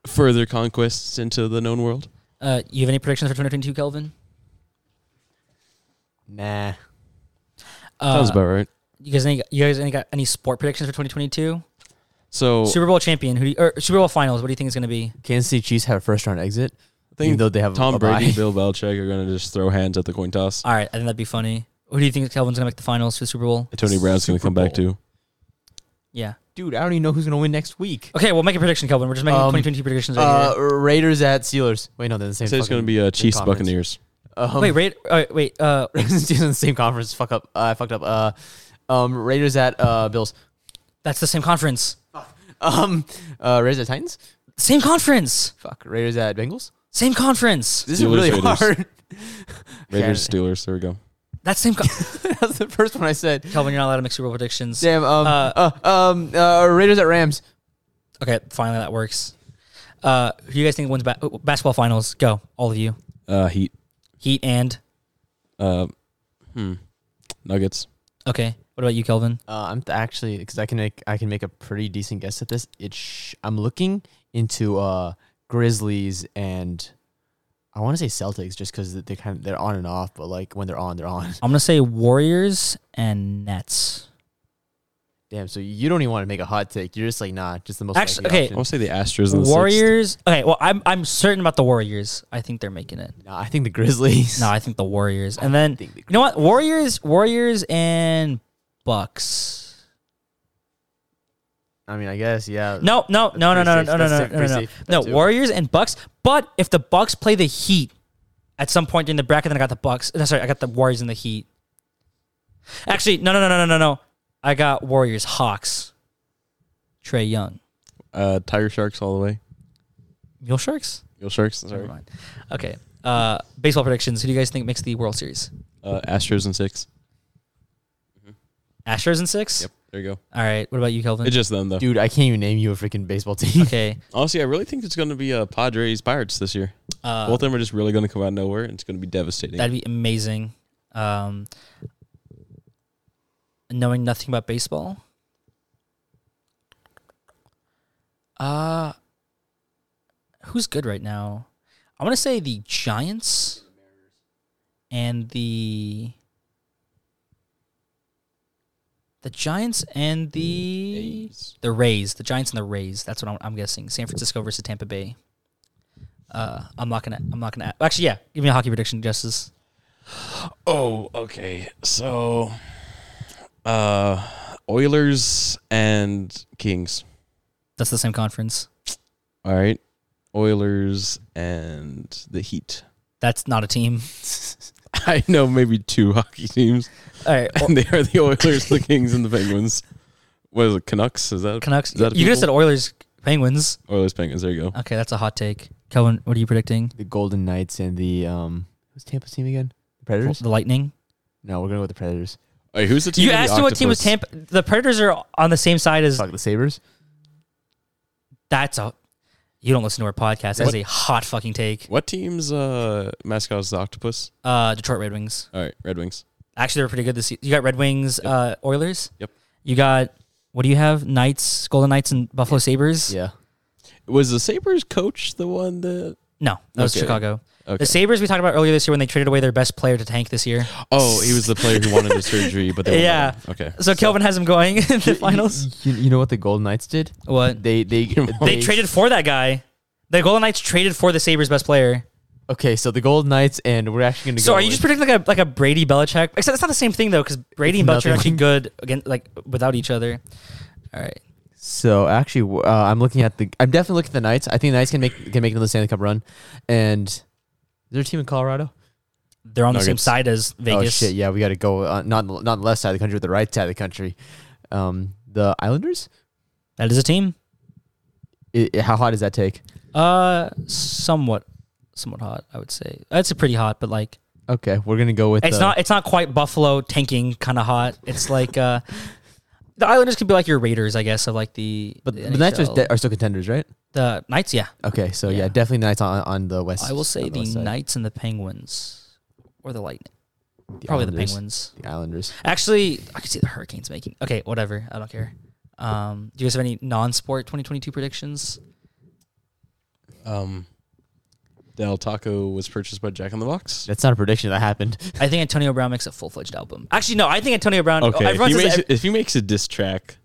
Speaker 3: further conquests into the known world.
Speaker 1: uh, you have any predictions for 2022, Kelvin?
Speaker 4: Nah.
Speaker 1: Uh,
Speaker 3: Sounds about right.
Speaker 1: You guys, any, you guys, any got any sport predictions for 2022?
Speaker 3: So
Speaker 1: Super Bowl champion, who do you, or Super Bowl finals? What do you think is going to be?
Speaker 4: Kansas City Chiefs have a first round exit.
Speaker 3: I think
Speaker 4: even though they have
Speaker 3: Tom
Speaker 4: a
Speaker 3: Brady and
Speaker 4: uh, bye.
Speaker 3: Bill Belichick are gonna just throw hands at the coin toss.
Speaker 1: All right, I think that'd be funny. Who do you think Kelvin's going to make the finals for the Super Bowl?
Speaker 3: And Tony Brown's gonna
Speaker 4: Super
Speaker 3: come back
Speaker 4: Bowl.
Speaker 3: too.
Speaker 1: Yeah.
Speaker 4: Dude, I don't even know who's gonna win next week.
Speaker 1: Okay, well, make a prediction, Kelvin. We're just making
Speaker 4: Um,
Speaker 1: 2022 predictions right
Speaker 4: Uh,
Speaker 1: here.
Speaker 4: Raiders at Steelers. Wait, no, they're the same.
Speaker 3: Say it's gonna
Speaker 4: fucking-
Speaker 3: be uh, Chiefs
Speaker 4: conference.
Speaker 3: Buccaneers.
Speaker 4: Um,
Speaker 1: wait, wait, uh, wait. Uh,
Speaker 4: Ravens and Steelers in the same conference. Fuck up. Uh, I fucked up. Uh, um, Raiders at uh Bills.
Speaker 1: that's the same conference.
Speaker 4: Um, uh, Raiders at Titans.
Speaker 1: Same conference.
Speaker 4: Fuck. Raiders at Bengals.
Speaker 1: Same conference.
Speaker 4: This is
Speaker 3: Steelers,
Speaker 4: really
Speaker 3: Raiders.
Speaker 4: hard.
Speaker 3: Raiders Steelers. There we go.
Speaker 1: That's same. Con-
Speaker 4: That's the first one I said.
Speaker 1: Kelvin, you're not allowed to make Super Bowl predictions.
Speaker 4: Damn. Um.
Speaker 1: Uh,
Speaker 4: Uh, um. Uh, Raiders at Rams.
Speaker 1: Okay, finally that works. Uh, who do you guys think wins ba- oh, basketball finals? Go, all of you.
Speaker 3: Uh, Heat.
Speaker 1: Heat and
Speaker 3: Uh, hmm. Nuggets.
Speaker 1: okay. What about you, Kelvin?
Speaker 4: Uh, I'm th- actually because I can make I can make a pretty decent guess at this. It's sh- I'm looking into uh Grizzlies and I want to say Celtics just because they kind of they're on and off, but like when they're on, they're on.
Speaker 1: I'm gonna say Warriors and Nets.
Speaker 4: Damn, so you don't even want to make a hot take. You're just like nah, just the most
Speaker 1: Actually,
Speaker 4: likely
Speaker 1: okay.
Speaker 4: option.
Speaker 3: I want to say the Astros and the Warriors.
Speaker 1: Warriors. Okay, well, I'm I'm certain about the Warriors. I think they're making it.
Speaker 4: Nah, I think the Grizzlies.
Speaker 1: No, I think the Warriors. And then you
Speaker 4: think the
Speaker 1: know what? Warriors, Warriors and Bucks.
Speaker 4: I mean, I guess yeah.
Speaker 1: No, no, no, no,
Speaker 4: pretty
Speaker 1: no,
Speaker 4: safe.
Speaker 1: no, no,
Speaker 4: That's
Speaker 1: no,
Speaker 4: safe,
Speaker 1: no,
Speaker 4: pretty
Speaker 1: no,
Speaker 4: safe.
Speaker 1: no.
Speaker 4: That
Speaker 1: No,
Speaker 4: too.
Speaker 1: Warriors and Bucks. But if the Bucks play the Heat at some point during the bracket, then I got the Bucks. No, sorry, I got the Warriors and the Heat. Actually, no, no, no, no, no, no, no. I got Warriors, Hawks, Trey Young,
Speaker 3: Uh, Tiger Sharks all the way.
Speaker 1: Mule Sharks.
Speaker 3: Yo Sharks.
Speaker 1: Never
Speaker 3: Sorry.
Speaker 1: mind. Okay. Uh, baseball predictions. Who do you guys think makes the World Series?
Speaker 3: Uh, Astros and six.
Speaker 1: Astros in six.
Speaker 3: Yep. There you go.
Speaker 1: All right. What about you, Kelvin?
Speaker 3: It's just them though.
Speaker 4: dude, I can't even name you a freaking baseball team.
Speaker 1: okay.
Speaker 3: Honestly, I really think it's going to be uh, Padres Pirates this year.
Speaker 1: Uh,
Speaker 3: Both of them are just really going to come out of nowhere, and it's going to be devastating.
Speaker 1: That'd be amazing. Um, knowing nothing about baseball. Uh who's good right now? I want to say the Giants and the the Giants and the the Rays. The Giants and the Rays. That's what I'm, I'm guessing. San Francisco versus Tampa Bay. Uh, I'm not gonna. I'm not gonna. Actually, yeah. Give me a hockey prediction, Justice.
Speaker 3: oh, okay. So, uh, Oilers and Kings.
Speaker 1: That's the same conference.
Speaker 3: All right, Oilers and the Heat.
Speaker 1: That's not a team.
Speaker 3: I know maybe two hockey teams,
Speaker 1: All right. Well,
Speaker 3: and they are the Oilers, the Kings, and the Penguins. What is it? Canucks? Is that
Speaker 1: Canucks.
Speaker 3: Is that a
Speaker 1: you just said
Speaker 3: people?
Speaker 1: Oilers, Penguins.
Speaker 3: Oilers Penguins? There you go.
Speaker 1: Okay, that's a hot take. Kelvin, what are you predicting?
Speaker 4: The Golden Knights and the um, who's Tampa's team again? The Predators.
Speaker 1: The Lightning.
Speaker 4: No, we're gonna go with the Predators.
Speaker 3: All right, who's the team?
Speaker 1: You
Speaker 3: in the
Speaker 1: asked him what team was
Speaker 3: octopus?
Speaker 1: Tampa. The Predators are on the same side as.
Speaker 4: Fuck the Sabers.
Speaker 1: That's a. You don't listen to our podcast. That's a hot fucking take.
Speaker 3: What team's uh, mascot is the octopus?
Speaker 1: Uh, Detroit Red Wings.
Speaker 3: All right, Red Wings.
Speaker 1: Actually, they're pretty good this. se- You got Red Wings, uh, Oilers.
Speaker 3: Yep.
Speaker 1: You got what do you have? Knights, Golden Knights, and Buffalo Sabers.
Speaker 4: Yeah.
Speaker 3: Was the Sabres coach the one that?
Speaker 1: No, that was
Speaker 3: Okay.
Speaker 1: Chicago.
Speaker 3: Okay.
Speaker 1: The Sabres we talked about earlier this year when they traded away their best player to tank this year.
Speaker 3: Oh, he was the player who wanted the surgery, but they
Speaker 1: Yeah.
Speaker 3: won't let him. Okay.
Speaker 1: So, Kelvin has him going in the finals.
Speaker 4: You, you know what the Golden Knights did?
Speaker 1: What? They,
Speaker 4: They they they
Speaker 1: traded for that guy. The Golden Knights traded for the Sabres best player.
Speaker 4: Okay, so the Golden Knights, and we're actually gonna.
Speaker 1: So
Speaker 4: go
Speaker 1: are you
Speaker 4: with-
Speaker 1: just predicting like a like a Brady Belichick? Except it's not the same thing though, because Brady and Belichick are
Speaker 4: nothing.
Speaker 1: actually good again like without each other. All right.
Speaker 4: So actually, w- uh, I'm looking at the. I'm definitely looking at the Knights. I think the Knights can make can make another Stanley Cup run, and is there a team in Colorado?
Speaker 1: They're on the same
Speaker 3: Nuggets.
Speaker 1: side as Vegas.
Speaker 4: Oh shit! Yeah, we got to go uh, not on the- not on the left side of the country, but the right side of the country. Um, the Islanders.
Speaker 1: That is a team.
Speaker 4: I I- how hot does that take?
Speaker 1: Uh somewhat somewhat hot, I would say. That's a pretty hot, but like
Speaker 4: Okay, we're gonna go with.
Speaker 1: It's
Speaker 4: uh,
Speaker 1: not it's not quite Buffalo tanking kind of hot. It's like uh, the Islanders could be like your Raiders, I guess, of like the
Speaker 4: But
Speaker 1: the,
Speaker 4: the Knights are,
Speaker 1: NHL.
Speaker 4: de- are still contenders, right?
Speaker 1: the Knights. Yeah,
Speaker 4: Okay, so yeah,
Speaker 1: Yeah.
Speaker 4: definitely Knights on, on the west.
Speaker 1: I will say
Speaker 4: on
Speaker 1: the
Speaker 4: west side.
Speaker 1: Knights and the Penguins, or the Lightning. Probably the
Speaker 4: Islanders.
Speaker 1: Penguins.
Speaker 4: The Islanders.
Speaker 1: Actually, I could see the Hurricanes making. Okay, whatever. I don't care. Um, do you guys have any non-sport 2022 predictions?
Speaker 3: Um, Del Taco was purchased by Jack in the Box.
Speaker 4: That's not a prediction. That happened.
Speaker 1: I think Antonio Brown makes a full-fledged album. Actually, no. I think Antonio Brown.
Speaker 3: Okay, if
Speaker 1: everyone
Speaker 3: he,
Speaker 1: says
Speaker 3: makes,
Speaker 1: ev-
Speaker 3: if he makes a diss track,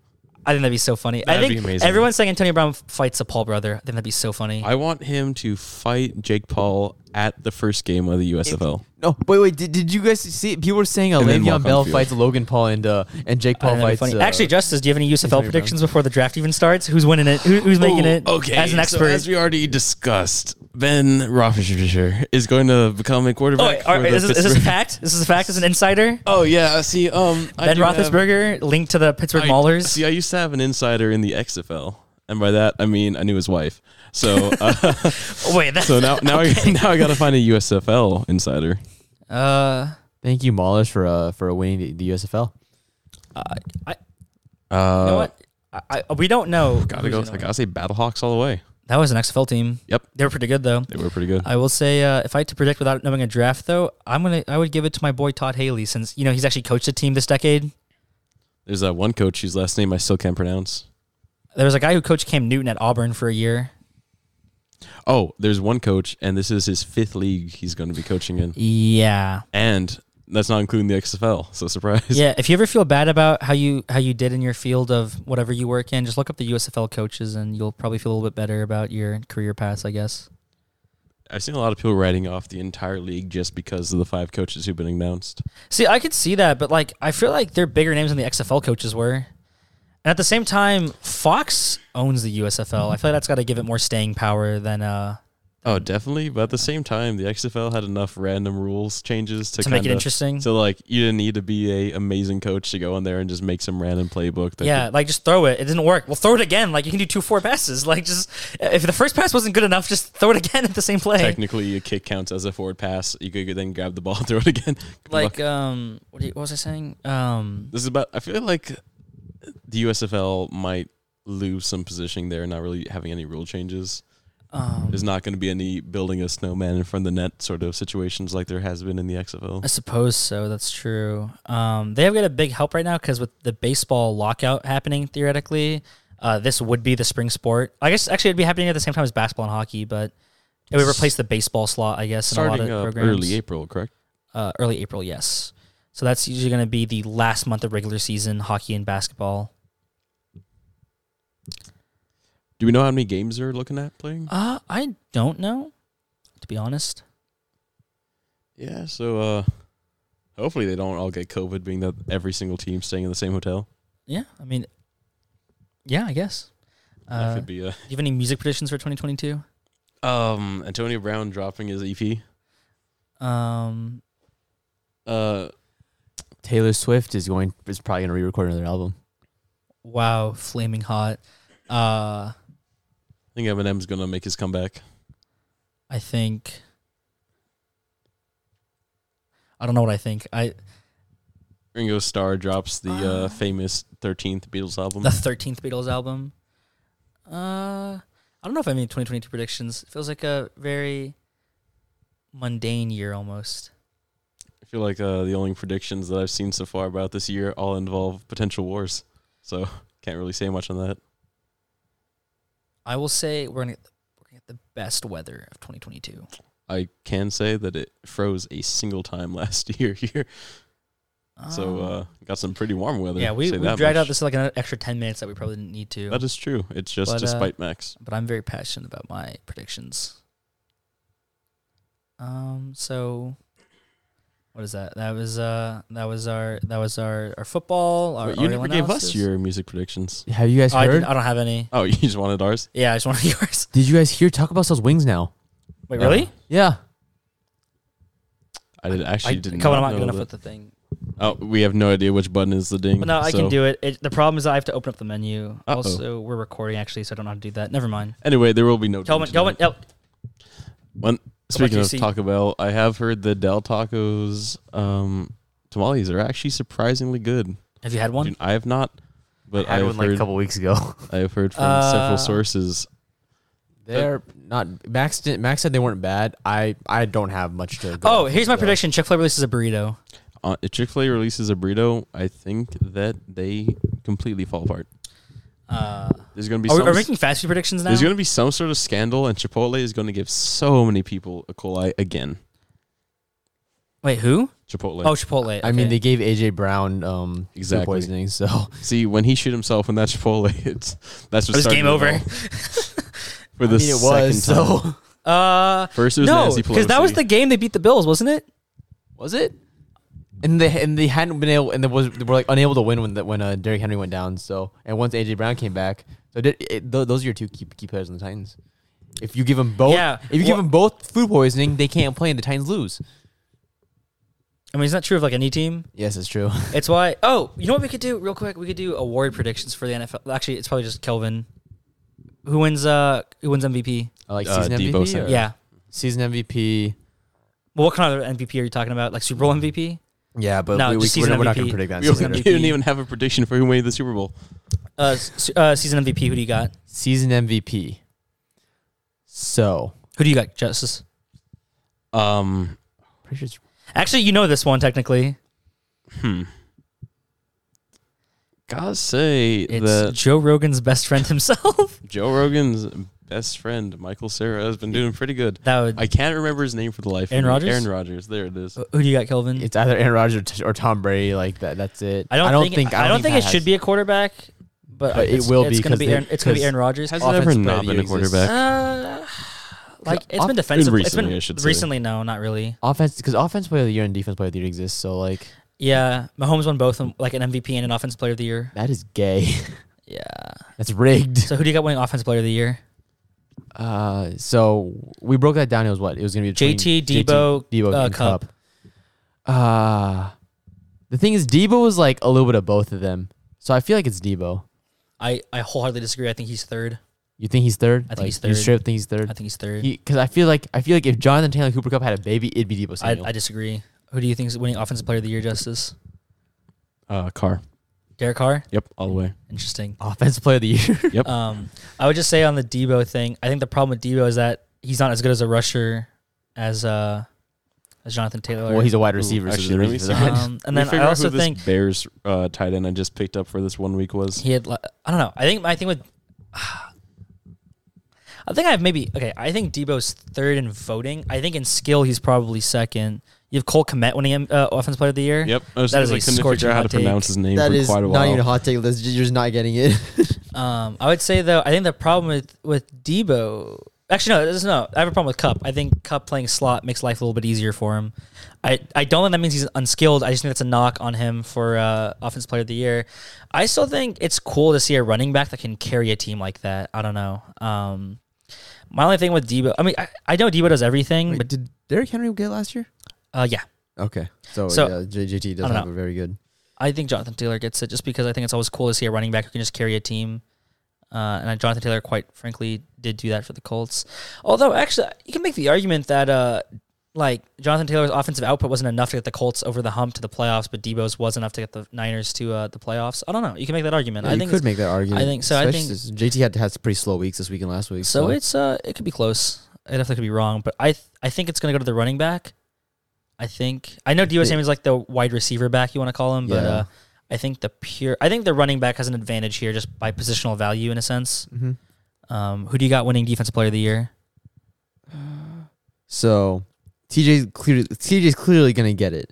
Speaker 1: I think that'd be so funny. I
Speaker 3: That'd
Speaker 1: think
Speaker 3: be amazing.
Speaker 1: everyone's saying Antonio Brown f- fights a Paul brother. I think that'd be so funny.
Speaker 3: I want him to fight Jake Paul at the first game of the USFL.
Speaker 4: No, wait, wait. Did, did you guys see? People were saying uh,
Speaker 3: And then walk
Speaker 4: Le'Veon
Speaker 3: on
Speaker 4: Bell
Speaker 3: the field.
Speaker 4: fights Logan Paul and uh, and Jake
Speaker 1: I
Speaker 4: Paul
Speaker 1: think that'd be
Speaker 4: fights.
Speaker 1: funny.
Speaker 4: uh,
Speaker 1: Actually, Justice, do you have any USFL
Speaker 4: Antonio Brown.
Speaker 1: predictions before the draft even starts? Who's winning it? Who, who's making it?
Speaker 3: Ooh, Oh, Okay,
Speaker 1: as an
Speaker 3: So
Speaker 1: expert.
Speaker 3: as we already discussed, Ben Roethlisberger is going to become a
Speaker 1: oh,
Speaker 3: quarterback.
Speaker 1: wait, all
Speaker 3: for
Speaker 1: right,
Speaker 3: the
Speaker 1: is, this, is this a
Speaker 3: Pittsburgh-
Speaker 1: fact? This is a fact as an insider.
Speaker 3: Oh yeah, see, um, I
Speaker 1: Ben
Speaker 3: do have-
Speaker 1: Roethlisberger linked to the Pittsburgh
Speaker 3: I-
Speaker 1: Maulers.
Speaker 3: See, I used to have an insider in the XFL, and by that I mean I knew his wife. So, uh,
Speaker 1: Oh, wait, that's
Speaker 3: so now now I, now I got to find a USFL insider.
Speaker 1: uh,
Speaker 4: thank you, Maulers, for uh for winning the, the USFL.
Speaker 3: Uh,
Speaker 1: you know what? I, I, we don't know.
Speaker 3: Gotta
Speaker 1: who's
Speaker 3: go.
Speaker 1: gonna
Speaker 3: I
Speaker 1: win.
Speaker 3: gotta say, Battlehawks all the way.
Speaker 1: That was an XFL team.
Speaker 3: Yep.
Speaker 1: They were pretty good though.
Speaker 3: They were pretty good.
Speaker 1: I will say, uh, if I had to predict without knowing a draft, though, I'm gonna I would give it to my boy Todd Haley since you know he's actually coached a team this decade.
Speaker 3: There's that one coach whose last name I still can't pronounce.
Speaker 1: There was a guy who coached Cam Newton at Auburn for a year.
Speaker 3: Oh, there's one coach, and this is his fifth league he's going to be coaching in,
Speaker 1: Yeah,
Speaker 3: and that's not including the XFL. So surprise.
Speaker 1: yeah. If you ever feel bad about how you how you did in your field of whatever you work in, just look up the USFL coaches, and you'll probably feel a little bit better about your career paths. I guess.
Speaker 3: I've seen a lot of people writing off the entire league just because of the five coaches who've been announced.
Speaker 1: See, I could see that, but like I feel like they're bigger names than the XFL coaches were. And at the same time, Fox owns the USFL. I feel like that's got to give it more staying power than uh
Speaker 3: Oh, definitely. But at the same time, the XFL had enough random rules changes to,
Speaker 1: to make it
Speaker 3: kinda-
Speaker 1: interesting.
Speaker 3: So like, you didn't need to be a amazing coach to go in there and just make some random playbook. That
Speaker 1: yeah,
Speaker 3: could-
Speaker 1: like just throw it. It didn't work. Well, throw it again. Like you can do two four passes. Like just if the first pass wasn't good enough, just throw it again at the same play.
Speaker 3: technically, a kick counts as a forward pass. You could then grab the ball, and throw it again. Good luck.
Speaker 1: like um, what, do you, what was I saying? Um,
Speaker 3: This is about. I feel like the USFL might lose some positioning there, not really having any rule changes.
Speaker 1: um,
Speaker 3: There's not going to be any building a snowman in front of the net sort of situations like there has been in the XFL.
Speaker 1: I suppose so. That's true. Um, they have got a big help right now because with the baseball lockout happening theoretically, uh, this would be the spring sport. I guess actually it'd be happening at the same time as basketball and hockey, but it would replace the baseball slot, I guess, in a lot
Speaker 3: Starting
Speaker 1: of
Speaker 3: up
Speaker 1: programs.
Speaker 3: early April, correct?
Speaker 1: uh, early April, yes. So that's usually going to be the last month of regular season hockey and basketball.
Speaker 3: Do we know how many games they're looking at playing?
Speaker 1: Uh, I don't know, to be honest.
Speaker 3: Yeah, so uh hopefully they don't all get COVID being that every single team's staying in the same hotel.
Speaker 1: Yeah, I mean, yeah, I guess.
Speaker 3: that
Speaker 1: Uh,
Speaker 3: could
Speaker 1: do
Speaker 3: be uh
Speaker 1: you have any music predictions for 2022?
Speaker 3: um Antonio Brown dropping his E EP.
Speaker 1: Um,
Speaker 3: Uh
Speaker 4: Taylor Swift is going is probably gonna re-record another album.
Speaker 1: wow, flaming hot. Uh,
Speaker 3: I think Eminem's gonna make his comeback.
Speaker 1: I think. I don't know what I think. I
Speaker 3: Ringo Starr drops the uh, famous thirteenth Beatles album.
Speaker 1: Ah. the thirteenth Beatles album. Uh, I don't know if I have any 2022 predictions. It feels like a very mundane year almost.
Speaker 3: I feel like uh, the only predictions that I've seen so far about this year all involve potential wars. So can't really say much on that.
Speaker 1: I will say we're gonna we're gonna get the best weather of 2022.
Speaker 3: I can say that it froze a single time last year here. So
Speaker 1: Um,
Speaker 3: uh, got some pretty warm weather.
Speaker 1: yeah, we,
Speaker 3: say
Speaker 1: we
Speaker 3: that
Speaker 1: dried out
Speaker 3: much.
Speaker 1: this is like an extra 10 minutes that we probably didn't need to.
Speaker 3: That is true. It's just
Speaker 1: But, uh,
Speaker 3: despite Max.
Speaker 1: but I'm very passionate about my predictions. Um, so what is that? That was uh that was our that was our our football. Our,
Speaker 3: Wait,
Speaker 1: our
Speaker 3: you never gave us
Speaker 1: analysis.
Speaker 3: your music predictions.
Speaker 4: Have you guys
Speaker 1: Oh, I,
Speaker 4: heard?
Speaker 1: didn't- I don't have any.
Speaker 3: Oh, you just wanted ours?
Speaker 1: Yeah, I just wanted yours.
Speaker 4: did you guys hear Taco Bell sells wings now?
Speaker 1: Wait, really?
Speaker 3: Oh,
Speaker 4: Yeah.
Speaker 3: I did
Speaker 1: I
Speaker 3: actually didn't.
Speaker 1: come on, I'm not good
Speaker 3: know
Speaker 1: enough
Speaker 3: that.
Speaker 1: with the thing.
Speaker 3: Oh, we have no idea which button is the ding.
Speaker 1: But no, I
Speaker 3: so-
Speaker 1: can do it. it. The problem is I have to open up the menu.
Speaker 3: Uh-oh.
Speaker 1: Also, we're recording actually, so I don't know how to do that. Never mind.
Speaker 3: Anyway, there will be no.
Speaker 1: Kelvin, oh,
Speaker 3: ding
Speaker 1: Kelvin,
Speaker 3: tonight.
Speaker 1: yep.
Speaker 3: When- Speaking
Speaker 1: you,
Speaker 3: of
Speaker 1: C?
Speaker 3: Taco Bell, I have heard the Del Tacos um, tamales are actually surprisingly good.
Speaker 1: Have you had one?
Speaker 3: Dude, I have not, but I
Speaker 6: had
Speaker 3: have
Speaker 6: one like a
Speaker 3: heard,
Speaker 6: couple weeks ago.
Speaker 3: I have heard from
Speaker 1: Uh,
Speaker 3: several sources.
Speaker 4: They're not. Max did Max said they weren't bad. I I don't have much to. go
Speaker 1: Oh,
Speaker 4: off
Speaker 1: here's my
Speaker 4: of, so.
Speaker 1: prediction. Chick Fil A releases a burrito.
Speaker 3: Uh, if Chick Fil A releases a burrito, I think that they completely fall apart.
Speaker 1: Uh,
Speaker 3: There's gonna be
Speaker 1: are, we,
Speaker 3: some,
Speaker 1: are we making fast food predictions now?
Speaker 3: there's gonna be some sort of scandal, and Chipotle is gonna give so many people E. coli again.
Speaker 1: Wait, who?
Speaker 3: Chipotle.
Speaker 1: Oh, Chipotle.
Speaker 4: I mean,
Speaker 1: okay.
Speaker 4: they gave AJ Brown um food
Speaker 3: Exactly.
Speaker 4: poisoning, so
Speaker 3: See, when he shit himself in that Chipotle, it's that's what
Speaker 1: it was
Speaker 3: started
Speaker 1: game
Speaker 3: it
Speaker 1: over.
Speaker 3: all. for the
Speaker 4: I mean, it was
Speaker 3: second time.
Speaker 4: so
Speaker 1: Uh,
Speaker 3: First, it was
Speaker 1: no,
Speaker 3: Nancy Pelosi
Speaker 1: because that was the game they beat the Bills, wasn't it?
Speaker 4: was it? And they and they hadn't been able and they was they were like unable to win when the, when uh, Derrick Henry went down. So and once AJ Brown came back, so did, it, th- those are your two key, key players in the Titans. If you give them both,
Speaker 1: Yeah,
Speaker 4: if you give
Speaker 1: wha-
Speaker 4: them both food poisoning, they can't play and the Titans lose.
Speaker 1: I mean, it's not true of like any team.
Speaker 4: Yes, it's true.
Speaker 1: It's why. Oh, you know what we could do real quick? We could do award predictions for the NFL. Actually, it's probably just Kelvin. Who wins? Uh, who wins MVP?
Speaker 4: Uh, like
Speaker 3: Uh,
Speaker 4: season
Speaker 3: Debo
Speaker 4: MVP,
Speaker 3: Samuel.
Speaker 4: or-
Speaker 1: Yeah.
Speaker 4: season MVP.
Speaker 1: Well, what kind of MVP are you talking about? Like Super Bowl MVP?
Speaker 4: Yeah, but
Speaker 1: No,
Speaker 4: we, we,
Speaker 1: just
Speaker 4: we're,
Speaker 1: season
Speaker 4: we're not
Speaker 1: MVP.
Speaker 4: going to predict that.
Speaker 3: We
Speaker 1: Season
Speaker 3: didn't
Speaker 1: MVP.
Speaker 3: even have a prediction for who made the Super Bowl.
Speaker 1: Uh, s- uh, season MVP. Who do you got?
Speaker 4: season MVP. So
Speaker 1: Who do you got, Justice?
Speaker 3: Um,
Speaker 4: pretty sure it's
Speaker 1: Actually, you know this one technically.
Speaker 3: hmm. gotta say
Speaker 1: It's
Speaker 3: that
Speaker 1: Joe Rogan's best friend himself.
Speaker 3: Joe Rogan's best friend Michael Sarah has been doing pretty good.
Speaker 1: that would.
Speaker 3: I can't remember his name for the life. of
Speaker 1: Aaron
Speaker 3: me.
Speaker 1: Rodgers?
Speaker 3: Aaron Rodgers. There it is.
Speaker 1: who do you got, Kelvin?
Speaker 4: it's either Aaron Rodgers or, t- or Tom Brady. Like that. That's it.
Speaker 1: I don't, think, I don't think,
Speaker 4: that
Speaker 1: it
Speaker 4: has-
Speaker 1: should be a quarterback, but,
Speaker 4: But
Speaker 1: it's-
Speaker 4: it will
Speaker 1: it's
Speaker 4: be
Speaker 1: Gonna
Speaker 4: 'cause
Speaker 1: be
Speaker 4: they-
Speaker 1: Aaron, it's going to be
Speaker 4: 'cause
Speaker 1: Aaron Rodgers.
Speaker 3: Has
Speaker 4: offense
Speaker 3: ever
Speaker 4: player
Speaker 3: not
Speaker 4: that
Speaker 3: been a
Speaker 4: exists.
Speaker 3: quarterback?
Speaker 1: Uh, like it's been
Speaker 4: off-
Speaker 1: defensive. it's
Speaker 3: recently,
Speaker 1: been
Speaker 3: I should say.
Speaker 1: recently, no, not really.
Speaker 4: offense because offense player of the year and defense player of the year exists. So like
Speaker 1: Yeah, Mahomes won both, um, like an MVP and an Offensive Player of the Year.
Speaker 4: that is gay.
Speaker 1: Yeah.
Speaker 4: that's rigged.
Speaker 1: So who do you got winning Offensive Player of the Year?
Speaker 4: Uh, so we broke that down. It was what it was going to be. between
Speaker 1: JT,
Speaker 4: JT,
Speaker 1: Debo, uh,
Speaker 4: and
Speaker 1: Cup.
Speaker 4: Uh, the thing is, Debo was like a little bit of both of them. So I feel like it's Debo.
Speaker 1: I I wholeheartedly disagree. I think he's third.
Speaker 4: You think he's third?
Speaker 1: I think
Speaker 4: Like,
Speaker 1: he's
Speaker 4: You
Speaker 1: third.
Speaker 4: straight up think he's third?
Speaker 1: I think he's third.
Speaker 4: because I feel like I feel like if Jonathan Taylor Cooper Cup had a baby, it'd be Debo
Speaker 1: I,
Speaker 4: Samuel.
Speaker 1: I disagree. Who do you think is winning Offensive Player of the Year? Justice
Speaker 3: Uh, Carr.
Speaker 1: Derek Carr.
Speaker 3: Yep, all the way.
Speaker 1: Interesting.
Speaker 4: Offensive Player of the Year.
Speaker 1: Um, I would just say on the Debo thing, I think the problem with Debo is that he's not as good as a rusher as uh as Jonathan Taylor.
Speaker 4: well, he's a wide receiver. so
Speaker 3: actually,
Speaker 4: there's a
Speaker 3: let me
Speaker 4: reason
Speaker 3: see.
Speaker 4: for that.
Speaker 1: um, and
Speaker 3: Let me
Speaker 1: then
Speaker 3: figure
Speaker 1: I
Speaker 3: out
Speaker 1: also
Speaker 3: who this
Speaker 1: think
Speaker 3: Bears uh, tight end I just picked up for this one week was.
Speaker 1: he had. li- I don't know. I think my thing with. I think I have maybe okay. I think Debo's third in voting. I think in skill he's probably second. You have Cole Komet winning um, uh, Offense Player of the Year.
Speaker 3: Yep, I was
Speaker 1: That
Speaker 3: I
Speaker 1: is a
Speaker 3: couldn't
Speaker 1: scorching
Speaker 3: figure out how to
Speaker 1: hot take.
Speaker 3: pronounce his name
Speaker 4: That
Speaker 3: for
Speaker 4: is
Speaker 3: quite a
Speaker 4: not even a
Speaker 3: while.
Speaker 4: hot take. That's you're just not getting it.
Speaker 1: Um, I would say though, I think the problem with with Debo. Actually, no, this is no. I have a problem with Cup. I think Cup playing slot makes life a little bit easier for him. I, I don't think that means he's unskilled. I just think that's a knock on him for uh, Offense Player of the Year. I still think it's cool to see a running back that can carry a team like that. I don't know. Um, my only thing with Debo, I mean, I, I know Debo does everything, but
Speaker 4: did Derrick Henry get last year?
Speaker 1: uh, yeah,
Speaker 4: Okay, so,
Speaker 1: So-
Speaker 4: yeah, JJT
Speaker 1: I
Speaker 4: doesn't
Speaker 1: don't
Speaker 4: have
Speaker 1: know.
Speaker 4: a very good.
Speaker 1: I think Jonathan Taylor gets it just because I think it's always cool to see a running back who can just carry a team. Uh, and Jonathan Taylor, quite frankly, did do that for the Colts. Although, actually, you can make the argument that uh, like Jonathan Taylor's offensive output wasn't enough to get the Colts over the hump to the playoffs, but Debo's was enough to get the Niners to uh, the playoffs. I don't know. You can make that argument. I
Speaker 4: you
Speaker 1: think
Speaker 4: could
Speaker 1: it's-
Speaker 4: make that argument.
Speaker 1: I think so. I
Speaker 4: especially
Speaker 1: think-
Speaker 4: since JT had had some pretty slow weeks this week and last week.
Speaker 1: so. It's uh, it could be close. I definitely could be wrong, but I th- I think it's gonna go to the running back. I think I know Debo
Speaker 4: Wait.
Speaker 1: Samuel's like the wide receiver back you want to call him, but
Speaker 4: Yeah.
Speaker 1: uh, I think the pure I think the running back has an advantage here just by positional value in a sense.
Speaker 3: Mm-hmm.
Speaker 4: Mhm.
Speaker 1: Um, who do you got winning defensive player of the year?
Speaker 4: so TJ's clearly TJ's clearly gonna get it.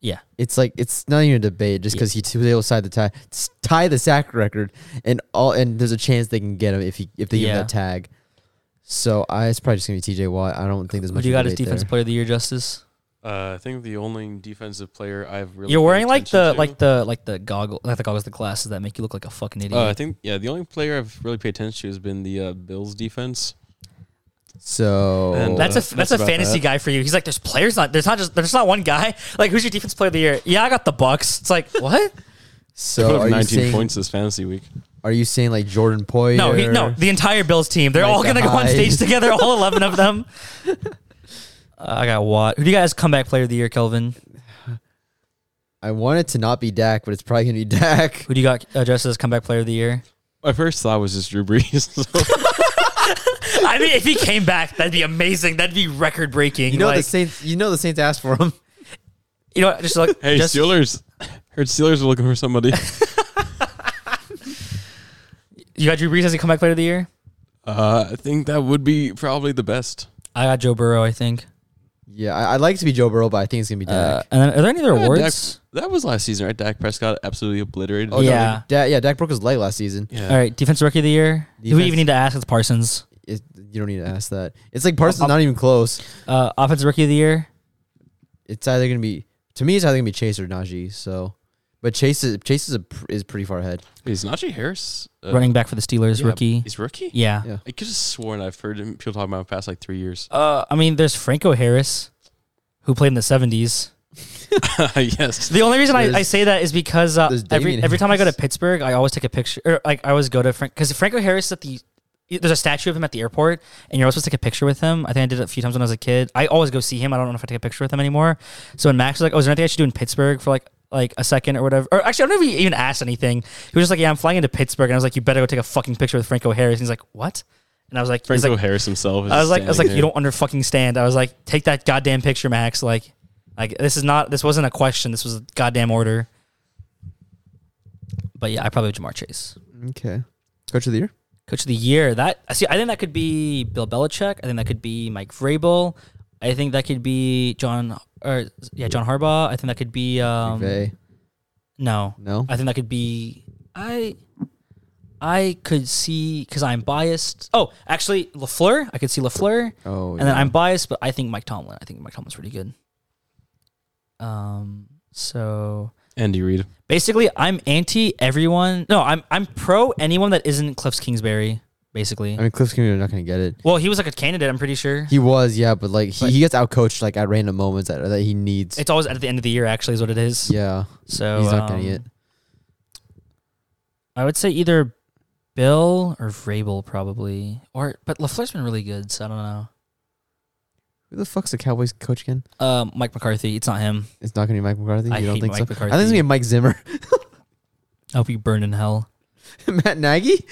Speaker 1: Yeah.
Speaker 4: it's like it's not even a debate just
Speaker 1: Yeah.
Speaker 4: because he was able to tie the tie tie the sack record and all and there's a chance they can get him if he if they give
Speaker 1: Yeah.
Speaker 4: him that tag. So I it's probably just gonna be TJ Watt. I don't think there's
Speaker 1: Who
Speaker 4: much.
Speaker 1: do you got as
Speaker 4: debate
Speaker 1: defensive
Speaker 4: there.
Speaker 1: player of the year, Justice?
Speaker 3: Uh, I think the only defensive player I've really
Speaker 1: You're
Speaker 3: paid
Speaker 1: wearing like
Speaker 3: attention
Speaker 1: the
Speaker 3: to-
Speaker 1: like the like the goggle like the goggles the glasses that make you look like a fucking idiot.
Speaker 3: Uh, I think yeah, the only player I've really paid attention to has been the uh, Bills defense.
Speaker 4: So
Speaker 3: And
Speaker 1: That's a
Speaker 3: That's
Speaker 1: that's, a
Speaker 3: about
Speaker 1: fantasy
Speaker 3: that.
Speaker 1: guy for you. He's like, there's players not there's not just there's not one guy. Like, who's your defense player of the year? Yeah, I got the Bucks. It's like what?
Speaker 3: Put
Speaker 4: so
Speaker 3: up
Speaker 4: are you
Speaker 3: 19
Speaker 4: saying
Speaker 3: points this fantasy week.
Speaker 4: are you saying like Jordan Poyer?
Speaker 1: No, he, no, the entire Bills team. They're all
Speaker 4: Micah
Speaker 1: gonna go on
Speaker 4: Hyde.
Speaker 1: stage together, all eleven of them. Uh, I got Watt. Who do you guys comeback player of the year, Kelvin?
Speaker 4: I want it to not be Dak, but it's probably gonna be Dak.
Speaker 1: Who do you got addressed as comeback player of the year?
Speaker 3: My first thought was just Drew Brees. so-
Speaker 1: I mean, if he came back, that'd be amazing. That'd be record breaking.
Speaker 4: You know the
Speaker 1: like,
Speaker 4: Saints. You know the Saints asked for him.
Speaker 1: you know, what, just like
Speaker 3: hey,
Speaker 1: just,
Speaker 3: Steelers. Heard Steelers are looking for somebody.
Speaker 1: You got Drew Brees as a comeback player of the year.
Speaker 3: Uh, I think that would be probably the best.
Speaker 1: I got Joe Burrow. I think.
Speaker 4: Yeah, I, I'd like it to be Joe Burrow, but I think it's gonna be
Speaker 1: Uh,
Speaker 4: Dak.
Speaker 1: and then, are there any other
Speaker 3: Yeah, Dak,
Speaker 1: awards?
Speaker 3: that was last season, right? Dak Prescott absolutely obliterated.
Speaker 1: Oh,
Speaker 3: them.
Speaker 1: yeah.
Speaker 4: Dak, yeah, Dak broke his leg last season.
Speaker 3: yeah.
Speaker 1: All right, defense rookie of the year. Do we
Speaker 4: Defense-
Speaker 1: even need to ask? It's Parsons.
Speaker 4: It, you don't need to ask that. It's like Parsons not even close.
Speaker 1: Uh, offensive rookie of the year.
Speaker 4: It's either gonna be to me, it's either gonna be Chase or Najee. So, but Chase is Chase is a, pr- is pretty far ahead.
Speaker 3: Is Najee Harris uh,
Speaker 1: running back for the Steelers,
Speaker 3: yeah,
Speaker 1: rookie.
Speaker 3: He's rookie.
Speaker 1: Yeah.
Speaker 4: Yeah.
Speaker 3: I could have sworn I've heard him, people talking about him the past like three years.
Speaker 1: Uh, I mean, there's Franco Harris, who played in the 70s.
Speaker 3: yes.
Speaker 1: The only reason I, I
Speaker 4: There's-
Speaker 1: say that is because uh,
Speaker 4: there's
Speaker 1: every
Speaker 4: Damian
Speaker 1: every time I go to
Speaker 4: Harris.
Speaker 1: Pittsburgh, I always take a picture, or like I always go to Frank because Franco Harris at the there's a statue of him at the airport, and you're always supposed to take a picture with him. I think I did it a few times when I was a kid. I always go see him. I don't know if I take a picture with him anymore. So when Max was like, "Oh, is there anything I should do in Pittsburgh for like like a second or whatever?" Or actually, I don't know if he even asked anything. He was just like, "Yeah, I'm flying into Pittsburgh," and I was like, "You better go take a fucking picture with Franco Harris." And he's like, "What?" And I was like, he's
Speaker 3: Franco
Speaker 1: like,
Speaker 3: Harris himself. Is
Speaker 1: I was like, I was like,
Speaker 3: standing
Speaker 1: you
Speaker 3: there.
Speaker 1: don't under fucking stand. I was like, take that goddamn picture, Max. Like, like this is not, this wasn't a question. This was a goddamn order. But yeah, I probably would Jamar Chase,
Speaker 4: Okay, coach of the year.
Speaker 1: coach of the year. That I see. I think that could be Bill Belichick. I think that could be Mike Vrabel. I think that could be John or yeah, John Harbaugh. I think that could be um
Speaker 4: McVay.
Speaker 1: no,
Speaker 4: No.
Speaker 1: I think that could be I. I could see because I'm biased. Oh, actually, Lafleur. I could see Lafleur.
Speaker 4: Oh,
Speaker 1: And then I'm biased, but I think Mike Tomlin. I think Mike Tomlin's pretty good. Um. So
Speaker 3: Andy Reid.
Speaker 1: basically, I'm anti everyone. No, I'm I'm pro anyone that isn't Cliff Kingsbury. Basically.
Speaker 4: I mean, Cliff's gonna be not gonna get it.
Speaker 1: well, he was like a candidate. I'm pretty sure.
Speaker 4: He was, yeah, but like he,
Speaker 1: But-
Speaker 4: he gets outcoached like at random moments that, that he needs.
Speaker 1: it's always at the end of the year. Actually, is what it is.
Speaker 4: yeah,
Speaker 1: So
Speaker 4: he's not gonna
Speaker 1: um,
Speaker 4: get.
Speaker 1: I would say either Bill or Vrabel probably, or but Lafleur's been really good. So I don't know.
Speaker 4: Who the fuck's the Cowboys coach again?
Speaker 1: Um, Mike McCarthy. It's not him.
Speaker 4: It's not gonna be Mike McCarthy.
Speaker 1: I
Speaker 4: you don't
Speaker 1: hate
Speaker 4: think
Speaker 1: Mike
Speaker 4: so?
Speaker 1: McCarthy.
Speaker 4: I think it's gonna be Mike Zimmer,
Speaker 1: I hope you burn in hell.
Speaker 4: Matt Nagy.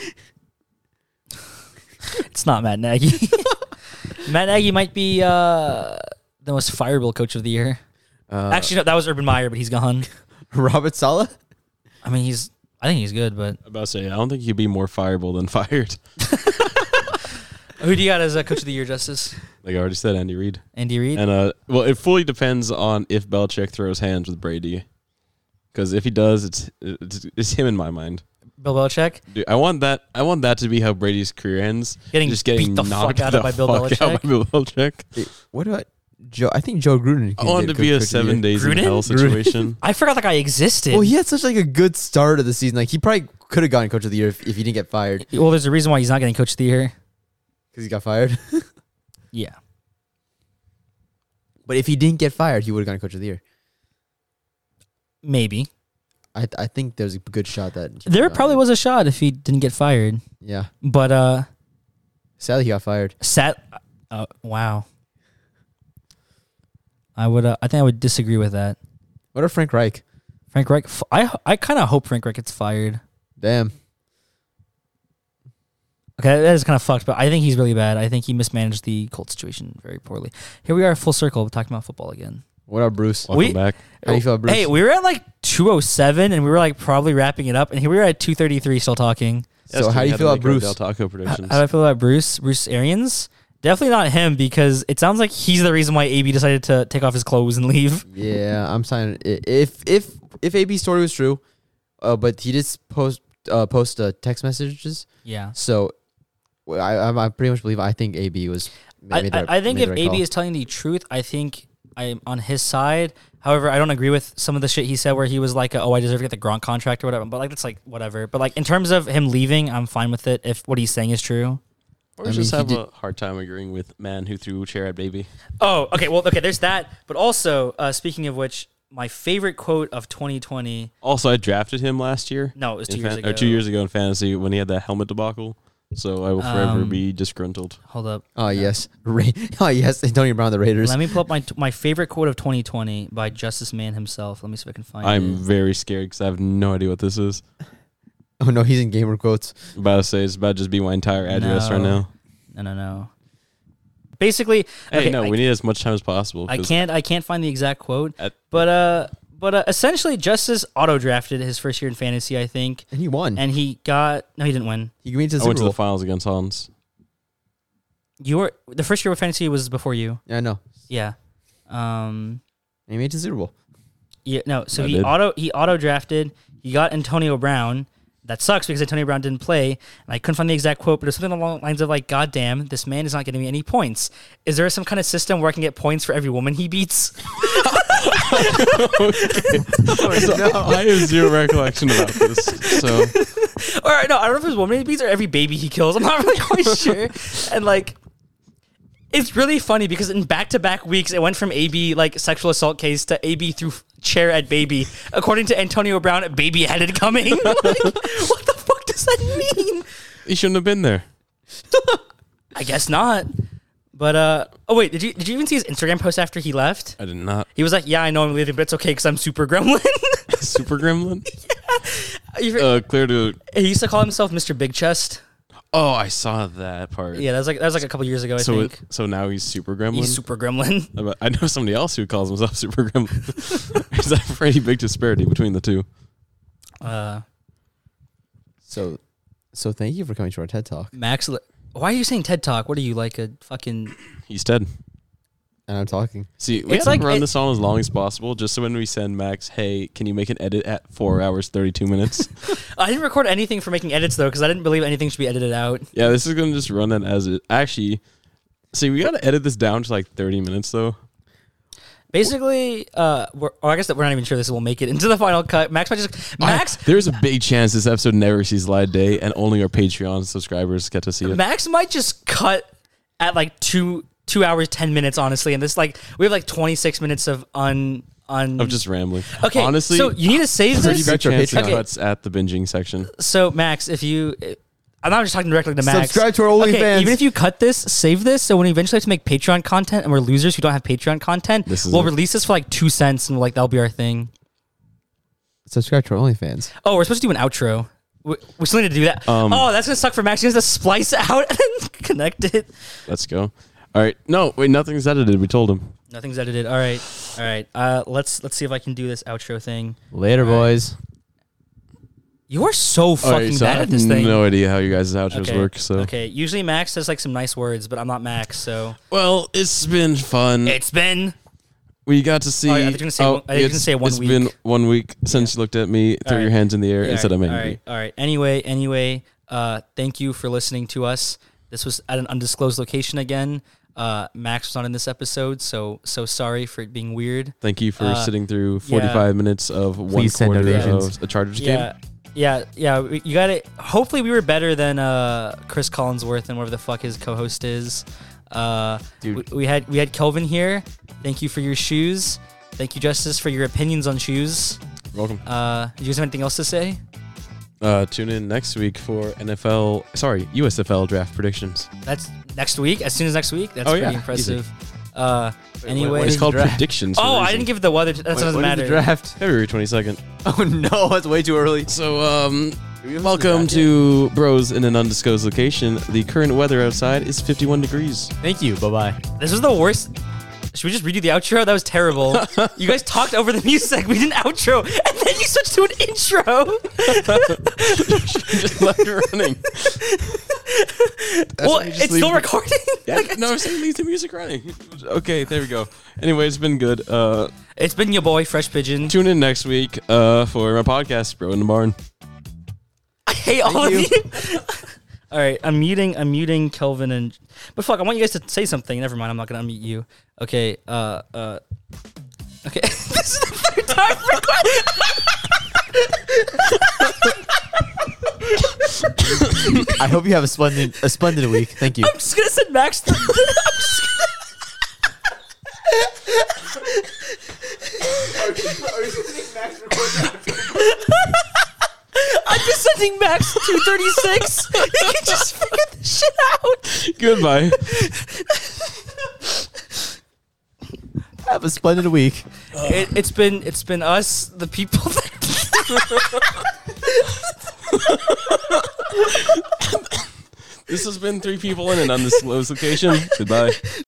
Speaker 1: It's not Matt Nagy. Matt Nagy might be uh, the most fireable coach of the year.
Speaker 4: Uh,
Speaker 1: Actually, no, that was Urban Meyer, but he's gone.
Speaker 4: Robert Sala.
Speaker 1: I mean, he's. I think he's good, but
Speaker 3: About to say, I don't think he'd be more fireable than fired.
Speaker 1: who do you got as a coach of the year, Justice?
Speaker 3: Like I already said, Andy Reid.
Speaker 1: Andy Reid.
Speaker 3: And uh, well, it fully depends on if Belichick throws hands with Brady. Because if he does, it's, it's it's him in my mind.
Speaker 1: Bill Belichick
Speaker 3: Dude, I want that. I want that to be how Brady's career ends.
Speaker 1: Getting
Speaker 3: just getting
Speaker 1: beat the
Speaker 3: knocked
Speaker 1: fuck out
Speaker 3: the
Speaker 1: of by Bill
Speaker 3: fuck
Speaker 1: Belichick.
Speaker 3: out by Bill Belichick.
Speaker 4: Wait, What about Joe? I think Joe Gruden.
Speaker 3: I want it to be a seven
Speaker 4: day.
Speaker 3: days
Speaker 1: Gruden?
Speaker 3: in hell
Speaker 1: Gruden.
Speaker 3: situation.
Speaker 1: I forgot that guy existed.
Speaker 4: Well, he had such like a good start of the season. Like he probably could have gotten coach of the year if, if he didn't get fired
Speaker 1: well, there's a reason why he's not getting coach of the year.
Speaker 4: because he got fired.
Speaker 1: Yeah.
Speaker 4: but if he didn't get fired, he would have gotten coach of the year.
Speaker 1: Maybe.
Speaker 4: I I think there's a good shot that he
Speaker 3: Uh,
Speaker 1: There
Speaker 4: got
Speaker 1: probably
Speaker 4: it.
Speaker 1: was a shot if he didn't get fired.
Speaker 4: Yeah,
Speaker 1: But uh
Speaker 4: sadly he got fired.
Speaker 1: sat uh, wow. I would uh, I think I would disagree with that.
Speaker 4: What about Frank Reich?
Speaker 1: Frank Reich f- I I kind of hope Frank Reich gets fired.
Speaker 4: Damn.
Speaker 1: Okay, that is kind of fucked, but I think he's really bad. I think he mismanaged the Colt situation very poorly. Here we are, full circle, talking about football again.
Speaker 4: What about Bruce?
Speaker 3: Welcome
Speaker 1: We-
Speaker 3: back.
Speaker 4: How do you feel, about Bruce?
Speaker 1: Hey, we were at like 207 and we were like probably wrapping it up, and here we are at 233 still talking.
Speaker 4: so how do you feel about Bruce?
Speaker 3: Del Taco
Speaker 1: How,
Speaker 3: predictions.
Speaker 1: how do I feel about Bruce? Bruce Arians? Definitely not him because it sounds like he's the reason why AB decided to take off his clothes and leave.
Speaker 4: Yeah, I'm signing. i- If if if AB's story was true, uh, but he did s- post uh, post uh, text messages,
Speaker 1: Yeah.
Speaker 4: so well, I I'm- I pretty much believe I think AB was. ma-
Speaker 1: I,
Speaker 4: made the
Speaker 1: I,
Speaker 4: right-
Speaker 1: I think
Speaker 4: made
Speaker 1: if
Speaker 4: the right
Speaker 1: AB
Speaker 4: call.
Speaker 1: is telling the truth, I think I'm on his side. However, I don't agree with some of the shit he said where he was like, oh, I deserve to get the Gronk contract or whatever. But like, that's like, whatever. But like, in terms of him leaving, I'm fine with it if what he's saying is true.
Speaker 3: Or
Speaker 4: I mean,
Speaker 3: just
Speaker 4: he
Speaker 3: have
Speaker 4: did-
Speaker 3: a hard time agreeing with man who threw a chair at baby.
Speaker 1: Oh, okay. Well, okay, there's that. But also, uh, speaking of which, my favorite quote of 2020.
Speaker 3: Also, I drafted him last year.
Speaker 1: No, it was
Speaker 3: in
Speaker 1: two years
Speaker 3: fan-
Speaker 1: ago.
Speaker 3: Or two years ago in fantasy when he had that helmet debacle. so I will forever
Speaker 1: Um,
Speaker 3: be disgruntled.
Speaker 1: Hold up.
Speaker 4: Oh yes, Ra- oh yes, Antonio Brown, the Raiders.
Speaker 1: Let me pull up my my favorite quote of 2020 by Justice Man himself. Let me see if I can find
Speaker 3: I'm
Speaker 1: it.
Speaker 3: very scared because I have no idea what this is.
Speaker 4: Oh no, he's in gamer quotes.
Speaker 3: I'm about to say it's about to just be my entire address right
Speaker 1: No.
Speaker 3: now.
Speaker 1: No, no, no. Basically,
Speaker 3: Hey,
Speaker 1: okay,
Speaker 3: no,
Speaker 1: I,
Speaker 3: we need as much time as possible.
Speaker 1: I
Speaker 3: 'cause
Speaker 1: can't I can't find the exact quote,
Speaker 3: At-
Speaker 1: but uh, but uh, essentially, Justice auto drafted his first year in fantasy, I think,
Speaker 4: And he
Speaker 3: Hmm.
Speaker 4: won.
Speaker 1: and he got no, he didn't win.
Speaker 4: he went to the
Speaker 3: I
Speaker 4: Super
Speaker 3: went to
Speaker 4: Bowl.
Speaker 3: the finals against Hans.
Speaker 1: You were the first year of fantasy was before you,
Speaker 4: yeah, I know.
Speaker 1: yeah. Um,
Speaker 4: He made it to the Super Bowl.
Speaker 1: yeah, no, so
Speaker 3: I
Speaker 1: he
Speaker 3: did.
Speaker 1: auto he auto drafted. He got Antonio Brown. That sucks because Antonio Brown didn't play, and I couldn't find the exact quote, but it's something along the lines of like, "God damn, this man is not getting me any points. Is there some kind of system where I can get points for every woman he beats?"
Speaker 3: I have zero recollection about this. So
Speaker 1: or no, I don't know if it was woman he beats or every baby he kills. I'm not really quite sure. And like, it's really funny because in back to back weeks, it went from AB like sexual assault case to AB through f- chair at baby. According to Antonio Brown, baby had it coming. like, what the fuck does that mean?
Speaker 3: he shouldn't have been there.
Speaker 1: I guess not. But uh, oh wait, did you did you even see his Instagram post after he left?
Speaker 3: I did not.
Speaker 1: He was like, "Yeah, I know I'm leaving, but it's okay because I'm super gremlin."
Speaker 3: Super Gremlin?
Speaker 1: You heard-
Speaker 3: Uh, clear to.
Speaker 1: he used to call himself Mr. Big Chest.
Speaker 3: Oh, I saw that part.
Speaker 1: Yeah, that was like that was like a couple years ago, I
Speaker 3: So
Speaker 1: think.
Speaker 3: it, so now he's Super Gremlin.
Speaker 1: He's super gremlin.
Speaker 3: I bet- I know somebody else who calls himself Super Gremlin. Is that a pretty big disparity between the two?
Speaker 1: Uh,
Speaker 4: So, so thank you for coming to our TED Talk.
Speaker 1: Max, Le- why are you saying TED Talk? What are you like a fucking?
Speaker 3: He's dead.
Speaker 4: And I'm talking.
Speaker 3: See, we
Speaker 1: It's
Speaker 3: have
Speaker 1: like
Speaker 3: to run
Speaker 1: it-
Speaker 3: this on as long as possible, just so when we send Max, hey, can you make an edit at four hours thirty-two minutes?
Speaker 1: I didn't record anything for making edits though, because I didn't believe anything should be edited out.
Speaker 3: yeah, this is gonna just run it as it. Actually, see, we gotta edit this down to like thirty minutes though.
Speaker 1: Basically, uh, we're, or I guess that we're not even sure this will make it into the final cut. Max might just Max.
Speaker 3: I- there's a big chance this episode never sees light day, and only our Patreon subscribers get to see it.
Speaker 1: Max might just cut at like two two hours ten minutes honestly, and this like we have like twenty six minutes of un un.
Speaker 3: I'm just rambling.
Speaker 1: okay,
Speaker 3: honestly,
Speaker 1: so you need to save this.
Speaker 3: pretty big
Speaker 4: Subscribe to our
Speaker 3: chance it
Speaker 1: Patreon.
Speaker 3: cuts at the binging section.
Speaker 1: So Max, if you, I'm not just talking directly to Max.
Speaker 4: Subscribe to our OnlyFans.
Speaker 1: Okay, even if you cut this, save this. So when we eventually have to make Patreon content, and we're losers who don't have Patreon content,
Speaker 3: This is
Speaker 1: we'll
Speaker 3: it.
Speaker 1: release this for like two cents, and like that'll be our thing.
Speaker 4: Subscribe to our OnlyFans.
Speaker 1: Oh, we're supposed to do an outro. We, we still need to do that.
Speaker 3: Um,
Speaker 1: oh, that's gonna suck for Max. He has to splice out and connect it.
Speaker 3: Let's go. All right. No, wait, nothing's edited. We told him.
Speaker 1: Nothing's edited. All right, all right. Uh, let's let's see if I can do this outro thing.
Speaker 4: Later, boys.
Speaker 1: You are so
Speaker 3: All right,
Speaker 1: fucking
Speaker 3: so I
Speaker 1: bad at
Speaker 3: have
Speaker 1: this thing.
Speaker 3: no idea how you guys' outros
Speaker 1: okay.
Speaker 3: work. So,
Speaker 1: okay. Usually Max says like some nice words, but I'm not Max, so
Speaker 3: well, it's been fun.
Speaker 1: it's been
Speaker 3: we got to see.
Speaker 1: Oh, I was gonna say one- I was
Speaker 3: it's-
Speaker 1: gonna say one
Speaker 3: It's
Speaker 1: week.
Speaker 3: been one week since you looked at me, threw
Speaker 1: All
Speaker 3: your
Speaker 1: right.
Speaker 3: hands in the air, and said,
Speaker 1: all
Speaker 3: "I'm
Speaker 1: right,
Speaker 3: angry."
Speaker 1: All right, all right. Anyway, anyway, uh, thank you for listening to us. This was at an undisclosed location again. Uh, Max was not in this episode, so so sorry for it being weird.
Speaker 3: Thank you for
Speaker 1: Uh,
Speaker 3: sitting through
Speaker 1: yeah.
Speaker 3: 45 minutes of one
Speaker 4: Please send
Speaker 3: quarter
Speaker 4: donations.
Speaker 3: of a Chargers
Speaker 1: Yeah,
Speaker 3: game.
Speaker 1: yeah, yeah. we- You got it. Hopefully, we were better than uh, Chris Collinsworth and whatever the fuck his co-host is. Uh, we,
Speaker 4: Dude.
Speaker 1: we had we had Kelvin here. Thank you for your shoes. Thank you, Justice, for your opinions on shoes.
Speaker 3: Welcome.
Speaker 1: Uh, do you guys have anything else to say?
Speaker 3: Uh, tune in next week for NFL, sorry, USFL draft predictions.
Speaker 1: That's next week. As soon as next week. That's
Speaker 3: Oh,
Speaker 1: pretty
Speaker 3: yeah.
Speaker 1: impressive. Uh, anyway.
Speaker 4: What
Speaker 3: It's
Speaker 4: is
Speaker 3: called
Speaker 4: the draft?
Speaker 3: predictions. for
Speaker 1: Oh,
Speaker 3: a
Speaker 1: I
Speaker 3: reason.
Speaker 1: didn't give the weather. That doesn't matter.
Speaker 4: draft?
Speaker 3: February 22nd.
Speaker 4: Oh no, that's way too early.
Speaker 3: So, um,
Speaker 4: we have
Speaker 3: welcome
Speaker 4: the
Speaker 3: to Bros in an Undisclosed Location. The current weather outside is 51 degrees.
Speaker 4: Thank you. Bye bye.
Speaker 1: This is the worst. Should we just redo the outro? That was terrible. you guys talked over the music. We did an outro, and then you switched to an intro.
Speaker 3: Just left it running.
Speaker 1: well,
Speaker 3: why you just
Speaker 1: it's still
Speaker 3: leave-
Speaker 1: recording.
Speaker 3: Yeah, no, I'm saying leave the music running. Okay, there we go. Anyway, it's been good. Uh,
Speaker 1: It's been your boy, Fresh Pigeon.
Speaker 3: tune in next week uh, for my podcast, Bro in the Barn.
Speaker 1: I hate all of you. all right, I'm muting. I'm muting Kelvin and. But fuck, I want you guys to say something. Never mind. I'm not gonna unmute you. Okay. Uh. Uh. Okay. this is the third time. recording.
Speaker 4: I hope you have a splendid a splendid week. Thank you.
Speaker 1: I'm just gonna send Max. To- I'm just gonna- I'm just sending Max 236. He can just figure
Speaker 3: Goodbye.
Speaker 4: Have a splendid week.
Speaker 1: It, it's been it's been us, the people. That
Speaker 3: This has been three people in an undisclosed location. Goodbye.